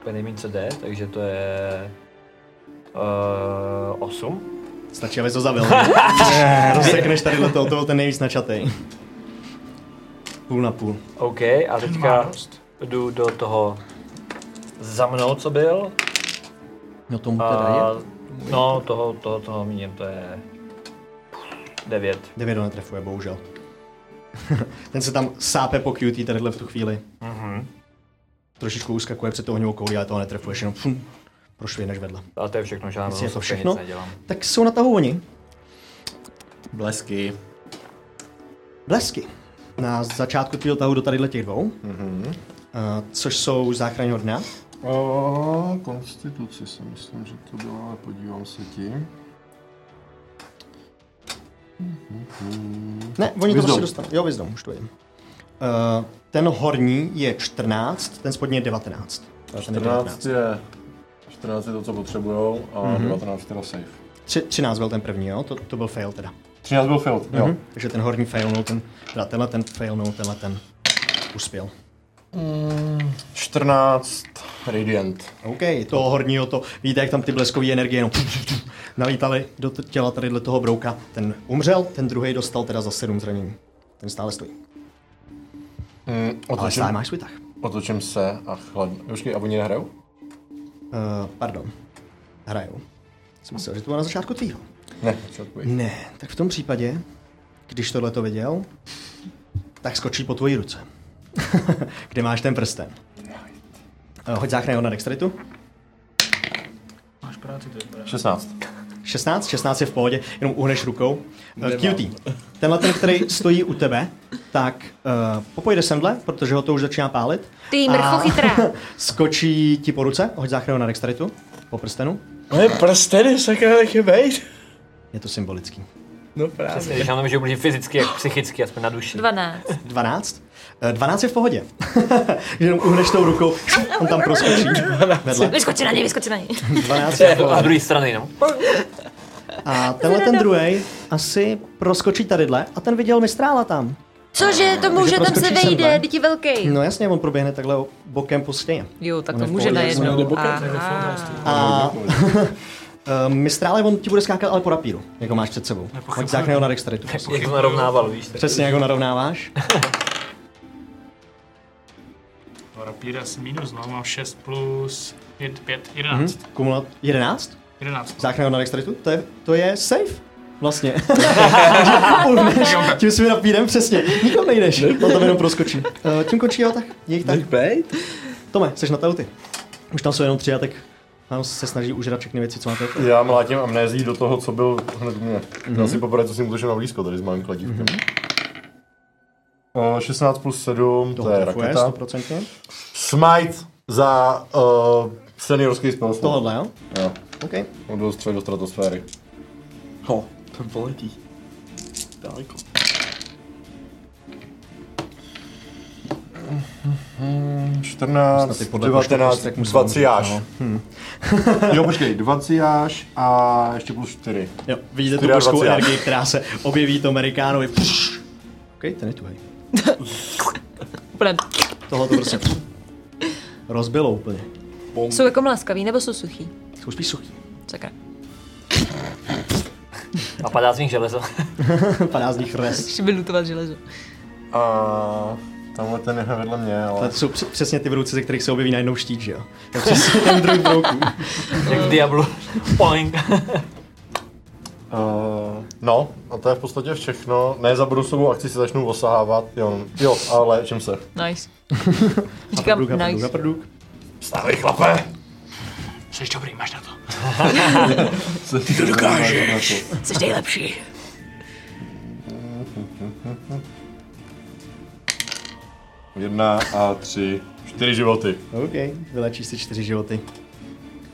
Úplně nevím, co jde, takže to je uh, 8. Stačí, aby to zavil. Rozsekneš tady toho, toho ten nejvíc načatej. Půl na půl. OK, a teďka jdu do toho za mnou, co byl. No tomu teda A, je. no, toho, toho, toho míním, to je 9. 9 ho netrefuje, bohužel. Ten se tam sápe po QT tadyhle v tu chvíli. Mhm. Trošičku uskakuje před tou ohňovou koulí, ale toho netrefuješ, jenom fum, prošvihneš vedle. A to je všechno, žádnou Jestli je to rozhodně všechno, nic nedělám. tak jsou na tahu oni. Blesky. Blesky. Na začátku tvýho tahu do tadyhle těch dvou, mm-hmm. což jsou záchraň dna. O, konstituci si myslím, že to bylo, ale podívám se tím. Ne, oni to Wisdom. prostě dostanou. Jo, vizdom, už to vidím. Uh, ten horní je 14, ten spodní je 19. Ten je 14 je, 14 je to, co potřebujou a Mhm. 19 teda safe. Tři, 13 byl ten první, jo? To, to byl fail teda. 13 byl fail, jo. Mhm. Takže ten horní failnul, ten, teda tenhle ten failnul, tenhle ten uspěl. 14 Radiant. OK, toho horního to, víte, jak tam ty bleskové energie jenom nalítaly do t- těla tadyhle toho brouka. Ten umřel, ten druhý dostal teda za 7 zranění. Ten stále stojí. Mm, Ale stále máš svůj tah. Otočím se a chladně. Počkej, a oni nehrajou? Uh, pardon. Hrajou. Jsem myslel, že to bylo na začátku tvýho. Ne, začátku jejich. Ne, tak v tom případě, když tohle to viděl, tak skočí po tvoji ruce. Kde máš ten prsten? Eh, Hoď záchranou na dexteritu. Máš práci, to je dobré. 16. 16, 16 je v pohodě, jenom uhneš rukou. Uh, Nemám. cutie, tenhle ten, který stojí u tebe, tak uh, popojde semhle, protože ho to už začíná pálit. Ty A mrcho chytrá. skočí ti po ruce, hoď záchranu na dexteritu, po prstenu. Moje prsteny, sakra, nechě bejt. Je to symbolický. No Asi, právě. Když nám že bude fyzicky, jak psychicky, aspoň na duši. 12. 12? Eh, 12 je v pohodě. Jenom uhneš tou rukou, on tam proskočí. Vedle. Vyskoči na něj, vyskoči na něj. 12 je v A pohodě. druhé strany, no. A tenhle ten druhý asi proskočí tadyhle a ten viděl mistrála tam. Cože, to může, může, tam tam proskočí se se vejde, vejde, semhle. teď je velký. No jasně, on proběhne takhle bokem po stěně. Jo, tak On je to v může no. pohodě, on najednou. bokem, Aha. A eh, mistrále, on ti bude skákat ale po rapíru, jako máš před sebou. Hoď záchranou na dexteritu. prosím. Jak to narovnával, víš. tak. Přesně jak ho narovnáváš. Rapíra s minus, no, mám 6 plus 5, 5, Mhm. 11. Kumulat 11? 11. Záchranu na dexteritu? To je, to je safe. Vlastně. Uhneš, tím si napídem, přesně. Nikam nejdeš, on tam jenom proskočí. Eh, Tím končí jeho tak. Jejich tak. Tome, jsi na tauty. Už tam jsou jenom tři a tak tam se snaží užrat všechny věci, co máte. Já mlátím amnézí do toho, co byl hned mě. Mhm. Mm-hmm. Asi poprvé, co jsem udržel na blízko, tady s mým kladívkem. Mm-hmm. 16 plus 7, to, Toho je trefuje, raketa. 100%. Smite za uh, seniorský spell. Tohle, jo? Jo. OK. On byl střel do stratosféry. Ho, to poletí. Daleko. Hmm, 14, Snad i podle počtu 19, kostek musel 20 umřít, až. no. Hm. jo, počkej, 20 až a ještě plus 4. Jo, vidíte tu božskou energii, která se objeví tomu Amerikánovi. Pš. OK, ten je tuhej. Úplně. Tohle to prostě rozbilo úplně. Jsou jako mlaskaví nebo jsou suchý? Jsou spíš suchý. Sakra. A padá z nich železo. Padá z nich res. Ještě by lutovat železo. A tamhle ten je vedle mě, ale... Ale to jsou př- přesně ty vrouci, ze kterých se objeví najednou štít, že jo? To je přesně ten druh brouků. Jak v Diablu. Poink. Uh, no, a to je v podstatě všechno. Ne, za bonusovou akci si začnu osahávat, jo, jo ale čím se. Nice. Říkám nice. prduk. Stávej, chlape! Jsi dobrý, máš na to. Ty to dokážeš! Jsi nejlepší. Jedna a tři, čtyři životy. OK, vylečíš si čtyři životy.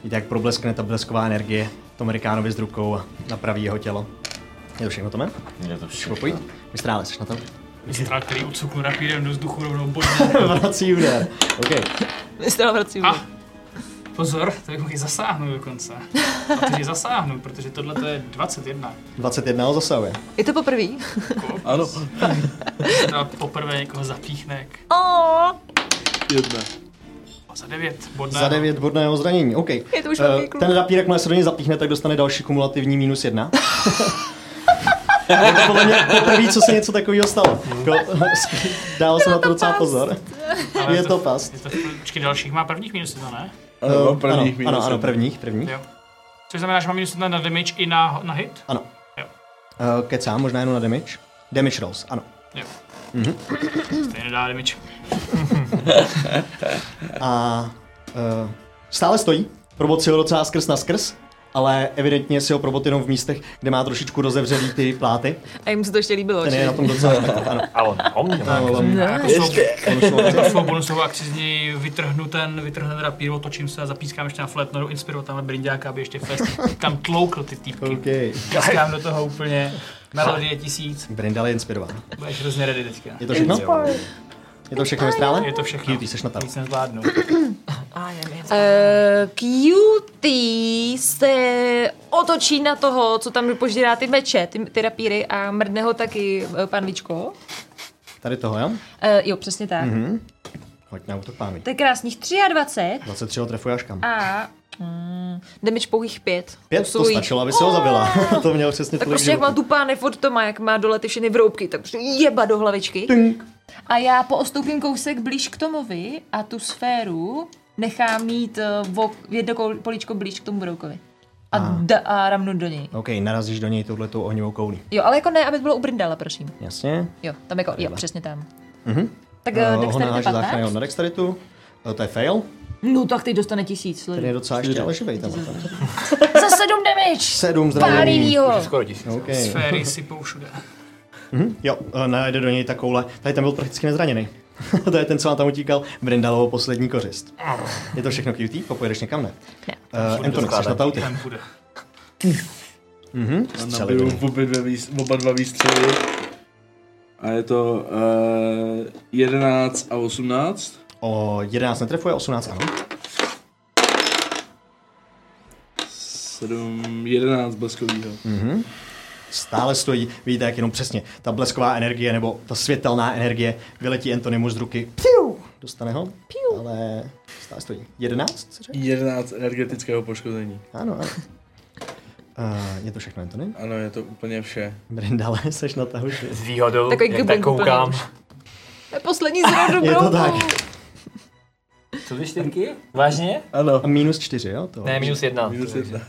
Víte, jak probleskne ta blesková energie tomu Rikánovi s rukou a napraví jeho tělo. Je to všechno, Tome? Je to všechno. Popojit? Mistrále, jsi na tom? Mistrál, který ucuknu rapírem do vzduchu rovnou bodí. Vrací úder. OK. Mistrál vrací A pozor, to bych mohl i zasáhnout dokonce. A to je zasáhnu, protože tohle to je 21. 21 ho zasahuje. Je to poprvé? Ano. Teda poprvé někoho zapíchne jak Oh, Jedna. za 9 bodného. Za 9 bodného zranění, OK. Je to už Eh, velký kluk. Ten rapírek moje srovně zapíchne, tak dostane další kumulativní minus jedna. Je to podle mě poprvé, co se něco takového stalo. Jako, Dával jsem na to docela pozor. Ale Je to past. Je to v- počkej, dalších má prvních minus 1, ne? Ano, Eh, mám prvních minus ano, ano, jedna. prvních, prvních. Jo. Což znamená, že má minus 1 na damage i na, na hit? Ano. Jo. Uh, kecám, možná jenom na damage. Damage rolls, ano. Jo. Mhm. Stejně dá damage. A uh, stále stojí. Probot si ho docela skrz na skrz, ale evidentně si ho probot jenom v místech, kde má trošičku rozevřelý ty pláty. A jim se to ještě líbilo. Ten že? je na tom docela špatně, ano. A on, on no, mě má. A jako svou, Bonusovou jako svou bonusovou akci z něj vytrhnu ten, vytrhnu ten rapír, otočím se a zapískám ještě na fletnoru, inspirovat tamhle Brindáka, aby ještě fest tam tloukl ty týpky. Okay. Kaskám do toho úplně melodie tisíc. Brindal je inspirován. Budeš hrozně ready teďka. Je to všechno? Je to všechno ve strále? Je to všechno. Cutie, seš na tam. Nic nezvládnu. Eh, Cutie se otočí na toho, co tam požírá ty meče, ty, ty rapíry a mrdne ho taky eh, panvičko. Tady toho, jo? Eh, jo, přesně tak. Mm-hmm. Mhm. Hoď na útok pámi. To je krásných 23 23 ho trefuje až kam. a mm, damage pouhých 5. Pět to stačilo, aby se ho zabila. to měl přesně Tak tolik prostě jak má životů. tupáne, furt to má, jak má dole ty všechny vroubky, tak prostě jeba do hlavičky. Tink. A já poostoupím kousek blíž k Tomovi a tu sféru nechám mít eh, vok- jedno kol- políčko blíž k tomu broukovi. A, da, a ramnu do něj. OK, narazíš do něj touhletou ohnivou koulí. Jo, ale jako ne, aby to bylo u Brindala, prosím. Jasně. Jo, tam jako, jo, přesně tam. Mhm. Tak Eh, uh, ho Dexterity naháže 15. záchranou na dexteritu. Eh, To je fail. No tak teď dostane tisíc. Ten sleduj. je docela ještě ale živej tenhle. ten. Za sedm damage! Sedm Pálivý zranění. ho. Skoro tisíc. OK. Sféry sypou všude. Mhm. Jo, eh, najde do něj ta koule. Tady ten byl prakticky nezraněný. to je ten, co vám tam utíkal. Brindalovo poslední kořist. Ah. Je to všechno cutie? Popojedeš někam, ne? Ne. Uh, Anthony, jsi na tauty. Ten bude. Mhm. A Střely do nabiju něj. obě dvě výs, oba dva výstřely. A je to uh, 11 a 18. O 11 netrefuje, 18 ano. 7, 11 bleskovýho. Mhm. Stále stojí, vidíte, jak jenom přesně ta blesková energie nebo ta světelná energie vyletí Antonimu z ruky. Piu! Dostane ho, Piu! ale stále stojí. 11, si řekl? 11 energetického poškození. Ano, ano. Uh, je to všechno, Antony? Ano, je to úplně vše. Brindale, seš na tahu. že- S výhodou, Takový jak gubben tak koukám. To je poslední zradu Je to brouku. tak. Co ty čtyřky? Vážně? Ano. A minus čtyři, jo? To... Ne, minus jedna. Minus jedna.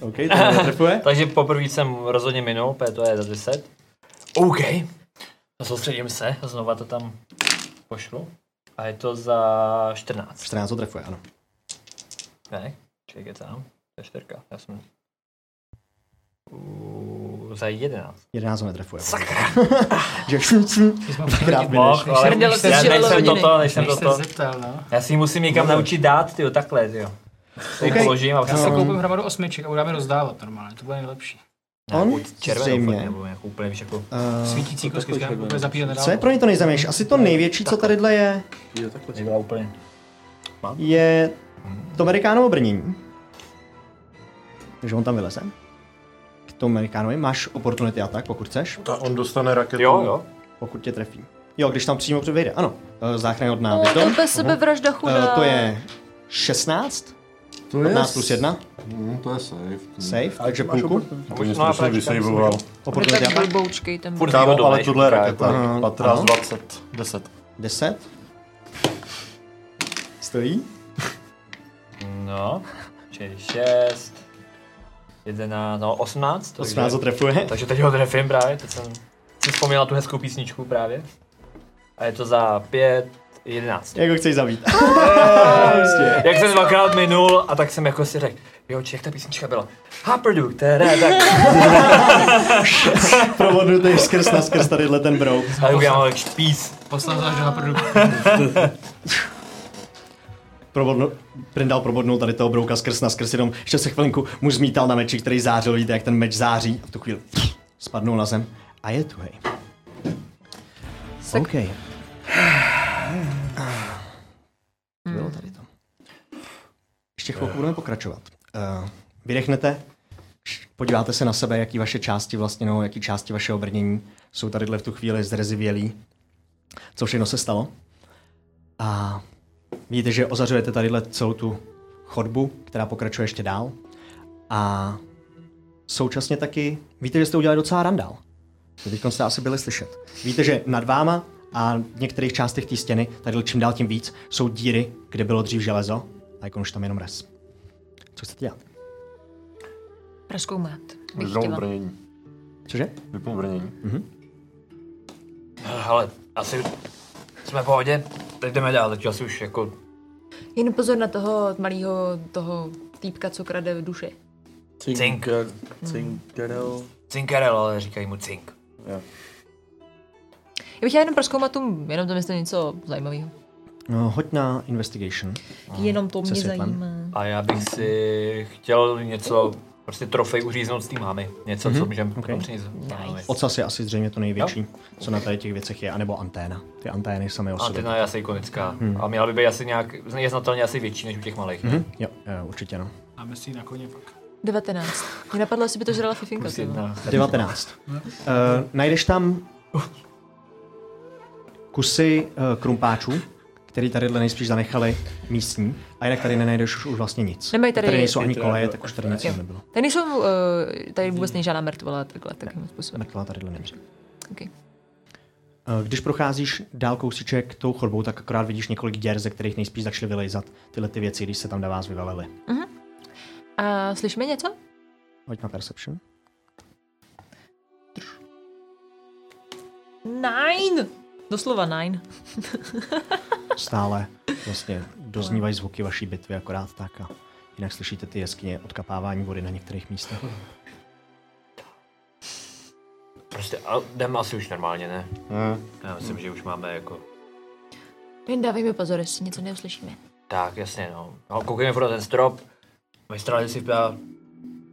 OK, to mě netrefuje. Takže poprvé jsem rozhodně minul, P to je za 10. OK. Soustředím se, znova to tam pošlu. A je to za 14. 14 to trefuje, ano. Ne, čekaj, je tam. To je čtyřka, já jsem... Uuu, za 11. 11 ho netrefuje. Sakra! že šum, šum, dvakrát mineš. Mohl, ale Než než se- jsem, než než se- jsem toto, než jsem než se toto. zeptal, no. Já si ji musím někam No. naučit dát, tyjo, takhle, tyjo. Okay. Ok. položím a Já No. si koupím hromadu osmiček a budu rozdávat normálně, to bude nejlepší. On červenou zřejmě. fakt, nebo nějakou úplně víš, jako eh, Svítící kousky, takový které červený. úplně zapíjet nedávno. Co je pro ně to nejzajímavější? Asi to největší, co tadyhle je, Jo, takhle. Nebyla úplně. Mám? je to Amerikánovo brnění. Takže on tam vyleze. K tomu Amerikánovi máš opportunity attack, pokud chceš. Ta on dostane raketu. Jo, jo. Pokud tě trefí. Jo, když tam přímo předvejde, ano. Eh, Záchrana od nám. No, to bez sebevražda chudá. Eh, To je 16. To 15 plus 1. Hmm, to je safe. No. Safe, takže půlku. Úplně jste se vysejvoval. Opportunity attack. blboučkej ten Furt Kámo, výhodou, ale ne? tohle je raketa. no. Ano, 15, ano. 20, 10. 10. Stojí? No, čili 6, 11, no 18. 18 ho trefuje. Takže teď ho trefím právě, teď jsem si vzpomněl na tu hezkou písničku právě. A je to za 5, 11. Jak ho chceš zabít? Prostě. Jak jsem dvakrát minul a tak jsem jako si řekl, jo, či jak ta písnička byla? Happerdu, teda, tak. Provodnutý skrz na skrz tadyhle ten brouk. A tak já mám jak špíc. Poslal to až do Happerdu. Probodnul, Prindal probodnul tady toho brouka skrz na skrz, jenom ještě se chvilinku mu zmítal na meči, který zářil, vidíte, jak ten meč září a v tu chvíli spadnul na zem a je tu, hej. Sek- OK. To Bylo tady to. Ještě chvilku budeme pokračovat. Uh, vydechnete, kš- podíváte se na sebe, jaký vaše části vlastně, no, jaký části vašeho brnění jsou tadyhle v tu chvíli zrezivělí, co všechno se stalo. A vidíte, že ozařujete tadyhle celou tu chodbu, která pokračuje ještě dál. A současně taky víte, že jste udělali docela randál. To Teď jste asi byli slyšet. Víte, že nad váma a v některých částech té stěny, tady čím dál tím víc, jsou díry, kde bylo dřív železo a jako už tam jenom res. Co chcete dělat? Proskoumat. Bych Vypnou chtěla. prostě. brnění. Cože? Vypnou brnění. Hele, asi jsme v pohodě, teď jdeme dál, teď asi už jako Jen pozor na toho malého toho týpka, co krade v duše. Cink. Cinkerel. Cinkerel, ale říkají mu cink. Já bych chtěla jenom proskoumat tu, jenom tam jestli něco zajímavého. No, hoď na investigation. Jenom to Se mě světlem. zajímá. A já bych si chtěl něco, prostě trofej uříznout z té mámy. Něco, Mhm, co můžeme ok. okay. přinést. Nice. Ocas je asi zřejmě to největší, co na tady těch věcech je, anebo anténa. Ty antény samé o sobě. Antena je asi ikonická. Mhm. A měla by být asi nějak, je znatelně asi větší než u těch malých. Mhm, jo, jo, určitě no. Máme si ji na koně pak. 19. Mě napadlo, jestli by to žrala Fifinka. Prostě Plus ty vole. jedna. 19. Uh, najdeš tam kusy uh, krumpáčů, který tady nejspíš zanechali místní, a jinak tady nenajdeš už, už vlastně nic. Nemají tady- tady nejsou ani koleje, tak už tady nic jiného nebylo. Tady nejsou, uh, tady vůbec není žádná mrtvola, takhle, takovým způsobem. Mrtvá tadyhle nemře. Okay. Eh, Když procházíš dál kousíček tou chodbou, tak akorát vidíš několik děr, ze kterých nejspíš začaly vylejzat tyhle ty věci, když se tam na vás vyvalily. A slyšíme něco? Hoď na Perception. Nine! Doslova nine. Stále vlastně doznívají zvuky vaší bitvy akorát tak a jinak slyšíte ty jeskyně odkapávání vody na některých místech. Prostě a jdeme asi už normálně, ne? Hmm. Já myslím, že už máme jako... Jen dávejme pozor, jestli něco neuslyšíme. Tak, jasně, no. no koukejme furt na ten strop. Majstrali si ptá.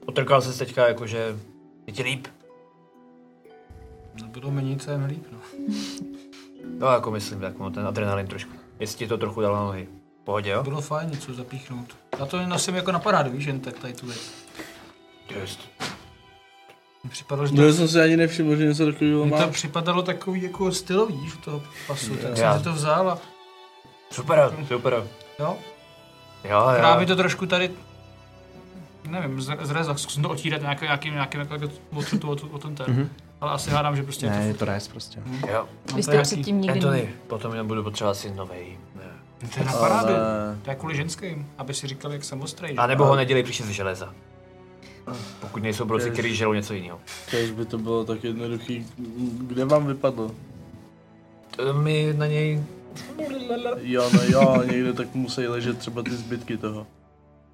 Otrkal se teďka, jakože... Je ti líp? Bylo mi nic, jen líp, no. No, jako myslím, tak no, ten adrenalin trošku. Jestli ti to trochu dalo na nohy. V Pohodě, jo? Bylo fajn něco zapíchnout. Já to nosím jako na parádu, víš, jen tak tady tu věc. Just. Mně připadalo, že No, já to, jsem si ani nevšiml, že něco takového mně má. to připadalo takový jako stylový, víš, u toho pasu, tak Já. jsem si to vzal a Super, super. jo. Jo, Právě mi to jo. trošku tady, nevím, zre- zrezal, zkusím to otírat nějaký, nějakým, nějakým jako, jako otřutu o, tu- o ten ten. Ale asi hádám, že prostě je Mhm. Ne, to je to res prostě. Jo. Mám Vy to jste nějaký- předtím nikdy... Anthony, potom jenom budu potřebovat si novej. Ne. To je na parádu. To je kvůli ženským, aby si říkal, jak samostrý. A nebo ho nedělej příště ze železa. Pokud nejsou brouci, Jež- který žerou něco jiného. Kež by to bylo tak jednoduchý. Kde vám vypadlo? To mi na něj... Jo, no jo, někde tak musí ležet třeba ty zbytky toho.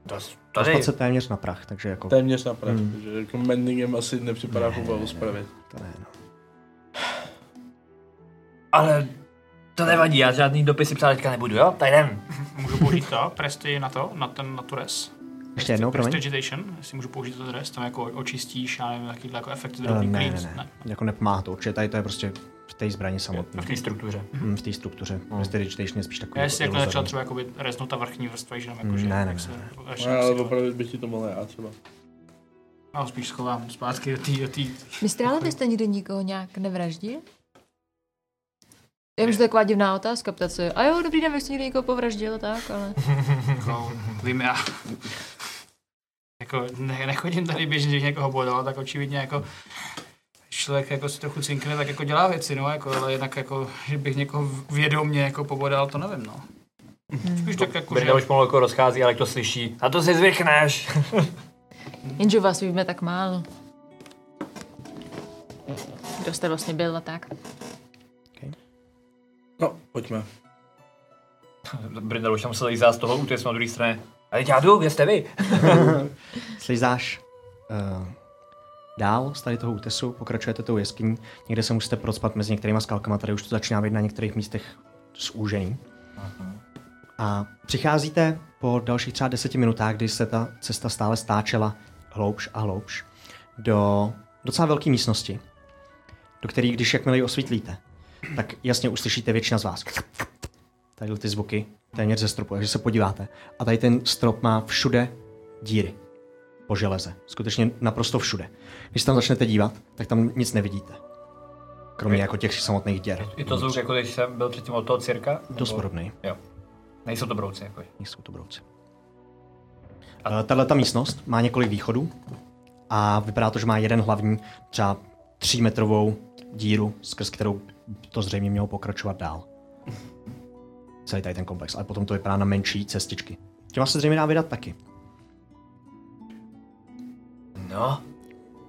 Dostat se téměř na prach, takže jako... Téměř na prach, Hmm. hmm. že jako mendingem asi nepřipadá chuba ospravit. To ne, no. Ale to nevadí, já žádný dopisy psát teďka nebudu, jo? Tak jdem. Můžu použít to, presty na to, na ten, na tu res. Ještě jednou, promiň. Prestigitation, jestli můžu použít to res, tam jako očistíš, já nevím, takovýhle jako efekt Eh, zdrobný Ne, ne, klín. ne, jako nepomáhá to určitě, tady to je prostě v té zbrani samotné. v té struktuře. Mm, v té struktuře. No. Prestidigitation je spíš takový Já jestli jako iluzorní. začal třeba jakoby reznout ta vrchní vrstva, že tam jako, Mm, že, ne, jak ne, se, ne, ne. až No, ale jak se- opravit by ti to mohlo já třeba. Já ho spíš schovám zpátky do tý, do tý. Mistr, ale vy jste nikdy nikoho nějak nevraždil? Já vím, že to je taková divná otázka, ptat se, a jo, dobrý den, vy jste někdy někoho povraždil, a tak, ale... Jako, vím já. Jako, ne, nechodím tady běžně, když někoho bodala, tak očividně jako člověk jako si trochu cinkne, tak jako dělá věci, no, jako, ale jinak jako, že bych někoho vědomně jako pobodal, to nevím, no. Spíš tak jako, že... Brda už pomalu jako rozchází, ale jak to slyší. A to si zvykneš. Jenže vás víme tak málo. Kdo jste vlastně byl a tak. No, pojďme. Brda už tam musel jít zás toho útěc na druhé straně. Ale já jdu, kde jste vy? Slizáš uh, dál z tady toho útesu, pokračujete tou jeskyní, někde se musíte procpat mezi některýma skalkama, tady už to začíná být na některých místech zúžený. A přicházíte po dalších třeba deseti minutách, kdy se ta cesta stále stáčela hloubš a hloubš do docela velké místnosti, do které, když jakmile ji osvítlíte, tak jasně uslyšíte většina z vás. Tady ty zvuky téměř ze stropu, takže se podíváte. A tady ten strop má všude díry po železe. Skutečně naprosto všude. Když se tam začnete dívat, tak tam nic nevidíte. Kromě jako těch samotných děr. Je to zvuk, jako když jsem byl předtím od toho cirka? Dost podobný. Jo. Nejsou to brouci, jako. Nejsou to brouci. Tahle ta místnost má několik východů a vypadá to, že má jeden hlavní, třeba třímetrovou díru, skrz kterou to zřejmě mělo pokračovat dál. Celý tady ten komplex, ale potom to vypadá na menší cestičky. Těma se zřejmě dá vydat taky. No,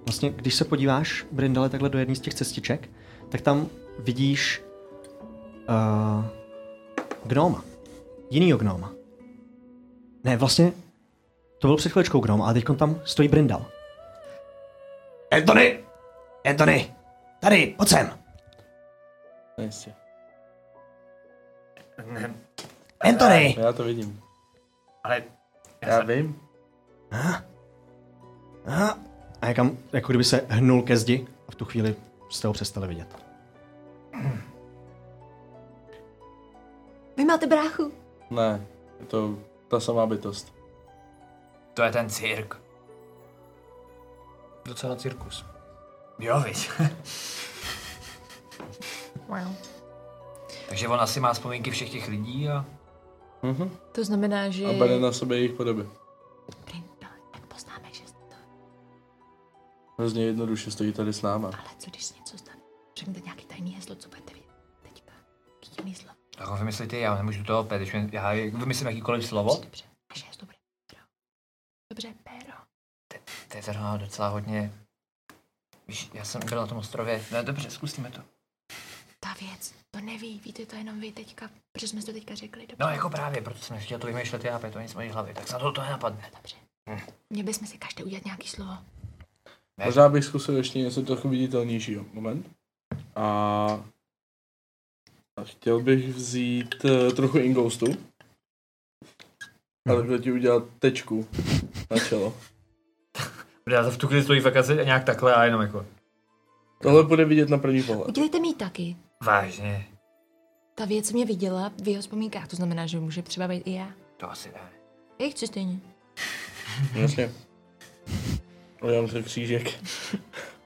Vlastně, když se podíváš, Brindale, takhle do jedné z těch cestiček, tak tam vidíš uh, gnóma. Jinýho gnóma. Ne, vlastně to byl před chvíličkou gnóm, ale teď tam stojí Brindal. Anthony! Anthony! Tady, pojď sem! Nejistě. Anthony! No, Já to vidím. Ale... Já, já vím. Aha. A jakam, jako kdyby se hnul ke zdi a v tu chvíli jste ho přestali vidět. Vy máte bráchu. Ne, je to ta samá bytost. to je ten cirk. Docela cirkus. Jo, víš. Wow. Takže on asi má vzpomínky všech těch lidí a... Mhm. To znamená, že... no, A bere na sobě jejich podoby. Poznáme, že jste to, Hrozně jednoduše stojí tady s náma. ale co když se něco stane? Řeknete nějaký tajný heslo, co budete vědět teďka. Chytilný slovo. Tak ho vymyslíte, já nemůžu toho opět, když mi- já vymyslím jakýkoliv slovo. Dobře, naše heslo bude péro. Dobře, péro. To je zrovna docela hodně... Víš, já jsem byl na tom ostrově. No dobře, zkusíme to. Ta věc, to neví, víte to jenom vy teďka, protože jsme si to teďka řekli. Dobře. No jako právě, proto jsem nechtěl to vymýšlet já, protože to nic z mojí hlavy, tak snad ho to nenapadne. Dobře. Měli bychom si každý udělat nějaký slovo. Ne. Možná bych zkusil ještě něco trochu viditelnějšího. Moment. A a chtěl bych vzít eh, trochu ingoustu. A takhle ti udělat tečku na čelo. Já v tu chvíli stojí fakt asi nějak takhle a jenom jako... Tohle bude vidět na první pohled. Udělejte mi ji taky. Vážně, Ta věc mě viděla v jeho vzpomínkách, to znamená, že může třeba být i já. to asi ne. Jak chci stejně. Jasně. Udělám se křížek.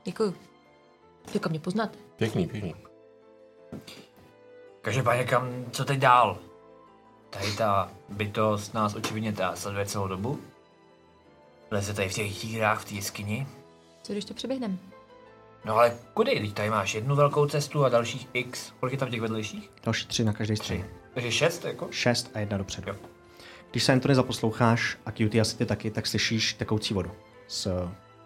Děkuju. Jako mě poznáte. Pěkný, pěkný. Každopádně kam, co teď dál? Tady ta bytost nás očividně ta sleduje celou dobu. Leze tady v těch dírách v té jeskyni. Co když to přeběhneme? No ale kudy, teď tady máš jednu velkou cestu a dalších x. Kolik je tam těch vedlejších? Další tři na každé straně. Takže šest jako? 6 a 1 dopředu. Jo. Když se Antony zaposloucháš a Cutie asi ty taky, tak slyšíš tekoucí vodu z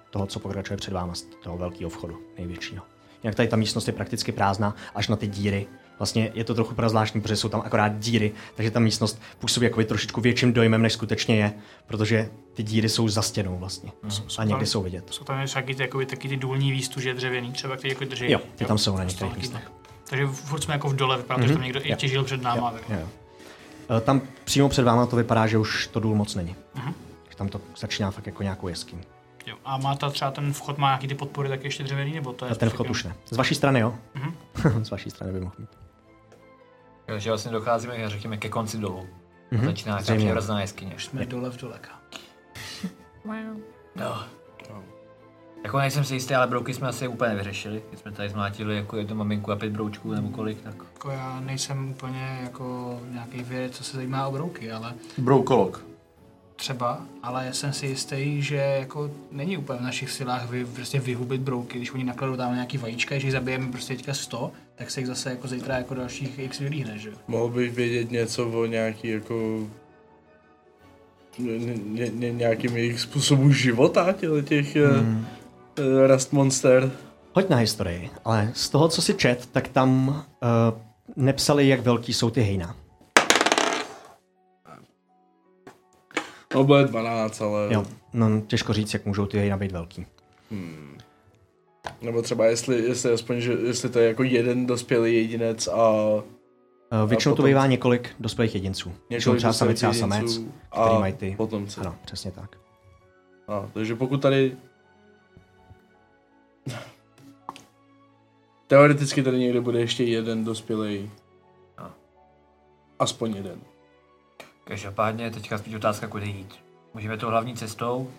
toho, co pokračuje před váma, z toho velkého vchodu, největšího. Jinak tady ta místnost je prakticky prázdná, až na ty díry. Vlastně je to trochu prazvláštní, protože jsou tam akorát díry, takže ta místnost působí jako trošičku větším dojmem, než skutečně je, protože ty díry jsou za stěnou vlastně Mhm. a tam- někdy jsou vidět. Jsou tam taky ty, jakoby, taky ty důlní výstuže dřevěný, třeba, které jako drží. Jo, ty tam jsou na některých taky místech. tak. Takže furt jsme jako v dole, vypadá to, že Mhm. tam někdo i Jo. těžil před náma. tak. Jo, jo. E, Tam přímo před váma to vypadá, že už to důl moc není. Mhm. Že Tam to začíná fakt jako nějakou jeskyní. Jo. A má ta třeba ten vchod, má nějaký ty podpory taky ještě dřevěný, nebo to je? prostě A ten jako vchod už ne. Z vaší strany jo? Mhm. Z vaší strany by mohl být. Takže vlastně docházíme, řekněme, ke konci dolu. Mhm, Mm-hmm. Začíná nějaká zřejmě. převrazná jeskyně. Jsme dole v doleka. Wow. No. Jako nejsem si jistý, ale brouky jsme asi úplně nevyřešili. Když jsme tady zmlátili jako jednu maminku a pět broučků nebo kolik, tak... Jako já nejsem úplně jako nějaký vědec, co se zajímá o brouky, ale Broukolog. třeba, ale jsem si jistý, že jako není úplně v našich silách vy, prostě vyhubit brouky, když oni nakladou tam nějaký vajíčka, když jich zabijeme prostě teďka 100, tak se jich zase jako zítra jako dalších x vylíhne, že jo? Mohl bych vědět něco o nějaký jako... ně- Ně, ně, nějakým jejich způsobu života, těle těch Hmm. hmm. Rust Monster. Hoď na historii, ale z toho, co si čet, tak tam uh, nepsali, jak velký jsou ty hejna. No bude 12, ale... Jo. No, těžko říct, jak můžou ty hejna být velký. Hmm. Nebo třeba jestli, jestli aspoň, že, jestli to je jako jeden dospělý jedinec a... Uh, většinou potom- to bývá několik dospělých jedinců. Většinou třeba dospělých samice a samec, jedinců který a mají ty. Potomci. Ano, přesně tak. A, No, takže pokud tady... Teoreticky tady někde bude ještě jeden dospělý. Aspoň jeden. Každopádně teďka spíš otázka, kudy jít. Můžeme tou hlavní cestou,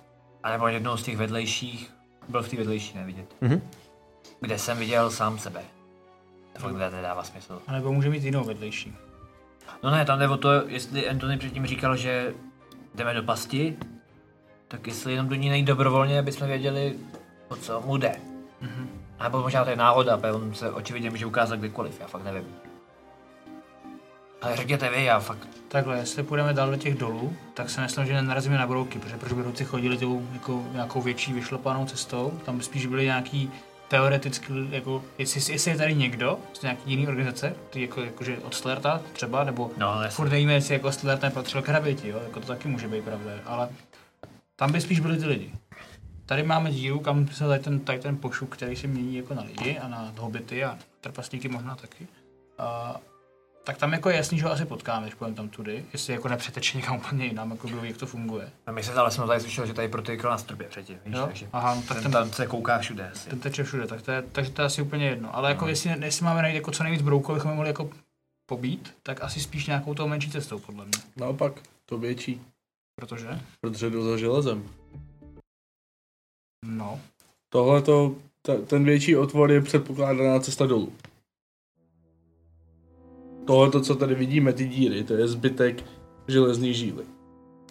anebo jednou z těch vedlejších, byl v té vedlejší nevidět. Mhm. Kde jsem viděl sám sebe. To fakt teda nedává smysl. A nebo může mít jinou vedlejší. No ne, tam jde o to, jestli Anthony předtím říkal, že jdeme do pasti, tak jestli jenom do ní nejít dobrovolně, aby jsme věděli, o co mu jde. Mhm. A nebo možná to je náhoda, protože on se očividně může ukázat kdykoliv, já fakt nevím. Ale řekněte vy, já fakt... Takhle, jestli půjdeme dál do těch dolů, tak se myslím, že nenarazíme na brouky, protože proč by ruci chodili tou jako, nějakou větší vyšlapanou cestou, tam by spíš byly nějaký teoreticky, jako, jestli, jestli je tady někdo z nějaký jiný organizace, ty jako, jakože od Slerta třeba, nebo No, ale furt nevíme, jestli jako Slert nepatřil k hraběti, jo, jako to taky může být pravda, ale tam by spíš byli ty lidi. Tady máme díru, kam se tady ten, tady ten pošuk, který se mění jako na lidi a na hobity a trpaslíky možná taky. A, tak tam jako je jasný, že ho asi potkáme, když půjdeme tam tudy, jestli jako nepřeteče někam úplně jinam, jako kdo ví, jak to funguje. A my se ale jsme tady slyšeli, že tady protykl na strbě předtím, víš, Jo? takže... Aha, no, tak ten, ten- tam se kouká všude asi. No. Ten teče všude, tak to je, takže to je asi úplně jedno. Ale jako jestli, jestli máme najít jako co nejvíc brouků, abychom je mohli jako pobít, tak asi spíš nějakou tou menší cestou, podle mě. Naopak, to větší. Protože? Protože jdu za železem. No. Tohle to, ten větší otvor je předpokládaná cesta dolů. Tohle to, co tady vidíme, ty díry, to je zbytek železný žíly.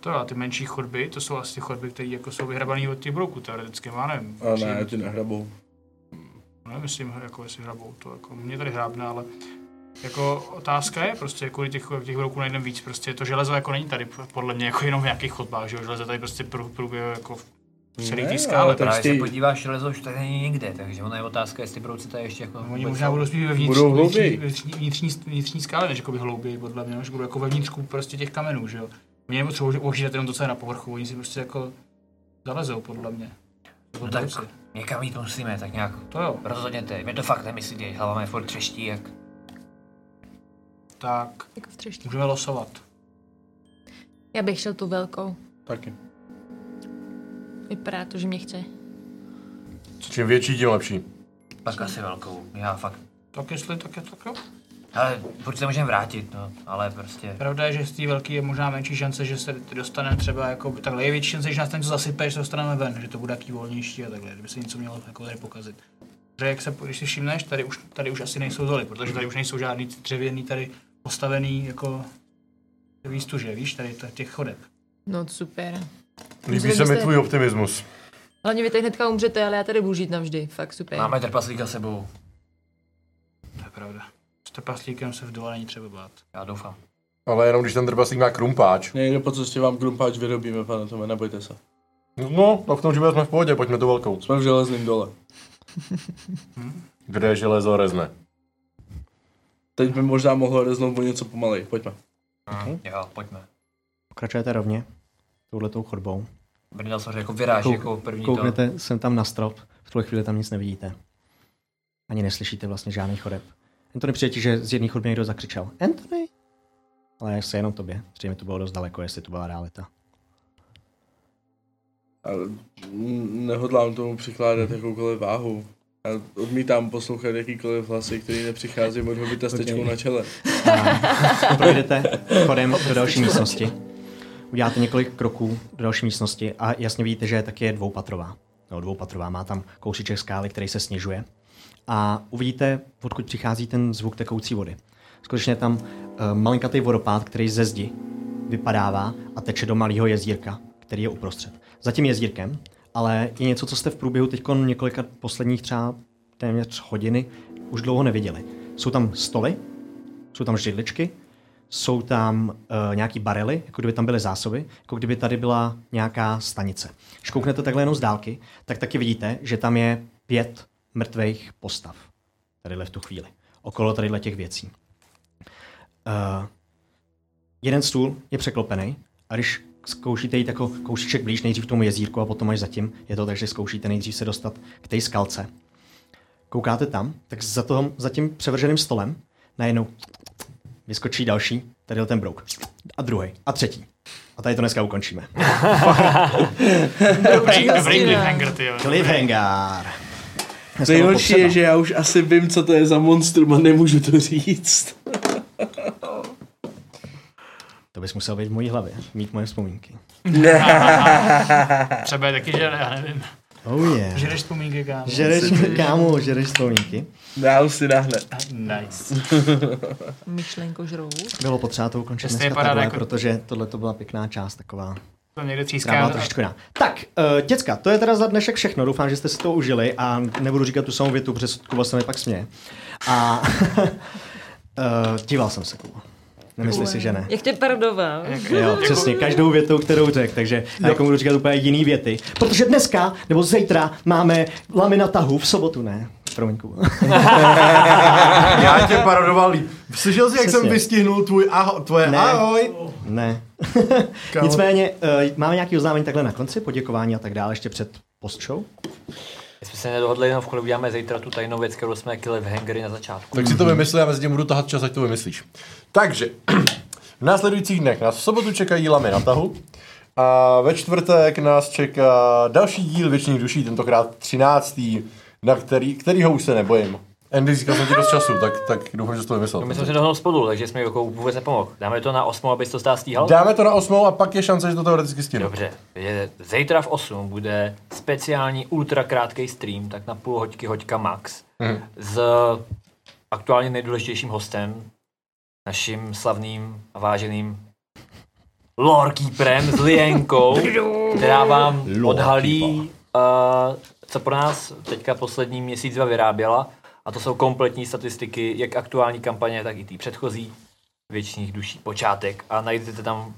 To jo, a ty menší chodby, to jsou asi ty chodby, které jako jsou vyhrabané od těch brouků, teoreticky, já nevím. A přijde ne, mi ty nehrabou. No, Nemyslím, jako jestli hrabou to, jako mě tady hrábne, ale jako otázka je prostě, kvůli těch, těch roků najdeme víc, prostě to železo jako není tady podle mě jako jenom v nějakých chodbách, že jo, železo tady prostě prů, průběhu jako v celý té Ne, ale skále. tak Právě Prostě- se podíváš, železo už tady není nikde, takže ona je otázka, jestli brouci tady ještě jako... Oni vůbec možná jsou. budou spíš ve vnitř, Budou vnitřní, hlouběji. vnitřní, vnitřní, vnitřní, skále, než jako by hlouběji, podle mě, že budou jako ve vnitřku prostě těch kamenů, že jo. Mě nepotřebují ohlídat jenom to, co je na povrchu, oni si prostě jako zalezou, podle mě. No tak někam jít musíme, tak nějak To jo. rozhodněte. My to fakt nemyslíte, hlava je furt třeští, jak... Tak, Jako v třeštině. můžeme losovat. Já bych šel tu velkou. Taky. Vypadá to, že mě chce. Čím větší, tím lepší. Pak asi velkou, já fakt. Tak jestli, tak je to tak jo. Ale furt se můžeme vrátit, no, ale prostě... Pravda je, že z té velký je možná menší šance, že se dostaneme třeba jako takhle. Je větší šance, že nás ten co zasype, že se dostaneme ven, že to bude taký volnější a takhle, kdyby se něco mělo jako tady pokazit. Že jak se, když si všimneš, tady už, tady už asi nejsou doly, protože tady už nejsou žádný dřevěný tady postavený jako výstuže, víš, tady t- těch chodeb. No super. Líbí Myslím, se že mi jste- tvůj optimismus. Hlavně vy tady hnedka umřete, ale já tady budu žít navždy. Fakt super. Máme trpaslíka sebou. To je pravda. S trpaslíkem se v dole není třeba bát. Já doufám. Ale jenom když ten drbasík má krumpáč. Nejde po cestě vám krumpáč vyrobíme, pane Tome, nebojte se. No, tak v tom, že jsme v pohodě, pojďme tu velkou. Jsme v železném dole. Kde je železo rezne? Teď by možná mohlo reznout o něco pomalej, pojďme. Mm, jo, pojďme. Pokračujete rovně touhletou chodbou. Brindal samozřejmě jako vyráží jako první to. kouknete sem tam na strop, v tuhle chvíli tam nic nevidíte. Ani neslyšíte vlastně žádný chodeb. Anthony přijetí, že z jedné chodby někdo zakřičel. Anthony? Ale se jenom tobě. Zřejmě to bylo dost daleko, jestli to byla realita. Ale mm, nehodlám tomu přikládat jakoukoliv váhu. Já odmítám poslouchat jakýkoliv hlasy, který nepřichází od hobita s tečkou na čele. Projdete chodem do další místnosti. Uděláte několik kroků do další místnosti a jasně vidíte, že je taky dvoupatrová. No, dvoupatrová, má tam kousíček skály, který se snižuje. A uvidíte, odkud přichází ten zvuk tekoucí vody. Skutečně je tam uh, malinkatý vodopád, který ze zdi vypadává a teče do malého jezírka, který je uprostřed. Za tím jezírkem, ale je něco, co jste v průběhu teď několika posledních třeba téměř hodiny už dlouho neviděli. Jsou tam stoly, jsou tam židličky, jsou tam uh, nějaký barely, jako kdyby tam byly zásoby, jako kdyby tady byla nějaká stanice. Když kouknete takhle jenom z dálky, tak taky vidíte, že tam je pět mrtvých postav. Tadyhle v tu chvíli. Okolo tadyhle těch věcí. Uh, jeden stůl je překlopený a když zkoušíte jít jako kousíček blíž nejdřív k tomu jezírku a potom až zatím, je to tak, že zkoušíte nejdřív se dostat k té skalce. Koukáte tam, tak za, tom, za tím převrženým stolem najednou vyskočí další, tady ten brouk. A druhý, a třetí. A tady to dneska ukončíme. Dobrý, dobrý cliffhanger, ty jo. Cliffhanger. Dneska bylo Nejhorší potřeba. je, že já už asi vím, co to je za monstrum a nemůžu to říct. To bys musel být v mojí hlavě, mít moje vzpomínky. Třeba je taky žere, já nevím. Oh yeah. Žereš vzpomínky, kámo. Žereš, kámo, žereš vzpomínky. Dál si dáhle. Nice. Myšlenko žrou. Bylo potřeba to ukončit Jestli je dneska paráda takhle, jako- protože tohle to byla pěkná část taková. To někde tříská. Která byla trošičku jiná. Tak, uh, děcka, to je teda za dnešek všechno. Doufám, že jste si to užili a nebudu říkat tu samou větu, protože Kuba se mi pak směje. A uh, díval jsem se, Kuba. Nemyslíš si, že ne? Jak tě pardová. Jako- Jo, přesně, každou větou, kterou řekl, takže No. já jako budu říkat úplně jiný věty. Protože dneska, nebo zítra, máme lamy na tahu, v sobotu ne. Promiň, Kubo. Já tě parodoval líp. Slyšel jsi, jak Přesně. jsem vystihnul tvůj aho, tvoje Ne. ahoj? Ne. Kámo. Nicméně, uh, máme nějaké oznámení takhle na konci, poděkování a tak dále, ještě před postshow. My jsme se nedohodli jenom v kolik uděláme zítra tu tajnou věc, kterou jsme kili v hangery na začátku. Tak si to vymysli a mezi tím budu tahat čas, ať to vymyslíš. Takže, v následujících dnech nás v sobotu čekají lamy na tahu. A ve čtvrtek nás čeká další díl Věčných duší, tentokrát 13. na který, kterýho už se nebojím. Andy, říkal jsem ti dost času, tak, tak doufám, že jsi to vymyslel. No, my jsme si dohodli spolu, takže jsme jako vůbec nepomohl. Dáme to na 8, abys to stále stíhal? Dáme to na osmou a pak je šance, že to teoreticky stihnu. Dobře, je, zítra v 8 bude speciální ultra krátký stream, tak na půl hoďky hoďka max, Mhm. s aktuálně nejdůležitějším hostem, naším slavným a váženým lorekeeperem s Lienkou, která vám odhalí, uh, co pro nás teďka poslední měsíc dva vyráběla. A to jsou kompletní statistiky, jak aktuální kampaně, tak i ty předchozí věčných duší, počátek. A najdete tam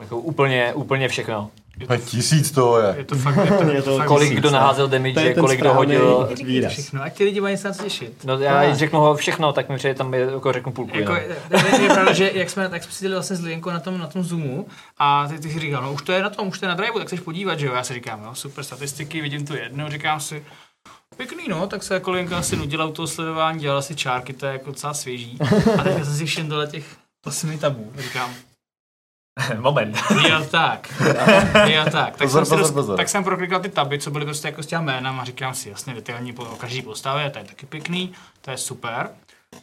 jako úplně, úplně všechno. A tisíc toho je. Je to fakt, je to, je to fakt Kolik kdo naházel To je damage, ten kolik kdo správný Ah. hodil. výraz. všechno. Ať ty lidi mají se na co těšit. No já jim řeknu ho všechno, tak mi přijde tam jako řeknu půlku. Jako, Jako, je, je, je pravda, že jak jsme, jak jsme seděli vlastně s Linkou na tom, na tom Zoomu a ty, ty si říkal, no už to je na tom, už to je na driveu, tak chceš podívat, že jo? Já si říkám, no super statistiky, vidím tu jednu, říkám si, pěkný no, tak se jako Linka asi nudila u toho sledování, dělala si čárky, to je jako docela svěží. A tak jsem si všem dole těch osmi tabů, říkám, Moment. Jo tak, jo tak. Tak, Pozor, jsem si pozor, dost, pozor. tak jsem proklikal ty taby, co byly prostě jako s těma jménem a říkám si, jasně, detailní po o každý postavě, to je taky pěkný, to je super.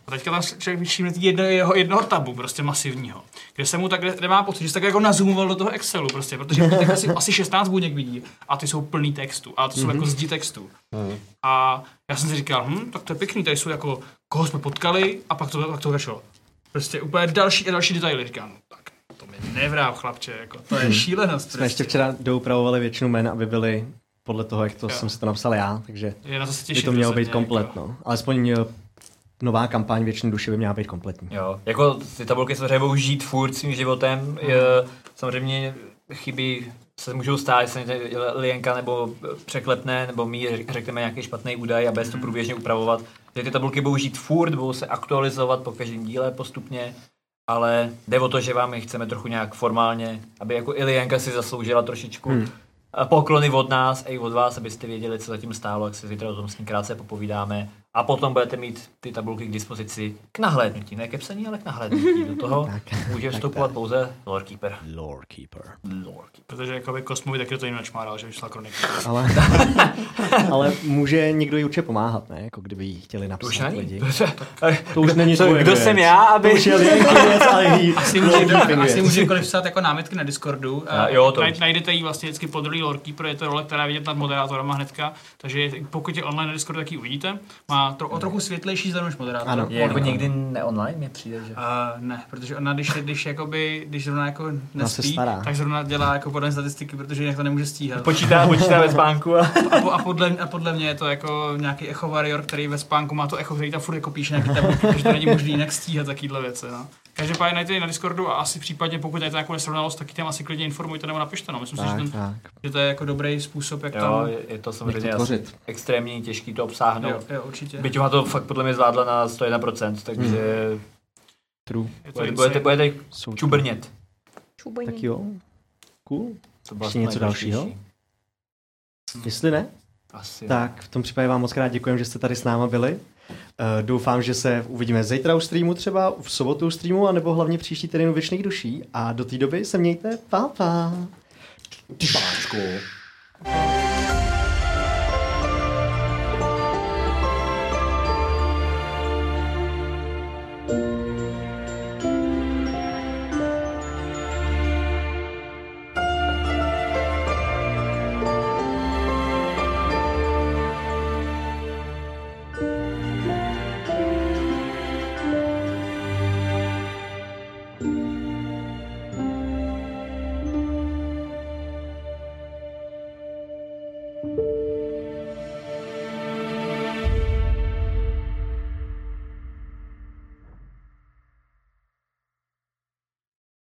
A teďka tam člověk všimne ty jedno, jeho jednoho tabu, prostě masivního, kde se mu tak, kde, kde má pocit, že se tak jako nazumoval do toho Excelu prostě, protože tak asi, asi 16 buněk vidí a ty jsou plný textu, a to Mhm. jsou mm-hmm. jako zdi textu. A já jsem si říkal, hm, tak to je pěkný, tady jsou jako, koho jsme potkali a pak to, pak to kašlo. Prostě úplně další a další detaily, říkám, no, tak to mi nevrám, chlapče, jako, to je šílenost. prostě." Jsme ještě včera doupravovali většinu jmen, aby byly podle toho, jak to Jo. jsem si to napsal já, takže Je na to se by těším. jako. to mělo být rozhodně, komplet, jako. no. Alespoň eh, nová kampaň Věčné duše by měla být kompletní. Jo, jako ty tabulky samozřejmě budou žít furt svým životem. Je, samozřejmě chyby se můžou stát, jestli se lienka nebo překlepne, nebo my řek- řekneme nějaký špatný údaj a bez to průběžně upravovat. Ty, ty tabulky budou žít furt, budou se aktualizovat po každém díle postupně, ale jde o to, že vám je chceme trochu nějak formálně, aby jako i lienka si zasloužila trošičku Hmm. hmm. poklony od nás a i od vás, abyste věděli, co zatím stálo, jak se zítra o tom s ní krátce popovídáme. A potom budete mít ty tabulky k dispozici k nahlédnutí, ne ke psaní, ale k nahlédnutí. Do toho může vstupovat pouze Lorekeeper. Lorekeeper. Protože jako jakoby Kosmovi taky do toho jiného čmáral, že vyšla kronika. Ale, ale může někdo jí určitě pomáhat, ne? Jako kdyby jí chtěli napsat už není. lidi. To už není Co- tvoje Kdo věc. jsem já, aby... To už je Lienka věc, ale jí- Asi Lord může, Keeper asi věc. může kdokoliv psát jako námitky na Discordu. eh, A jo, to naj- už. najdete ji vlastně vždycky pod druhý Lordkeeper, je to role, která je vidět nad moderátorem hnedka. Takže pokud je online na Discordu, tak ji uvidíte. Má tro, o trochu světlejší zelenou než moderátor. Ano, je jako Ono. někdy neonline, mi přijde, že? Uh, ne, protože ona, když, když, jakoby, když zrovna jako nespí, stará. tak zrovna dělá jako podle statistiky, protože jinak to nemůže stíhat. Počítá- počítá ve spánku A, po- a, podle, a podle mě je to jako nějaký echo warrior, který ve spánku má to echo, který tam furt jako píše nějaký tabulky, protože to není možný jinak stíhat takovýhle věci. No. Každopádně najdete ji na Discordu a asi případně, pokud je to nějakou nesrovnalost, tak ji tam asi klidně informujte nebo napište. No. Myslím si, že, Tak, ten, tak. že, to je jako dobrý způsob, jak Jo, tam... je, je to samozřejmě asi extrémně těžký to obsáhnout. Jo, jo, určitě. Byť ona to fakt podle mě zvládla na 101%, takže... True. Hmm. Je to insane. Budete, budete, budete Jsou- čubrnět. Čubojně. Tak jo, cool. To byla Ještě něco nejdražší. dalšího? Jestli ne? Asi jo. Tak, v tom případě vám moc krát děkujeme, že jste tady s náma byli. Eh, Doufám, že se uvidíme zítra u streamu třeba, v sobotu u streamu, anebo hlavně příští týden u Věčných duší. A do té doby se mějte, pa, pa. Páčku. Thank you.